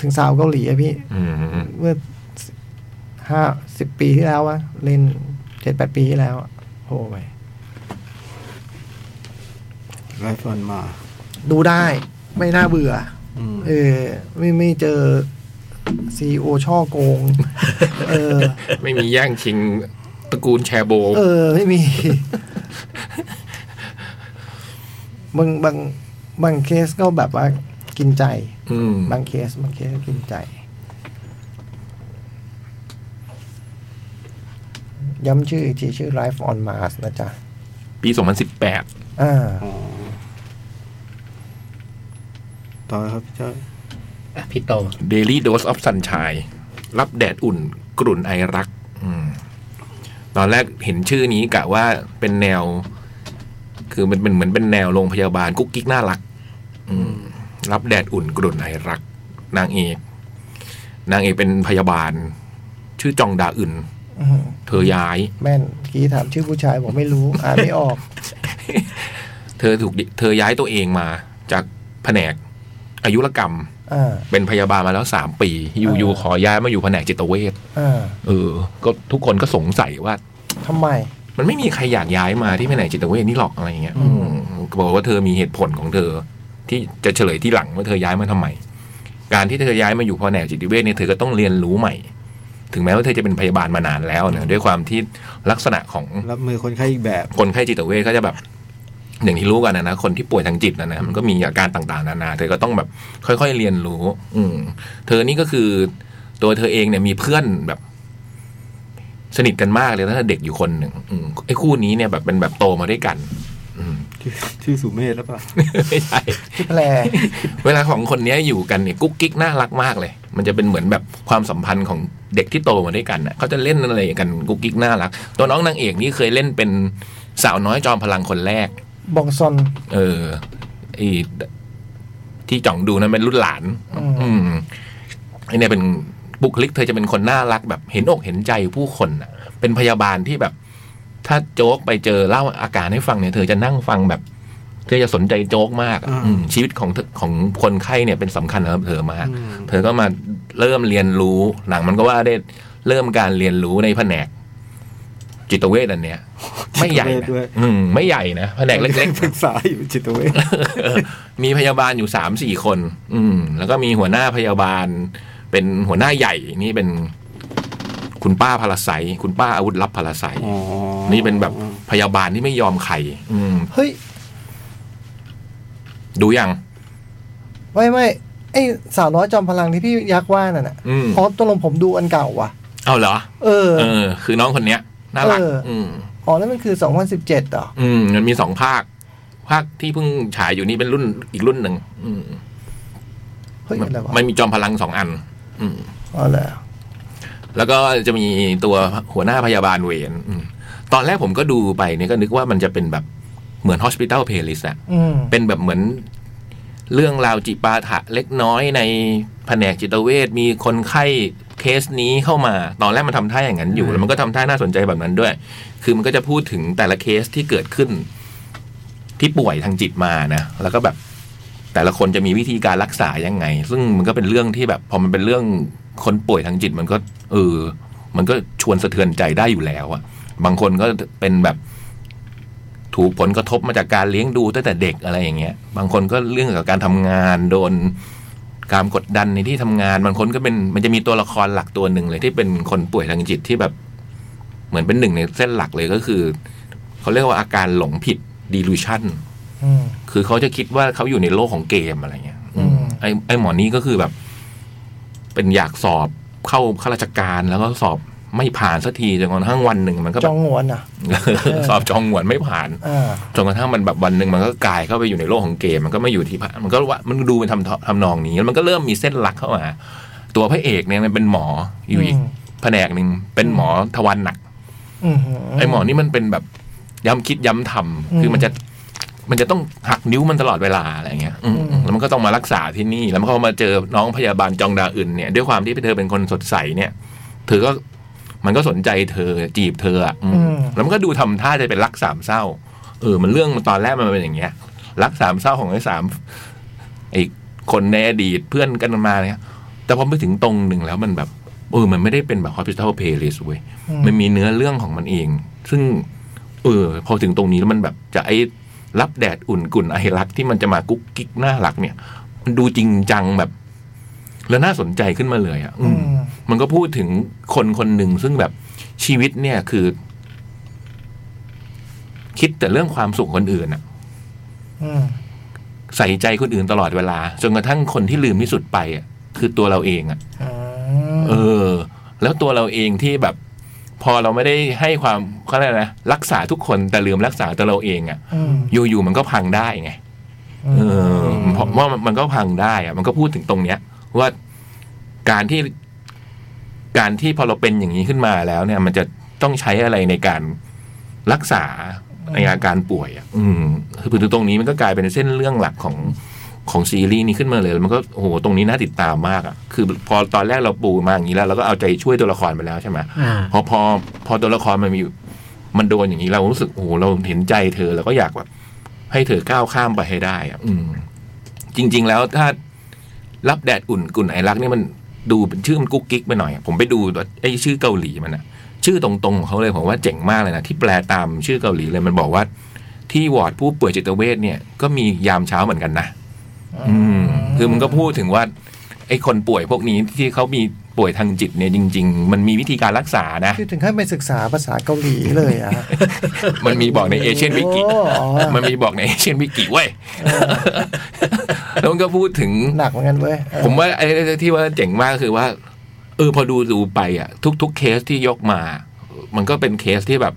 [SPEAKER 2] ถึงสาวเกาหลีอะพี่
[SPEAKER 3] อืม
[SPEAKER 2] เมื่อห้าสิบปีที่แล้ววะเล่นเจ็ดแปดปีที่แล้วอะโอ้ไป
[SPEAKER 5] ๆไลฟ์ฟอนมา
[SPEAKER 2] ดูได้ไม่น่าเบื่ออ
[SPEAKER 5] ม
[SPEAKER 2] เออ ไม่ไม่เจอซีโอช่อโกง เออ
[SPEAKER 3] ไม่มีแย่งชิงตระกูลแชโบ
[SPEAKER 2] เออ ไม่ มี บางบางบางเคสก็แบบว่ากินใจ
[SPEAKER 3] อืม
[SPEAKER 2] บางเคส บางเคสก็กินใจ ย้ำชื่ออีกทีชื่อ Life on Mars นะจ๊ะ
[SPEAKER 3] ปี 2018
[SPEAKER 2] อ่า
[SPEAKER 5] อ๋อต่อครับเจ้า
[SPEAKER 4] อ่ะพี่โต
[SPEAKER 3] Daily Dose of Sunshine รับแดดอุ่นกลุ่นไอรักอมตอนแรกเห็นชื่อนี้กะว่าเป็นแนว คือมันเป็นเหมือนเป็นแนวโรงพยาบาลกุ๊กกิ๊กน่ารัก อืม รับแดดอุ่นกลุ่นไอรัก นางเอก นางเอกเป็นพยาบาล ชื่อจองดาอึน
[SPEAKER 2] อื้อหือ
[SPEAKER 3] เธอย้าย
[SPEAKER 2] แม่นเมื่อกี้ถามชื่อผู้ชายผมไม่รู้ อ่านไม่ออก
[SPEAKER 3] เธอถูกดิเธอย้ายตัวเองมา จากแผนก อายุรกรรม
[SPEAKER 2] อ่า
[SPEAKER 3] เป็นพยาบาลมาแล้วสามปีอยู่ๆขอย้ายมาอยู่แผนกจิตเวช
[SPEAKER 2] อ่า
[SPEAKER 3] เออ ก็ทุกคนก็สงสัยว่า
[SPEAKER 2] ทำไม
[SPEAKER 3] มันไม่มีใครอยากย้ายมาที่แผนกจิตเวชนี่หรอกอะไรอย่างเงี้ยอืมบอกว่าเธอมีเหตุผลของเธอ ที่จะเฉลยที่หลังว่าเธอย้ายมาทำไม การที่เธอย้ายมาอยู่แผนกจิตเวชเนี่ยเธอก็ต้องเรียนรู้ใหม่ ถึงแม้ว่าเธอจะเป็นพยาบาลมานานแล้วนะด้วยความที่ลักษณะของ
[SPEAKER 5] รับมือคนไข้อีกแบบ
[SPEAKER 3] คนไข้จิตเวชก็จะแบบ อย่างที่รู้กันนะนะคนที่ป่วยทางจิตนะนะมันก็มีอาการต่างๆนานา เธอก็ต้องแบบค่อยๆเรียนรู้ อืมเธอนี่ก็คือ ตัวเธอเองเนี่ยมีเพื่อนแบบ สนิทกันมากเลยตั้งแต่เด็กอยู่คนหนึ่งอืมไอ้คู่นี้เนี่ยแบบเป็นแบบโตมาด้วยกัน อืม
[SPEAKER 5] ชื่อชื่อสุเมธหรือเปล่า
[SPEAKER 3] ไม่ใช่
[SPEAKER 2] ที่แพร
[SPEAKER 3] เวลาของคนเนี้ยอยู่กันเนี่ยกุ๊กกิ๊กน่ารักมากเลย มันจะเป็นเหมือนแบบความสัมพันธ์ของเด็กที่โตมาด้วยกันน่ะเขาจะเล่นอะไรกันกุ๊กกิ๊กน่ารัก ตัวน้องนางเอกนี่เคยเล่นเป็นสาวน้อยจอมพลังคนแรก
[SPEAKER 2] บองซอน
[SPEAKER 3] เออไอ้ที่จ่องดูนั้นเป็นรุ่นหลาน
[SPEAKER 2] อืม
[SPEAKER 3] อืมไอ้เนี่ยเป็นบุคลิกเธอจะเป็นคนน่ารักแบบเห็นอกเห็นใจผู้คนน่ะ เป็นพยาบาลที่แบบ ถ้าโจ๊กไปเจอเล่าอาการให้ฟังเนี่ยเธอจะนั่งฟังแบบ เธอจะสนใจโจ๊กมากอะอืมชีวิตของเธอของคนไข้เนี่ยเป็นสำคัญนะครับเธอมาก เธอก็มาเริ่มเรียนรู้หลังมันก็ว่าได้เริ่มการเรียนรู้ในแผนก จิตเวชอันเนี้ย ไม่ใหญ่นะอืมไม่ใหญ่นะแผนกเล็กๆ
[SPEAKER 5] ปรึกษาอยู่จิตเวช
[SPEAKER 3] เออมีพยาบาลอยู่สามสี่คน อืม แล้วก็มีหัวหน้าพยาบาล เป็นหัวหน้าใหญ่ นี่เป็นคุณป้าพลาไซคุณป้าอาวุธลับพลาไซ
[SPEAKER 5] อ๋อ
[SPEAKER 3] นี่เป็นแบบพยาบาลที่ไม่ยอมใคร อืม
[SPEAKER 2] เฮ้ย
[SPEAKER 3] ดูยัง
[SPEAKER 2] ไม่ไม่ไอสาวน้อยจอมพลังที่พี่ยักษ์ว่านั่นน่ะ
[SPEAKER 3] อืม
[SPEAKER 2] พร้อมตกลงผมดูอันเก่าว่ะ
[SPEAKER 3] เอาเหรอ
[SPEAKER 2] เออ
[SPEAKER 3] เออ คือน้องคนเนี้ย น่ารัก
[SPEAKER 2] เอออื
[SPEAKER 3] อืม
[SPEAKER 2] อ๋อนั่นมันคือ 2017เหรอ
[SPEAKER 3] อืม มันมีสองภาค ภาคที่เพิ่งฉายอยู่นี่เป็นรุ่นอีกรุ่นหนึ่งอืม
[SPEAKER 2] เฮ้ยอะไรวะ
[SPEAKER 3] มันมีจอมพลังสองอัน อืม
[SPEAKER 2] อ๋อเหรอ
[SPEAKER 3] แล้วก็จะมีตัวหัวหน้าพยาบาลเวรอืมตอนแรกผมก็ดูไปเนี่ยก็นึกว่ามันจะเป็นแบบเหมือน Hospital Playlist อะ
[SPEAKER 2] อืม
[SPEAKER 3] เป็นแบบเหมือนเรื่องราวจิปาถะเล็กน้อยในแผนกจิตเวชมีคนไข้เคสนี้เข้ามา ตอนแรกมันทำท่าอย่างนั้นอยู่ แล้วมันก็ทำท่าน่าสนใจแบบนั้นด้วย คือมันก็จะพูดถึงแต่ละเคสที่เกิดขึ้น ที่ป่วยทางจิตมานะ แล้วก็แบบแต่ละคนจะมีวิธีการรักษายังไง ซึ่งมันก็เป็นเรื่องที่แบบ พอมันเป็นเรื่องคนป่วยทางจิต มันก็ เออ มันก็ชวนสะเทือนใจได้อยู่แล้วอะบางคนก็เป็นแบบถูกผลกระทบมาจากการเลี้ยงดูตั้งแต่เด็กอะไรอย่างเงี้ย บางคนก็เรื่องเกี่ยวกับการทำงานโดนการกดดันในที่ทำงาน บางคนก็เป็นมันจะมีตัวละครหลักตัวหนึ่งเลยที่เป็นคนป่วยทางจิตที่แบบ เหมือนเป็นหนึ่งในเส้นหลักเลยก็คือเขาเรียกว่าอาการหลงผิด delusion
[SPEAKER 2] อืม
[SPEAKER 3] คือเขาจะคิดว่าเขาอยู่ในโลกของเกมอะไรเงี้ยอืม
[SPEAKER 2] อืม
[SPEAKER 3] ไอ้ไอ้หมอนี่ก็คือแบบ เป็นอยากสอบเข้าข้าราชการแล้วก็สอบไม่ผ่านสักทีจนกระทั่งวันหนึ่งมันก็
[SPEAKER 2] จ
[SPEAKER 3] แบ
[SPEAKER 2] อบ งหวนอ่ะ อ
[SPEAKER 3] สอบจองหวนไม่ผ่าน
[SPEAKER 2] อ่า
[SPEAKER 3] จนกระทั่งมันแบบวันหนึ่งมันก็กลายเข้าไปอยู่ในโลกของเกม มันก็ไม่อยู่ที่พระมันก็ว่ามันดูเป็นทำทำนองนี้แล้วมันก็เริ่มมีเส้นหลักเข้ามา ตัวพระเอกเนี่ยมันเป็นหมออยู่อีกแผนกหนึ่งเป็นหมอทวารหนัก
[SPEAKER 2] อืม
[SPEAKER 3] ไอ้หมอนี่มันเป็นแบบย้ำคิดย้ำท
[SPEAKER 2] อืม
[SPEAKER 3] ำคือมันจะมันจะต้องหักนิ้วมันตลอดเวลาอะไรเงี้ยอืม
[SPEAKER 2] อืม
[SPEAKER 3] แล้วมันก็ต้องมารักษาที่นี่ แล้วมันก็มาเจอน้องพยาบาลจองดาอื่นเนี่ยด้วยความที่เธอเป็นคนสดใสเนี่ย เธอก็มันก็สนใจเธอจีบเธออะอืมแล้วมันก็ดูทำท่าจะเป็นรักสามเศร้า เออ มันเรื่องมันตอนแรกมันเป็นอย่างเงี้ย รักสามเศร้าของไอ้สามไอ้คนในอดีตเพื่อนกันมาเนี่ย แต่พอไปถึงตรงหนึ่งแล้วมันแบบเออมันไม่ได้เป็นแบบ hospital playlist เว้ย มันมีเนื้อเรื่องของมันเอง ซึ่ง เออ พอถึงตรงนี้แล้วมันแบบจะไอ้รับแดดอุ่นกุ่นไอรักที่มันจะมากุ๊กกิ๊กน่ารักเนี่ย มันดูจริงจังแบบ แล้วน่าสนใจขึ้นมาเลยอะ่ะ อื
[SPEAKER 2] อื
[SPEAKER 3] ม
[SPEAKER 2] ม
[SPEAKER 3] มันก็พูดถึงคนคนหนึ่งซึ่งแบบชีวิตเนี่ยคือ คิดแต่เรื่องความสุขคนอื่นอะ
[SPEAKER 2] อืม
[SPEAKER 3] ใส่ใจคนอื่นตลอดเวลาจนกระทั่งคนที่ลืมที่สุดไปอะคือตัวเราเองอะ
[SPEAKER 2] อื
[SPEAKER 3] เอ
[SPEAKER 2] ม
[SPEAKER 3] อ แล้วตัวเราเองที่แบบ พอเราไม่ได้ให้ความเขาเรียกอะไรนะรักษาทุกคนแต่ลืมรักษาตัวเราเองอะ
[SPEAKER 2] อืม
[SPEAKER 3] อยู่ๆมันก็พังได้ไงเออเพราะว่ามันก็พังได้อะมันก็พูดถึงตรงเนี้ย ว่าการที่การที่พอเราเป็นอย่างนี้ขึ้นมาแล้วเนี่ย มันจะต้องใช้อะไรในการรักษาในอาการป่วยอ่ะ อืมคือถึงตรงนี้มันก็กลายเป็นเส้นเรื่องหลักของของซีรีส์นี้ขึ้นมาเลยแล้วมันก็โอ้โหตรงนี้น่าติดตามมากอ่ะคือพอตอนแรกเราปูมาอย่างนี้แล้วเราก็เอาใจช่วยตัวละครไปแล้วใช่ไหม
[SPEAKER 4] อ่า
[SPEAKER 3] พอพอพอตัวละครมันมีมันโดนอย่างนี้เรารู้สึกโอ้โหเราเห็นใจเธอเราก็อยากแบบให้เธอก้าวข้ามไปให้ได้อะอืม จริง ๆ แล้วถ้ารับแดดอุ่นกุ่นไอรักเนี่ยมันดูเป็นชื่อมันกุ๊กกิ๊กไปหน่อยอะผมไปดูไอชื่อเกาหลีมันอะชื่อตรงๆของเขาเลยผมว่าเจ๋งมากเลยนะที่แปลตามชื่อเกาหลีเลยมันบอกว่า ที่วอร์ดผู้ป่วยจิตเวชเนี่ยก็มียามเช้าเหมือนกันนะ อืมคือมันก็พูดถึงว่าไอ้คนป่วยพวกนี้ที่เขามีป่วยทางจิตเนี่ยจริง ๆ มันมีวิธีการรักษานะ
[SPEAKER 2] คือถึงขั้นไปศึกษาภาษาเกาหลีเลยอะ
[SPEAKER 3] มันมีบอกในเอเชียนวิกิ
[SPEAKER 2] โอ้อ๋อ
[SPEAKER 3] มันมีบอกในเอเชียนวิกิเว้ย แล้วมันก็พูดถึง
[SPEAKER 2] หนักเหมือนกันเว้ยเออ
[SPEAKER 3] ผมว่าไอ้ที่ว่าเจ๋งมากคือว่า เออพอดูดูไปอ่ะ ทุก ๆ เคสที่ยกมา มันก็เป็นเคสที่แบบ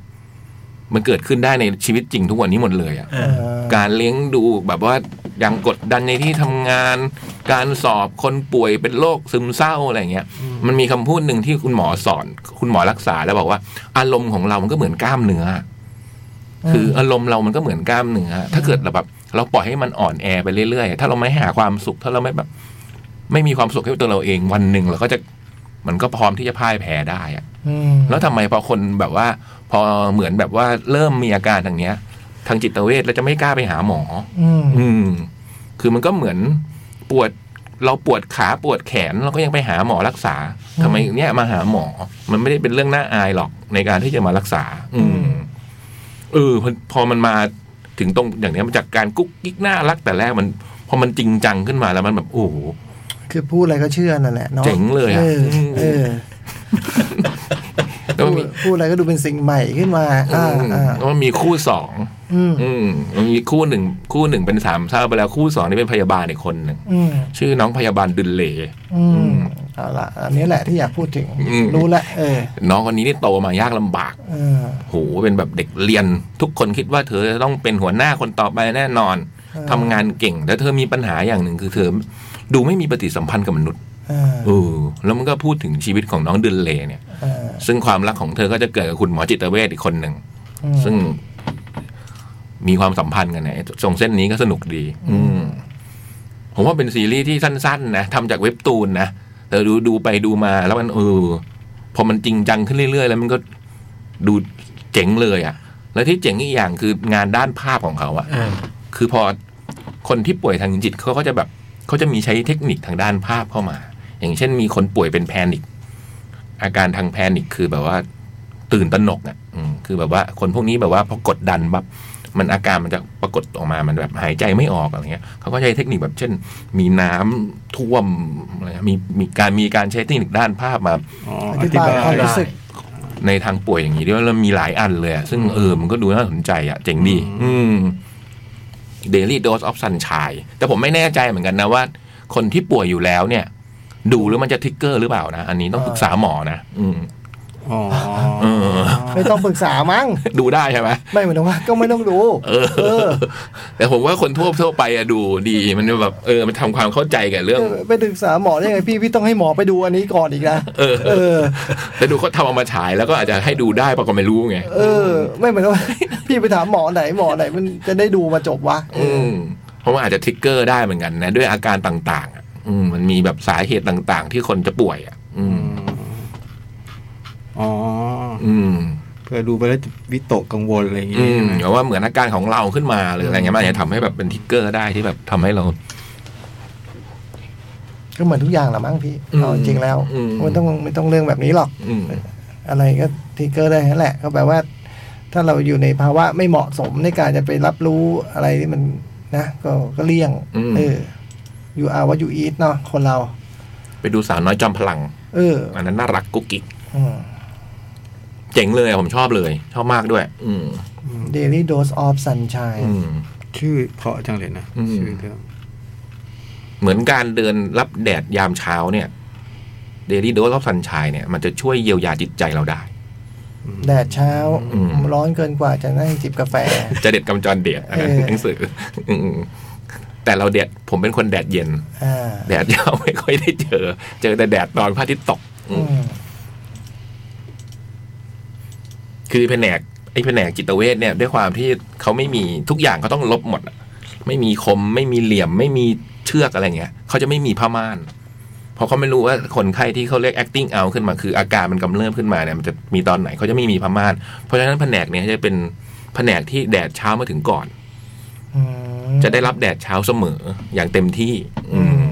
[SPEAKER 3] มันเกิดขึ้นได้ในชีวิตจริงทุกวันนี้หมดเลยอ่ะ
[SPEAKER 4] เอ
[SPEAKER 2] เอ
[SPEAKER 4] อ
[SPEAKER 2] อ
[SPEAKER 3] การเลี้ยงดูแบบว่ายังกดดันในที่ทำงาน การสอบคนป่วยเป็นโรคซึมเศร้าอะไรเงี้ย มันมีคำพูดหนึ่งที่คุณหมอสอน คุณหมอรักษาแล้วบอกว่า อารมณ์ของเรามันก็เหมือนกล้ามเนื้อคืออารมณ์เรามันก็เหมือนกล้ามเนื้อถ้าเกิดเราแบบเราปล่อยให้มันอ่อนแอไปเรื่อยๆ ถ้าเราไม่หาความสุข ถ้าเราไม่แบบ ไม่มีความสุขให้ตัวเราเองวันหนึ่งเราก็จะมันก็พร้อมที่จะพ่ายแพ้ได้อะ
[SPEAKER 2] อืม
[SPEAKER 3] แล้วทำไมพอคนแบบว่า พอเหมือนแบบว่าเริ่มมีอาการทางเนี้ย ทางจิตเวชแล้วจะไม่กล้าไปหาหมอ
[SPEAKER 2] อืม
[SPEAKER 3] อืม คือมันก็เหมือนปวดเราปวดขาปวดแขนเราก็ยังไปหาหมอรักษาทำไมเนี่ยมาหาหมอ มันไม่ได้เป็นเรื่องน่าอายหรอกในการที่จะมารักษา อืมเออพอพอมันมาถึงตรงอย่างเนี้ยมันจากการกุ๊กกิ๊กน่ารักแต่แรกมันพอมันจริงจังขึ้นมาแล้วมันแบบโอ้โห
[SPEAKER 2] คือพูดอะไรก็เชื่อนั่นแหละเนาะ
[SPEAKER 3] เจ๋งเลย
[SPEAKER 2] เอ
[SPEAKER 3] อะ
[SPEAKER 2] อเออ
[SPEAKER 3] แล้วมัน
[SPEAKER 2] พู
[SPEAKER 3] มี
[SPEAKER 2] ดพูดอะไรก็ดูเป็นสิ่งใหม่ขึ้นมาอ่า
[SPEAKER 3] อืม
[SPEAKER 2] อ่า
[SPEAKER 3] แล้วมันมีคู่สอง
[SPEAKER 2] อืม
[SPEAKER 3] อืมมันมีคู่หนึ่งคู่หนึ่งเป็นสามเศร้าไปแล้วคู่สองนี่เป็นพยาบาลอีกคนหนึ่ง
[SPEAKER 2] อืม
[SPEAKER 3] ชื่อน้องพยาบาลดุลเล
[SPEAKER 2] อืมเอาละอันนี้แหละที่อยากพูดถึง
[SPEAKER 3] อืม
[SPEAKER 2] รู้ละเออ
[SPEAKER 3] น้องคนนี้นี่โตมายากลำบาก
[SPEAKER 2] เออ
[SPEAKER 3] โหเป็นแบบเด็กเรียน ทุกคนคิดว่าเธอจะต้องเป็นหัวหน้าคนต่อไปแน่นอน
[SPEAKER 2] ออ
[SPEAKER 3] ทำงานเก่งแต่เธอมีปัญหาอย่างหนึ่งคือเธอ ดูไม่มีปฏิสัมพันธ์กับมนุษย์
[SPEAKER 2] เออ
[SPEAKER 3] เออแล้วมันก็พูดถึงชีวิตของน้องดุลเลเนี่ย
[SPEAKER 2] เออ
[SPEAKER 3] ซึ่งความรักของเธอก็จะเกิดกับคุณหมอจิตเวชอีกคนหนึ่ง
[SPEAKER 2] อืม
[SPEAKER 3] ซึ่งมีความสัมพันธ์กันเนี่ยทรงเส้นนี้ก็สนุกดี อืม ผมว่าเป็นซีรีส์ที่สั้นๆนะทำจากเว็บตูนนะแต่ดูดูไปดูมาแล้วมันเออพอมันจริงจังขึ้นเรื่อยๆ แล้วมันก็ดูเจ๋งเลยอะ่ะ แล้วที่เจ๋งอีกอย่างคืองานด้านภาพของเขาอะ่ะ
[SPEAKER 4] อ่า
[SPEAKER 3] คือพอคนที่ป่วยทางจิตเขาก็จะแบบเขาจะมีใช้เทคนิคทางด้านภาพเข้ามา อย่างเช่นมีคนป่วยเป็นแพนิคอาการทางแพนิคคือแบบว่า ตื่นตระหนกอ่ะอืมคือแบบว่าคนพวกนี้แบบว่าพอกดดันแบบมันอาการมันจะปรากฏออกมามันแบบหายใจไม่ออกอะไรเงี้ยเขาก็ใช้เทคนิคแบบเช่น มีน้ำท่วมอะไรเงี้ยมีมีการมีการใช้เทคนิคด้านภาพมา
[SPEAKER 5] อ๋อ
[SPEAKER 2] อ
[SPEAKER 5] อ
[SPEAKER 2] ธิ
[SPEAKER 5] ธิ
[SPEAKER 2] บา
[SPEAKER 5] บาย ย
[SPEAKER 2] ความรู้สึก
[SPEAKER 3] ในทางป่วยอย่างนี้ด้วยแล้วมีหลายอันเลยอะซึ่งเออมันก็ดูน่าสนใจอ่ะ เจ๋งดี อืม Daily Dose of Sunshine แต่ผมไม่แน่ใจเหมือนกันนะว่า คนที่ป่วยอยู่แล้วเนี่ย ดูแล้วมันจะทริกเกอร์หรือเปล่านะ อันนี้ต้องปรึกษาหมอนะ อืม
[SPEAKER 5] อ๋อ
[SPEAKER 3] เออ
[SPEAKER 2] ไม่ต้องปรึกษามั้ง
[SPEAKER 3] ดูได้ใช่ไหม
[SPEAKER 2] ไม่เหมือนว่าก็ไม่ต้องดู
[SPEAKER 3] เออ แต่ผมว่าคนทั่วทั่วไปอะดูดี มันแบบ เออ มันทำความเข้าใจกับเรื่อง
[SPEAKER 2] ไปปรึกษาหมอได้ไงพี่พี่ต้องให้หมอไปดูอันนี้ก่อนอีกนะ
[SPEAKER 3] เออ
[SPEAKER 2] เออ
[SPEAKER 3] แต่ดูเขาทำเอามาฉายแล้วก็อาจจะให้ดูได้ปะก็ไม่รู้ไง
[SPEAKER 2] เออ ไม่เหมือนว่า พี่ไปถามหมอไหนหมอไหนมันจะได้ดูมาจบวะ
[SPEAKER 3] อืมเพราะว่าอาจจะทริกเกอร์ได้เหมือนกันนะด้วยอาการต่างๆอ่ะอืมมันมีแบบสาเหตุต่างๆ ที่คนจะป่วยอ่ะ อืม
[SPEAKER 5] อ๋อ
[SPEAKER 3] อืม
[SPEAKER 5] เพื่อดูไปแล้ววิตกกังวลอะไรอย่าง
[SPEAKER 3] อื
[SPEAKER 5] งี้
[SPEAKER 3] ม
[SPEAKER 5] ใช่ไหม
[SPEAKER 3] หรือว่าเหมือนอาการของเราขึ้นมาหรืออะไรเงี้ยมันอาจจะทำให้แบบเป็นทริกเกอร์ได้ที่แบบทำให้เรา
[SPEAKER 2] ก็เหมือนทุกอย่างแหละมั้งพี่
[SPEAKER 3] อืม
[SPEAKER 2] เอาจริงแล้ว
[SPEAKER 3] อืม
[SPEAKER 2] มันต้องไม่ต้องเรื่องแบบนี้หรอก
[SPEAKER 3] อืม
[SPEAKER 2] อะไรก็ทริกเกอร์ได้ทั้งนั้นแหละ ก็แปลว่า ถ้าเราอยู่ในภาวะไม่เหมาะสมในการจะไปรับรู้อะไรที่มันนะก็ก็เลี่ยง
[SPEAKER 3] อืม
[SPEAKER 2] เอออยู่อาว่าอยู่อีทเนาะคนเรา
[SPEAKER 3] ไปดูสาวน้อยจอมพลัง
[SPEAKER 2] เออ
[SPEAKER 3] อันนั้นน่ารักกุ๊กกิ๊ก
[SPEAKER 2] อืม
[SPEAKER 3] เจ๋งเลยอะผมชอบเลย ชอบมากด้วย อืม
[SPEAKER 2] Daily Dose of Sunshine
[SPEAKER 3] อืม
[SPEAKER 5] ชื่อเพราะจังเลยนะ
[SPEAKER 3] อืม
[SPEAKER 5] ชื่อเรื่อง
[SPEAKER 3] เหมือนการเดินรับแดดยามเช้าเนี่ยเดลี่โดสรับสันชายเนี่ยมันจะช่วยเยียวยาจิตใจเราได้
[SPEAKER 2] แดดเช้า
[SPEAKER 3] อืม
[SPEAKER 2] ร้อนเกินกว่าจะนั่งจิบกาแฟ
[SPEAKER 3] จะเด็ดกำจรเดดอันนั้น
[SPEAKER 2] เออ
[SPEAKER 3] หนังสืออืมแต่เราแดดผมเป็นคนแดดเย็น
[SPEAKER 2] อ่า
[SPEAKER 3] แดดยาวไม่ค่อยได้เจอ เจอแต่แดดตอนพระอาทิตย์ตกอื
[SPEAKER 2] อื
[SPEAKER 3] ม
[SPEAKER 2] ม
[SPEAKER 3] คือแผนกไอ้แผนกจิตเวชเนี่ย ด้วยความที่เขาไม่มีทุกอย่างเขาต้องลบหมดอะไม่มีคม ไม่มีเหลี่ยม ไม่มีเชือกอะไรเงี้ยเขาจะไม่มีผ้าม่าน เพราะเขาไม่รู้ว่าคนไข้ที่เขาเรียก acting out ขึ้นมาคืออาการมันกำเริบขึ้นมาเนี่ยมันจะมีตอนไหนเขาจะไม่มีผ้าม่าน เพราะฉะนั้นแผนกเนี่ยจะเป็นแผนกที่แดดเช้ามาถึงก่อน
[SPEAKER 2] อืม
[SPEAKER 3] จะได้รับแดดเช้าเสมออย่างเต็มที่ อืม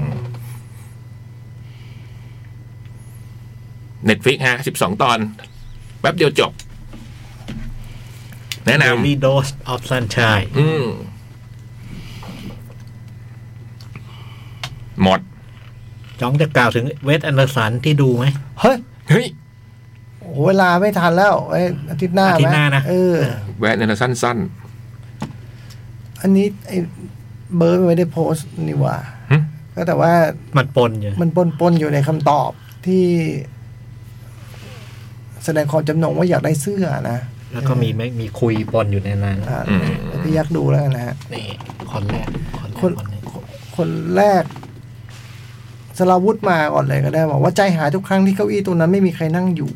[SPEAKER 3] เน็ตฟิกฮะสิบสองตอน แป๊บเดียวจบ แนะ
[SPEAKER 4] เด
[SPEAKER 3] นำ
[SPEAKER 4] ลี่โดสออฟซันชาย
[SPEAKER 3] อืม
[SPEAKER 4] จ้องจะกล่าวถึงเวสแอนเดอร์สันที่ดูไหม
[SPEAKER 2] เฮ้ย
[SPEAKER 3] เฮ้ย
[SPEAKER 2] โอ้เวลาไม่ทันแล้วเอ้ยอาทิตย์หน้า
[SPEAKER 4] อาทิตย์
[SPEAKER 2] ไหม
[SPEAKER 4] น้านะ
[SPEAKER 2] เออ
[SPEAKER 3] แวะในระสั้น
[SPEAKER 2] อันนี้ไอ้เบิร์ดไม่ได้โพสต์นี่หว่า
[SPEAKER 3] หึ
[SPEAKER 2] ก็แต่ว่า
[SPEAKER 4] มันปนอยู่
[SPEAKER 2] มันปนๆอยู่ในคำตอบที่ แสดงความจำนงว่าอยากได้เสื้อนะ
[SPEAKER 4] แล้วก็มีไม่มีคุยปนอยู่ในนั้น
[SPEAKER 2] อ่า
[SPEAKER 3] อืม
[SPEAKER 2] พี่ยักษ์ดูแล้วกันนะฮะ
[SPEAKER 4] นี่คนแรกคน
[SPEAKER 2] คน
[SPEAKER 4] แรกคนแรก
[SPEAKER 2] คนแรกสลาวุธมาก่อนเลยก็ได้บอกว่าใจหายทุกครั้งที่เก้าอี้ตัวนั้นไม่มีใครนั่งอยู่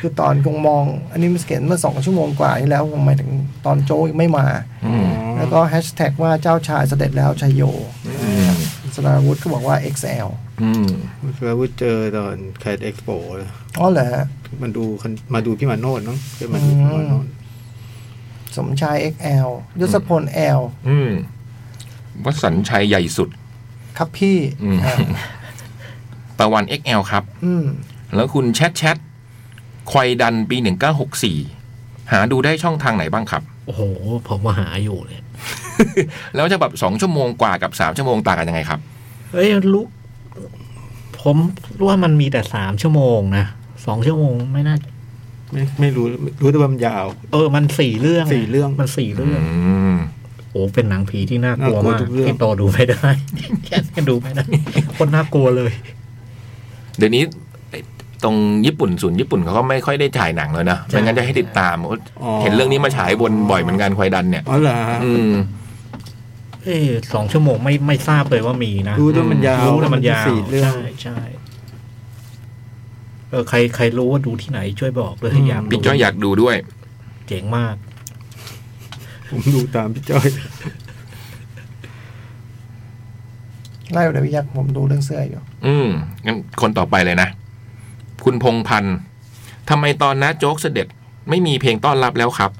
[SPEAKER 2] คือตอนคงมอง อันนี้มิสเกนเมื่อสองชั่วโมงกว่าที่แล้วคงหมายถึงตอนโจยังไม่มา
[SPEAKER 3] ๆอืม
[SPEAKER 2] แล้วก็แฮชแท็กว่าเจ้าชายเสด็จแล้วชัยโย
[SPEAKER 3] อืม
[SPEAKER 2] สลาวุธก็บอกว่า XL
[SPEAKER 3] อืม
[SPEAKER 5] แล้วเจอตอนแคดเอ็กซ์โป
[SPEAKER 2] อ๋อเหรอฮะ
[SPEAKER 5] มันดูคันมาดูพี่มาโนดมั้งเพื่อนมาดูพี่มาโนด
[SPEAKER 2] สมชาย XL ยศพล L
[SPEAKER 3] อืมวสันต์ชัยใหญ่สุด
[SPEAKER 2] ครับพี่
[SPEAKER 3] อืม
[SPEAKER 2] อ่า
[SPEAKER 3] ตะวัน XL ครับ
[SPEAKER 2] อืม
[SPEAKER 3] แล้วคุณแชทแชทควายดันปี 1964 หาดูได้ช่องทางไหนบ้างครับ
[SPEAKER 4] โอ้โห ผมมาหาอยู่เนี่ย
[SPEAKER 3] แล้วจะแบบสองชั่วโมงกว่ากับสามชั่วโมงต่างกันยังไงครับ
[SPEAKER 4] เอ้ยรู้ผมรู้ว่ามันมีแต่สามชั่วโมงนะสองชั่วโมงไม่น่า
[SPEAKER 5] ไม่ไม่รู้รู้แต่ว่ามันยาว
[SPEAKER 4] เออ มันสี่เรื่อง
[SPEAKER 5] สี่เรื่อง
[SPEAKER 4] มันสี่เรื่อง
[SPEAKER 3] อืม
[SPEAKER 4] โอ้ เป็นหนังผีที่น่ากลัว
[SPEAKER 5] น่ากลัว
[SPEAKER 4] มาก
[SPEAKER 5] ทุกเรื่อง
[SPEAKER 4] ที่โตดูไม่ได้ แค่นี้ดูไม่ได้โคนน่ากลัวเลย
[SPEAKER 3] เดี๋ยวนี้ไอ้ตรงญี่ปุ่นศูนย์ญี่ปุ่นเขาก็ไม่ค่อยได้ฉายหนังแล้วนะ
[SPEAKER 4] ใช่
[SPEAKER 3] ไม่งั้นจะให้ติดตามโอ๊ย
[SPEAKER 5] อ๋อ
[SPEAKER 3] เห็นเรื่องนี้มาฉายบนบ่อยเหมือนกันควายดันเนี่ย
[SPEAKER 5] อ๋อเหรอ
[SPEAKER 3] อืม
[SPEAKER 4] เออสองชั่วโมงไม่ไม่ทราบเลยว่ามีนะ
[SPEAKER 5] รู้แต่ว่ามันยาว
[SPEAKER 4] รู้แต่มันยาว
[SPEAKER 5] สี่เรื่อง
[SPEAKER 4] ใช่ใช่เออใครใครรู้ว่าดูที่ไหนช่วยบอกเลย
[SPEAKER 5] อืม
[SPEAKER 4] อยากดู
[SPEAKER 3] พี่จ้อยอยากดูด้วย
[SPEAKER 4] เจ๋งมาก
[SPEAKER 5] ผมดูตามพี่จ้อย
[SPEAKER 2] ไล่ไปเดี๋ยวพี่ยักษ์ผมดูเรื่องเสื้ออยู่
[SPEAKER 3] อืมงั้นคนต่อไปเลยนะ คุณพงพันธ์ทำไมตอนน้าโจ๊กเสด็จไม่มีเพลงต้อนรับแล้วครับ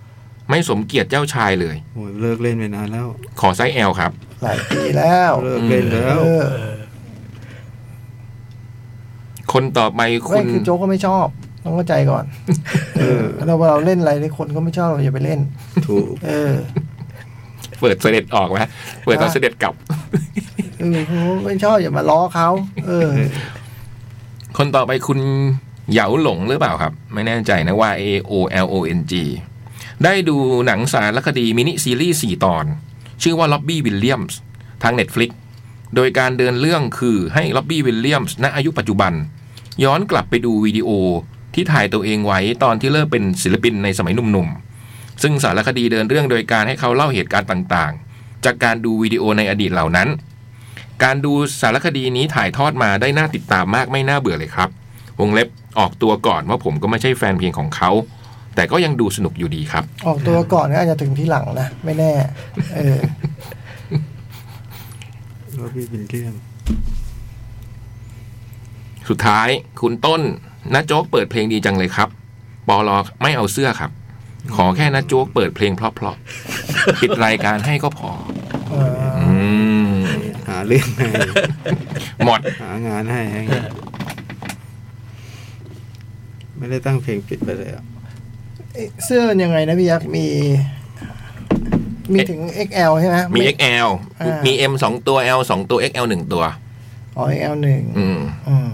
[SPEAKER 3] ไม่สมเกียรติเจ้าชายเลย
[SPEAKER 5] โอ้ยเลิกเล่นไปนานแล้ว
[SPEAKER 3] ขอไซส์แอลครับ
[SPEAKER 2] หลายปีแล้ว
[SPEAKER 5] เลิกเล่นแล้ว
[SPEAKER 2] เออ
[SPEAKER 3] คนต่อไปคุ
[SPEAKER 2] ไม่
[SPEAKER 3] ณ
[SPEAKER 2] คือโจ๊กก็ไม่ชอบ ต้องเข้าใจก่อน
[SPEAKER 5] เออ
[SPEAKER 2] เราเราเล่นอะไรในคนก็ไม่ชอบเราอย่าไปเล่น
[SPEAKER 5] ถูก
[SPEAKER 2] เออ
[SPEAKER 3] เปิดเสด็จออกไหมเปิดตอนเสด็จกลับ
[SPEAKER 2] เออเขาไม่ชอบอย่ามาล้อเขาเออ
[SPEAKER 3] คนต่อไปคุณเหยาหลงหรือเปล่าครับ ไม่แน่ใจนะว่า A O L O N G ได้ดูหนังสารคดีมินิซีรีส์ 4 ตอน ชื่อว่าล็อบบี้วิลเลียมส์ทาง Netflix โดยการเดินเรื่องคือให้ล็อบบี้วิลเลียมส์ณอายุปัจจุบัน ย้อนกลับไปดูวิดีโอที่ถ่ายตัวเองไว้ตอนที่เริ่มเป็นศิลปินในสมัยหนุ่มๆ ซึ่งสารคดีเดินเรื่องโดยการให้เขาเล่าเหตุการณ์ต่างๆ จากการดูวิดีโอในอดีตเหล่านั้น การดูสารคดีนี้ถ่ายทอดมาได้น่าติดตามมากไม่น่าเบื่อเลยครับ วงเล็บออกตัวก่อนว่าผมก็ไม่ใช่แฟนเพลงของเขา แต่ก็ยังดูสนุกอยู่ดีครับ
[SPEAKER 2] ออกตัวก่อนก็อาจจะถึงที่หลังนะ ไม่แน่ เออ
[SPEAKER 5] แล้วพี่บินเลียม
[SPEAKER 3] สุดท้ายคุณต้นนะโจ๊กเปิดเพลงดีจังเลยครับปอลอไม่เอาเสื้อครับ ขอแค่นะโจ๊กเปิดเพลงเพราะๆปิดรายการให้ก็พอ
[SPEAKER 2] เออ
[SPEAKER 3] อืม
[SPEAKER 5] หาเรื่องให้
[SPEAKER 3] หมด
[SPEAKER 5] หางานให้ให้ไม่ได้ตั้งเพลงปิดไปเลยอ่ะ
[SPEAKER 2] เอ๊ะเสื้อยังไงนะพี่ยักษ์มี มีถึง XL ใช่ไหม
[SPEAKER 3] มี XL มี M สองตัว L สองตัว XL หนึ่งตัว
[SPEAKER 2] อ๋อ XL หนึ่ง
[SPEAKER 3] อืม
[SPEAKER 2] อืม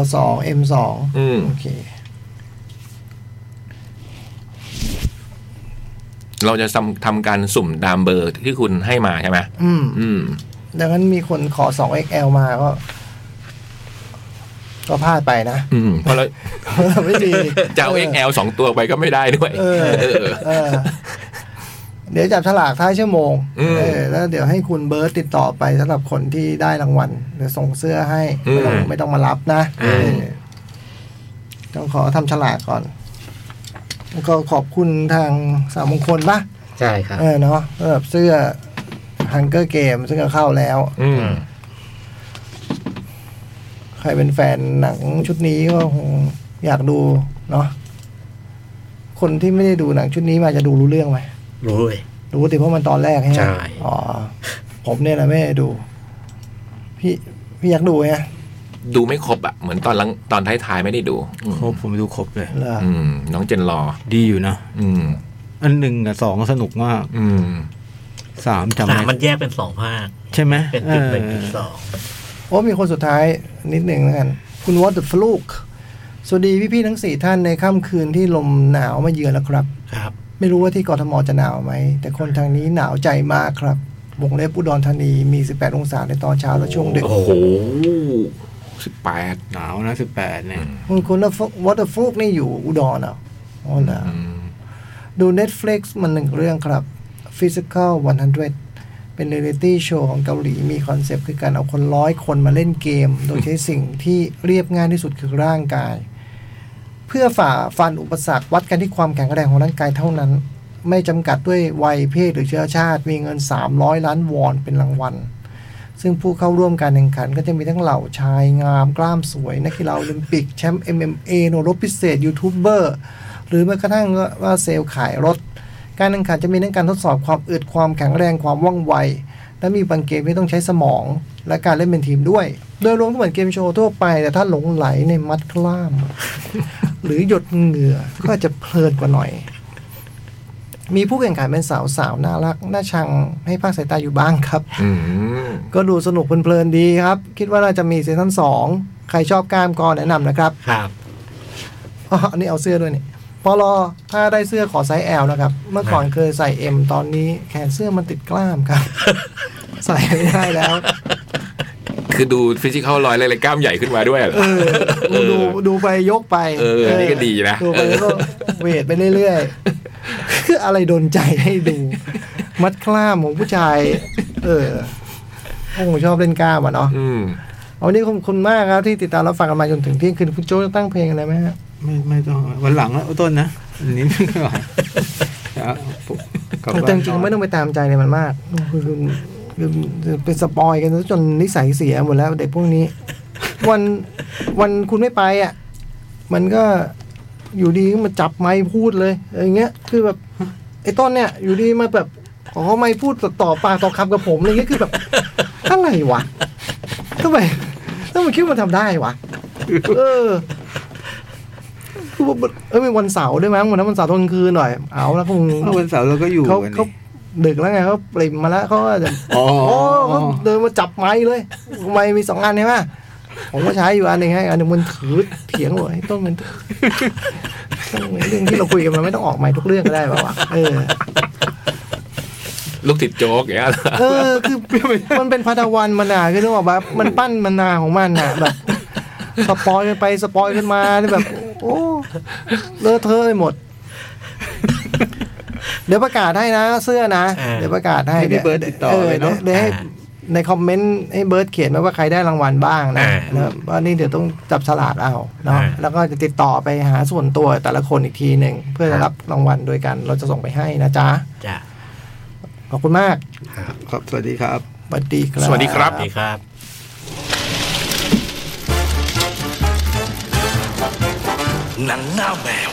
[SPEAKER 2] L สอง M สอง
[SPEAKER 3] อืม
[SPEAKER 2] โอเค
[SPEAKER 3] เราจะทำทำการสุ่มตามเบอร์ที่คุณให้มาใช่ไหม
[SPEAKER 2] อืม
[SPEAKER 3] อืม
[SPEAKER 2] ดังนั้นมีคนขอสอง XL มาก็ ก็พลาดไปนะ
[SPEAKER 3] อืมเพราะเรา
[SPEAKER 2] ไม่ดี
[SPEAKER 3] จะเอา XL สองตัวไปก็ไม่ได้ด้วย
[SPEAKER 2] เออเออ เดี๋ยวจับฉลากท้ายชั่วโมง
[SPEAKER 3] อืม
[SPEAKER 2] เออ แล้วเดี๋ยวให้คุณเบิร์ตติดต่อไปสำหรับคนที่ได้รางวัลเดี๋ยวส่งเสื้อให้
[SPEAKER 3] อืม
[SPEAKER 2] ไม่ต้องไม่ต้องมารับนะ
[SPEAKER 3] อืม
[SPEAKER 2] เออต้องขอทำฉลากก่อนแล้วก็ขอบคุณทางสามมงคลปะ
[SPEAKER 4] ใช่ครับ
[SPEAKER 2] เออเนาะสำหรับเสื้อฮังเกอร์เกมซึ่งก็เข้าแล้ว
[SPEAKER 3] อืม
[SPEAKER 2] ใครเป็นแฟนหนังชุดนี้ก็คงอยากดูเนาะคนที่ไม่ได้ดูหนังชุดนี้มาจะดูรู้เรื่องไหม
[SPEAKER 4] รู้เลย
[SPEAKER 2] รู้ติเพราะมันตอนแรกใช่ไหม
[SPEAKER 4] ใช่
[SPEAKER 2] อ๋อ ผมเนี่ยนะไม่ได้ดู พี่พี่อยากดูไง
[SPEAKER 3] ดูไม่ครบอ่ะ เหมือนตอนหลังตอนท้ายๆไม่ได้ดูอืม
[SPEAKER 5] ครบผมดูครบเลย
[SPEAKER 2] เหรอ
[SPEAKER 3] อืม น้องเจนรอ
[SPEAKER 5] ดีอยู่นะ
[SPEAKER 3] อืม
[SPEAKER 5] อันหนึ่งกับสองสนุกมาก
[SPEAKER 3] อืม
[SPEAKER 5] สามจำ
[SPEAKER 4] สาม
[SPEAKER 5] ไหม
[SPEAKER 4] มันแยกเป็นสองภาค
[SPEAKER 5] ใช่ไหม
[SPEAKER 4] เป็นจุดหนึ่ง
[SPEAKER 5] เอ
[SPEAKER 4] จุด
[SPEAKER 5] อ
[SPEAKER 4] สอง
[SPEAKER 2] โอ้มีคนสุดท้ายนิดหนึ่งแล้วกัน คุณวอตเดอร์ฟลูกสวัสดีพี่ๆทั้งสี่ท่านในค่ำคืนที่ลมหนาวมาเยือนแล้วครับ
[SPEAKER 4] ครับ
[SPEAKER 2] ไม่รู้ว่าที่กรทมจะหนาวไหม แต่คนทางนี้หนาวใจมากครับวงเล็บอุดรธานีมี 18 องศาในตอนเช้าและช่วงดึก
[SPEAKER 3] โอ้โหสิบแปด
[SPEAKER 5] หนาวนะสิบแปดเนี่ย
[SPEAKER 2] คุณคุณวอเตอร์ฟลูกนี่อยู่อุดรเหรออ๋อเหรออดู Netflix มันหนึ่งเรื่องครับ Physical 100 เป็นเรียลิตี้โชว์ของเกาหลีมีคอนเซปต์คือการเอาคนร้อยคนมาเล่นเกม โดยใช้สิ่งที่เรียบง่ายที่สุดคือร่างกาย เพื่อฝ่าฟันอุปสรรควัดกันที่ความแข็งแรงของร่างกายเท่านั้น ไม่จำกัดด้วยวัยเพศหรือเชื้อชาติ มีเงิน 300 ล้านวอนเป็นรางวัล ซึ่งผู้เข้าร่วมการแข่งขันก็จะมีทั้งเหล่าชายงามกล้ามสวย นักกีฬาโอลิมปิก แชมป์ MMA โนรบพิเศษ ยูทูบเบอร์ หรือแม้กระทั่งว่าเซลล์ขายรถ การแข่งขันจะมีทั้งการทดสอบความอึดความแข็งแรงความว่องไว และมีบางเกมที่ต้องใช้สมอง และการเล่นเป็นทีมด้วย โดยรวมก็เหมือนเกมโชว์ทั่วไป แต่ถ้าหลงไหลในมัดกล้าม หรือหยดเหงื่อก็จะเพลินกว่าหน่อย มีผู้แข่งขันเป็นสาวสาวๆน่ารักน่าชังให้ภาคสายตาอยู่บ้างครับ
[SPEAKER 3] อืม
[SPEAKER 2] ก็ดูสนุกเพลินๆดีครับ คิดว่าน่าจะมีซีซั่นสองใครชอบกล้ามก็แนะนำนะครับ
[SPEAKER 4] ครับ
[SPEAKER 2] อ๋ออันนี้เอาเสื้อด้วยนี่ปลอถ้าได้เสื้อขอไซส์ L นะครับ เมื่อก่อนเคยใส่ M ตอนนี้แขนเสื้อมันติดกล้ามครับ ใส่ไม่ได้แล้ว
[SPEAKER 3] คือดูฟิสิกอลลอยอะไรๆกล้ามใหญ่ขึ้นมาด้วยเหรอ
[SPEAKER 2] เออ ดูดูไปยกไป
[SPEAKER 3] เออนี่ก็ดีนะ
[SPEAKER 2] ดูไปแล้วก็เวทไปเรื่อยๆ คืออะไรโดนใจให้ดู มัดกล้ามของผู้ชาย เออคงชอบเล่นกล้ามอ่ะเนาะ
[SPEAKER 3] ืม
[SPEAKER 2] เอาวันนี้ขอบคุณมากครับที่ติดตามรับฟังกันมาจนถึงเที่ยงคืนคุณโจ้จะตั้งเพลงอะไรไหมฮะ
[SPEAKER 5] ไม่ไม่ต้องวันหลังแล้วต้นนะอันนี้ไม่ ไหวเอาปุ๊บกลับบ้าน
[SPEAKER 2] แต่จริงๆไม่ต้องไปตามใจเลยมันมากคือคือคือเป็นสปอยกันจนนิสัยเสียหมดแล้วเด็กพวกนี้ วันวันคุณไม่ไปอ่ะ มันก็อยู่ดีก็มาจับไม้พูดเลยอะไรเงี้ย คือแบบ ไอ้ต้นเนี่ย อยู่ดีมาแบบขอไม้พูดต่อปากต่อคำกับผมอะไรเงี้ยคือแบบอะไรวะทำไมทำไมคิดว่ามันทำได้วะเออ คือว่าเอ้ยเป็นวันเสาร์ด้วยมั้งวันนั้นวันเสาร์ตอนกลางคืนหน่อย เอาแล้วคง
[SPEAKER 5] เอ้าวันเสาร์เราก็อยู่
[SPEAKER 2] เขา
[SPEAKER 5] วัน
[SPEAKER 2] เขา
[SPEAKER 5] นี้
[SPEAKER 2] ดึกแล้วไงเขาปริมมาแล้วเขาก็จะ
[SPEAKER 5] อ๋อ
[SPEAKER 2] โอ้เขาเดินมาจับไม้เลยไม้มีสองอันใช่ไหมผมก็ใช้อยู่อันหนึ่งให้อันหนึ่งมันถือเถียงหัวไอ้ ต้นมันเรื่องที่เราคุยกันมันไม่ต้องออกไม้ทุกเรื่องก็ได้ป่าวะเออ
[SPEAKER 3] ลูกติดโจ๊กอย่างเงี้ยเหรอ
[SPEAKER 2] เออคือมันเป็นพัฒวันมันอ่ะคือต้องบอกว่ามันปั้นมันนาของมันอ่ะแบบสปอยกันไปสปอยกันมาแบบ โอ้เลอะเทอะไปหมด เดี๋ยวประกาศให้นะ เสื้อนะ เดี๋ยวประกาศให้
[SPEAKER 5] ให้พี่เบิร์ดติดต่อไปเนอะ
[SPEAKER 2] ดี๋ยวให้ในคอมเมนต์ให้เบิร์ดเขียนมาว่าใครได้รางวัลบ้างนะแล้วว่านี่เดี๋ยวต้องจับฉลากเอาเนาะแล้วก็จะติดต่อไปหาส่วนตัวแต่ละคนอีกทีหนึ่งเพื่อจะรับรางวัลโดวยกัน เราจะส่งไปให้นะจ๊ะ
[SPEAKER 4] จ้ะ
[SPEAKER 2] ขอบคุณมาก
[SPEAKER 5] ครับสวัสดีครับ
[SPEAKER 2] สวัสดีครับ
[SPEAKER 3] สวัสดีค
[SPEAKER 4] ส
[SPEAKER 3] รับ
[SPEAKER 4] วัสดีครับ
[SPEAKER 6] หนังหน้าแมว